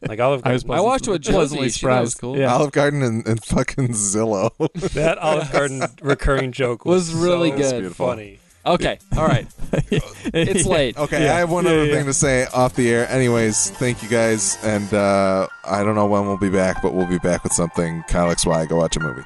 [SPEAKER 2] Like Olive
[SPEAKER 4] I was
[SPEAKER 2] Garden.
[SPEAKER 3] I watched it with
[SPEAKER 4] pleasantly
[SPEAKER 3] Josie. She thought it was
[SPEAKER 4] surprised.
[SPEAKER 3] cool.
[SPEAKER 4] Yeah.
[SPEAKER 1] Olive Garden and, and fucking Zillow. [LAUGHS]
[SPEAKER 2] that Olive
[SPEAKER 3] [LAUGHS]
[SPEAKER 2] Garden recurring joke was,
[SPEAKER 3] Was really
[SPEAKER 2] so
[SPEAKER 3] good.
[SPEAKER 1] Beautiful.
[SPEAKER 2] funny.
[SPEAKER 3] Okay. All right. It's
[SPEAKER 4] [LAUGHS] Yeah.
[SPEAKER 3] late.
[SPEAKER 1] Okay,
[SPEAKER 4] Yeah.
[SPEAKER 1] I have one
[SPEAKER 4] Yeah,
[SPEAKER 1] other
[SPEAKER 4] yeah.
[SPEAKER 1] thing to say off the air. Anyways, thank you guys, and uh, I don't know when we'll be back, but we'll be back with something. Kyle X Y, go watch a movie.